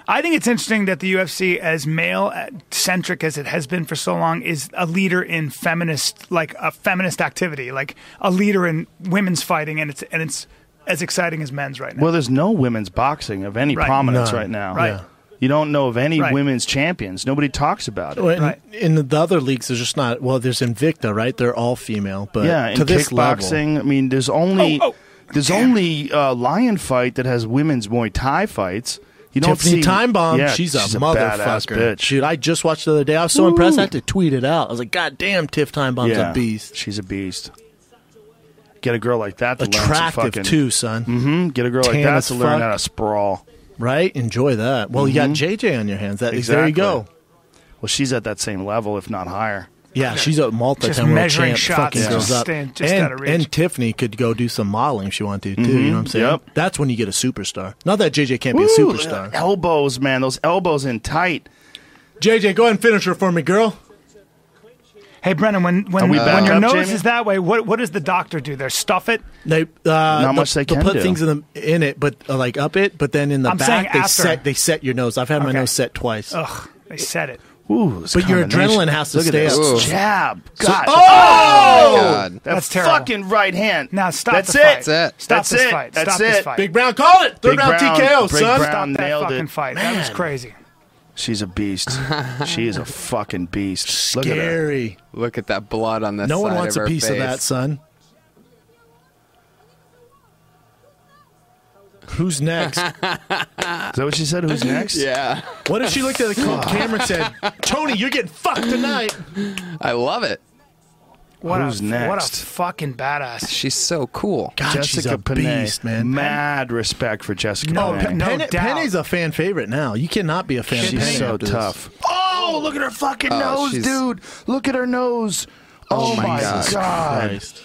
Speaker 2: I think it's interesting that the UFC, as male uh, centric as it has been for so long, is a leader in feminist, like a feminist activity, like a leader in women's fighting, and it's and it's as exciting as men's right now.
Speaker 1: Well, there's no women's boxing of any
Speaker 2: Right.
Speaker 1: prominence
Speaker 5: None.
Speaker 1: right now.
Speaker 2: Right. Yeah.
Speaker 1: You don't know of any
Speaker 2: Right.
Speaker 1: women's champions. Nobody talks about it.
Speaker 5: Well, in-
Speaker 2: Right.
Speaker 5: In the, the other leagues, there's just not. Well, there's Invicta, right? They're all female, but
Speaker 1: yeah, in
Speaker 5: to this level,
Speaker 1: kickboxing, I mean, there's only
Speaker 2: Oh, oh.
Speaker 1: there's only uh, lion fight that has women's Muay Thai fights. You don't
Speaker 5: Tiffany
Speaker 1: see
Speaker 5: Time Bomb,
Speaker 1: Yeah,
Speaker 5: she's a
Speaker 1: badass
Speaker 5: motherfucker,
Speaker 1: bitch.
Speaker 5: dude. I just watched the other day. I was so impressed. I had to tweet it out. I was like, "God damn, Tiff Time Bomb's
Speaker 1: yeah,
Speaker 5: a beast,
Speaker 1: She's a beast. Get a girl like that to learn some
Speaker 5: attractive
Speaker 1: fucking,
Speaker 5: too, son."
Speaker 1: Mm, Get a girl like
Speaker 5: Tan
Speaker 1: that
Speaker 5: as
Speaker 1: to learn
Speaker 5: fuck.
Speaker 1: how to sprawl.
Speaker 5: Right? Enjoy that. Well, you got JJ on your hands. That there
Speaker 1: Mm-hmm. Exactly.
Speaker 5: you go.
Speaker 1: Well, she's at that same level, if not higher.
Speaker 5: Yeah, she's a
Speaker 2: Just
Speaker 5: multi-time world
Speaker 2: measuring
Speaker 5: champ.
Speaker 2: shots,
Speaker 5: fucking
Speaker 2: just
Speaker 5: goes up.
Speaker 2: staying- just
Speaker 5: and,
Speaker 2: out of reach.
Speaker 5: and Tiffany could go do some modeling if she wanted to, too. You know what I'm saying?
Speaker 1: Mm-hmm. Yep.
Speaker 5: That's when you get a superstar. Not that JJ can't be a
Speaker 1: Ooh,
Speaker 5: superstar.
Speaker 1: elbows, man. Those elbows in tight.
Speaker 5: JJ, go ahead and finish her for me, girl.
Speaker 2: Hey, Brennan, when
Speaker 1: Are
Speaker 2: when,
Speaker 1: we
Speaker 2: when
Speaker 1: back
Speaker 2: your
Speaker 1: up,
Speaker 2: nose
Speaker 1: Jamie?
Speaker 2: is that way, what what does the doctor do there? Stuff it?
Speaker 5: They uh, not
Speaker 1: much they can
Speaker 5: put
Speaker 1: do.
Speaker 5: things in the in it, but uh, like up it, but then in the
Speaker 2: I'm saying
Speaker 5: back they
Speaker 2: after.
Speaker 5: set they set your nose. I've had my
Speaker 2: Okay.
Speaker 5: nose set twice.
Speaker 2: Ugh, they said it.
Speaker 1: Ooh, this
Speaker 5: But your
Speaker 1: combination.
Speaker 5: adrenaline has to
Speaker 1: Look
Speaker 5: stay
Speaker 1: at this
Speaker 4: up.
Speaker 1: jab. God.
Speaker 4: Oh,
Speaker 1: oh,
Speaker 4: God.
Speaker 1: That
Speaker 2: That's terrible.
Speaker 1: Fucking right hand.
Speaker 2: Now stop
Speaker 1: That's
Speaker 2: the fight.
Speaker 1: it.
Speaker 4: That's it.
Speaker 2: Stop
Speaker 1: That's
Speaker 2: this
Speaker 1: it.
Speaker 2: fight.
Speaker 1: That's
Speaker 2: stop this
Speaker 1: it.
Speaker 2: fight.
Speaker 5: Big Brown called it. Third
Speaker 1: Big
Speaker 5: round
Speaker 1: Brown-
Speaker 5: TKO,
Speaker 1: Big Brown.
Speaker 5: son.
Speaker 2: Stop that
Speaker 1: nailed
Speaker 2: fucking
Speaker 1: it.
Speaker 2: fight. That was crazy.
Speaker 1: She's a beast. she is a fucking beast. Look at her.
Speaker 5: Scary.
Speaker 4: Look at that blood on the
Speaker 5: No
Speaker 4: side
Speaker 5: one wants a
Speaker 4: of her
Speaker 5: piece of
Speaker 4: face.
Speaker 5: that, son. Who's next?
Speaker 1: Is that what she said? Who's next?
Speaker 4: Yeah,
Speaker 5: what if she looked at the ca- camera and said, "Tony, you're getting fucked tonight"?
Speaker 4: I love it.
Speaker 2: What
Speaker 1: Who's
Speaker 2: a, What a
Speaker 1: next?
Speaker 2: fucking badass.
Speaker 4: She's so cool.
Speaker 5: God, she's
Speaker 1: Jessica
Speaker 5: a
Speaker 1: Panay.
Speaker 5: beast, man.
Speaker 1: Mad respect for Jessica
Speaker 2: No,
Speaker 1: Panay.
Speaker 2: no
Speaker 5: Penne-
Speaker 2: doubt.
Speaker 5: Penne's a fan favorite now. You cannot be a fan. of
Speaker 1: She's
Speaker 5: Penne
Speaker 1: so
Speaker 5: after this.
Speaker 1: tough. Oh, look at her fucking nose,
Speaker 4: she's-
Speaker 1: dude. Look at her nose. Oh, my,
Speaker 4: God.
Speaker 1: god.
Speaker 5: Christ.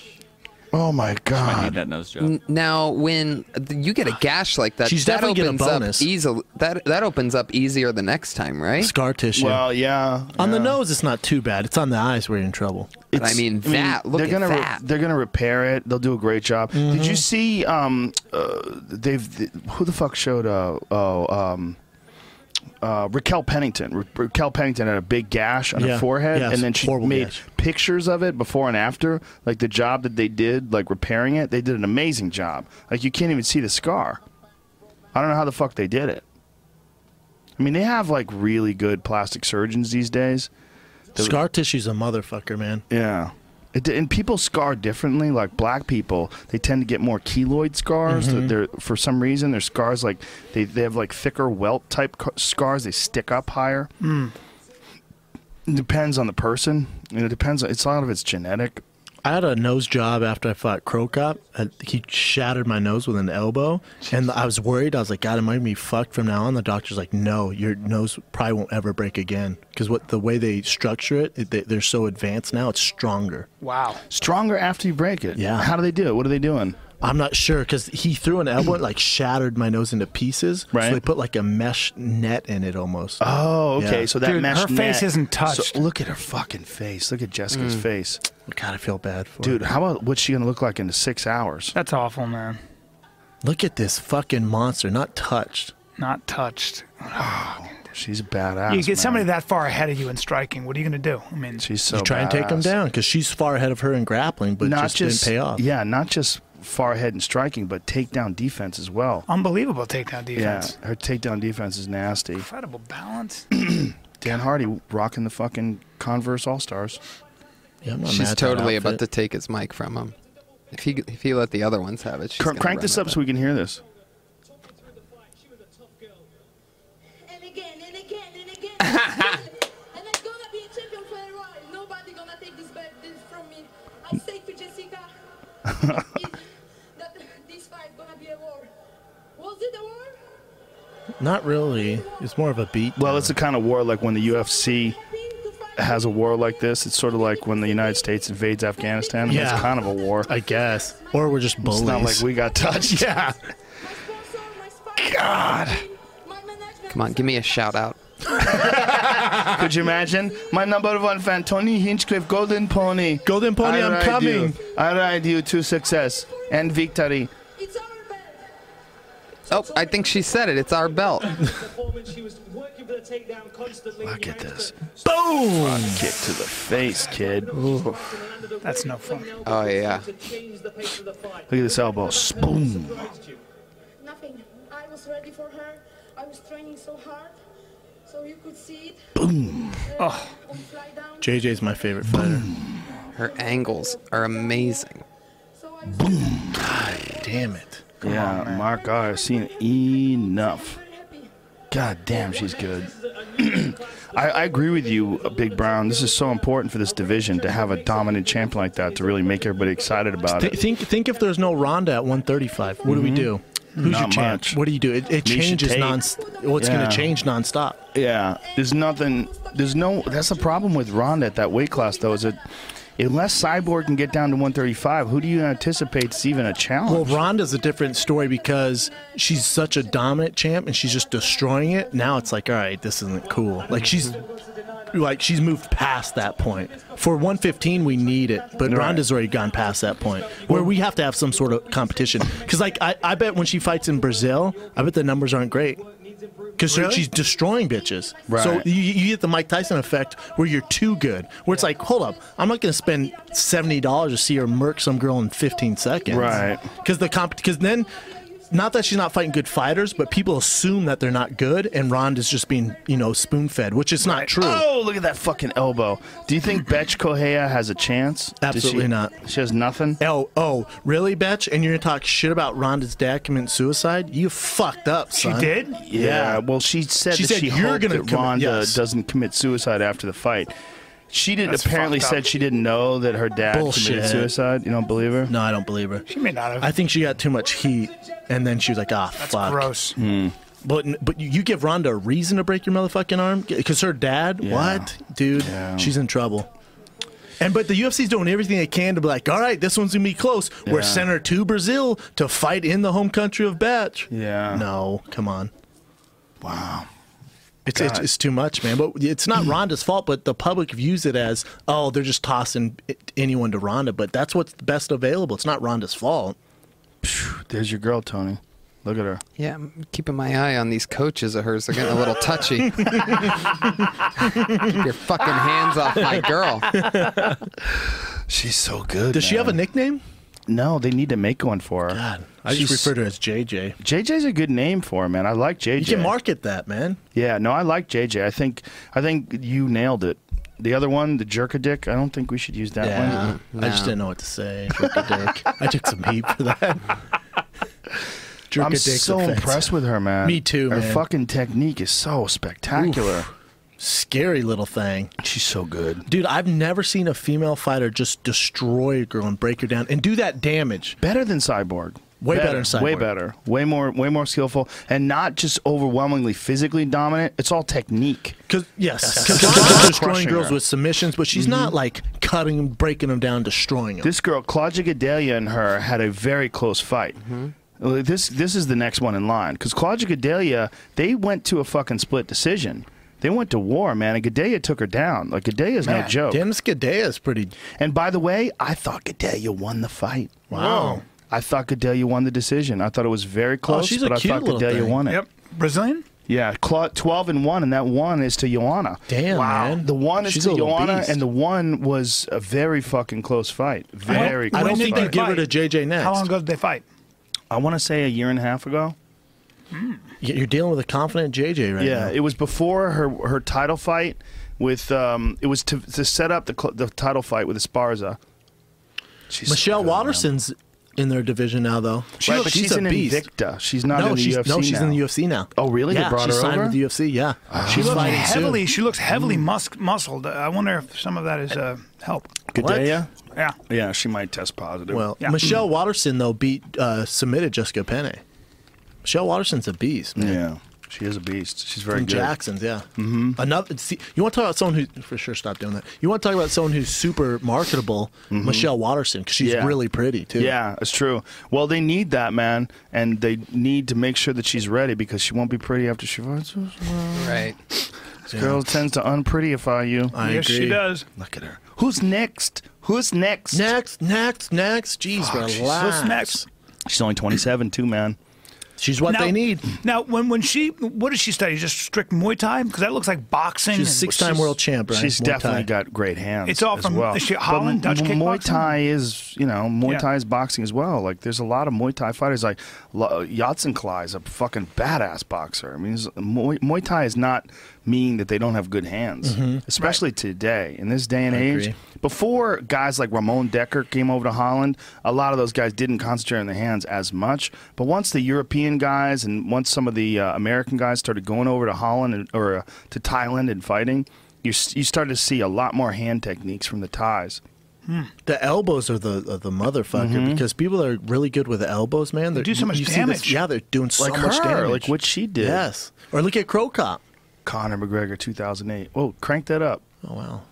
Speaker 1: Oh my
Speaker 6: I
Speaker 1: god.
Speaker 6: need that nose job.
Speaker 4: Now, when th- you get a gash like that,
Speaker 5: She's
Speaker 4: that
Speaker 5: definitely getting a
Speaker 4: opens
Speaker 5: bonus.
Speaker 4: up easily. That that opens up easier the next time, right?
Speaker 5: Scar tissue.
Speaker 1: Well, yeah.
Speaker 5: on the
Speaker 1: yeah.
Speaker 5: nose, it's not too bad. It's on the eyes where you're in trouble.
Speaker 4: But I mean, that. look
Speaker 1: they're
Speaker 4: at
Speaker 1: gonna re-
Speaker 4: that.
Speaker 1: they're gonna repair it. They'll do a great job. Did
Speaker 5: Mm-hmm.
Speaker 1: you see? Um, uh, they've th- who the fuck showed? Uh, oh, um, uh, Raquel Pennington. Ra- Raquel Pennington had a big gash on her
Speaker 5: Yeah.
Speaker 1: forehead,
Speaker 5: Yes.
Speaker 1: and then she
Speaker 5: Horrible
Speaker 1: made
Speaker 5: gash.
Speaker 1: pictures of it before and after. Like the job that they did, like repairing it, they did an amazing job. Like you can't even see the scar. I don't know how the fuck they did it. I mean, they have like really good plastic surgeons these days.
Speaker 5: Scar tissue's a motherfucker, man.
Speaker 1: Yeah. It, and people scar differently. Like black people, they tend to get more keloid scars.
Speaker 2: Mm-hmm.
Speaker 1: They're, for some reason, their scars like they, they have like thicker welt type ca- scars. They stick up higher.
Speaker 2: Hmm.
Speaker 1: It depends on the person. And it depends. On, it's a lot of it's genetic.
Speaker 5: I had a nose job after I fought Crow Cop. I, he shattered my nose with an elbow, and I was worried. I was like, God, am I gonna be fucked from now on? The doctor's like, No, your nose probably won't ever break again because what the way they structure it, it they, they're so advanced now. It's stronger.
Speaker 2: Wow.
Speaker 1: Stronger after you break it.
Speaker 5: Yeah.
Speaker 1: How do they do it? What are they doing?
Speaker 5: I'm not sure because he threw an elbow, it, like shattered my nose into pieces.
Speaker 1: Right.
Speaker 5: So they put like a mesh net in it almost.
Speaker 1: Oh,
Speaker 5: Yeah.
Speaker 1: okay. So that
Speaker 2: Dude,
Speaker 1: mesh
Speaker 2: her face
Speaker 1: net-
Speaker 2: isn't
Speaker 1: so-
Speaker 2: touched. Mm.
Speaker 1: look at her fucking face. Look at Jessica's face,
Speaker 5: God, I feel bad for
Speaker 1: dude.
Speaker 5: her.
Speaker 1: How about what's she gonna look like in six hours?
Speaker 2: That's awful, man.
Speaker 5: Look at this fucking monster, not touched.
Speaker 2: Not touched.
Speaker 1: She's a badass.
Speaker 2: You get
Speaker 1: man.
Speaker 2: somebody that far ahead of you in striking. What are you going to do? I mean,
Speaker 1: She's so
Speaker 5: you try and take him
Speaker 1: badass.
Speaker 5: down because she's far ahead of her in grappling, but just, didn't pay off.
Speaker 1: Yeah, not just far ahead in striking, but takedown defense as well.
Speaker 2: unbelievable takedown defense.
Speaker 1: Yeah, her takedown defense is nasty.
Speaker 2: Incredible balance.
Speaker 1: Dan Hardy rocking the fucking Converse All Stars.
Speaker 5: Yeah, I'm not mad
Speaker 4: She's
Speaker 5: at that
Speaker 4: totally about to
Speaker 5: outfit.
Speaker 4: take his mic from him. If he if he let the other ones have it, she's
Speaker 1: Cr-
Speaker 4: gonna
Speaker 1: crank
Speaker 4: run
Speaker 1: this
Speaker 4: with
Speaker 1: up so we can hear this.
Speaker 7: and again and again and again. and I'm gonna be a champion for a while. Nobody gonna take this belt this from me. I say to Jessica it- that this fight gonna be a war. Was it a war?
Speaker 5: Not really. It's more of a beat.
Speaker 1: Well,
Speaker 5: down.
Speaker 1: it's the kind of war like when the UFC
Speaker 7: Happy to fight
Speaker 1: has a war like this. It's sort of like when the United States invades Afghanistan. I mean,
Speaker 5: Yeah.
Speaker 1: It's kind of a war.
Speaker 5: I guess, or we're just bullies.
Speaker 1: it's not like we got touched. Yeah.
Speaker 7: my sponsor, my sponsor, God. My management.
Speaker 4: Come on, give me a shout out.
Speaker 1: Could you imagine? My number one fan, Tony Hinchcliffe, Golden Pony.
Speaker 5: Golden Pony,
Speaker 1: I
Speaker 5: I'm
Speaker 1: ride
Speaker 5: coming.
Speaker 1: you. I ride you to success and victory.
Speaker 7: It's our belt.
Speaker 4: Oh, I think she said it. It's our belt.
Speaker 8: performance. She was working for the takedown constantly.
Speaker 1: Look at this.
Speaker 5: Boom!
Speaker 1: Kick to the face, kid.
Speaker 2: That's no fun.
Speaker 4: Oh yeah.
Speaker 1: Look at this elbow. Spoon.
Speaker 7: Nothing. I was ready for her. I was training so hard. So you could see it. Boom.
Speaker 1: Oh.
Speaker 7: On fly down.
Speaker 5: JJ's my favorite fighter.
Speaker 4: Her angles are amazing.
Speaker 7: So I was
Speaker 5: Damn it!
Speaker 1: yeah, Mark R. has seen enough.
Speaker 7: very happy.
Speaker 1: God damn, she's good. I, I agree with you, uh, Big Brown. This is so important for this division to have a dominant champion like that to really make everybody excited about
Speaker 5: Th-
Speaker 1: it. Mm-hmm.
Speaker 5: think, think if there's no Ronda at 135, what do we do? Who's
Speaker 1: Not
Speaker 5: your champ?
Speaker 1: much.
Speaker 5: What do you do? It, it
Speaker 1: Misha
Speaker 5: changes
Speaker 1: Tate.
Speaker 5: non. Well, it's
Speaker 1: Yeah.
Speaker 5: gonna change nonstop.
Speaker 1: Yeah, there's nothing. There's no. That's the problem with Ronda at that weight class, though. Is it unless Cyborg can get down to 135, who do you anticipate is even a
Speaker 5: Well,
Speaker 1: challenge?
Speaker 5: Ronda's a different story because she's such a dominant champ and she's just destroying it. Now it's like, all right, this isn't cool. Like she's like she's moved past that point. For 115, we need it, but
Speaker 1: Right.
Speaker 5: Ronda's already gone past that point where we have to have some sort of competition. Because like I, I bet when she fights in Brazil, I bet the numbers aren't great. Because
Speaker 2: Really?
Speaker 5: she's destroying bitches. So
Speaker 1: Right.
Speaker 5: you, you get the Mike Tyson effect where you're too good, where it's like, hold up, I'm not going to spend $70 to see her murk some girl in 15 seconds.
Speaker 1: Right.
Speaker 5: Because the comp, because then, not that she's not fighting good fighters, but people assume that they're not good, and Ronda's just being, you know, spoon fed, which is not true.
Speaker 1: Oh, look at that fucking elbow. Do you think Betch Kohea has a chance? Does
Speaker 5: Absolutely
Speaker 1: she-
Speaker 5: not.
Speaker 1: She has nothing?
Speaker 5: Oh, oh, really, Betch? And you're gonna talk shit about Ronda's dad commit suicide? You fucked up,
Speaker 2: She
Speaker 5: son.
Speaker 2: did?
Speaker 1: Yeah. Well, she said
Speaker 5: She
Speaker 1: that
Speaker 5: said
Speaker 1: she
Speaker 5: you're
Speaker 1: hoped
Speaker 5: gonna
Speaker 1: that
Speaker 5: commit-
Speaker 1: Rhonda
Speaker 5: yes.
Speaker 1: doesn't commit suicide after the fight. She didn't.
Speaker 2: That's
Speaker 1: apparently
Speaker 2: fucked up.
Speaker 1: said she didn't know that her dad
Speaker 5: Bullshit.
Speaker 1: committed suicide. You don't believe her?
Speaker 5: No, I don't believe her.
Speaker 2: She may not have.
Speaker 5: I think she got too much heat, and then she was like, ah,
Speaker 2: That's
Speaker 5: fuck.
Speaker 2: gross.
Speaker 5: But but you- you give Rhonda a reason to break your motherfucking arm because her dad. What, dude?
Speaker 1: Yeah.
Speaker 5: She's in trouble. And but the UFC's doing everything they can to be like, all right, this one's gonna be close. We're
Speaker 1: Yeah.
Speaker 5: sending her to Brazil to fight in the home country of Batch.
Speaker 1: Yeah.
Speaker 5: No, come on. Wow. It's, it's, it's too much, man. But it's not Rhonda's fault. But the public views it as, oh, they're just tossing it- anyone to Rhonda. But that's what's the best available. It's not Rhonda's fault.
Speaker 1: There's your girl, Tony. Look at her.
Speaker 4: Yeah, I'm keeping my eye on these coaches of hers. They're getting a little touchy. Keep your fucking hands off my girl.
Speaker 1: She's so good.
Speaker 5: Does she have a nickname?
Speaker 1: No, they need to make one for her.
Speaker 5: God, I
Speaker 1: She's-
Speaker 5: just refer to her as JJ.
Speaker 1: JJ's a good name for her, man. I like JJ.
Speaker 5: You can market that, man.
Speaker 1: Yeah, no, I like JJ. I think I think you nailed it. The other one, the jerkadick, I don't think we should use that one.
Speaker 5: I just
Speaker 4: no.
Speaker 5: didn't know what to say. Jerk a dick. I took some heat for that. Jerk
Speaker 1: I'm
Speaker 5: a dick's
Speaker 1: so
Speaker 5: offensive.
Speaker 1: impressed with her, man.
Speaker 5: Me too,
Speaker 1: Her
Speaker 5: man.
Speaker 1: fucking technique is so spectacular.
Speaker 5: Scary little thing.
Speaker 1: She's so good.
Speaker 5: Dude, I've never seen a female fighter just destroy a girl and break her down and do that damage.
Speaker 1: Better than Cyborg.
Speaker 5: Way better than
Speaker 1: Way
Speaker 5: Cyborg.
Speaker 1: better. Way more way more skillful and not just overwhelmingly physically dominant. It's all technique.
Speaker 5: Cause yes, because
Speaker 1: Yes.
Speaker 5: Ronda's
Speaker 1: Crushing
Speaker 5: destroying girls
Speaker 1: her. Mm-hmm.
Speaker 5: with submissions, but she's not like cutting them, breaking them down, destroying them.
Speaker 1: This girl, Claudia Gadelia, and her had a very close fight.
Speaker 5: Mm-hmm.
Speaker 1: Uh, This this is the next one in line because Claudia Gadelia, they went to a fucking split decision. They went to war, man, and Gadelia took her down. Like Gadelia's no joke.
Speaker 5: Damn, Skadea is pretty.
Speaker 1: And by the way, I thought Gadelia won the fight.
Speaker 5: Wow. Whoa.
Speaker 1: I thought Gadelia won the decision. I thought it was very close,
Speaker 5: she's a
Speaker 1: but I
Speaker 5: cute
Speaker 1: thought
Speaker 5: little
Speaker 1: Gadelia
Speaker 5: thing.
Speaker 1: won it.
Speaker 2: Yep. Brazilian?
Speaker 1: Yeah, Cla- 12 and 1, and that one is to Joanna.
Speaker 5: Damn, man.
Speaker 1: The one is
Speaker 5: She's a
Speaker 1: to
Speaker 5: little
Speaker 1: Joanna,
Speaker 5: beast.
Speaker 1: and the one was a very fucking close fight. Very
Speaker 5: I
Speaker 1: close
Speaker 5: don't
Speaker 2: When
Speaker 5: think
Speaker 2: did
Speaker 5: they
Speaker 1: fight.
Speaker 2: they
Speaker 5: give her
Speaker 2: fight?
Speaker 5: to JJ next.
Speaker 2: How long ago did they fight?
Speaker 1: I want to say a year and a half ago.
Speaker 5: Y- You're dealing with a confident JJ right
Speaker 1: Yeah,
Speaker 5: now.
Speaker 1: it was before her her title fight with um. It was to to set up the cl- the title fight with Esparza. She's so
Speaker 5: Michelle
Speaker 1: good, man.
Speaker 5: Watterson's in their division now, though.
Speaker 1: Right, but she's, an Invicta. She's not
Speaker 5: no,
Speaker 1: in the
Speaker 5: she's
Speaker 1: UFC
Speaker 5: no, she's
Speaker 1: now.
Speaker 5: in the UFC now.
Speaker 1: Oh, really? They
Speaker 5: Yeah,
Speaker 1: brought
Speaker 5: she's
Speaker 1: her
Speaker 5: signed
Speaker 1: over? Ah.
Speaker 5: with the UFC. Yeah, she's
Speaker 2: She looks
Speaker 5: fighting Mm.
Speaker 2: heavily.
Speaker 5: soon.
Speaker 2: She looks heavily mus- muscled. Uh, I wonder if some of that is uh, help.
Speaker 1: Gadea?
Speaker 2: Yeah.
Speaker 1: Yeah, she might test positive.
Speaker 5: Well,
Speaker 2: Yeah.
Speaker 5: Michelle Watterson though beat uh, submitted Jessica Penne. Michelle Watterson's a beast, man.
Speaker 1: yeah, she is a beast. She's very
Speaker 5: From
Speaker 1: good.
Speaker 5: Jackson's, yeah. Mm-hmm. Another, see, you want to talk about someone who for sure stop doing that. You want to talk about someone who's super marketable, Michelle Watterson, because she's
Speaker 1: Mm-hmm. Yeah.
Speaker 5: really pretty too.
Speaker 1: Yeah, it's true. Well, they need that man, and they need to make sure that she's ready because she won't be pretty after she fights. This
Speaker 4: Right.
Speaker 1: girl tends to unprettify you.
Speaker 5: I
Speaker 2: yes,
Speaker 5: agree.
Speaker 2: she does.
Speaker 1: Look at her. Who's next? Who's next?
Speaker 5: Next, next, next. Jeez, relax.
Speaker 2: What's next?
Speaker 1: She's only 27 too, man.
Speaker 5: She's what
Speaker 2: Now-
Speaker 5: they need.
Speaker 2: Now, when when she, what does she study? Just strict Muay Thai? Because that looks like boxing.
Speaker 5: She's a
Speaker 2: and-
Speaker 5: six-time world champ, right?
Speaker 1: She's
Speaker 5: Muay
Speaker 1: definitely
Speaker 5: Thai.
Speaker 1: got great hands.
Speaker 2: It's all
Speaker 1: as
Speaker 2: from-
Speaker 1: well.
Speaker 2: is she Holland,
Speaker 1: But
Speaker 2: Dutch
Speaker 1: M- Muay
Speaker 2: kickboxing?
Speaker 1: Thai is you know Muay
Speaker 2: Yeah.
Speaker 1: Thai is boxing as well. Like there's a lot of Muay Thai fighters. Like L- Yatsen Klai is a fucking badass boxer. I mean, it's- Muay, Muay Thai is not mean that they don't have good hands,
Speaker 5: Mm-hmm.
Speaker 1: especially today in this day and age.
Speaker 5: agree.
Speaker 1: Before guys like Ramon Decker came over to Holland, a lot of those guys didn't concentrate on the hands as much. But once the European guys and once some of the uh, American guys started going over to Holland and, or uh, to Thailand and fighting, you, s- you started to see a lot more hand techniques from the Thais.
Speaker 5: the elbows are the are the motherfucker because people that are really good with the elbows, man. They
Speaker 2: Mm-hmm. do so much
Speaker 5: you see this-
Speaker 2: damage.
Speaker 5: yeah, they're doing so
Speaker 1: Like
Speaker 5: much
Speaker 1: her,
Speaker 5: damage.
Speaker 1: like what she did.
Speaker 5: Yes. Or look at Crow Cop.
Speaker 1: Conor McGregor, 2008. Whoa, crank that up.
Speaker 5: Oh wow.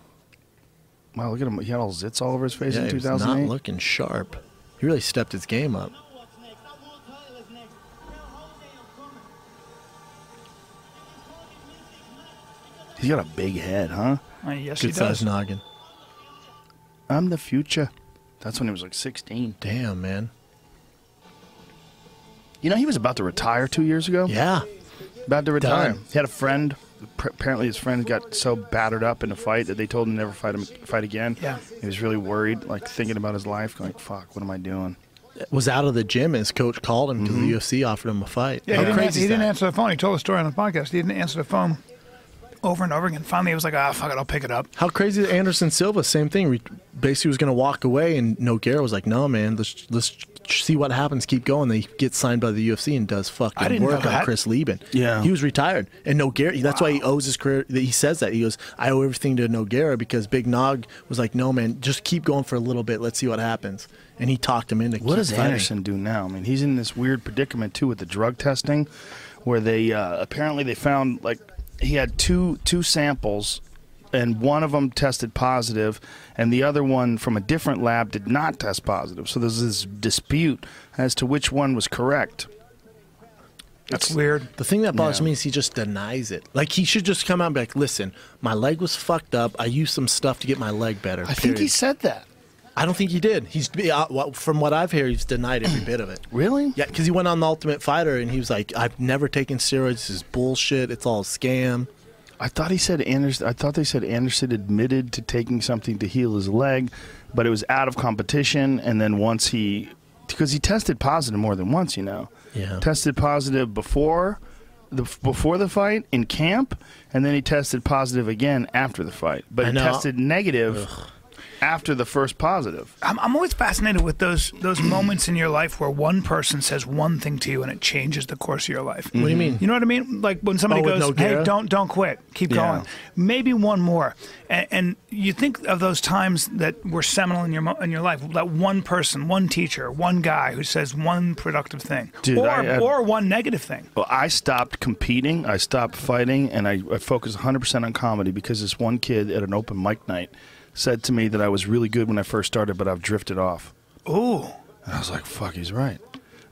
Speaker 1: Wow, look at him. He had all zits all over his face
Speaker 5: Yeah,
Speaker 1: in
Speaker 5: he was not
Speaker 1: 2008.
Speaker 5: looking sharp. He really stepped his game up.
Speaker 1: He's got a big head, huh?
Speaker 2: Uh, yes, she
Speaker 5: Good size
Speaker 2: does.
Speaker 5: noggin.
Speaker 1: I'm the future. That's when he was like 16.
Speaker 5: Damn, man.
Speaker 1: You know, he was about to retire two years ago.
Speaker 5: Yeah.
Speaker 1: About to retire.
Speaker 5: Done.
Speaker 1: He had a friend. Pr- apparently, his friend got so battered up in a fight that they told him to never fight him, fight again.
Speaker 2: Yeah.
Speaker 1: He was really worried, like thinking about his life, going, "Fuck, what am I doing?"
Speaker 5: Was out of the gym and his coach called him because the UFC offered him a fight.
Speaker 2: Mm-hmm. Yeah,
Speaker 5: How
Speaker 2: he, didn't,
Speaker 5: crazy
Speaker 2: answer,
Speaker 5: is
Speaker 2: he didn't
Speaker 5: that?
Speaker 2: answer the phone. He told the story on the podcast. He didn't answer the phone over and over again. Finally, he was like, ah, fuck it, I'll pick it up.
Speaker 5: How crazy is Anderson Silva? Same thing. Re- Basically, was going to walk away, and Nogueira was like, "No, man, let's let's see what happens. Keep going." They get signed by the UFC and does fucking
Speaker 2: I didn't
Speaker 5: work
Speaker 2: know
Speaker 5: on
Speaker 2: that.
Speaker 5: Chris Lieben.
Speaker 1: Yeah.
Speaker 5: he was retired, and Nogueira. That's why he owes his career. that He says that he goes, "I owe everything to Nogueira because Big Nog was like, no, man, just keep going for a little bit. Let's see what happens." And he talked him into
Speaker 1: What
Speaker 5: keep
Speaker 1: does
Speaker 5: fighting.
Speaker 1: Anderson do now? I mean, he's in this weird predicament too with the drug testing, where they uh, apparently they found like he had two two samples, and one of them tested positive, and the other one from a different lab did not test positive. So there's this dispute as to which one was correct.
Speaker 2: That's weird.
Speaker 5: The thing that bothers
Speaker 1: Yeah.
Speaker 5: me is he just denies it. Like he should just come out and be like, "Listen, my leg was fucked up. I used some stuff to get my leg better."
Speaker 1: I think
Speaker 5: period."
Speaker 1: he said that.
Speaker 5: I don't think he did. He's uh, well, from what I've heard, he's denied every bit of it.
Speaker 1: Really?
Speaker 5: Yeah, because he went on the Ultimate Fighter and he was like, "I've never taken steroids. This is bullshit. It's all a scam."
Speaker 1: I thought he said Anderson. I thought they said Anderson admitted to taking something to heal his leg, but it was out of competition. And then once he, because he tested positive more than once, you know,
Speaker 5: Yeah.
Speaker 1: tested positive before the before the fight in camp, and then he tested positive again after the fight. But
Speaker 5: I
Speaker 1: he
Speaker 5: know.
Speaker 1: tested negative after the first positive.
Speaker 2: I'm, I'm always fascinated with those those moments in your life where one person says one thing to you and it changes the course of your life.
Speaker 5: What do you mean?
Speaker 2: Mm-hmm. You know what I mean? Like when somebody
Speaker 5: Oh, with
Speaker 2: goes, "Hey,
Speaker 5: Nogueira?
Speaker 2: don't don't quit, keep
Speaker 1: Yeah.
Speaker 2: going." Maybe one more, and, and you think of those times that were seminal in your mo- in your life. That one person, one teacher, one guy who says one productive thing,
Speaker 1: Dude,
Speaker 2: or
Speaker 1: I- I-
Speaker 2: or one negative thing.
Speaker 1: Well, I stopped competing, I stopped fighting, and I, I focused 100% on comedy because this one kid at an open mic night said to me that I was really good when I first started, but I've drifted off.
Speaker 2: Ooh,
Speaker 1: And I was like, fuck, he's right.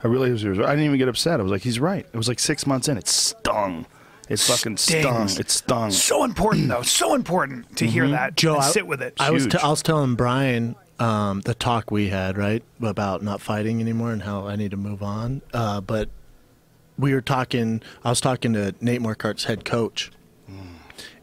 Speaker 1: I really was, he was right. I didn't even get upset. I was like, he's right. It was like six months in. It stung. It fucking
Speaker 2: Stings.
Speaker 1: stung. It stung.
Speaker 2: so important though, so important to hear that
Speaker 5: Um, Mm-hmm. Joe,
Speaker 2: and
Speaker 5: I-
Speaker 2: sit with it.
Speaker 5: I was
Speaker 1: Huge.
Speaker 5: t- I was telling Brian um, the talk we had right about not fighting anymore and how I need to move on. Uh, but we were talking. I was talking to Nate Markart's head coach,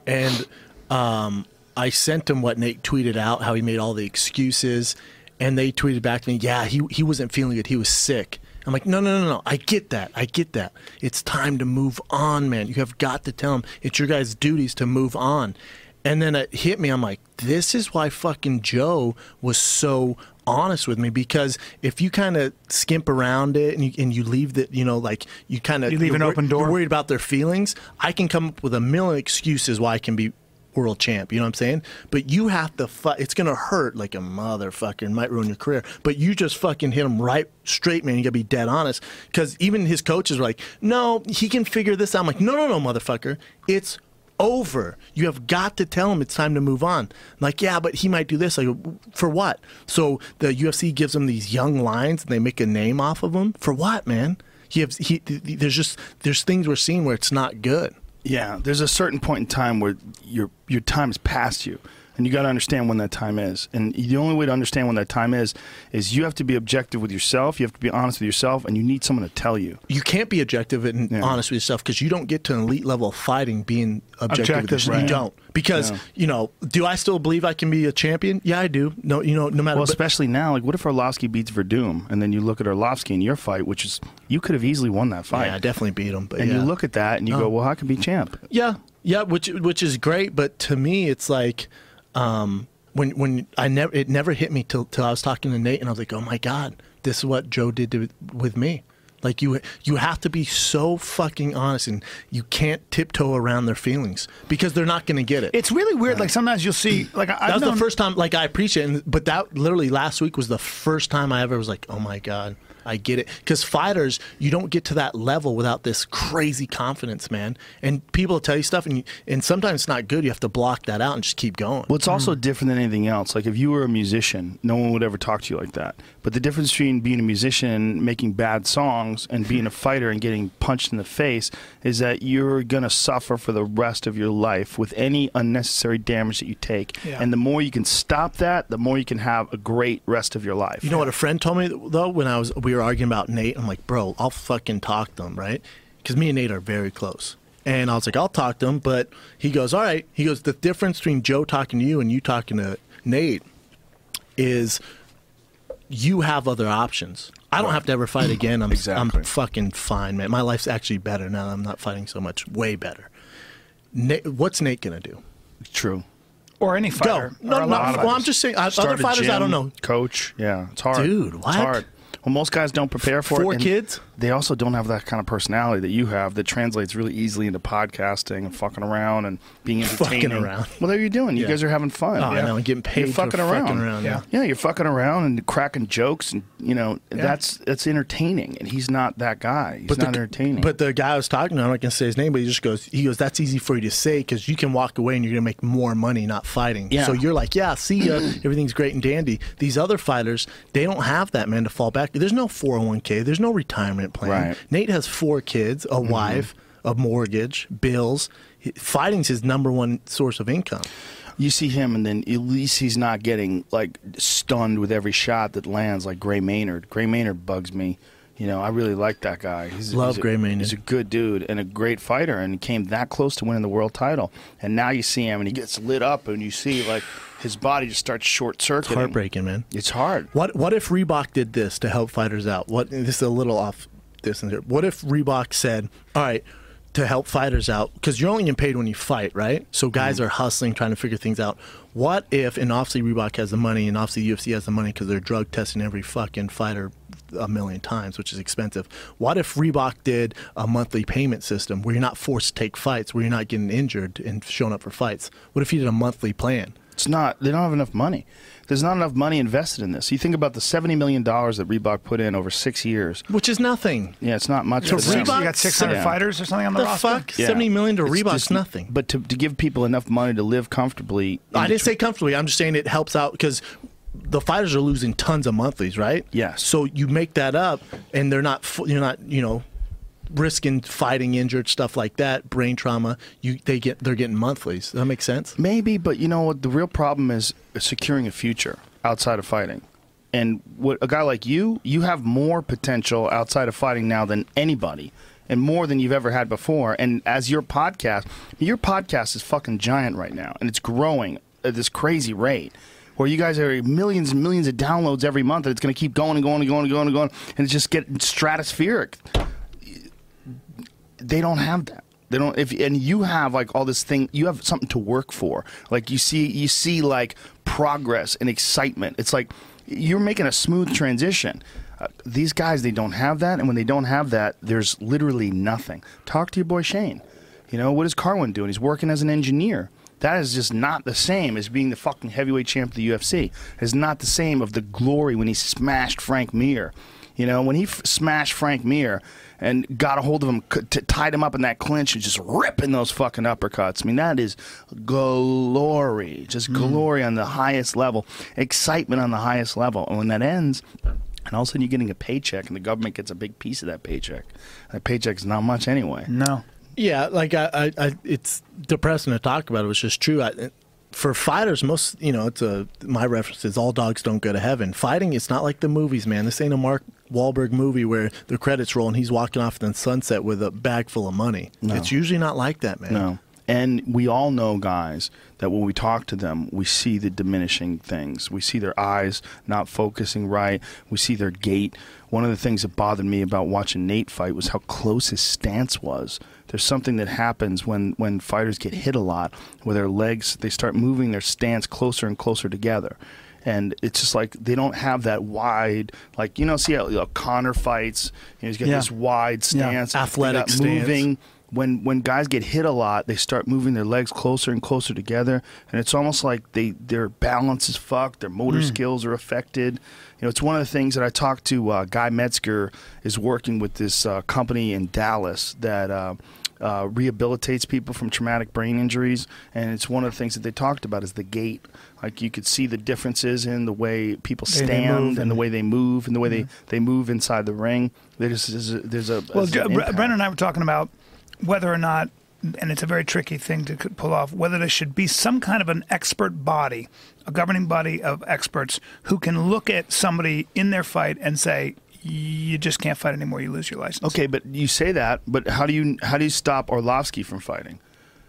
Speaker 5: and um, I sent him what Nate tweeted out how he made all the excuses, and they tweeted back to me, "Yeah, he he wasn't feeling good. He was sick." I'm like, no, no, no, no. I get that. I get that. It's time to move on, man. You have got to tell him it's your guys' duties to move on. And then it hit me. I'm like, this is why fucking Joe was so honest with me because if you kind of skimp around it and you, and you leave that, you know, like you kind of
Speaker 2: You leave an open door.
Speaker 5: worried about their feelings, I can come up with a million excuses why I can be world champ. You know what I'm saying? But you have to. Fu- it's gonna hurt like a motherfucker. It might ruin your career. But you just fucking hit him right straight, man. You gotta be dead honest. Because even his coaches were like, "No, he can figure this out." I'm like, "No, no, no, motherfucker. It's." Over. You have got to tell him it's time to move on. I'm like, yeah, but he might do this. Like, for what? So the UFC gives him these young lines and they make a name off of him. For what, man? He has he. th- th- There's just there's things we're seeing where it's not good.
Speaker 1: Yeah, there's a certain point in time where your your time is past you, and you got to understand when that time is. And the only way to understand when that time is is you have to be objective with yourself. You have to be honest with yourself, and you need someone to tell you.
Speaker 5: You can't be objective and
Speaker 1: Yeah.
Speaker 5: honest with yourself because you don't get to an elite level of fighting being objective. with
Speaker 2: Objective,
Speaker 5: yourself.
Speaker 2: right.
Speaker 5: You don't because you know. Do I still believe I can be a champion? Yeah, I do. No, you know, no matter.
Speaker 1: Well,
Speaker 5: but-
Speaker 1: especially now, like what if Orlovsky beats Verdum, and then you look at Orlovsky in your fight, which is you could have easily won that fight.
Speaker 5: yeah, I definitely beat him. But
Speaker 1: and
Speaker 5: yeah. Oh.
Speaker 1: you look at that and you go, well, I could be champ.
Speaker 5: Yeah, yeah, which which is great, but to me, it's like um, when when I never it never hit me till till I was talking to Nate, and I was like, oh my god, this is what Joe did to, with me. Like you you have to be so fucking honest, and you can't tiptoe around their feelings because they're not going to get it.
Speaker 2: it's really weird. Like sometimes you'll see, like I,
Speaker 5: Mm-hmm. that
Speaker 2: I've
Speaker 5: was the
Speaker 2: known-
Speaker 5: first time, like I appreciate, it, and- but that literally last week was the first time I ever was like, "Oh my god, I get it. Because fighters, you don't get to that level without this crazy confidence, man. And people tell you stuff, and you, and sometimes it's not good. You have to block that out and just keep going.
Speaker 1: Well, it's
Speaker 5: Mm.
Speaker 1: also different than anything else. Like if you were a musician, no one would ever talk to you like that. But the difference between being a musician, making bad songs, and being a fighter and getting punched in the face is that you're gonna suffer for the rest of your life with any unnecessary damage that you take.
Speaker 2: Yeah.
Speaker 1: And the more you can stop that, the more you can have a great rest of your life.
Speaker 5: You know what a friend told me though when I was we were arguing about Nate. I'm like, bro, I'll fucking talk to him, right? Because me and Nate are very close. And I was like, I'll talk to him, but he goes, all right. He goes, the difference between Joe talking to you and you talking to Nate is you have other options. I don't have to ever fight again. I'm
Speaker 1: Exactly.
Speaker 5: I'm fucking fine, man. My life's actually better now. that I'm not fighting so much. Way better. Nate, what's Nate gonna do?
Speaker 1: True.
Speaker 2: or any fighter.
Speaker 5: No,
Speaker 2: or a
Speaker 5: no,
Speaker 2: lot of
Speaker 5: well, I'm
Speaker 2: fighters.
Speaker 5: just saying, uh, other
Speaker 1: Start a
Speaker 5: fighters, I
Speaker 1: gym,
Speaker 5: don't know.
Speaker 1: Coach, yeah, it's hard,
Speaker 5: Dude, what?
Speaker 1: It's hard. Well, most guys don't prepare for
Speaker 5: Four
Speaker 1: it. and
Speaker 5: kids?
Speaker 1: They also don't have that kind of personality that you have that translates really easily into podcasting and fucking around and being
Speaker 5: Fucking
Speaker 1: entertaining.
Speaker 5: around.
Speaker 1: Well, there you're doing. You
Speaker 5: Yeah.
Speaker 1: guys are having fun.
Speaker 5: Oh, I know, and getting paid
Speaker 1: You're
Speaker 5: for
Speaker 1: fucking around.
Speaker 5: fucking around, yeah.
Speaker 1: yeah, you're fucking around and cracking jokes, and you know that's that's entertaining. And he's not that guy. He's not
Speaker 5: the,
Speaker 1: entertaining.
Speaker 5: But the guy I was talking to, I'm not gonna say his name, but he just goes, he goes, that's easy for you to say because you can walk away and you're gonna make more money not fighting.
Speaker 1: Yeah.
Speaker 5: So you're like, yeah, see ya, everything's great and dandy. These other fighters, they don't have that man to fall back. to. There's no 401k. There's no retirement plan.
Speaker 1: Right. Mm-hmm.
Speaker 5: Nate has four kids, a wife, a mortgage, bills. He- Fighting's his number one source of income.
Speaker 1: you see him, and then at least he's not getting like stunned with every shot that lands, like Gray Maynard. Gray Maynard bugs me. You know, I really like that guy. He's
Speaker 5: Love
Speaker 1: he's a-
Speaker 5: Gray Maynard.
Speaker 1: He's a good dude and a great fighter, and he came that close to winning the world title. And now you see him, and he gets lit up, and you see like his body just starts short
Speaker 5: It's
Speaker 1: circuiting.
Speaker 5: heartbreaking, man.
Speaker 1: It's hard.
Speaker 5: What what if Reebok did this to help fighters out? What this is a little off distance here. What if Reebok said, "All right, to help fighters out, because you're only getting paid when you fight, right? So guys are hustling, trying to figure things out. What if, and obviously Reebok has the money, and obviously UFC has the money because they're drug testing every fucking fighter a million times, which is expensive. What if Reebok did a monthly payment system where you're not forced to take fights, where you're not getting injured and showing up for fights? What if you did a monthly plan?
Speaker 1: It's not. They don't have enough money. There's not enough money invested in this. You think about the seventy million dollars that Reebok put in over six years.
Speaker 5: Which is nothing.
Speaker 1: Yeah, it's not much.
Speaker 5: To
Speaker 1: for them.
Speaker 5: Reebok?
Speaker 2: You got 600
Speaker 1: Yeah.
Speaker 2: fighters or something on the,
Speaker 5: The
Speaker 2: roster?
Speaker 5: fuck?
Speaker 1: Yeah.
Speaker 5: Seventy million to
Speaker 1: It's
Speaker 5: Reebok's
Speaker 1: just-
Speaker 5: nothing.
Speaker 1: But to, to give people enough money to live comfortably. in
Speaker 5: I
Speaker 1: the
Speaker 5: didn't say comfortably. I'm just saying it helps out because the fighters are losing tons of monthlies, right?
Speaker 1: Yes.
Speaker 5: So you make that up, and they're not. fu- You're not. You know, risking fighting injured stuff like that, brain trauma. You they get they're getting monthlies. Does that make sense?
Speaker 1: Maybe, but you know what? The real problem is securing a future outside of fighting. And what a guy like you, you have more potential outside of fighting now than anybody, and more than you've ever had before. And as your podcast, your podcast is fucking giant right now, and it's growing at this crazy rate. Where you guys are millions and millions of downloads every month, and it's going to keep going and going and going and going and going, and it's just getting stratospheric they don't have that. They don't if and you have like all this thing you have something to work for. Like you see you see like progress and excitement. It's like you're making a smooth transition. Uh, these guys they don't have that and when they don't have that there's literally nothing. Talk to your boy Shane. You know, what is Carwin doing? He's working as an engineer. That is just not the same as being the fucking heavyweight champ of the UFC. It's not the same of the glory when he smashed Frank Mir. You know, when he f- smashed Frank Mir and got a hold of him, c- t- tied him up in that clinch and just ripping those fucking uppercuts. I mean, that is glory. Just glory on the highest level, excitement on the highest level. And when that ends, and all of a sudden you're getting a paycheck and the government gets a big piece of that paycheck. That paycheck's not much anyway.
Speaker 2: No.
Speaker 5: Yeah, like I, I, I it's depressing to talk about. It was just true. I, for fighters, most you know, it's a my reference is all dogs don't go to heaven. Fighting, it's not like the movies, man. This ain't a Mark Wahlberg movie where the credits roll and he's walking off in the sunset with a bag full of money. It's usually not like that, man.
Speaker 1: No. And we all know guys that when we talk to them, we see the diminishing things. We see their eyes not focusing right. We see their gait. One of the things that bothered me about watching Nate fight was how close his stance was. There's something that happens when, when fighters get hit a lot where their legs they start moving their stance closer and closer together. And it's just like they don't have that wide, like you know, see how you know, Connor fights. You know, he's got
Speaker 2: Yeah.
Speaker 1: this wide
Speaker 2: Yeah.
Speaker 1: stance,
Speaker 5: Athletic
Speaker 1: They got
Speaker 5: stance.
Speaker 1: moving, when when guys get hit a lot, they start moving their legs closer and closer together, and it's almost like they their balance is fucked, their motor
Speaker 2: Mm.
Speaker 1: skills are affected. You know, it's one of the things that I talked to uh, Guy Metzger is working with this uh, company in Dallas that. Uh, uh, rehabilitates people from traumatic brain injuries, and it's one of the things that they talked about is the gait. Like you could see the differences in the way people
Speaker 2: They- they
Speaker 1: stand
Speaker 2: move
Speaker 1: and the
Speaker 2: and-
Speaker 1: way they move and the way they, they move inside the ring. There's there's a, there's a
Speaker 2: Well,
Speaker 1: there's
Speaker 2: J-
Speaker 1: an
Speaker 2: Bre-
Speaker 1: impact.
Speaker 2: Brendan and I were talking about whether or not, and it's a very tricky thing to c- pull off, whether there should be some kind of an expert body, a governing body of experts who can look at somebody in their fight and say, you just can't fight anymore. You lose your license.
Speaker 1: Okay, but you say that, but how do you how do you stop Orlovsky from fighting?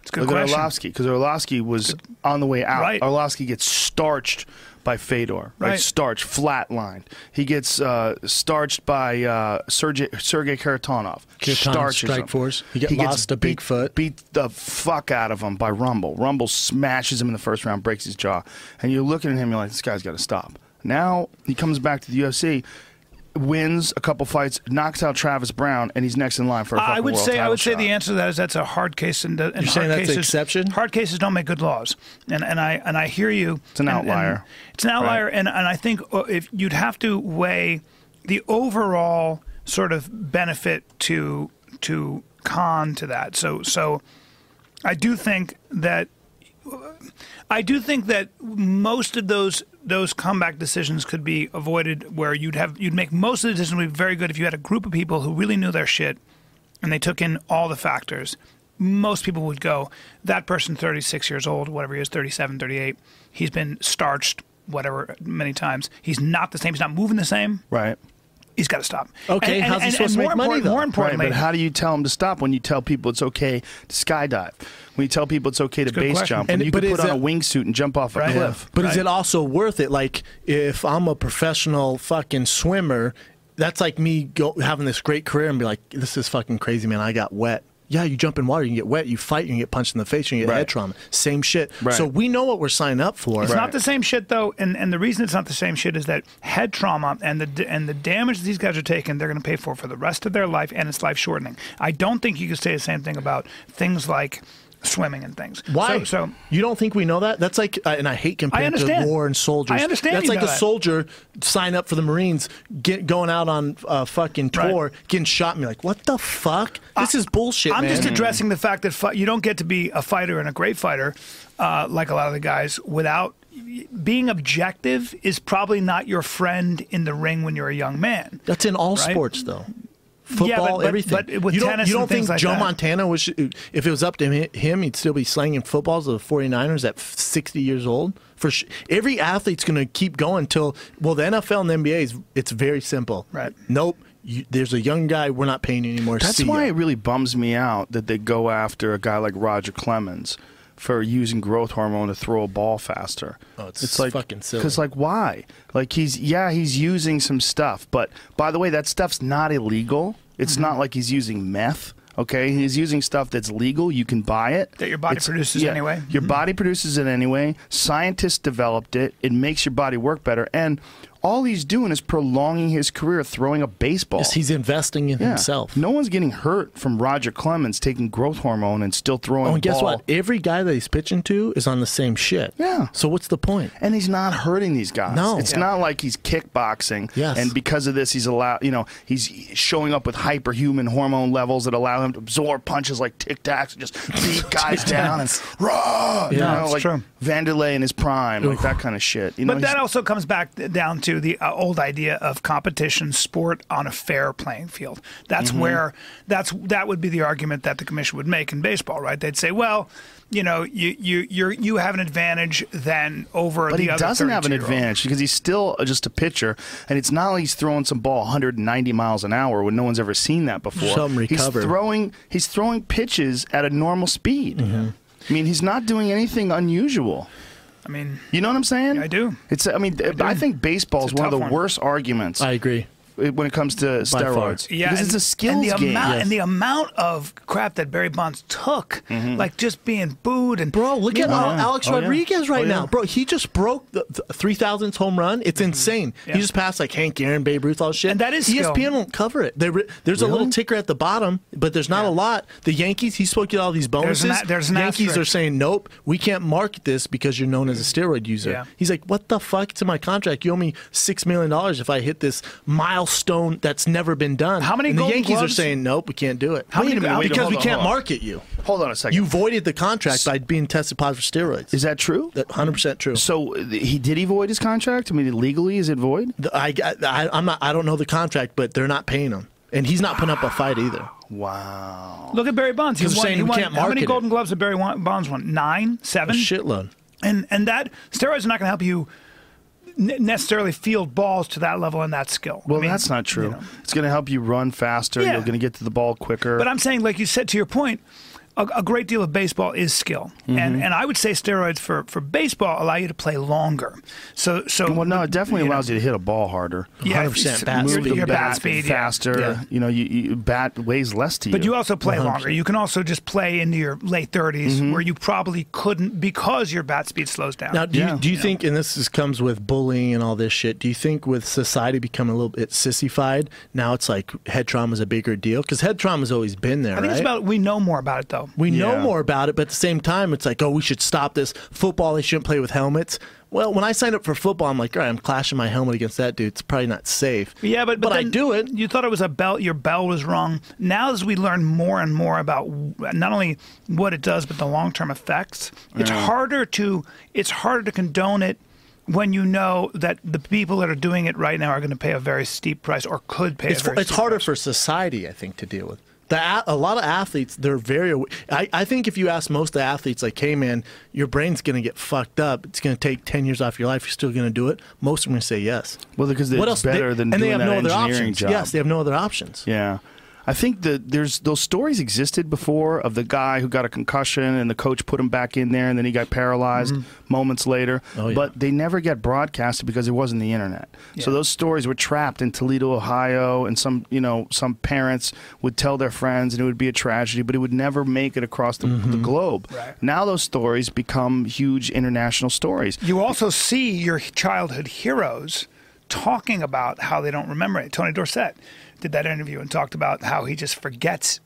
Speaker 2: it's a good
Speaker 1: Look
Speaker 2: question.
Speaker 1: at Orlovsky because Orlovsky was on the way out.
Speaker 2: Right.
Speaker 1: Orlovsky gets starched by Fedor, right?
Speaker 2: Right.
Speaker 1: Starched, flatlined. He gets uh, starched by uh, Sergey, Sergey Karatonov.
Speaker 5: Karaton
Speaker 1: Starches
Speaker 5: strike
Speaker 1: him.
Speaker 5: force. You get lost to
Speaker 1: beat-
Speaker 5: Bigfoot.
Speaker 1: Beat the fuck out of him by Rumble. Rumble smashes him in the first round, breaks his jaw, and you're looking at him. You're like, this guy's got to stop. Now he comes back to the UFC. Wins a couple fights, knocks out Travis Brown, and he's next in line for a
Speaker 2: I
Speaker 1: fucking
Speaker 2: would
Speaker 1: world
Speaker 2: say I
Speaker 1: title
Speaker 2: would say
Speaker 1: shot.
Speaker 2: the answer to that is that's a hard case, and, and hard
Speaker 5: saying that's an
Speaker 2: cases,
Speaker 5: exception?
Speaker 2: Hard cases don't make good laws, and and I and I hear you. It's
Speaker 1: an outlier,
Speaker 2: it's an outlier, and and I think uh, if you'd have to weigh the overall sort of benefit to to con to that. So so I do think that uh, I do think that most of those those comeback decisions could be avoided where you'd have you'd make most of the decisions would be very good if you had a group of people who really knew their shit and they took in all the factors. Most people would go, that person 36 years old, whatever he is, 37, 38, he's been starched whatever many times. He's not the same, he's not moving the same.
Speaker 1: right.
Speaker 2: He's got to stop.
Speaker 5: Okay,
Speaker 2: and, and-
Speaker 5: how's he
Speaker 2: and-
Speaker 5: supposed
Speaker 2: and more
Speaker 5: to make money,
Speaker 2: important-
Speaker 5: though?
Speaker 2: More
Speaker 5: Right,
Speaker 2: importantly,
Speaker 1: Right, but how do you tell them to stop when you tell people it's okay to skydive? When you tell people it's okay to
Speaker 2: a good
Speaker 1: base
Speaker 2: question.
Speaker 1: jump? When
Speaker 5: And-
Speaker 1: you
Speaker 5: but
Speaker 1: can put
Speaker 5: is
Speaker 1: on a
Speaker 5: that-
Speaker 1: wingsuit and jump off a
Speaker 2: Right.
Speaker 1: cliff.
Speaker 5: But is it also worth it? Like, if I'm a professional fucking swimmer, that's like me go, having this great career and be like, this is fucking crazy, man. I got wet. Yeah, you jump in water, you can get wet, you fight, you can get punched in the face, you can get
Speaker 1: Right.
Speaker 5: head trauma. Same shit.
Speaker 1: Right.
Speaker 5: So we know what we're signing up for.
Speaker 2: It's not the same shit though, and, and the reason it's not the same shit is that head trauma and the and the damage that these guys are taking, they're going to pay for for the rest of their life, and it's life shortening. I don't think you could say the same thing about things like swimming and things.
Speaker 5: Why?
Speaker 2: So, so
Speaker 5: you don't think we know that? That's like, uh, and I hate comparing to
Speaker 2: understand.
Speaker 5: war and soldiers.
Speaker 2: I understand
Speaker 5: That's
Speaker 2: you
Speaker 5: like
Speaker 2: know
Speaker 5: a
Speaker 2: that.
Speaker 5: soldier sign up for the Marines, get going out on a fucking
Speaker 2: Right.
Speaker 5: tour, getting shot, and be like, what the fuck? This is bullshit.
Speaker 2: I'm
Speaker 5: man.
Speaker 2: just addressing the fact that fi- you don't get to be a fighter and a great fighter uh, like a lot of the guys without being objective is probably not your friend in the ring when you're a young man.
Speaker 5: That's in all
Speaker 2: Right?
Speaker 5: sports, though. Football,
Speaker 2: but-
Speaker 5: everything.
Speaker 2: but with
Speaker 5: you don't,
Speaker 2: tennis
Speaker 5: you don't
Speaker 2: and
Speaker 5: think
Speaker 2: things like
Speaker 5: Joe
Speaker 2: that.
Speaker 5: Montana was, if it was up to hi- him, he'd still be slanging footballs to the 49ers at 60 years old? For sh- every athlete's going to keep going until well, the NFL and the NBA is it's very simple.
Speaker 2: Right.
Speaker 5: Nope. You, there's a young guy we're not paying anymore.
Speaker 1: That's
Speaker 5: See
Speaker 1: why
Speaker 5: ya.
Speaker 1: it really bums me out that they go after a guy like Roger Clemens for using growth hormone to throw a ball faster.
Speaker 5: Oh, it's fucking silly.
Speaker 1: Because like, why? Like he's yeah, he's using some stuff, but by the way, that stuff's not illegal. It's
Speaker 2: Mm-hmm.
Speaker 1: not like he's using meth. Okay, he's using stuff that's legal. You can buy it.
Speaker 2: That your body produces anyway. Mm-hmm.
Speaker 1: Your body produces it anyway. Scientists developed it. It makes your body work better. And all he's doing is prolonging his career throwing a baseball.
Speaker 5: Yes, he's investing in
Speaker 1: Yeah.
Speaker 5: himself.
Speaker 1: No one's getting hurt from Roger Clemens taking growth hormone and still throwing.
Speaker 5: Oh, and guess
Speaker 1: ball.
Speaker 5: what? Every guy that he's pitching to is on the same shit.
Speaker 1: Yeah.
Speaker 5: So what's the point?
Speaker 1: And he's not hurting these guys.
Speaker 5: No.
Speaker 1: it's
Speaker 5: Yeah.
Speaker 1: not like he's kickboxing.
Speaker 5: Yes.
Speaker 1: and because of this, he's allowed. You know, he's showing up with hyperhuman hormone levels that allow him to absorb punches like tic tacs and just beat guys down and raw. you
Speaker 5: Yeah,
Speaker 1: know,
Speaker 2: it's
Speaker 1: like
Speaker 2: true.
Speaker 1: Vanderlei in his prime, like that kind of shit. You know,
Speaker 2: But
Speaker 1: he's-
Speaker 2: that also comes back down to the uh, old idea of competition sport on a fair playing field. That's
Speaker 1: Mm-hmm.
Speaker 2: where that's that would be the argument that the commission would make in baseball, right? They'd say, well, you know, you you you you have an advantage then over
Speaker 1: But
Speaker 2: the
Speaker 1: he
Speaker 2: other
Speaker 1: doesn't have an
Speaker 2: 32-year-old.
Speaker 1: advantage because he's still just a pitcher, and it's not like he's throwing some ball 190 miles an hour when no one's ever seen that before.
Speaker 5: Some recover.
Speaker 1: He's throwing he's throwing pitches at a normal speed.
Speaker 5: Mm-hmm.
Speaker 1: I mean, he's not doing anything unusual.
Speaker 2: I mean,
Speaker 1: You know what I'm saying?
Speaker 2: I do.
Speaker 1: It's I mean I, think baseball is
Speaker 2: It's a
Speaker 1: one of
Speaker 2: tough
Speaker 1: the
Speaker 2: one.
Speaker 1: worst arguments
Speaker 5: I agree.
Speaker 1: it- when it comes to
Speaker 5: far.
Speaker 1: steroids.
Speaker 2: Yeah,
Speaker 1: because
Speaker 2: and-
Speaker 1: it's a
Speaker 2: and
Speaker 1: skills
Speaker 2: the
Speaker 1: game.
Speaker 2: Amount,
Speaker 5: Yes.
Speaker 2: And the amount of crap that Barry Bonds took,
Speaker 1: Mm-hmm.
Speaker 2: like just being booed and
Speaker 5: Bro, look at
Speaker 2: Yeah.
Speaker 5: uh, Alex
Speaker 1: Oh, yeah.
Speaker 5: Rodriguez right
Speaker 1: Oh, yeah.
Speaker 5: now. Bro, he just broke the th- 3,000th home run. It's insane.
Speaker 2: Mm-hmm. Yeah.
Speaker 5: He just passed like Hank Aaron, Babe Ruth, all this shit. E
Speaker 2: And that is skill.
Speaker 5: ESPN won't cover it. They re- there's a little ticker at the bottom, but there's not a lot. The Yankees, he spoke to all these bonuses.
Speaker 2: an a- there's an
Speaker 5: Yankees
Speaker 2: asterisk.
Speaker 5: are saying, nope, we can't market this because you're known as a steroid user.
Speaker 2: Yeah.
Speaker 5: He's like, what the fuck? It's in my contract. You owe me $6 million if I hit this milestone that's never been done.
Speaker 2: How many
Speaker 5: and the
Speaker 2: Golden
Speaker 5: Yankees are
Speaker 2: Gloves-
Speaker 5: saying, nope, we can't do it.
Speaker 2: How many- wait,
Speaker 5: because
Speaker 1: hold
Speaker 5: we
Speaker 1: on,
Speaker 5: can't
Speaker 1: hold on.
Speaker 5: market you.
Speaker 1: Hold on a second.
Speaker 5: You voided the contract by being tested positive for steroids.
Speaker 1: Is that true?
Speaker 5: that 100% true?
Speaker 1: So uh, he did he void his contract? I mean, legally is it void?
Speaker 5: The- I, I, I'm not. I don't know the contract, but they're not paying him, and he's not putting up a fight either.
Speaker 1: Wow.
Speaker 2: Look at Barry Bonds. He
Speaker 5: 'Cause
Speaker 2: won,
Speaker 5: they're saying
Speaker 2: he
Speaker 5: we
Speaker 2: won-
Speaker 5: can't
Speaker 2: how
Speaker 5: market
Speaker 2: many
Speaker 5: it.
Speaker 2: Golden Gloves did Barry wa- Bonds won?
Speaker 1: Oh,
Speaker 2: Nine,
Speaker 5: A
Speaker 2: seven,
Speaker 5: shitload.
Speaker 2: and and that steroids are not going to help you ne- necessarily field balls to that level and that skill. I
Speaker 1: Well,
Speaker 2: mean,
Speaker 1: that's not true.
Speaker 2: you know.
Speaker 1: It's going to help you run faster.
Speaker 2: Yeah.
Speaker 1: You're going to get to the ball quicker.
Speaker 2: But I'm saying, like you said, to your point, a, a great deal of baseball is skill,
Speaker 1: Mm-hmm.
Speaker 2: and and I would say steroids for for baseball allow you to play longer. So so
Speaker 1: well, no, it definitely
Speaker 2: you know,
Speaker 1: allows you to hit a ball harder.
Speaker 2: Yeah,
Speaker 5: 100%
Speaker 2: it's-
Speaker 5: bat
Speaker 2: your-
Speaker 5: speed.
Speaker 2: Your bat
Speaker 1: Bat
Speaker 2: speed, yeah.
Speaker 1: faster.
Speaker 5: Yeah.
Speaker 1: You know, you, you bat weighs less to you.
Speaker 2: But you also play longer. You can also just play into your late 30s where you probably couldn't because your bat speed slows down.
Speaker 5: Mm-hmm. Now, do
Speaker 1: Yeah.
Speaker 5: you, do you think, and this is, comes with bullying and all this shit, do you think with society becoming a little bit sissified, now it's like head trauma is a bigger deal? Because head trauma's always been there,
Speaker 2: I think
Speaker 5: right?
Speaker 2: it's about we know more about it though.
Speaker 5: we know
Speaker 1: Yeah.
Speaker 5: more about it, but at the same time, it's like, oh, we should stop this. Football, they shouldn't play with helmets. Well, when I signed up for football, I'm like, all right, I'm clashing my helmet against that dude. It's probably not safe.
Speaker 2: Yeah, but
Speaker 5: but, I
Speaker 2: then
Speaker 5: do it.
Speaker 2: You thought it was a bell. Your bell was wrong. Now, as we learn more and more about w- not only what it does, but the long-term effects, it's harder to it's harder to condone it when you know that the people that are doing it right now are going to pay a very steep price or could pay.
Speaker 5: it's,
Speaker 2: a very
Speaker 5: it's
Speaker 2: steep
Speaker 5: harder
Speaker 2: price.
Speaker 5: for society, I think, to deal with. The, a a lot of athletes, they're very. awa- I, I think if you ask most of the athletes, like, hey, man, your brain's going to get fucked up. It's going to take 10 years off your life. You're still going to do it. Most of them are going to say yes.
Speaker 1: Well, because it's better than
Speaker 5: and they
Speaker 1: doing
Speaker 5: have no
Speaker 1: that
Speaker 5: other
Speaker 1: engineering
Speaker 5: options.
Speaker 1: job.
Speaker 5: Yes, they have no other options.
Speaker 1: Yeah. I think that there's those stories existed before of the guy who got a concussion and the coach put him back in there and then he got paralyzed moments later.
Speaker 5: Mm-hmm. Oh, yeah.
Speaker 1: But they never get broadcasted because there wasn't the internet. So those stories were trapped in Toledo, Ohio, and some you know some parents would tell their friends and it would be a tragedy, but it would never make it across the,
Speaker 5: Mm-hmm.
Speaker 1: the globe.
Speaker 2: Right.
Speaker 1: Now those stories become huge international stories.
Speaker 2: You also see your childhood heroes talking about how they don't remember it. Tony Dorsett did that interview and talked about how he just forgets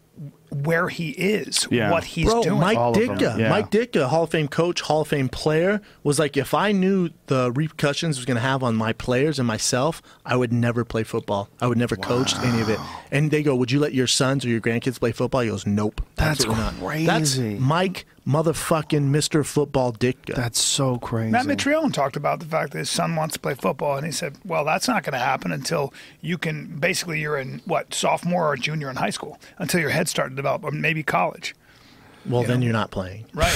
Speaker 2: where he is,
Speaker 1: Yeah.
Speaker 2: what he's
Speaker 5: Bro,
Speaker 2: doing.
Speaker 5: Mike
Speaker 1: All of them,
Speaker 5: Ditka,
Speaker 1: yeah.
Speaker 5: Mike Ditka, Hall of Fame coach, Hall of Fame player, was like, if I knew the repercussions it was going to have on my players and myself, I would never play football. I would never coach any of it. And they go, would you let your sons or your grandkids play football? He goes, nope.
Speaker 1: That's
Speaker 5: what we're not."
Speaker 1: crazy.
Speaker 5: That's Mike motherfucking Mr. Football Ditka.
Speaker 1: That's so crazy.
Speaker 2: Matt Mitrione talked about the fact that his son wants to play football, and he said, "Well, that's not going to happen until you can basically you're in what sophomore or junior in high school until your head started to develop, or maybe college,
Speaker 5: well, then you're not playing.
Speaker 2: right?"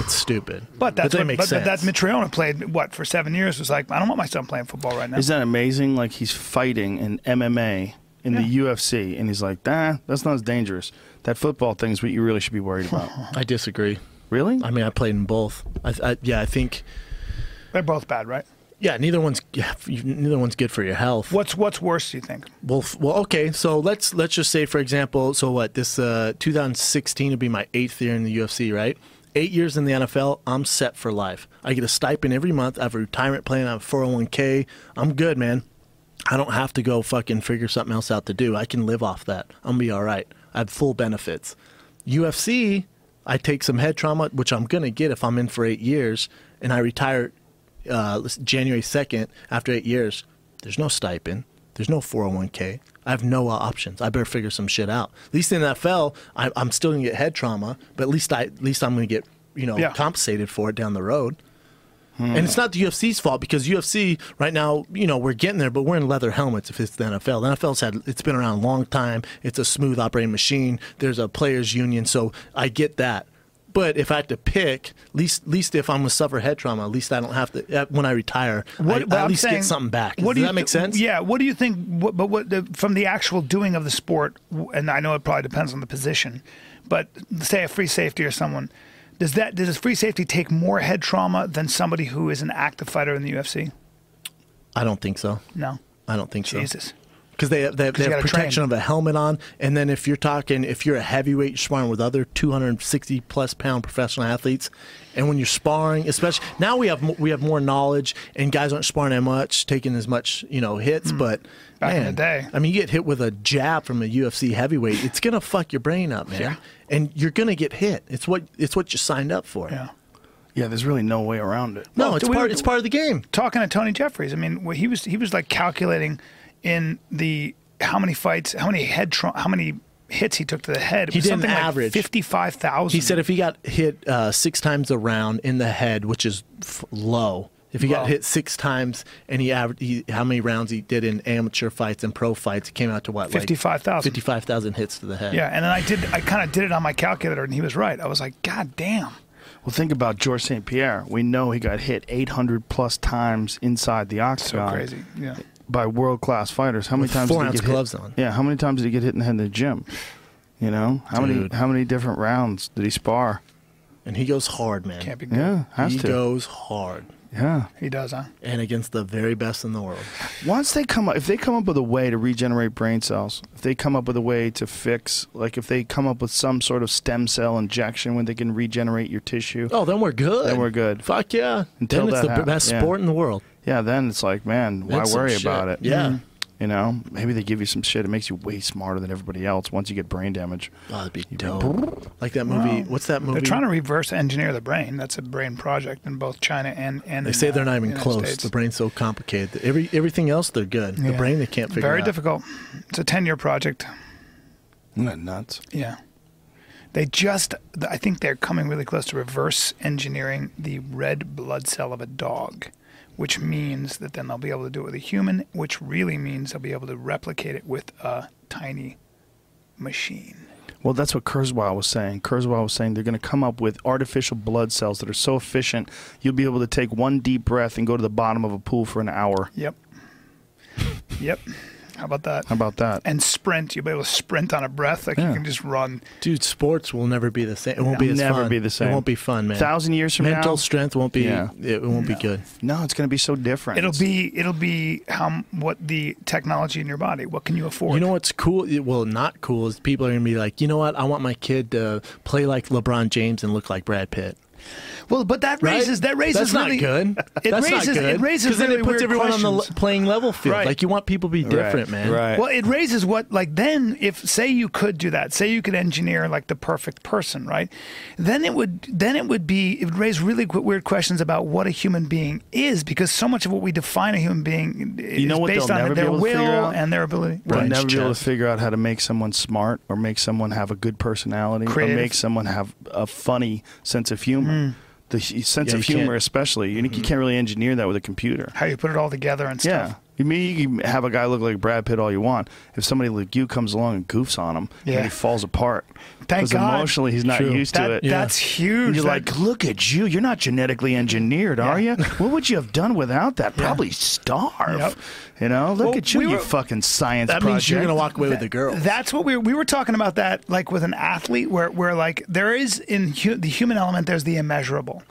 Speaker 5: It's stupid.
Speaker 2: But that's
Speaker 5: that
Speaker 2: what,
Speaker 5: makes
Speaker 2: but,
Speaker 5: sense.
Speaker 2: but that Mitrione played what for seven years was like, I don't want my son playing football right now.
Speaker 1: Isn't that amazing? Like he's fighting in MMA in the UFC, and he's like, "Nah, that's not as dangerous. That football thing's what you really should be worried about."
Speaker 5: I disagree.
Speaker 1: really?
Speaker 5: I mean, I played in both. I, I, yeah, I think.
Speaker 2: They're both bad, right?
Speaker 5: Yeah, neither one's yeah, neither one's good for your health.
Speaker 2: What's what's worse? Do you think?
Speaker 5: Well, f- well, okay. So let's let's just say, for example, so what? This uh, 2016 would be my eighth year in the UFC, right? Eight years in the NFL, I'm set for life. I get a stipend every month. I have a retirement plan. I have a 401k. I'm good, man. I don't have to go fucking figure something else out to do. I can live off that. I'm gonna be all right. I have full benefits. UFC, I take some head trauma, which I'm gonna get if I'm in for eight years, and I retire uh, January 2nd after eight years, there's no stipend. There's no 401k. I have no uh, options. I better figure some shit out. At least in the NFL, I, I'm still gonna get head trauma, but at least I, at least I'm gonna get you know
Speaker 2: Yeah.
Speaker 5: compensated for it down the road. And it's not the UFC's fault because UFC right now, you know, we're getting there, but we're in leather helmets. If it's the NFL, the NFL's had it's been around a long time. It's a smooth operating machine. There's a players' union, so I get that. But if I had to pick, least least if I'm gonna suffer head trauma, at least I don't have to. uh, When I retire, I,
Speaker 2: What,
Speaker 5: I
Speaker 2: what
Speaker 5: at
Speaker 2: I'm
Speaker 5: least
Speaker 2: saying-
Speaker 5: get something back.
Speaker 2: What
Speaker 5: Does
Speaker 2: do you
Speaker 5: that make
Speaker 2: th-
Speaker 5: sense?
Speaker 2: Yeah. What do you think? What, but what the, from the actual doing of the sport, w- and I know it probably depends on the position, but say a free safety or someone, does that does free safety take more head trauma than somebody who is an active fighter in the UFC?
Speaker 5: I don't think so.
Speaker 2: No.
Speaker 5: I don't think so.
Speaker 2: Jesus.
Speaker 5: because they have, they have,
Speaker 2: 'Cause
Speaker 5: they
Speaker 2: you
Speaker 5: have
Speaker 2: gotta
Speaker 5: protection
Speaker 2: train.
Speaker 5: of a helmet on. And then if you're talking, if you're a heavyweight, you're sparring with other 260 plus pound professional athletes. And when you're sparring, especially now we have mo- we have more knowledge, and guys aren't sparring that much, taking as much you know hits. But
Speaker 2: Hmm. Back in
Speaker 5: man,
Speaker 2: the day.
Speaker 5: I mean, you get hit with a jab from a UFC heavyweight, it's gonna fuck your brain up, man. And you're gonna get hit. It's what it's what you signed up for.
Speaker 2: Yeah.
Speaker 1: Yeah, there's really no way around it.
Speaker 5: No,
Speaker 2: Well,
Speaker 5: it's
Speaker 2: do we-
Speaker 5: part it's part of the game.
Speaker 2: talking to Tony Jeffries. I mean, wh- he was he was like calculating in the how many fights, how many head, tra- how many hits he took to the head. It
Speaker 5: He
Speaker 2: was
Speaker 5: did an
Speaker 2: something like
Speaker 5: average.
Speaker 2: fifty-five thousand.
Speaker 5: He said if he got hit uh, six times around in the head, which is f- low, if he
Speaker 2: Low.
Speaker 5: got hit six times and he averaged he, how many rounds he did in amateur fights and pro fights, it came out to what?
Speaker 2: fifty-five
Speaker 5: Like
Speaker 2: thousand.
Speaker 5: 55,000 hits to the head.
Speaker 2: yeah, and then I did. I kind of did it on my calculator, and he was right. I was like, God damn.
Speaker 1: Well, think about George St. Pierre. We know he got hit 800 plus times inside the
Speaker 2: So
Speaker 1: octagon.
Speaker 2: crazy. Yeah.
Speaker 1: By world class fighters. How many
Speaker 5: With
Speaker 1: times
Speaker 5: four
Speaker 1: did he
Speaker 5: ounce
Speaker 1: get hit-
Speaker 5: gloves on.
Speaker 1: Yeah, how many times did he get hit in the head in the gym? You know, how
Speaker 5: Dude.
Speaker 1: many how many different rounds did he spar?
Speaker 5: And he goes hard, man.
Speaker 2: Can't be good.
Speaker 1: Yeah, has
Speaker 5: he
Speaker 1: to.
Speaker 5: goes hard
Speaker 1: Yeah.
Speaker 2: He does, huh?
Speaker 5: and against the very best in the world.
Speaker 1: Once they come up, if they come up with a way to regenerate brain cells, if they come up with a way to fix, like if they come up with some sort of stem cell injection when they can regenerate your tissue,
Speaker 5: Oh, then we're good.
Speaker 1: Then we're good.
Speaker 5: Fuck yeah.
Speaker 1: Until
Speaker 5: then it's
Speaker 1: that
Speaker 5: the
Speaker 1: hap-
Speaker 5: best
Speaker 1: yeah.
Speaker 5: sport in the world.
Speaker 1: yeah, then it's like, man, why
Speaker 5: That's some
Speaker 1: worry
Speaker 5: shit.
Speaker 1: about it? Mm-hmm.
Speaker 5: Yeah.
Speaker 1: You know, maybe they give you some shit. It makes you way smarter than everybody else once you get brain damage.
Speaker 5: Oh, that'd be dope. Like that movie. What's that movie?
Speaker 2: They're trying to reverse engineer the brain. That's a brain project in both China and and
Speaker 5: They say they're not even
Speaker 2: United
Speaker 5: close.
Speaker 2: States.
Speaker 5: The brain's so complicated. that Every everything else they're good. The
Speaker 2: Yeah.
Speaker 5: brain they can't figure
Speaker 2: Very
Speaker 5: out.
Speaker 2: difficult. It's a ten-year project.
Speaker 1: Isn't that nuts?
Speaker 2: Yeah. They just, I think they're coming really close to reverse engineering the red blood cell of a dog, which means that then they'll be able to do it with a human, which really means they'll be able to replicate it with a tiny machine.
Speaker 1: Well, that's what Kurzweil was saying. Kurzweil was saying they're going to come up with artificial blood cells that are so efficient, you'll be able to take one deep breath and go to the bottom of a pool for an hour.
Speaker 2: Yep. yep. How about that?
Speaker 1: How about that?
Speaker 2: And sprint. You'll be able to sprint on a breath. Like you
Speaker 1: Yeah.
Speaker 2: can just run.
Speaker 5: Dude, sports will never be the same. It won't be as
Speaker 1: Never
Speaker 5: fun.
Speaker 1: be the same.
Speaker 5: It won't be fun, man.
Speaker 1: Thousand years from
Speaker 5: Mental
Speaker 1: now?
Speaker 5: strength won't be.
Speaker 1: Yeah.
Speaker 5: It won't be good.
Speaker 1: No, it's going to be so different.
Speaker 2: It'll be it'll be how what the technology in your body. What can you afford?
Speaker 5: You know what's cool? it- Well, not cool is people are gonna be like, you know what? I want my kid to play like LeBron James and look like Brad Pitt.
Speaker 2: Well, but that
Speaker 5: Right?
Speaker 2: raises that raises
Speaker 5: That's
Speaker 2: really,
Speaker 5: not good.
Speaker 2: It
Speaker 5: That's
Speaker 2: raises
Speaker 5: not good.
Speaker 2: it raises
Speaker 5: 'Cause then
Speaker 2: really
Speaker 5: it puts
Speaker 2: weird
Speaker 5: everyone on the
Speaker 2: questions.
Speaker 5: le- playing level field.
Speaker 2: Right.
Speaker 5: Like you want people to be different, man.
Speaker 9: Right.
Speaker 2: Well, it raises what like then if say you could do that, say you could engineer like the perfect person, right? Then it would then it would be it would raise really qu- weird questions about what a human being is because so much of what we define a human being is
Speaker 1: You know what
Speaker 2: based
Speaker 1: they'll
Speaker 2: on
Speaker 1: never be
Speaker 2: their
Speaker 1: able to figure
Speaker 2: will
Speaker 1: out?
Speaker 2: and their ability.
Speaker 1: They'll
Speaker 5: Right.
Speaker 1: never be able to
Speaker 5: Chest.
Speaker 1: figure out how to make someone smart or make someone have a good personality
Speaker 2: Creative. Mm.
Speaker 1: or make someone have a funny sense of humor. The hu- sense
Speaker 5: Yeah,
Speaker 1: of
Speaker 5: you
Speaker 1: humor,
Speaker 5: can't-
Speaker 1: especially, you,
Speaker 2: Mm-hmm.
Speaker 1: you can't really engineer that with a computer.
Speaker 2: How you put it all together and
Speaker 1: Yeah.
Speaker 2: stuff.
Speaker 1: You mean you can have a guy look like Brad Pitt all you want. If somebody like you comes along and goofs on him,
Speaker 2: Yeah.
Speaker 1: and he falls apart.
Speaker 2: Thank
Speaker 1: Because
Speaker 2: God.
Speaker 1: emotionally, he's not
Speaker 5: True.
Speaker 1: used to
Speaker 2: That,
Speaker 1: it.
Speaker 2: That's huge.
Speaker 1: And you're
Speaker 2: That-
Speaker 1: like, look at you. You're not genetically engineered, are you? What would you have done without that? Probably starve.
Speaker 2: Yep.
Speaker 1: You know, look
Speaker 2: Well,
Speaker 1: at you,
Speaker 2: we
Speaker 1: you
Speaker 2: were-
Speaker 1: fucking science
Speaker 5: That
Speaker 1: project.
Speaker 5: means you're gonna walk away with the girl.
Speaker 2: That's what we we were talking about that like with an athlete where where like there is in hu- the human element there's the immeasurable.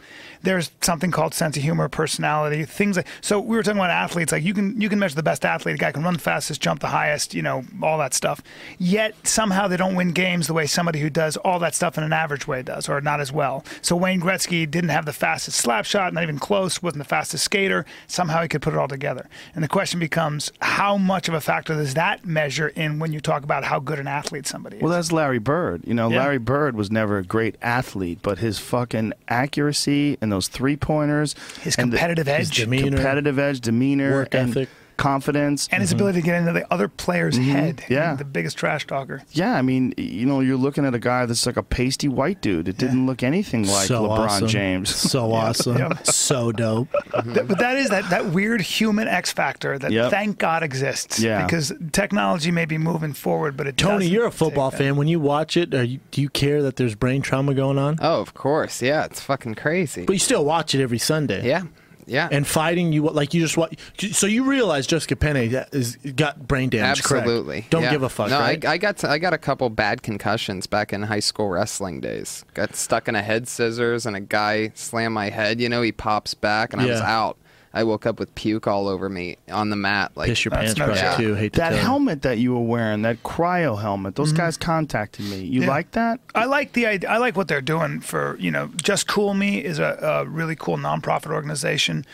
Speaker 2: There's something called sense of humor, personality, things like so we were talking about athletes like you can you can measure the best athlete, a guy can run the fastest, jump the highest, you know, all that stuff. Yet somehow they don't win games the way somebody who does all that stuff in an average way does or not as well. So Wayne Gretzky didn't have the fastest slap shot, not even close, wasn't the fastest skater. Somehow he could put it all together. And the question becomes how much of a factor does that measure in when you talk about how good an athlete somebody is?
Speaker 1: Well, that's Larry Bird. You know,
Speaker 2: Yeah.
Speaker 1: Larry Bird was never a great athlete, but his fucking accuracy and those three pointers,
Speaker 2: His competitive edge.
Speaker 5: demeanor.
Speaker 1: competitive edge, demeanor,
Speaker 5: Work
Speaker 1: and
Speaker 5: ethic.
Speaker 1: confidence,
Speaker 2: and his ability to get into the other player's head. I mean,
Speaker 1: Mm-hmm. Yeah.
Speaker 2: the biggest trash talker.
Speaker 1: Yeah, I mean, you know, you're looking at a guy that's like a pasty white dude. It didn't look anything like
Speaker 5: so
Speaker 1: LeBron
Speaker 5: awesome.
Speaker 1: James.
Speaker 5: So awesome.
Speaker 2: Yeah.
Speaker 5: So dope.
Speaker 2: Th- but that is that, that weird human X factor that
Speaker 1: Mm-hmm. Yep.
Speaker 2: thank God exists.
Speaker 1: Yeah.
Speaker 2: Because technology may be moving forward, but it
Speaker 5: Tony,
Speaker 2: doesn't
Speaker 5: you're a
Speaker 2: take
Speaker 5: football
Speaker 2: that.
Speaker 5: fan. When you watch it, are you, do you care that there's brain trauma going on?
Speaker 4: Oh, of course. Yeah, it's fucking crazy.
Speaker 5: But you still watch it every Sunday.
Speaker 4: yeah. Yeah.
Speaker 5: And fighting, you like you just watch. So you realize Jessica Penne that is got brain damage. correct?
Speaker 4: Absolutely.
Speaker 5: Don't
Speaker 4: Yeah.
Speaker 5: give a fuck.
Speaker 4: No,
Speaker 5: right?
Speaker 4: I, I got I got a couple bad concussions back in high school wrestling days. Got stuck in a head scissors and a guy slammed my head. You know, he pops back and I was
Speaker 5: Yeah.
Speaker 4: out. I woke up with puke all over me on the mat. Like
Speaker 5: Piss your
Speaker 2: That's
Speaker 5: pants
Speaker 2: no
Speaker 5: probably
Speaker 4: joke.
Speaker 5: too. Hate to
Speaker 1: That
Speaker 5: tell you.
Speaker 1: helmet that you were wearing, that cryo helmet, those guys contacted me. You
Speaker 2: Mm-hmm. Yeah.
Speaker 1: like that?
Speaker 2: I like the id- I like what they're doing for you know Just Cool Me is a, a really cool nonprofit organization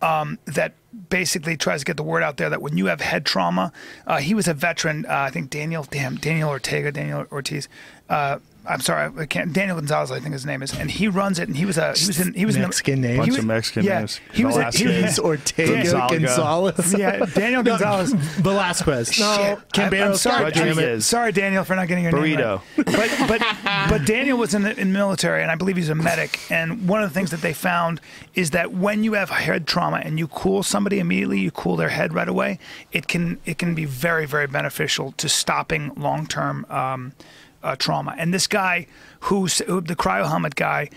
Speaker 2: um, that basically tries to get the word out there that when you have head trauma, uh, he was a veteran. Uh, I think Daniel, damn Daniel Ortega, Daniel Ortiz. Uh, I'm sorry, I can't. Daniel Gonzalez, I think his name is, and he runs it. And he was a he was in he was
Speaker 5: Mexican
Speaker 2: in the,
Speaker 5: name.
Speaker 2: he
Speaker 1: Bunch
Speaker 2: was-
Speaker 1: of Mexican
Speaker 2: yeah,
Speaker 1: names.
Speaker 2: He was a, he was-
Speaker 5: Ortiz, Ortega,
Speaker 1: Gonzaga.
Speaker 5: Gonzalez.
Speaker 2: yeah, Daniel
Speaker 5: No,
Speaker 2: Gonzalez.
Speaker 5: Velasquez. No,
Speaker 2: Shit. I-
Speaker 5: Cambero.
Speaker 2: I'm sorry,
Speaker 5: Scott James.
Speaker 1: Rodriguez.
Speaker 2: I'm sorry, Daniel, for not getting your
Speaker 1: Burrito.
Speaker 2: name right. But but but Daniel was in the in military, and I believe he's a medic. And one of the things that they found is that when you have head trauma and you cool somebody immediately, you cool their head right away. It can it can be very very beneficial to stopping long term um, uh, trauma. And this guy, who's who, the cryo helmet guy.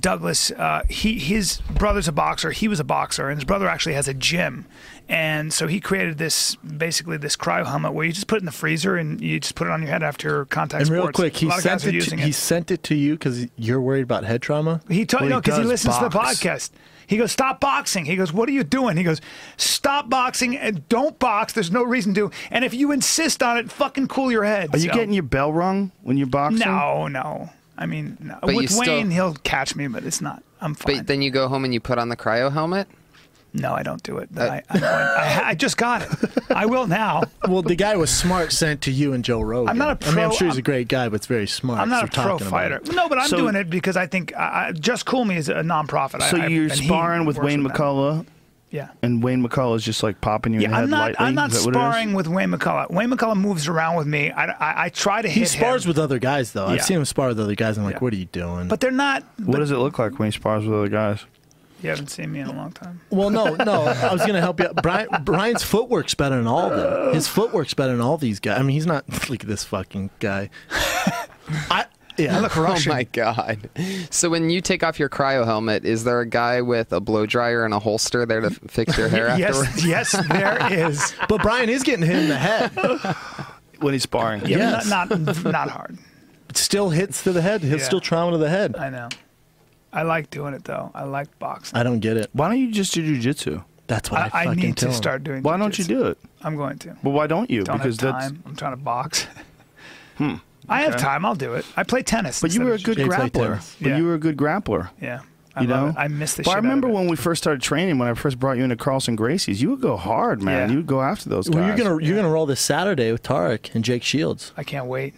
Speaker 2: Douglas, uh, he his brother's a boxer. He was a boxer, and his brother actually has a gym, and so he created this basically this cryo helmet where you just put it in the freezer and you just put it on your head after contact
Speaker 5: And
Speaker 2: sports.
Speaker 5: real quick,
Speaker 2: a
Speaker 5: he
Speaker 2: lot of
Speaker 5: sent
Speaker 2: guys are
Speaker 5: it. To,
Speaker 2: using
Speaker 5: He
Speaker 2: it.
Speaker 5: sent it to you because you're worried about head trauma.
Speaker 2: He told
Speaker 5: Well,
Speaker 2: no because he
Speaker 5: does
Speaker 2: listens to the
Speaker 5: box.
Speaker 2: podcast. He goes, stop boxing. He goes, what are you doing? He goes, stop boxing and don't box. There's no reason to. And if you insist on it, fucking cool your head.
Speaker 1: Are you
Speaker 2: So-
Speaker 1: getting your bell rung when you're boxing?
Speaker 2: No, no. I mean, no.
Speaker 4: But
Speaker 2: with
Speaker 4: you still-
Speaker 2: Wayne, he'll catch me, but it's not. I'm fine.
Speaker 4: But then you go home and you put on the cryo helmet.
Speaker 2: No, I don't do it.
Speaker 4: Uh,
Speaker 2: I, I, I, I just got it. I will now.
Speaker 5: Well, the guy was smart. Sent to you and Joe Rogan.
Speaker 2: I'm not a
Speaker 5: I mean,
Speaker 2: pro-
Speaker 5: I'm sure he's
Speaker 2: I'm-
Speaker 5: a great guy, but it's very smart.
Speaker 2: I'm not a
Speaker 5: so we're
Speaker 2: pro
Speaker 5: talking about
Speaker 2: fighter.
Speaker 5: it.
Speaker 2: No, but I'm
Speaker 1: So-
Speaker 2: doing it because I think I, I, Just Cool Me is a nonprofit. I-
Speaker 1: So
Speaker 2: I-
Speaker 1: you're
Speaker 2: and he
Speaker 1: sparring with
Speaker 2: works
Speaker 1: Wayne
Speaker 2: them.
Speaker 1: McCullough,
Speaker 2: Yeah.
Speaker 1: and Wayne McCullough is just like popping you in
Speaker 2: Yeah,
Speaker 1: the head
Speaker 2: I'm not.
Speaker 1: lightly.
Speaker 2: I'm not
Speaker 1: Is that what it is?
Speaker 2: sparring with Wayne McCullough. Wayne McCullough moves around with me. I, I, I try to hit
Speaker 5: He spars
Speaker 2: him,
Speaker 5: with other guys though.
Speaker 2: Yeah.
Speaker 5: I've seen him spar with other guys. I'm like,
Speaker 2: Yeah.
Speaker 5: what are you doing?
Speaker 2: but they're not.
Speaker 1: What does it look like when he spars with other guys?
Speaker 2: You haven't seen me in a long time.
Speaker 5: Well, no, no. I was gonna help you. out. Brian, Brian's footwork's better than all of them. His footwork's better than all these guys. I mean, he's not look at this fucking guy. I yeah.
Speaker 2: Look, Russian.
Speaker 4: Oh my god! So when you take off your cryo helmet, is there a guy with a blow dryer and a holster there to f- fix your hair afterwards?
Speaker 2: yes, yes, there is.
Speaker 5: But Brian is getting hit in the head.
Speaker 1: When he's sparring,
Speaker 2: Yeah,
Speaker 5: Yes.
Speaker 2: not, not not hard.
Speaker 5: Still hits to the head. Hits
Speaker 2: Yeah.
Speaker 5: Still trauma to the head.
Speaker 2: I know. I like doing it though. I like boxing.
Speaker 5: I don't get it.
Speaker 1: Why don't you just do jujitsu?
Speaker 5: That's what I,
Speaker 2: I,
Speaker 5: fucking
Speaker 2: need
Speaker 5: tell
Speaker 2: to
Speaker 5: him.
Speaker 2: start doing.
Speaker 1: Why don't you
Speaker 2: jujitsu.
Speaker 1: do it?
Speaker 2: I'm going to.
Speaker 1: Well, why don't you?
Speaker 2: Don't
Speaker 1: because
Speaker 2: have
Speaker 1: that's. Hmm.
Speaker 2: time. I'm trying to box. I have time. I'll do it. I play tennis.
Speaker 1: But you
Speaker 2: instead
Speaker 1: were a
Speaker 2: of
Speaker 1: good
Speaker 5: Jake's like
Speaker 1: grappler.
Speaker 5: tennis.
Speaker 1: But
Speaker 2: Yeah.
Speaker 1: you were a good grappler.
Speaker 2: ju- Yeah. I
Speaker 1: You know,
Speaker 2: love it. I miss the
Speaker 1: Well,
Speaker 2: shit.
Speaker 1: I remember
Speaker 2: out of it.
Speaker 1: when we first started training. When I first brought you into Carlson Gracie's, you would go hard, man.
Speaker 2: Yeah.
Speaker 1: You would go after those guys.
Speaker 5: Well, you're gonna you're gonna roll this Saturday with Tarek and Jake Shields.
Speaker 2: I can't wait.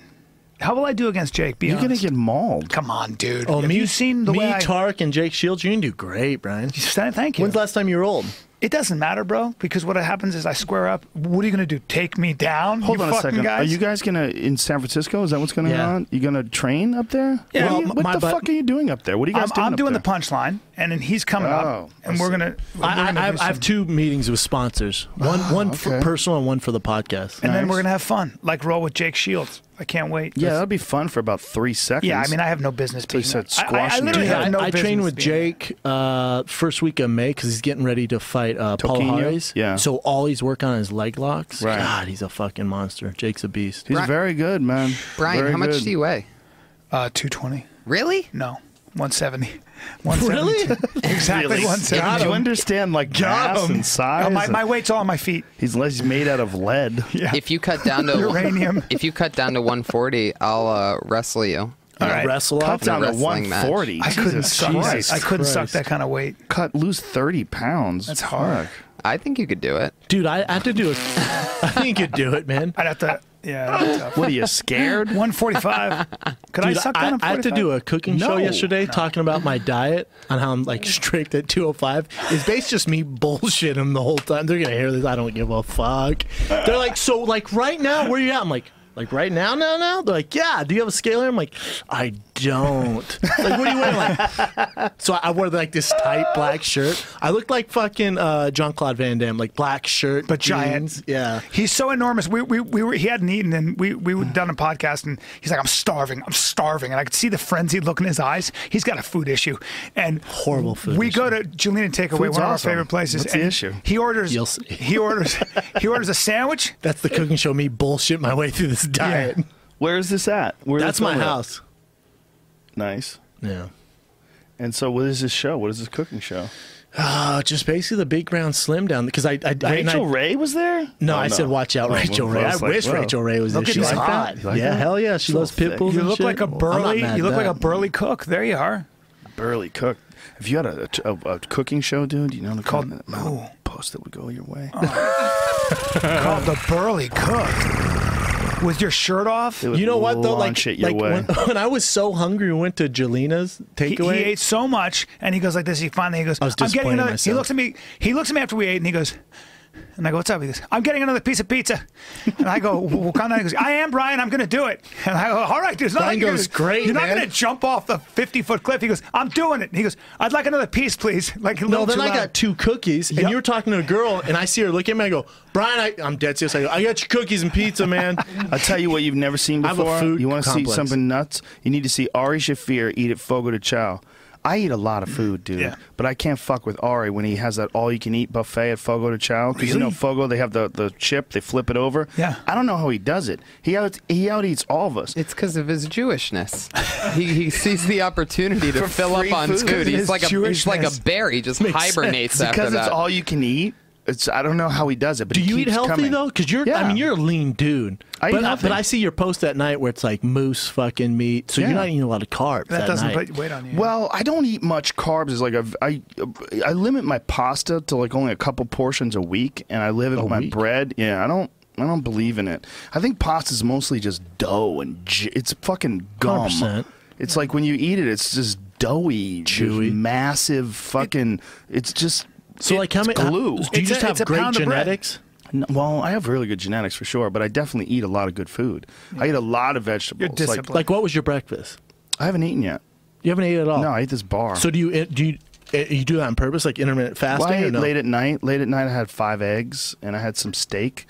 Speaker 2: How will I do against Jake? Be
Speaker 1: you're gonna
Speaker 2: honest.
Speaker 1: get mauled.
Speaker 2: Come on, dude.
Speaker 5: Oh,
Speaker 2: have
Speaker 5: me,
Speaker 2: you seen the
Speaker 5: me,
Speaker 2: way I-
Speaker 5: Tarek, and Jake Shields? You're gonna do great, Brian.
Speaker 2: Thank you.
Speaker 5: When's the last time you rolled?
Speaker 2: It doesn't matter, bro, because what happens is I square up. What are you going to do? Take me down?
Speaker 1: Hold
Speaker 2: you
Speaker 1: on a
Speaker 2: fucking
Speaker 1: second.
Speaker 2: Guys?
Speaker 1: Are you guys gonna in San Francisco? Is that what's gonna
Speaker 5: Yeah.
Speaker 1: go on? You gonna train up there?
Speaker 2: Yeah.
Speaker 1: What, are you-
Speaker 5: Well,
Speaker 1: what
Speaker 5: my
Speaker 1: the
Speaker 5: butt-
Speaker 1: fuck are you doing up there? What are you guys
Speaker 2: I'm,
Speaker 1: doing?
Speaker 2: I'm
Speaker 1: up
Speaker 2: doing
Speaker 1: there?
Speaker 2: the punchline, and then he's
Speaker 1: Oh,
Speaker 2: coming up, and
Speaker 1: I
Speaker 2: we're
Speaker 1: see.
Speaker 2: gonna. we're
Speaker 5: I,
Speaker 2: gonna
Speaker 5: I, I,
Speaker 2: do
Speaker 5: have, I have
Speaker 2: some- Oh,
Speaker 5: two meetings with sponsors. One one for
Speaker 1: okay.
Speaker 5: personal and one for the podcast.
Speaker 2: and then
Speaker 1: Nice.
Speaker 2: we're gonna have fun, like roll with Jake Shields. I can't wait.
Speaker 1: Yeah, that'd be fun for about three seconds.
Speaker 2: Yeah, I mean, I have no business being
Speaker 1: said
Speaker 2: there. I- I- I,
Speaker 1: squash and
Speaker 2: literally
Speaker 1: do
Speaker 5: Yeah,
Speaker 1: that.
Speaker 2: have
Speaker 5: I,
Speaker 2: no
Speaker 5: I train
Speaker 2: business
Speaker 5: with
Speaker 2: being there.
Speaker 5: Jake uh, first week of May because he's getting ready to fight uh, Paul
Speaker 1: Toquinho?
Speaker 5: Harris.
Speaker 1: Yeah.
Speaker 5: So all he's working on is leg locks.
Speaker 1: Right.
Speaker 5: God, he's a fucking monster. Jake's a beast.
Speaker 1: He's
Speaker 4: Bri-
Speaker 1: very good, man.
Speaker 4: Brian,
Speaker 1: Very
Speaker 4: how much
Speaker 1: good.
Speaker 4: do you weigh?
Speaker 2: Uh, 220.
Speaker 4: Really?
Speaker 2: No, 170. 170. exactly
Speaker 1: Really? Do
Speaker 2: 170.
Speaker 1: you understand like
Speaker 2: Got
Speaker 1: mass
Speaker 2: 'em.
Speaker 1: and size?
Speaker 2: Uh, my,
Speaker 1: and-
Speaker 2: my weight's all on my feet.
Speaker 1: He's he's made out of lead.
Speaker 2: Yeah.
Speaker 4: If you cut down to
Speaker 2: Uranium.
Speaker 4: if you cut down to 140, I'll uh, wrestle you.
Speaker 2: all
Speaker 5: You
Speaker 2: right.
Speaker 5: Wrestle
Speaker 1: Cut
Speaker 5: off.
Speaker 1: down to
Speaker 4: wrestling match.
Speaker 1: 140.
Speaker 2: I couldn't
Speaker 1: Jesus
Speaker 2: suck.
Speaker 1: Christ.
Speaker 2: I couldn't suck
Speaker 5: Christ.
Speaker 2: that kind of weight.
Speaker 1: cut lose 30 pounds.
Speaker 2: That's hard.
Speaker 1: Fuck.
Speaker 4: I think you could do it.
Speaker 5: Dude, I, I have to do it. I think you could do it, man.
Speaker 2: I'd have to. Yeah. that'd be tough.
Speaker 1: What are you scared?
Speaker 2: 145. Could I
Speaker 5: Dude,
Speaker 2: suck
Speaker 5: I,
Speaker 2: down
Speaker 5: I had to do a cooking
Speaker 1: No.
Speaker 5: show yesterday talking about my diet on how I'm like strict at 205. It's basically just me bullshitting them the whole time. They're gonna hear this. I don't give a fuck. They're like, so like right now, where you at? I'm like, like right now, now, now. They're like, yeah. Do you have a scaler? I'm like, I don't. like, what are you wearing? Like, so I wore like this tight black shirt. I looked like fucking uh, Jean Claude Van Damme, like black shirt,
Speaker 2: But giant.
Speaker 5: jeans. Yeah.
Speaker 2: He's so enormous. We, we, we were, he hadn't eaten, and we, we were done a podcast, and he's like, I'm starving. I'm starving. And I could see the frenzied look in his eyes. He's got a food issue. And
Speaker 5: Horrible food
Speaker 2: We
Speaker 5: issue.
Speaker 2: go to Julian Takeaway,
Speaker 1: Food's
Speaker 2: one of our
Speaker 1: awesome.
Speaker 2: favorite places.
Speaker 1: What's the
Speaker 2: and
Speaker 1: issue?
Speaker 2: He orders,
Speaker 5: You'll see.
Speaker 2: he orders, he orders a sandwich.
Speaker 5: That's the cooking show. Me bullshit my way through this diet.
Speaker 1: Where is this at? Where
Speaker 5: That's my house.
Speaker 1: Nice.
Speaker 5: Yeah.
Speaker 1: And so, what is this show? What is this cooking show?
Speaker 5: Uh, just basically the big round slim down because I, I I- and I-
Speaker 1: Rachel Ray was there?
Speaker 5: No,
Speaker 1: Oh,
Speaker 5: I said watch out,
Speaker 1: Oh,
Speaker 5: Rachel
Speaker 1: well,
Speaker 5: Ray. I
Speaker 1: it's like,
Speaker 5: wish
Speaker 1: whoa.
Speaker 5: Rachel Ray was there.
Speaker 1: Look at
Speaker 5: She's
Speaker 1: that.
Speaker 5: hot.
Speaker 1: You like
Speaker 5: yeah,
Speaker 1: that?
Speaker 5: hell yeah. She
Speaker 1: So
Speaker 5: loves pit
Speaker 1: thick.
Speaker 5: bulls.
Speaker 2: You
Speaker 5: and
Speaker 2: look
Speaker 5: shit.
Speaker 2: like a
Speaker 5: Well, I'm not
Speaker 2: burly.
Speaker 5: mad
Speaker 2: You look
Speaker 5: at
Speaker 2: like a
Speaker 5: that.
Speaker 2: burly cook. There you are.
Speaker 1: Burly cook. If you had a, a, a cooking show, dude, you know the
Speaker 2: Called-
Speaker 1: kind of amount of posts that would go your way.
Speaker 2: Called the burly cook. With your shirt off.
Speaker 1: It would
Speaker 5: You know what though? Like,
Speaker 1: launch it your
Speaker 5: like
Speaker 1: way.
Speaker 5: when, when I was so hungry, we went to Jelena's
Speaker 2: He, he
Speaker 5: takeaway.
Speaker 2: ate so much, and he goes like this. He finally he goes.
Speaker 5: I was
Speaker 2: I'm getting
Speaker 5: disappointed in
Speaker 2: another. He
Speaker 5: myself.
Speaker 2: looks at me. He looks at me after we ate, and he goes. And I go, what's up? He goes, I'm getting another piece of pizza. And I go, well, come on. He goes, I am Brian. I'm going to do it. And I go, all right, dude. It's not
Speaker 5: Brian
Speaker 2: like you're
Speaker 5: goes,
Speaker 2: gonna-
Speaker 5: "Great,
Speaker 2: You're not
Speaker 5: man."
Speaker 2: going to jump off the 50 foot cliff. He goes, I'm doing it. And he goes, I'd like another piece, please. Like, a
Speaker 5: no,
Speaker 2: little
Speaker 5: then
Speaker 2: too
Speaker 5: I
Speaker 2: loud.
Speaker 5: got two cookies, and
Speaker 2: Yep.
Speaker 5: you were talking to a girl, and I see her look at me. I go, Brian, I, I'm dead serious. I go, I got your cookies and pizza, man.
Speaker 1: I'll tell you what you've never seen
Speaker 5: I have a
Speaker 1: before.
Speaker 5: food
Speaker 1: you want to see
Speaker 5: complex.
Speaker 1: something nuts? You need to see Ari Shafir eat at Fogo de Chao. I eat a lot of food, dude,
Speaker 2: Yeah.
Speaker 1: but I can't fuck with Ari when he has that all-you-can-eat buffet at Fogo de Chao. Because you know
Speaker 2: Really?
Speaker 1: Fogo, they have the, the chip, they flip it over.
Speaker 2: Yeah.
Speaker 1: I don't know how he does it. He out he out eats all of us.
Speaker 4: It's because of his Jewishness. he, he sees the opportunity to fill up
Speaker 1: free
Speaker 4: on
Speaker 1: food.
Speaker 4: food. He's
Speaker 2: His
Speaker 4: like a he's like a
Speaker 2: Jewishness.
Speaker 4: bear. He just
Speaker 5: Makes
Speaker 4: hibernates after
Speaker 1: because it's
Speaker 4: that.
Speaker 1: all you can eat. It's I don't know how he does it. But
Speaker 5: Do
Speaker 1: it
Speaker 5: you eat
Speaker 1: keeps
Speaker 5: healthy
Speaker 1: coming.
Speaker 5: though? Because you're,
Speaker 1: Yeah.
Speaker 5: I mean, you're a lean dude.
Speaker 1: I eat
Speaker 5: but,
Speaker 1: healthy.
Speaker 5: but I see your post that night where it's like moose fucking meat, so
Speaker 1: Yeah.
Speaker 5: you're not eating a lot of carbs. That,
Speaker 2: That doesn't
Speaker 5: night.
Speaker 2: put weight on you.
Speaker 1: Well, I don't eat much carbs. It's like I've, I, I limit my pasta to like only a couple portions a week, and I live with my
Speaker 5: week?
Speaker 1: bread. Yeah, I don't. I don't believe in it. I think pasta's mostly just dough and j- it's fucking gum.
Speaker 5: 100%.
Speaker 1: It's like when you eat it, it's just doughy, just
Speaker 5: Chewy.
Speaker 1: massive fucking. it's just
Speaker 5: So like how many
Speaker 1: it's glue.
Speaker 5: Do you
Speaker 2: It's
Speaker 5: just
Speaker 2: a-
Speaker 5: have
Speaker 2: it's a
Speaker 5: great
Speaker 2: pound of bread.
Speaker 5: genetics?
Speaker 1: N- Well, I have really good genetics for sure, but I definitely eat a lot of good food. I eat a lot of vegetables.
Speaker 2: You're
Speaker 1: Like,
Speaker 2: disciplined.
Speaker 5: Like what was your breakfast?
Speaker 1: I haven't eaten yet.
Speaker 5: You haven't ate at all.
Speaker 1: No, I ate this bar.
Speaker 5: So do you eh, do you you do that on purpose, like intermittent fasting?
Speaker 1: Well, I
Speaker 5: or
Speaker 1: ate
Speaker 5: no?
Speaker 1: late at night. Late at night, I had five eggs and I had some steak,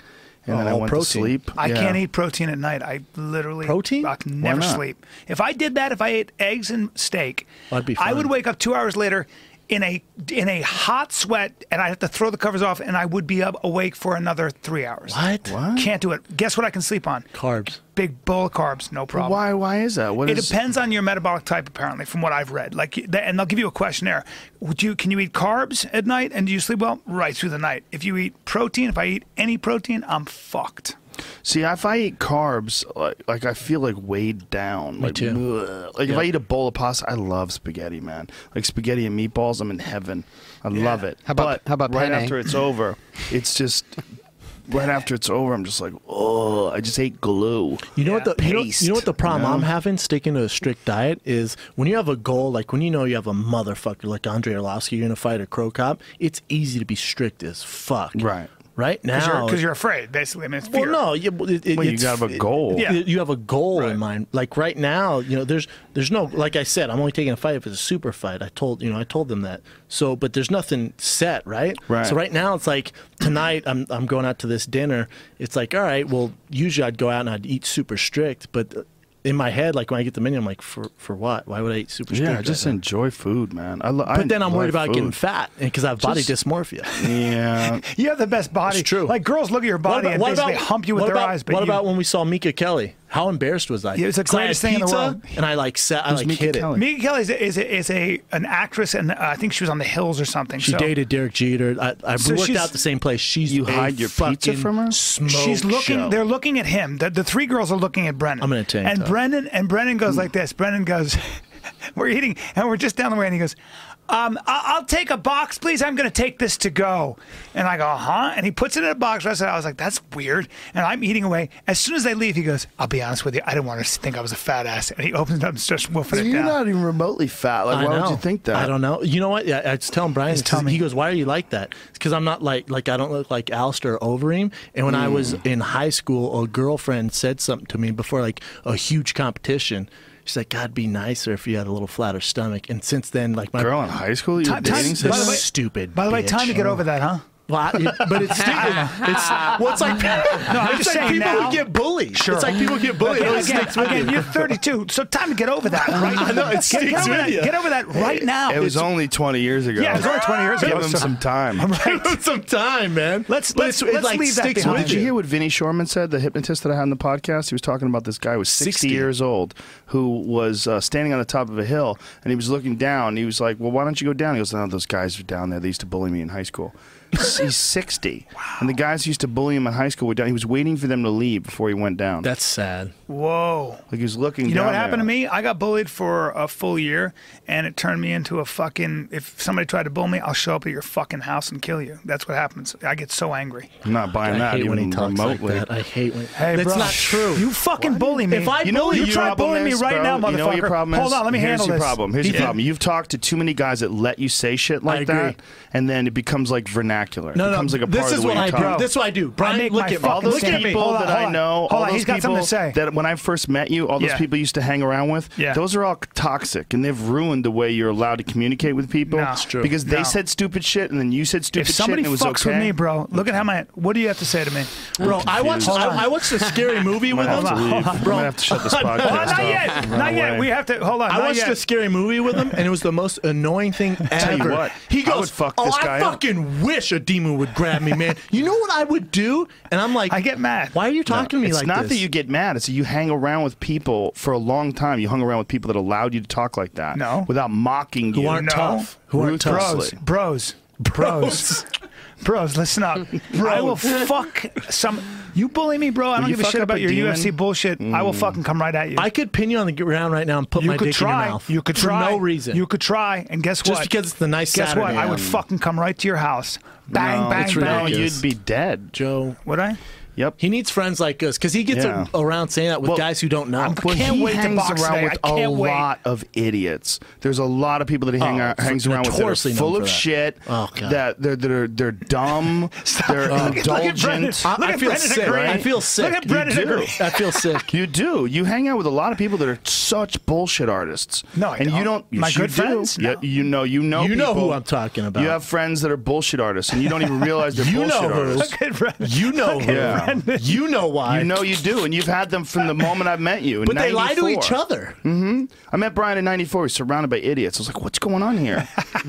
Speaker 1: and then I
Speaker 5: Oh,
Speaker 1: went to
Speaker 5: protein.
Speaker 1: sleep.
Speaker 2: I
Speaker 1: Yeah.
Speaker 2: can't eat protein at night. I literally
Speaker 5: Protein?
Speaker 2: I can never
Speaker 1: not?
Speaker 2: sleep. If I did that, if I ate eggs and steak,
Speaker 5: That'd be
Speaker 2: I would
Speaker 5: fun.
Speaker 2: wake up two hours later in a in a hot sweat, and I'd have to throw the covers off, and I would be up awake for another three hours.
Speaker 5: What?
Speaker 1: What?
Speaker 2: Can't do it. Guess what? I can sleep on
Speaker 5: Carbs.
Speaker 2: big bowl of carbs, no problem.
Speaker 1: Why? Why is that? What
Speaker 2: It
Speaker 1: is-
Speaker 2: depends on your metabolic type, apparently, from what I've read. Like, th- and they'll give you a questionnaire. Would you can you eat carbs at night, and do you sleep well? Right through the night. If you eat protein, if I eat any protein, I'm fucked.
Speaker 1: See, if I eat carbs, like, like I feel like weighed down. like,
Speaker 5: too.
Speaker 1: bleh. Like if I eat a bowl of pasta, I love spaghetti, man. Like spaghetti and meatballs, I'm in heaven. I love it.
Speaker 4: How about-
Speaker 1: But
Speaker 4: how about
Speaker 1: right
Speaker 4: penne?
Speaker 1: after it's over? It's just. Right after it's over, I'm just like, oh, I just ate glue.
Speaker 5: You know
Speaker 2: Yeah.
Speaker 5: what the you know, you
Speaker 1: Paste.
Speaker 5: know what the problem
Speaker 1: Yeah.
Speaker 5: I'm having sticking to a strict diet is when you have a goal like when you know you have a motherfucker like Andre Orlovsky you're gonna fight a crow cop it's easy to be strict as fuck
Speaker 1: Right.
Speaker 5: right now
Speaker 2: because you're, 'cause you're afraid, basically. I mean, it's
Speaker 5: well
Speaker 2: fear.
Speaker 5: no you, it, it,
Speaker 1: Well, you
Speaker 5: it's-
Speaker 1: gotta have a goal.
Speaker 5: it-
Speaker 2: Yeah.
Speaker 5: you have a goal in mind like right now you know there's there's no like I said I'm only taking a fight if it's a super fight I told you know I told them that so but there's nothing set right
Speaker 1: Right.
Speaker 5: so right now it's like tonight I'm I'm going out to this dinner. It's like all right, well usually I'd go out and I'd eat super strict, but in my head like when I get the menu I'm like for for what? Why would I eat super strict?
Speaker 1: Yeah, I just
Speaker 5: right now?
Speaker 1: enjoy food, man. I lo- I
Speaker 5: But then I'm worried
Speaker 1: love
Speaker 5: about getting
Speaker 1: food.
Speaker 5: fat because I have body
Speaker 1: Just-
Speaker 5: dysmorphia.
Speaker 1: Yeah,
Speaker 2: You have the best body.
Speaker 5: It's true.
Speaker 2: Like girls look at your body and basically hump you with
Speaker 5: what
Speaker 2: their
Speaker 5: about-
Speaker 2: eyes. But
Speaker 5: what
Speaker 2: you,
Speaker 5: about when we saw Mika Kelly? How embarrassed was I?
Speaker 2: Yeah, it was the
Speaker 5: 'Cause I had
Speaker 2: greatest thing in the
Speaker 5: pizza,
Speaker 2: world.
Speaker 5: And I like sat, I
Speaker 1: Who's
Speaker 5: like
Speaker 1: Mika
Speaker 5: hit
Speaker 1: Kelly?
Speaker 5: it.
Speaker 2: Mika Kelly is a, is a, is a an actress, and uh, I think she was on The Hills or something.
Speaker 5: She
Speaker 2: so
Speaker 5: dated Derek Jeter. I, I
Speaker 2: So
Speaker 5: worked
Speaker 2: she's-
Speaker 5: out the same place. She's
Speaker 1: You
Speaker 5: a
Speaker 1: hide your pizza
Speaker 5: fucking
Speaker 1: from her?
Speaker 5: Smoke
Speaker 2: She's looking.
Speaker 5: show.
Speaker 2: They're looking at him. The, the three girls are looking at Brennan.
Speaker 5: I'm in a tank
Speaker 2: And
Speaker 5: top. Hmm.
Speaker 2: Brennan and Brennan goes like this. Brennan goes, "We're eating, and we're just down the way." And he goes, um, I- "I'll take a box, please. I'm going to take this to go." And I go, "Uh huh." And he puts it in a box. I said, "I was like, that's weird." And I'm eating away. As soon as they leave, he goes, "I'll be honest with you. I didn't want her to think I was a fat ass." And he opens it up and starts woofing it
Speaker 1: you're
Speaker 2: down.
Speaker 1: not even remotely fat. Like,
Speaker 5: I
Speaker 1: why
Speaker 5: know.
Speaker 1: would you think that?
Speaker 5: I don't know. You know what? Yeah, I was telling Brian.
Speaker 2: Just tell me.
Speaker 5: He goes, "Why are you like that?" Because I'm not like like I don't look like Alistair Overeem. And when I
Speaker 2: Mm.
Speaker 5: was in high school, a girlfriend said something to me before like a huge competition. She's like, "God, be nicer if you had a little flatter stomach." And since then, like my
Speaker 1: Girl in high school, that you were
Speaker 2: Time-
Speaker 1: dating
Speaker 2: time-
Speaker 5: This
Speaker 2: by the
Speaker 1: someone?
Speaker 2: way-
Speaker 5: stupid.
Speaker 2: By the way, time to
Speaker 5: bitch.
Speaker 2: get over that, huh?
Speaker 5: Well, I- it- but it's still it's well, it's like no,
Speaker 2: I'm
Speaker 5: it's
Speaker 2: just
Speaker 5: like
Speaker 2: saying
Speaker 5: people
Speaker 2: now.
Speaker 5: who get bullied.
Speaker 2: Sure.
Speaker 5: It's like people who get bullied. it
Speaker 2: Again,
Speaker 5: always
Speaker 2: again,
Speaker 5: sticks with
Speaker 2: again,
Speaker 5: you.
Speaker 2: you're 32, so time to get over that, right?
Speaker 5: I know, it
Speaker 2: Get- get,
Speaker 5: sticks
Speaker 2: over
Speaker 5: with
Speaker 2: that,
Speaker 5: you.
Speaker 2: get over that right now.
Speaker 1: It was only 20 years ago.
Speaker 2: Yeah, it was only 20 years
Speaker 1: Give
Speaker 2: ago,
Speaker 1: him
Speaker 2: so-
Speaker 1: some time.
Speaker 5: Give it some time, man.
Speaker 2: Let's-
Speaker 5: But
Speaker 2: let's-
Speaker 5: it's- it,
Speaker 2: let's
Speaker 5: like,
Speaker 2: leave that
Speaker 5: sticks
Speaker 2: behind.
Speaker 5: with
Speaker 1: Did you
Speaker 5: you.
Speaker 1: hear what Vinny Shorman said, the hypnotist that I had on the podcast? He was talking about this guy who was 60,
Speaker 5: 60.
Speaker 1: years old who was uh, standing on the top of a hill and he was looking down. He was like, Well, why don't you go down? He goes, No, those guys are down there. They used to bully me in high school. He's 60. And the guys who used to bully him in high school were down. He was waiting for them to leave before he went down.
Speaker 5: That's sad.
Speaker 2: Whoa.
Speaker 1: like he was looking
Speaker 2: You know
Speaker 1: down.
Speaker 2: what happened
Speaker 1: there.
Speaker 2: to me? I got bullied for a full year, and it turned me into a fucking. If somebody tried to bully me, I'll show up at your fucking house and kill you. That's what happens. I get so angry.
Speaker 1: I'm not buying
Speaker 5: I
Speaker 1: that
Speaker 5: hate
Speaker 1: even
Speaker 5: when he talks
Speaker 1: remotely.
Speaker 5: like that. I hate when.
Speaker 2: Hey,
Speaker 5: That's
Speaker 2: bro.
Speaker 5: not true.
Speaker 2: You fucking bully me.
Speaker 5: If I
Speaker 1: You know what
Speaker 5: bully
Speaker 2: you
Speaker 1: your
Speaker 2: try
Speaker 1: problem
Speaker 2: bullying me
Speaker 1: is,
Speaker 2: right
Speaker 1: bro?
Speaker 2: now, motherfucker.
Speaker 1: You know what your problem is?
Speaker 2: Hold on, let me
Speaker 1: Here's
Speaker 2: handle
Speaker 1: your
Speaker 2: this.
Speaker 1: problem. Here's
Speaker 5: Do
Speaker 1: your
Speaker 5: you-
Speaker 1: problem. You've talked to too many guys that let you say shit like
Speaker 5: agree.
Speaker 1: that, and then it becomes like vernacular.
Speaker 5: no,
Speaker 1: it
Speaker 5: no.
Speaker 1: becomes like a part
Speaker 5: this
Speaker 1: of
Speaker 5: is
Speaker 1: the way
Speaker 5: what
Speaker 1: you
Speaker 5: I
Speaker 1: talk.
Speaker 5: do. This is what I do. Brian,
Speaker 2: make
Speaker 5: look
Speaker 2: my
Speaker 5: at me.
Speaker 2: fucking
Speaker 1: all those
Speaker 5: Look
Speaker 2: stand
Speaker 5: at me.
Speaker 1: people
Speaker 2: Hold on,
Speaker 1: that
Speaker 2: hold
Speaker 1: I
Speaker 2: on.
Speaker 1: know,
Speaker 2: Hold
Speaker 1: all
Speaker 2: on,
Speaker 1: those
Speaker 2: he's got
Speaker 1: people
Speaker 2: something to say.
Speaker 1: that when I first met you, all those
Speaker 2: Yeah.
Speaker 1: people you used to hang around with,
Speaker 2: Yeah.
Speaker 1: those are all toxic, and they've ruined the way you're allowed to communicate with people.
Speaker 2: No. It's true.
Speaker 1: Because they
Speaker 2: No.
Speaker 1: said stupid shit, and then you said stupid
Speaker 2: if
Speaker 1: shit,
Speaker 2: somebody
Speaker 1: and it was
Speaker 2: fucks
Speaker 1: okay.
Speaker 2: with me, bro, look at how my. What do you have to say to me?
Speaker 5: Bro, I watched
Speaker 2: Hold on.
Speaker 5: I, I watched a scary movie with
Speaker 1: I
Speaker 5: him.
Speaker 1: have to leave. I'm
Speaker 5: Bro,
Speaker 1: gonna have to shut this
Speaker 5: I know.
Speaker 1: podcast
Speaker 2: Oh,
Speaker 1: off.
Speaker 2: not yet.
Speaker 1: and run
Speaker 2: Not yet.
Speaker 1: away.
Speaker 2: We have to. Hold
Speaker 1: Uh,
Speaker 2: on.
Speaker 5: I
Speaker 2: not
Speaker 5: watched
Speaker 2: yet.
Speaker 5: a scary movie with him, and it was the most annoying thing ever.
Speaker 1: you what,
Speaker 5: he
Speaker 1: I
Speaker 5: goes,
Speaker 1: would fuck
Speaker 5: "Oh,
Speaker 1: this guy
Speaker 5: I
Speaker 1: up."
Speaker 5: fucking wish a demon would grab me, man. You know what I would do?" And I'm like,
Speaker 2: I get mad.
Speaker 5: Why are you talking to me
Speaker 1: it's
Speaker 5: like
Speaker 1: not
Speaker 5: this?
Speaker 1: that you get mad. It's that you hang around with people for a long time. You hung around with people that allowed you to talk like that.
Speaker 2: No.
Speaker 1: Without mocking you.
Speaker 5: who aren't
Speaker 2: No.
Speaker 5: tough, who aren't
Speaker 2: Bros,
Speaker 5: tough.
Speaker 2: bros, bros, bros. Listen up. I will fuck some. You bully me, bro. I don't
Speaker 1: you
Speaker 2: give a
Speaker 1: fuck
Speaker 2: shit
Speaker 1: up
Speaker 2: about
Speaker 1: a
Speaker 2: your
Speaker 1: demon?
Speaker 2: UFC bullshit. I will fucking come right at you.
Speaker 5: Mm. I could pin you on the ground right now and put
Speaker 2: you
Speaker 5: my
Speaker 2: could
Speaker 5: dick in
Speaker 2: try.
Speaker 5: your mouth.
Speaker 2: You could
Speaker 5: for
Speaker 2: try.
Speaker 5: no reason.
Speaker 2: You could try, and guess
Speaker 5: Just
Speaker 2: what?
Speaker 5: because it's the nice
Speaker 2: guess
Speaker 5: Saturday.
Speaker 2: what? I would
Speaker 5: Um,
Speaker 2: fucking come right to your house. Bang,
Speaker 1: No,
Speaker 2: bang,
Speaker 1: it's
Speaker 2: bang.
Speaker 1: ridiculous. No,
Speaker 5: ridiculous.
Speaker 1: you'd be dead.
Speaker 5: Joe.
Speaker 2: Would I?
Speaker 1: Yep.
Speaker 5: He needs friends like us because he gets a-
Speaker 1: Yeah.
Speaker 5: around saying that with
Speaker 1: Well,
Speaker 5: guys who don't know.
Speaker 1: Well,
Speaker 2: can't
Speaker 1: he
Speaker 2: wait to
Speaker 1: hangs
Speaker 2: box
Speaker 1: around
Speaker 2: today.
Speaker 1: with
Speaker 2: I
Speaker 1: a
Speaker 2: can't wait.
Speaker 1: lot of idiots. There's a lot of people that he hang
Speaker 5: Oh,
Speaker 1: out, hangs around with that are
Speaker 5: notoriously known
Speaker 1: full
Speaker 5: for
Speaker 1: of
Speaker 5: that.
Speaker 1: shit.
Speaker 5: Oh, God.
Speaker 1: That they're they're they're dumb. they're
Speaker 2: Look at- look at Brendan.
Speaker 1: indulgent.
Speaker 5: I,
Speaker 2: Look
Speaker 5: I
Speaker 2: at
Speaker 5: feel
Speaker 2: Brendan
Speaker 5: sick.
Speaker 2: agree.
Speaker 5: I feel sick.
Speaker 2: Look at Brendan
Speaker 5: You do.
Speaker 2: agree.
Speaker 5: I feel sick.
Speaker 1: You do. You hang out with a lot of people that are such bullshit artists.
Speaker 2: No, I
Speaker 1: and you don't.
Speaker 2: don't. My
Speaker 1: yes,
Speaker 2: good
Speaker 1: you
Speaker 2: friends?
Speaker 1: Do.
Speaker 2: No.
Speaker 1: Yeah, you know. You know.
Speaker 5: You know who
Speaker 1: people.
Speaker 5: I'm talking about.
Speaker 1: You have friends that are bullshit artists, and you don't even realize they're
Speaker 5: You
Speaker 1: bullshit
Speaker 5: know who.
Speaker 1: artists.
Speaker 2: Look at Brendan.
Speaker 5: You know who.
Speaker 1: Yeah.
Speaker 5: You know why.
Speaker 1: You know you do, and you've had them from the moment I've met you. in
Speaker 5: but they lie to
Speaker 1: 94.
Speaker 5: each other.
Speaker 1: I met Brian in '94. He's surrounded by idiots. I was like, "What's going on here?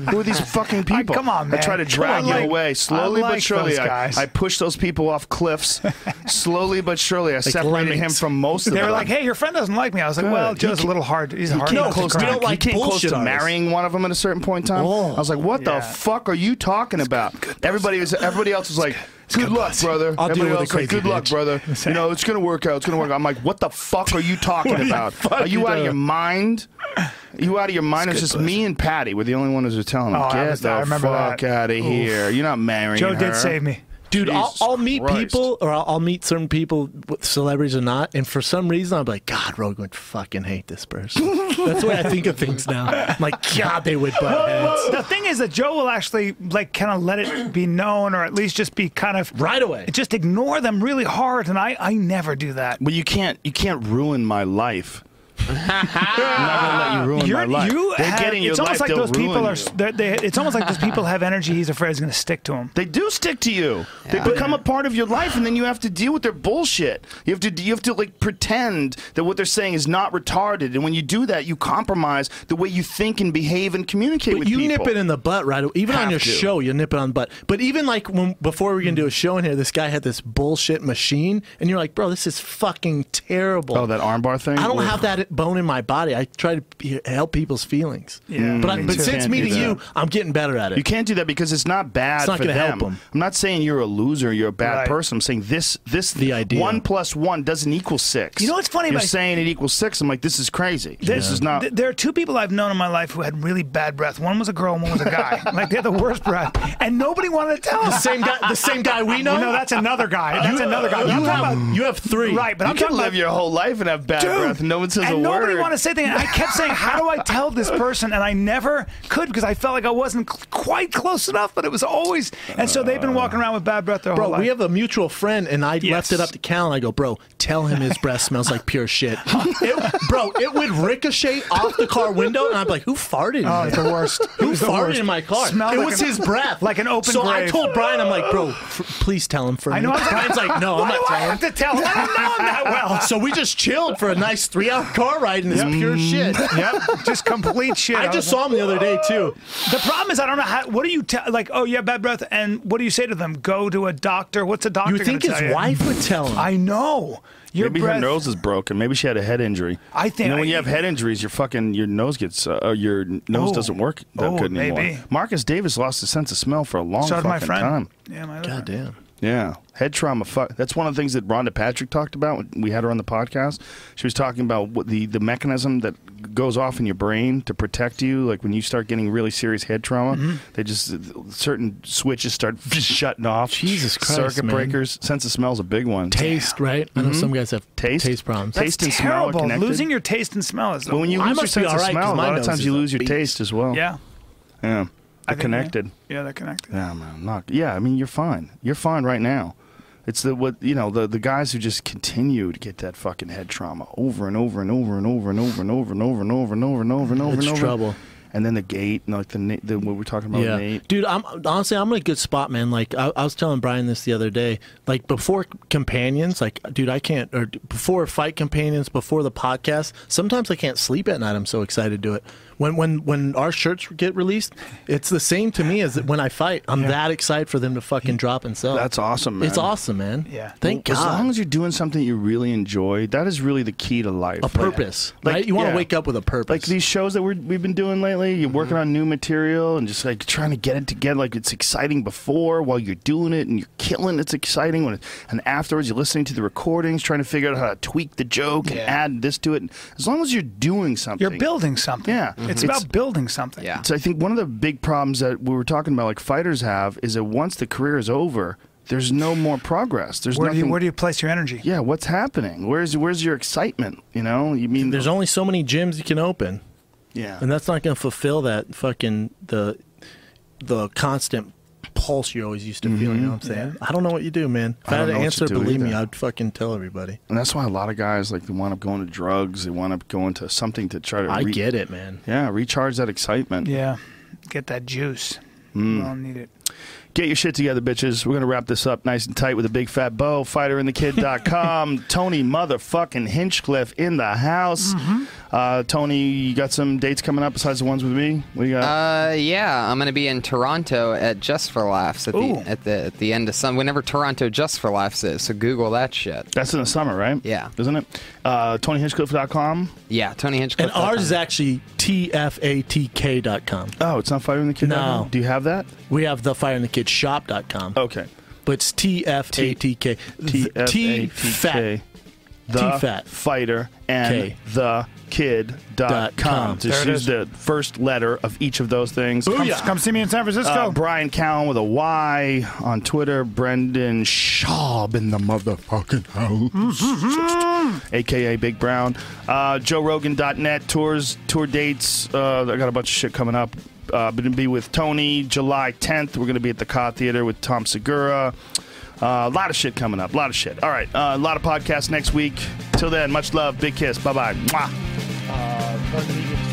Speaker 1: Who are these fucking people?"
Speaker 2: come on, man.
Speaker 1: I try to
Speaker 2: Come
Speaker 1: drag
Speaker 2: on,
Speaker 1: you
Speaker 2: like-
Speaker 1: away slowly
Speaker 2: I
Speaker 1: but
Speaker 2: like
Speaker 1: surely.
Speaker 2: those
Speaker 1: I,
Speaker 2: guys.
Speaker 1: I push those people off cliffs. slowly but surely, I separated him
Speaker 5: lemmings.
Speaker 1: from most of
Speaker 2: They
Speaker 1: them.
Speaker 2: were like, "Hey, your friend doesn't like me." I was like,
Speaker 1: Good.
Speaker 2: "Well,
Speaker 1: He
Speaker 2: Joe's a
Speaker 1: can't-
Speaker 2: little hard. He's a
Speaker 1: You
Speaker 2: hard
Speaker 1: came
Speaker 2: nut to
Speaker 1: close,
Speaker 2: crack."
Speaker 5: we don't
Speaker 1: you
Speaker 5: like
Speaker 1: came close
Speaker 5: bullshit
Speaker 1: to
Speaker 5: artists.
Speaker 1: marrying one of them at a certain point in time.
Speaker 5: Oh.
Speaker 1: I was like, "What the
Speaker 2: Yeah.
Speaker 1: fuck are you talking about?" everybody was, everybody else was like, "Good, luck, brother."
Speaker 5: I'll deal
Speaker 1: everybody else
Speaker 5: with the
Speaker 1: like,
Speaker 5: crazy
Speaker 1: "Good luck,
Speaker 5: bitch."
Speaker 1: brother." you know, it's gonna work out. It's gonna work out. I'm like, "What the fuck are you talking about?
Speaker 5: fuck
Speaker 1: Are you
Speaker 5: you
Speaker 1: out of
Speaker 5: talking
Speaker 1: your mind?" Are you out of your mind? It was just me and Patty. were the only ones who were telling him,
Speaker 2: Oh, I
Speaker 1: "Get
Speaker 2: was-
Speaker 1: the
Speaker 2: I remember
Speaker 1: fuck
Speaker 2: that.
Speaker 1: out of here! You're not marrying
Speaker 2: Joe
Speaker 1: her."
Speaker 2: did save me.
Speaker 5: Dude, I'll,
Speaker 1: Jesus
Speaker 5: I'll meet
Speaker 1: Christ.
Speaker 5: people or I'll, I'll meet certain people, with celebrities or not, and for some reason I'm like, God, Rogan would fucking hate this person. That's the way I think of things now. I'm like, God, they would butt heads.
Speaker 2: The thing is that Joe will actually like kind of let it be known, or at least just be kind of
Speaker 5: Right away.
Speaker 2: Just ignore them really hard, and I I never do that.
Speaker 1: But you can't. You can't ruin my life. I'm not gonna let you ruin my
Speaker 2: You're,
Speaker 1: life.
Speaker 2: you
Speaker 1: They
Speaker 2: have,
Speaker 1: get in your
Speaker 2: it's
Speaker 1: life.
Speaker 2: almost like
Speaker 1: they'll
Speaker 2: those people
Speaker 1: ruin
Speaker 2: are.
Speaker 1: you.
Speaker 2: s- they're- They, it's almost like those people have energy. He's afraid is going to stick to him.
Speaker 1: They do stick to you. They become a part of your life, and then you have to deal with their bullshit. You have to you have to like pretend that what they're saying is not retarded, and when you do that, you compromise the way you think and behave and communicate
Speaker 5: But
Speaker 1: with
Speaker 5: you
Speaker 1: people.
Speaker 5: nip it in the butt right away. Even
Speaker 1: Have
Speaker 5: on your
Speaker 1: to.
Speaker 5: show, you nip it on the butt. But even like when before we were gonna do a show in here, this guy had this bullshit machine, and you're like, bro, this is fucking terrible.
Speaker 1: oh, that armbar thing.
Speaker 5: I don't
Speaker 1: Ugh.
Speaker 5: have that bone in my body. I try to be- help people's feelings.
Speaker 2: Yeah,
Speaker 5: but I,
Speaker 2: me
Speaker 5: but
Speaker 2: too.
Speaker 5: since
Speaker 1: Can't do
Speaker 5: meeting
Speaker 1: that.
Speaker 5: you, I'm getting better at it.
Speaker 1: You can't do that because it's not bad
Speaker 5: It's not
Speaker 1: for
Speaker 5: gonna help
Speaker 1: them.
Speaker 5: 'em.
Speaker 1: I'm not saying you're a loser, you're a bad
Speaker 2: Right.
Speaker 1: person. I'm saying this this
Speaker 5: The idea.
Speaker 1: one plus one doesn't equal six.
Speaker 2: You know what's funny
Speaker 1: You're
Speaker 2: about-
Speaker 1: saying it equals six. I'm like, this is crazy. This
Speaker 2: There's-
Speaker 1: is not
Speaker 2: th- there are two people I've known in my life who had really bad breath. One was a girl, and one was a guy. like they had the worst breath, and nobody wanted to tell
Speaker 5: the
Speaker 2: us.
Speaker 5: same guy. The same guy we know.
Speaker 2: No, that's another guy. That's another guy. But
Speaker 5: You
Speaker 2: I'm talking
Speaker 5: have,
Speaker 2: about-
Speaker 5: you have three.
Speaker 2: Right, but
Speaker 1: you
Speaker 2: I'm
Speaker 1: can
Speaker 2: talking
Speaker 1: live
Speaker 2: about
Speaker 1: your whole life and have bad
Speaker 2: Dude,
Speaker 1: breath. and No one says
Speaker 2: and
Speaker 1: a
Speaker 2: nobody
Speaker 1: word.
Speaker 2: wanted to say anything. And I kept saying, "How do I tell this person?" And I never could because I felt like I wasn't cl- quite close enough. But it was always. And so they've been walking around with bad breath their whole
Speaker 5: Bro,
Speaker 2: life.
Speaker 5: we have a mutual friend, and I
Speaker 2: Oh, Yes.
Speaker 5: left it up to Cal, and I go, bro, tell him his breath smells like pure shit. It- bro, it would ricochet off the car window, and I'm like, who farted? in
Speaker 2: Oh,
Speaker 5: here?
Speaker 2: it's the worst.
Speaker 5: Who
Speaker 2: It's the
Speaker 5: farted
Speaker 2: worst.
Speaker 5: in my car?
Speaker 2: Smelled
Speaker 5: it
Speaker 2: like
Speaker 5: was
Speaker 2: an-
Speaker 5: his breath,
Speaker 2: like an open
Speaker 5: So I
Speaker 2: grave.
Speaker 5: told Brian, I'm like, bro, f- please tell him for
Speaker 2: I
Speaker 5: me.
Speaker 2: know. I was like,
Speaker 5: Brian's like, no, I'm
Speaker 2: Why
Speaker 5: not
Speaker 2: do I
Speaker 5: telling.
Speaker 2: have to tell him? I don't know him that well.
Speaker 5: him." So we just chilled for a nice three-hour car ride in this pure shit.
Speaker 2: yep, just complete shit.
Speaker 5: I
Speaker 2: Mm. was
Speaker 5: just
Speaker 2: like-
Speaker 5: saw him the other day too.
Speaker 2: The problem is, I don't know how. What do you tell? Like, oh yeah, bad breath, and what do you say to them? Go to a doctor. What's a doctor?
Speaker 5: You think
Speaker 2: gonna
Speaker 5: his
Speaker 2: tell you?
Speaker 5: wife would tell him?
Speaker 2: I know. Your
Speaker 1: Maybe her
Speaker 2: breath.
Speaker 1: nose is broken. Maybe she had a head injury.
Speaker 2: I
Speaker 1: You
Speaker 2: think-
Speaker 1: know, when you
Speaker 2: I-
Speaker 1: have head injuries, your fucking your nose gets uh, uh, your nose
Speaker 2: Oh.
Speaker 1: doesn't work that
Speaker 2: Oh,
Speaker 1: good anymore.
Speaker 2: maybe.
Speaker 1: Marcus Davis lost his sense of smell for a long
Speaker 2: so did
Speaker 1: fucking
Speaker 2: my friend.
Speaker 1: time.
Speaker 2: Yeah, my other
Speaker 5: God
Speaker 2: friend.
Speaker 5: damn.
Speaker 1: Yeah, head trauma. Fuck, that's one of the things that Rhonda Patrick talked about. when We had her on the podcast. She was talking about what the the mechanism that goes off in your brain to protect you. Like when you start getting really serious head trauma,
Speaker 2: Mm-hmm.
Speaker 1: they just certain switches start shutting off.
Speaker 9: Jesus Christ,
Speaker 1: Circuit
Speaker 9: man.
Speaker 1: breakers. Sense of smell's a big one.
Speaker 9: Taste, right? I
Speaker 2: Mm-hmm.
Speaker 9: know some guys have
Speaker 1: Taste?
Speaker 9: taste problems.
Speaker 1: Taste-
Speaker 2: That's
Speaker 1: and smell are
Speaker 2: terrible.
Speaker 1: connected.
Speaker 2: Losing your taste and smell is. the
Speaker 1: But when you lose
Speaker 5: I
Speaker 1: your
Speaker 5: must be
Speaker 1: sense of
Speaker 5: all right, 'cause
Speaker 1: smell, a
Speaker 5: my
Speaker 1: lot of
Speaker 5: nose
Speaker 1: times
Speaker 5: is
Speaker 1: you
Speaker 5: a
Speaker 1: lose your
Speaker 5: beast.
Speaker 1: taste as well.
Speaker 2: yeah,
Speaker 1: yeah.
Speaker 2: I
Speaker 1: They're
Speaker 2: think, yeah.
Speaker 1: connected.
Speaker 2: Yeah, they're connected.
Speaker 1: Yeah, man. I'm not. Yeah, I mean, you're fine. You're fine right now. It's the what you know the the guys who just continue to get that fucking head trauma over and over and over and over and over and over and over and over and over and over and over
Speaker 5: It's
Speaker 1: and over.
Speaker 5: trouble.
Speaker 1: And then the gate, and like the, na- the what we're talking about,
Speaker 5: yeah,
Speaker 1: Nate.
Speaker 5: dude. I'm honestly, I'm in a good spot, man. Like I, I was telling Brian this the other day. Like before companions, like dude, I can't. Or before fight companions, before the podcast, sometimes I can't sleep at night. I'm so excited to do it. When when when our shirts get released, it's the same to me as when I fight. I'm that excited for them to fucking drop and sell.
Speaker 1: That's awesome, man.
Speaker 5: It's awesome, man.
Speaker 2: Yeah.
Speaker 5: Thank
Speaker 1: As
Speaker 5: God.
Speaker 1: long as you're doing something you really enjoy, that is really the key to life.
Speaker 5: a
Speaker 1: Like-
Speaker 5: purpose, right? You want to
Speaker 1: yeah.
Speaker 5: wake up with a purpose.
Speaker 1: like these shows that we're, we've been doing lately you're working
Speaker 2: Mm-hmm.
Speaker 1: on new material and just like trying to get it together like it's exciting before while you're doing it and you're killing it's exciting when it, and afterwards you're listening to the recordings trying to figure out how to tweak the joke and add this to it and as long as you're doing something
Speaker 2: You're building something.
Speaker 1: Yeah.
Speaker 2: It's
Speaker 1: Mhm.
Speaker 2: about
Speaker 1: It's-
Speaker 2: building something.
Speaker 4: Yeah.
Speaker 1: so i think one of the big problems that we were talking about like fighters have is that once the career is over there's no more progress there's
Speaker 2: Where do
Speaker 1: nothing
Speaker 2: you where do you place your energy?
Speaker 1: yeah what's happening where's where's your excitement you know you mean
Speaker 5: There's only so many gyms you can open.
Speaker 1: yeah
Speaker 5: and that's not going to fulfill that fucking the the constant pulse you always used to feel. You know what I'm saying? I don't know what you do, man. If
Speaker 1: Mm-hmm. I
Speaker 5: I, had
Speaker 1: don't
Speaker 5: an
Speaker 1: know what
Speaker 5: answer,
Speaker 1: you do
Speaker 5: believe me,
Speaker 1: either.
Speaker 5: I'd fucking tell everybody.
Speaker 1: And that's why a lot of guys like they wind up going to drugs. They wind up going to something to try to.
Speaker 5: I
Speaker 1: re-
Speaker 5: get it, man.
Speaker 1: Yeah, recharge that excitement.
Speaker 2: Yeah. Get that juice.
Speaker 1: Mm.
Speaker 2: We all need it.
Speaker 1: Get your shit together, bitches. We're gonna wrap this up nice and tight with a big fat bow. Fighterinthekid.com. Tony motherfucking Hinchcliffe in the house.
Speaker 5: Mm-hmm.
Speaker 1: Uh, Tony, you got some dates coming up besides the ones with me? We got.
Speaker 4: Uh, yeah, I'm gonna be in Toronto at Just for Laughs at
Speaker 2: Ooh.
Speaker 4: the at the at the end of some whenever Toronto Just for Laughs is. So Google that shit.
Speaker 1: that's in the summer, right?
Speaker 4: Yeah.
Speaker 1: Isn't it? Uh, TonyHinchcliffe.com.
Speaker 4: Yeah, Tony Hinchcliffe.
Speaker 5: And ours is actually tfatk.com.
Speaker 1: Oh, it's not fighterinthekid.com.
Speaker 5: No.
Speaker 1: Do you have that?
Speaker 5: We have the fire in the kids shop.com,
Speaker 1: Okay.
Speaker 5: but it's tfatk.
Speaker 1: T-F-A-T-K. the
Speaker 5: T-Fat.
Speaker 1: fighter and
Speaker 5: K.
Speaker 1: the kid dot
Speaker 5: Dot
Speaker 1: com.
Speaker 5: com.
Speaker 1: Just
Speaker 2: There it
Speaker 1: use the first letter of each of those things.
Speaker 2: Come, come see me in San
Speaker 1: Uh,
Speaker 2: Francisco.
Speaker 1: Brian Cowan with a Y on Twitter. Brendan Schaub in the motherfucking house. AKA Big Brown. Uh, JoeRogan.net. Tours, tour dates. Uh, I got a bunch of shit coming up. Uh, going to be with Tony July 10th. We're going to be at the Cod Theater with Tom Segura. Uh, a lot of shit coming up. A lot of shit. All right. Uh, a lot of podcasts next week. Till then, much love. Big kiss. Bye bye.
Speaker 5: T-Fat.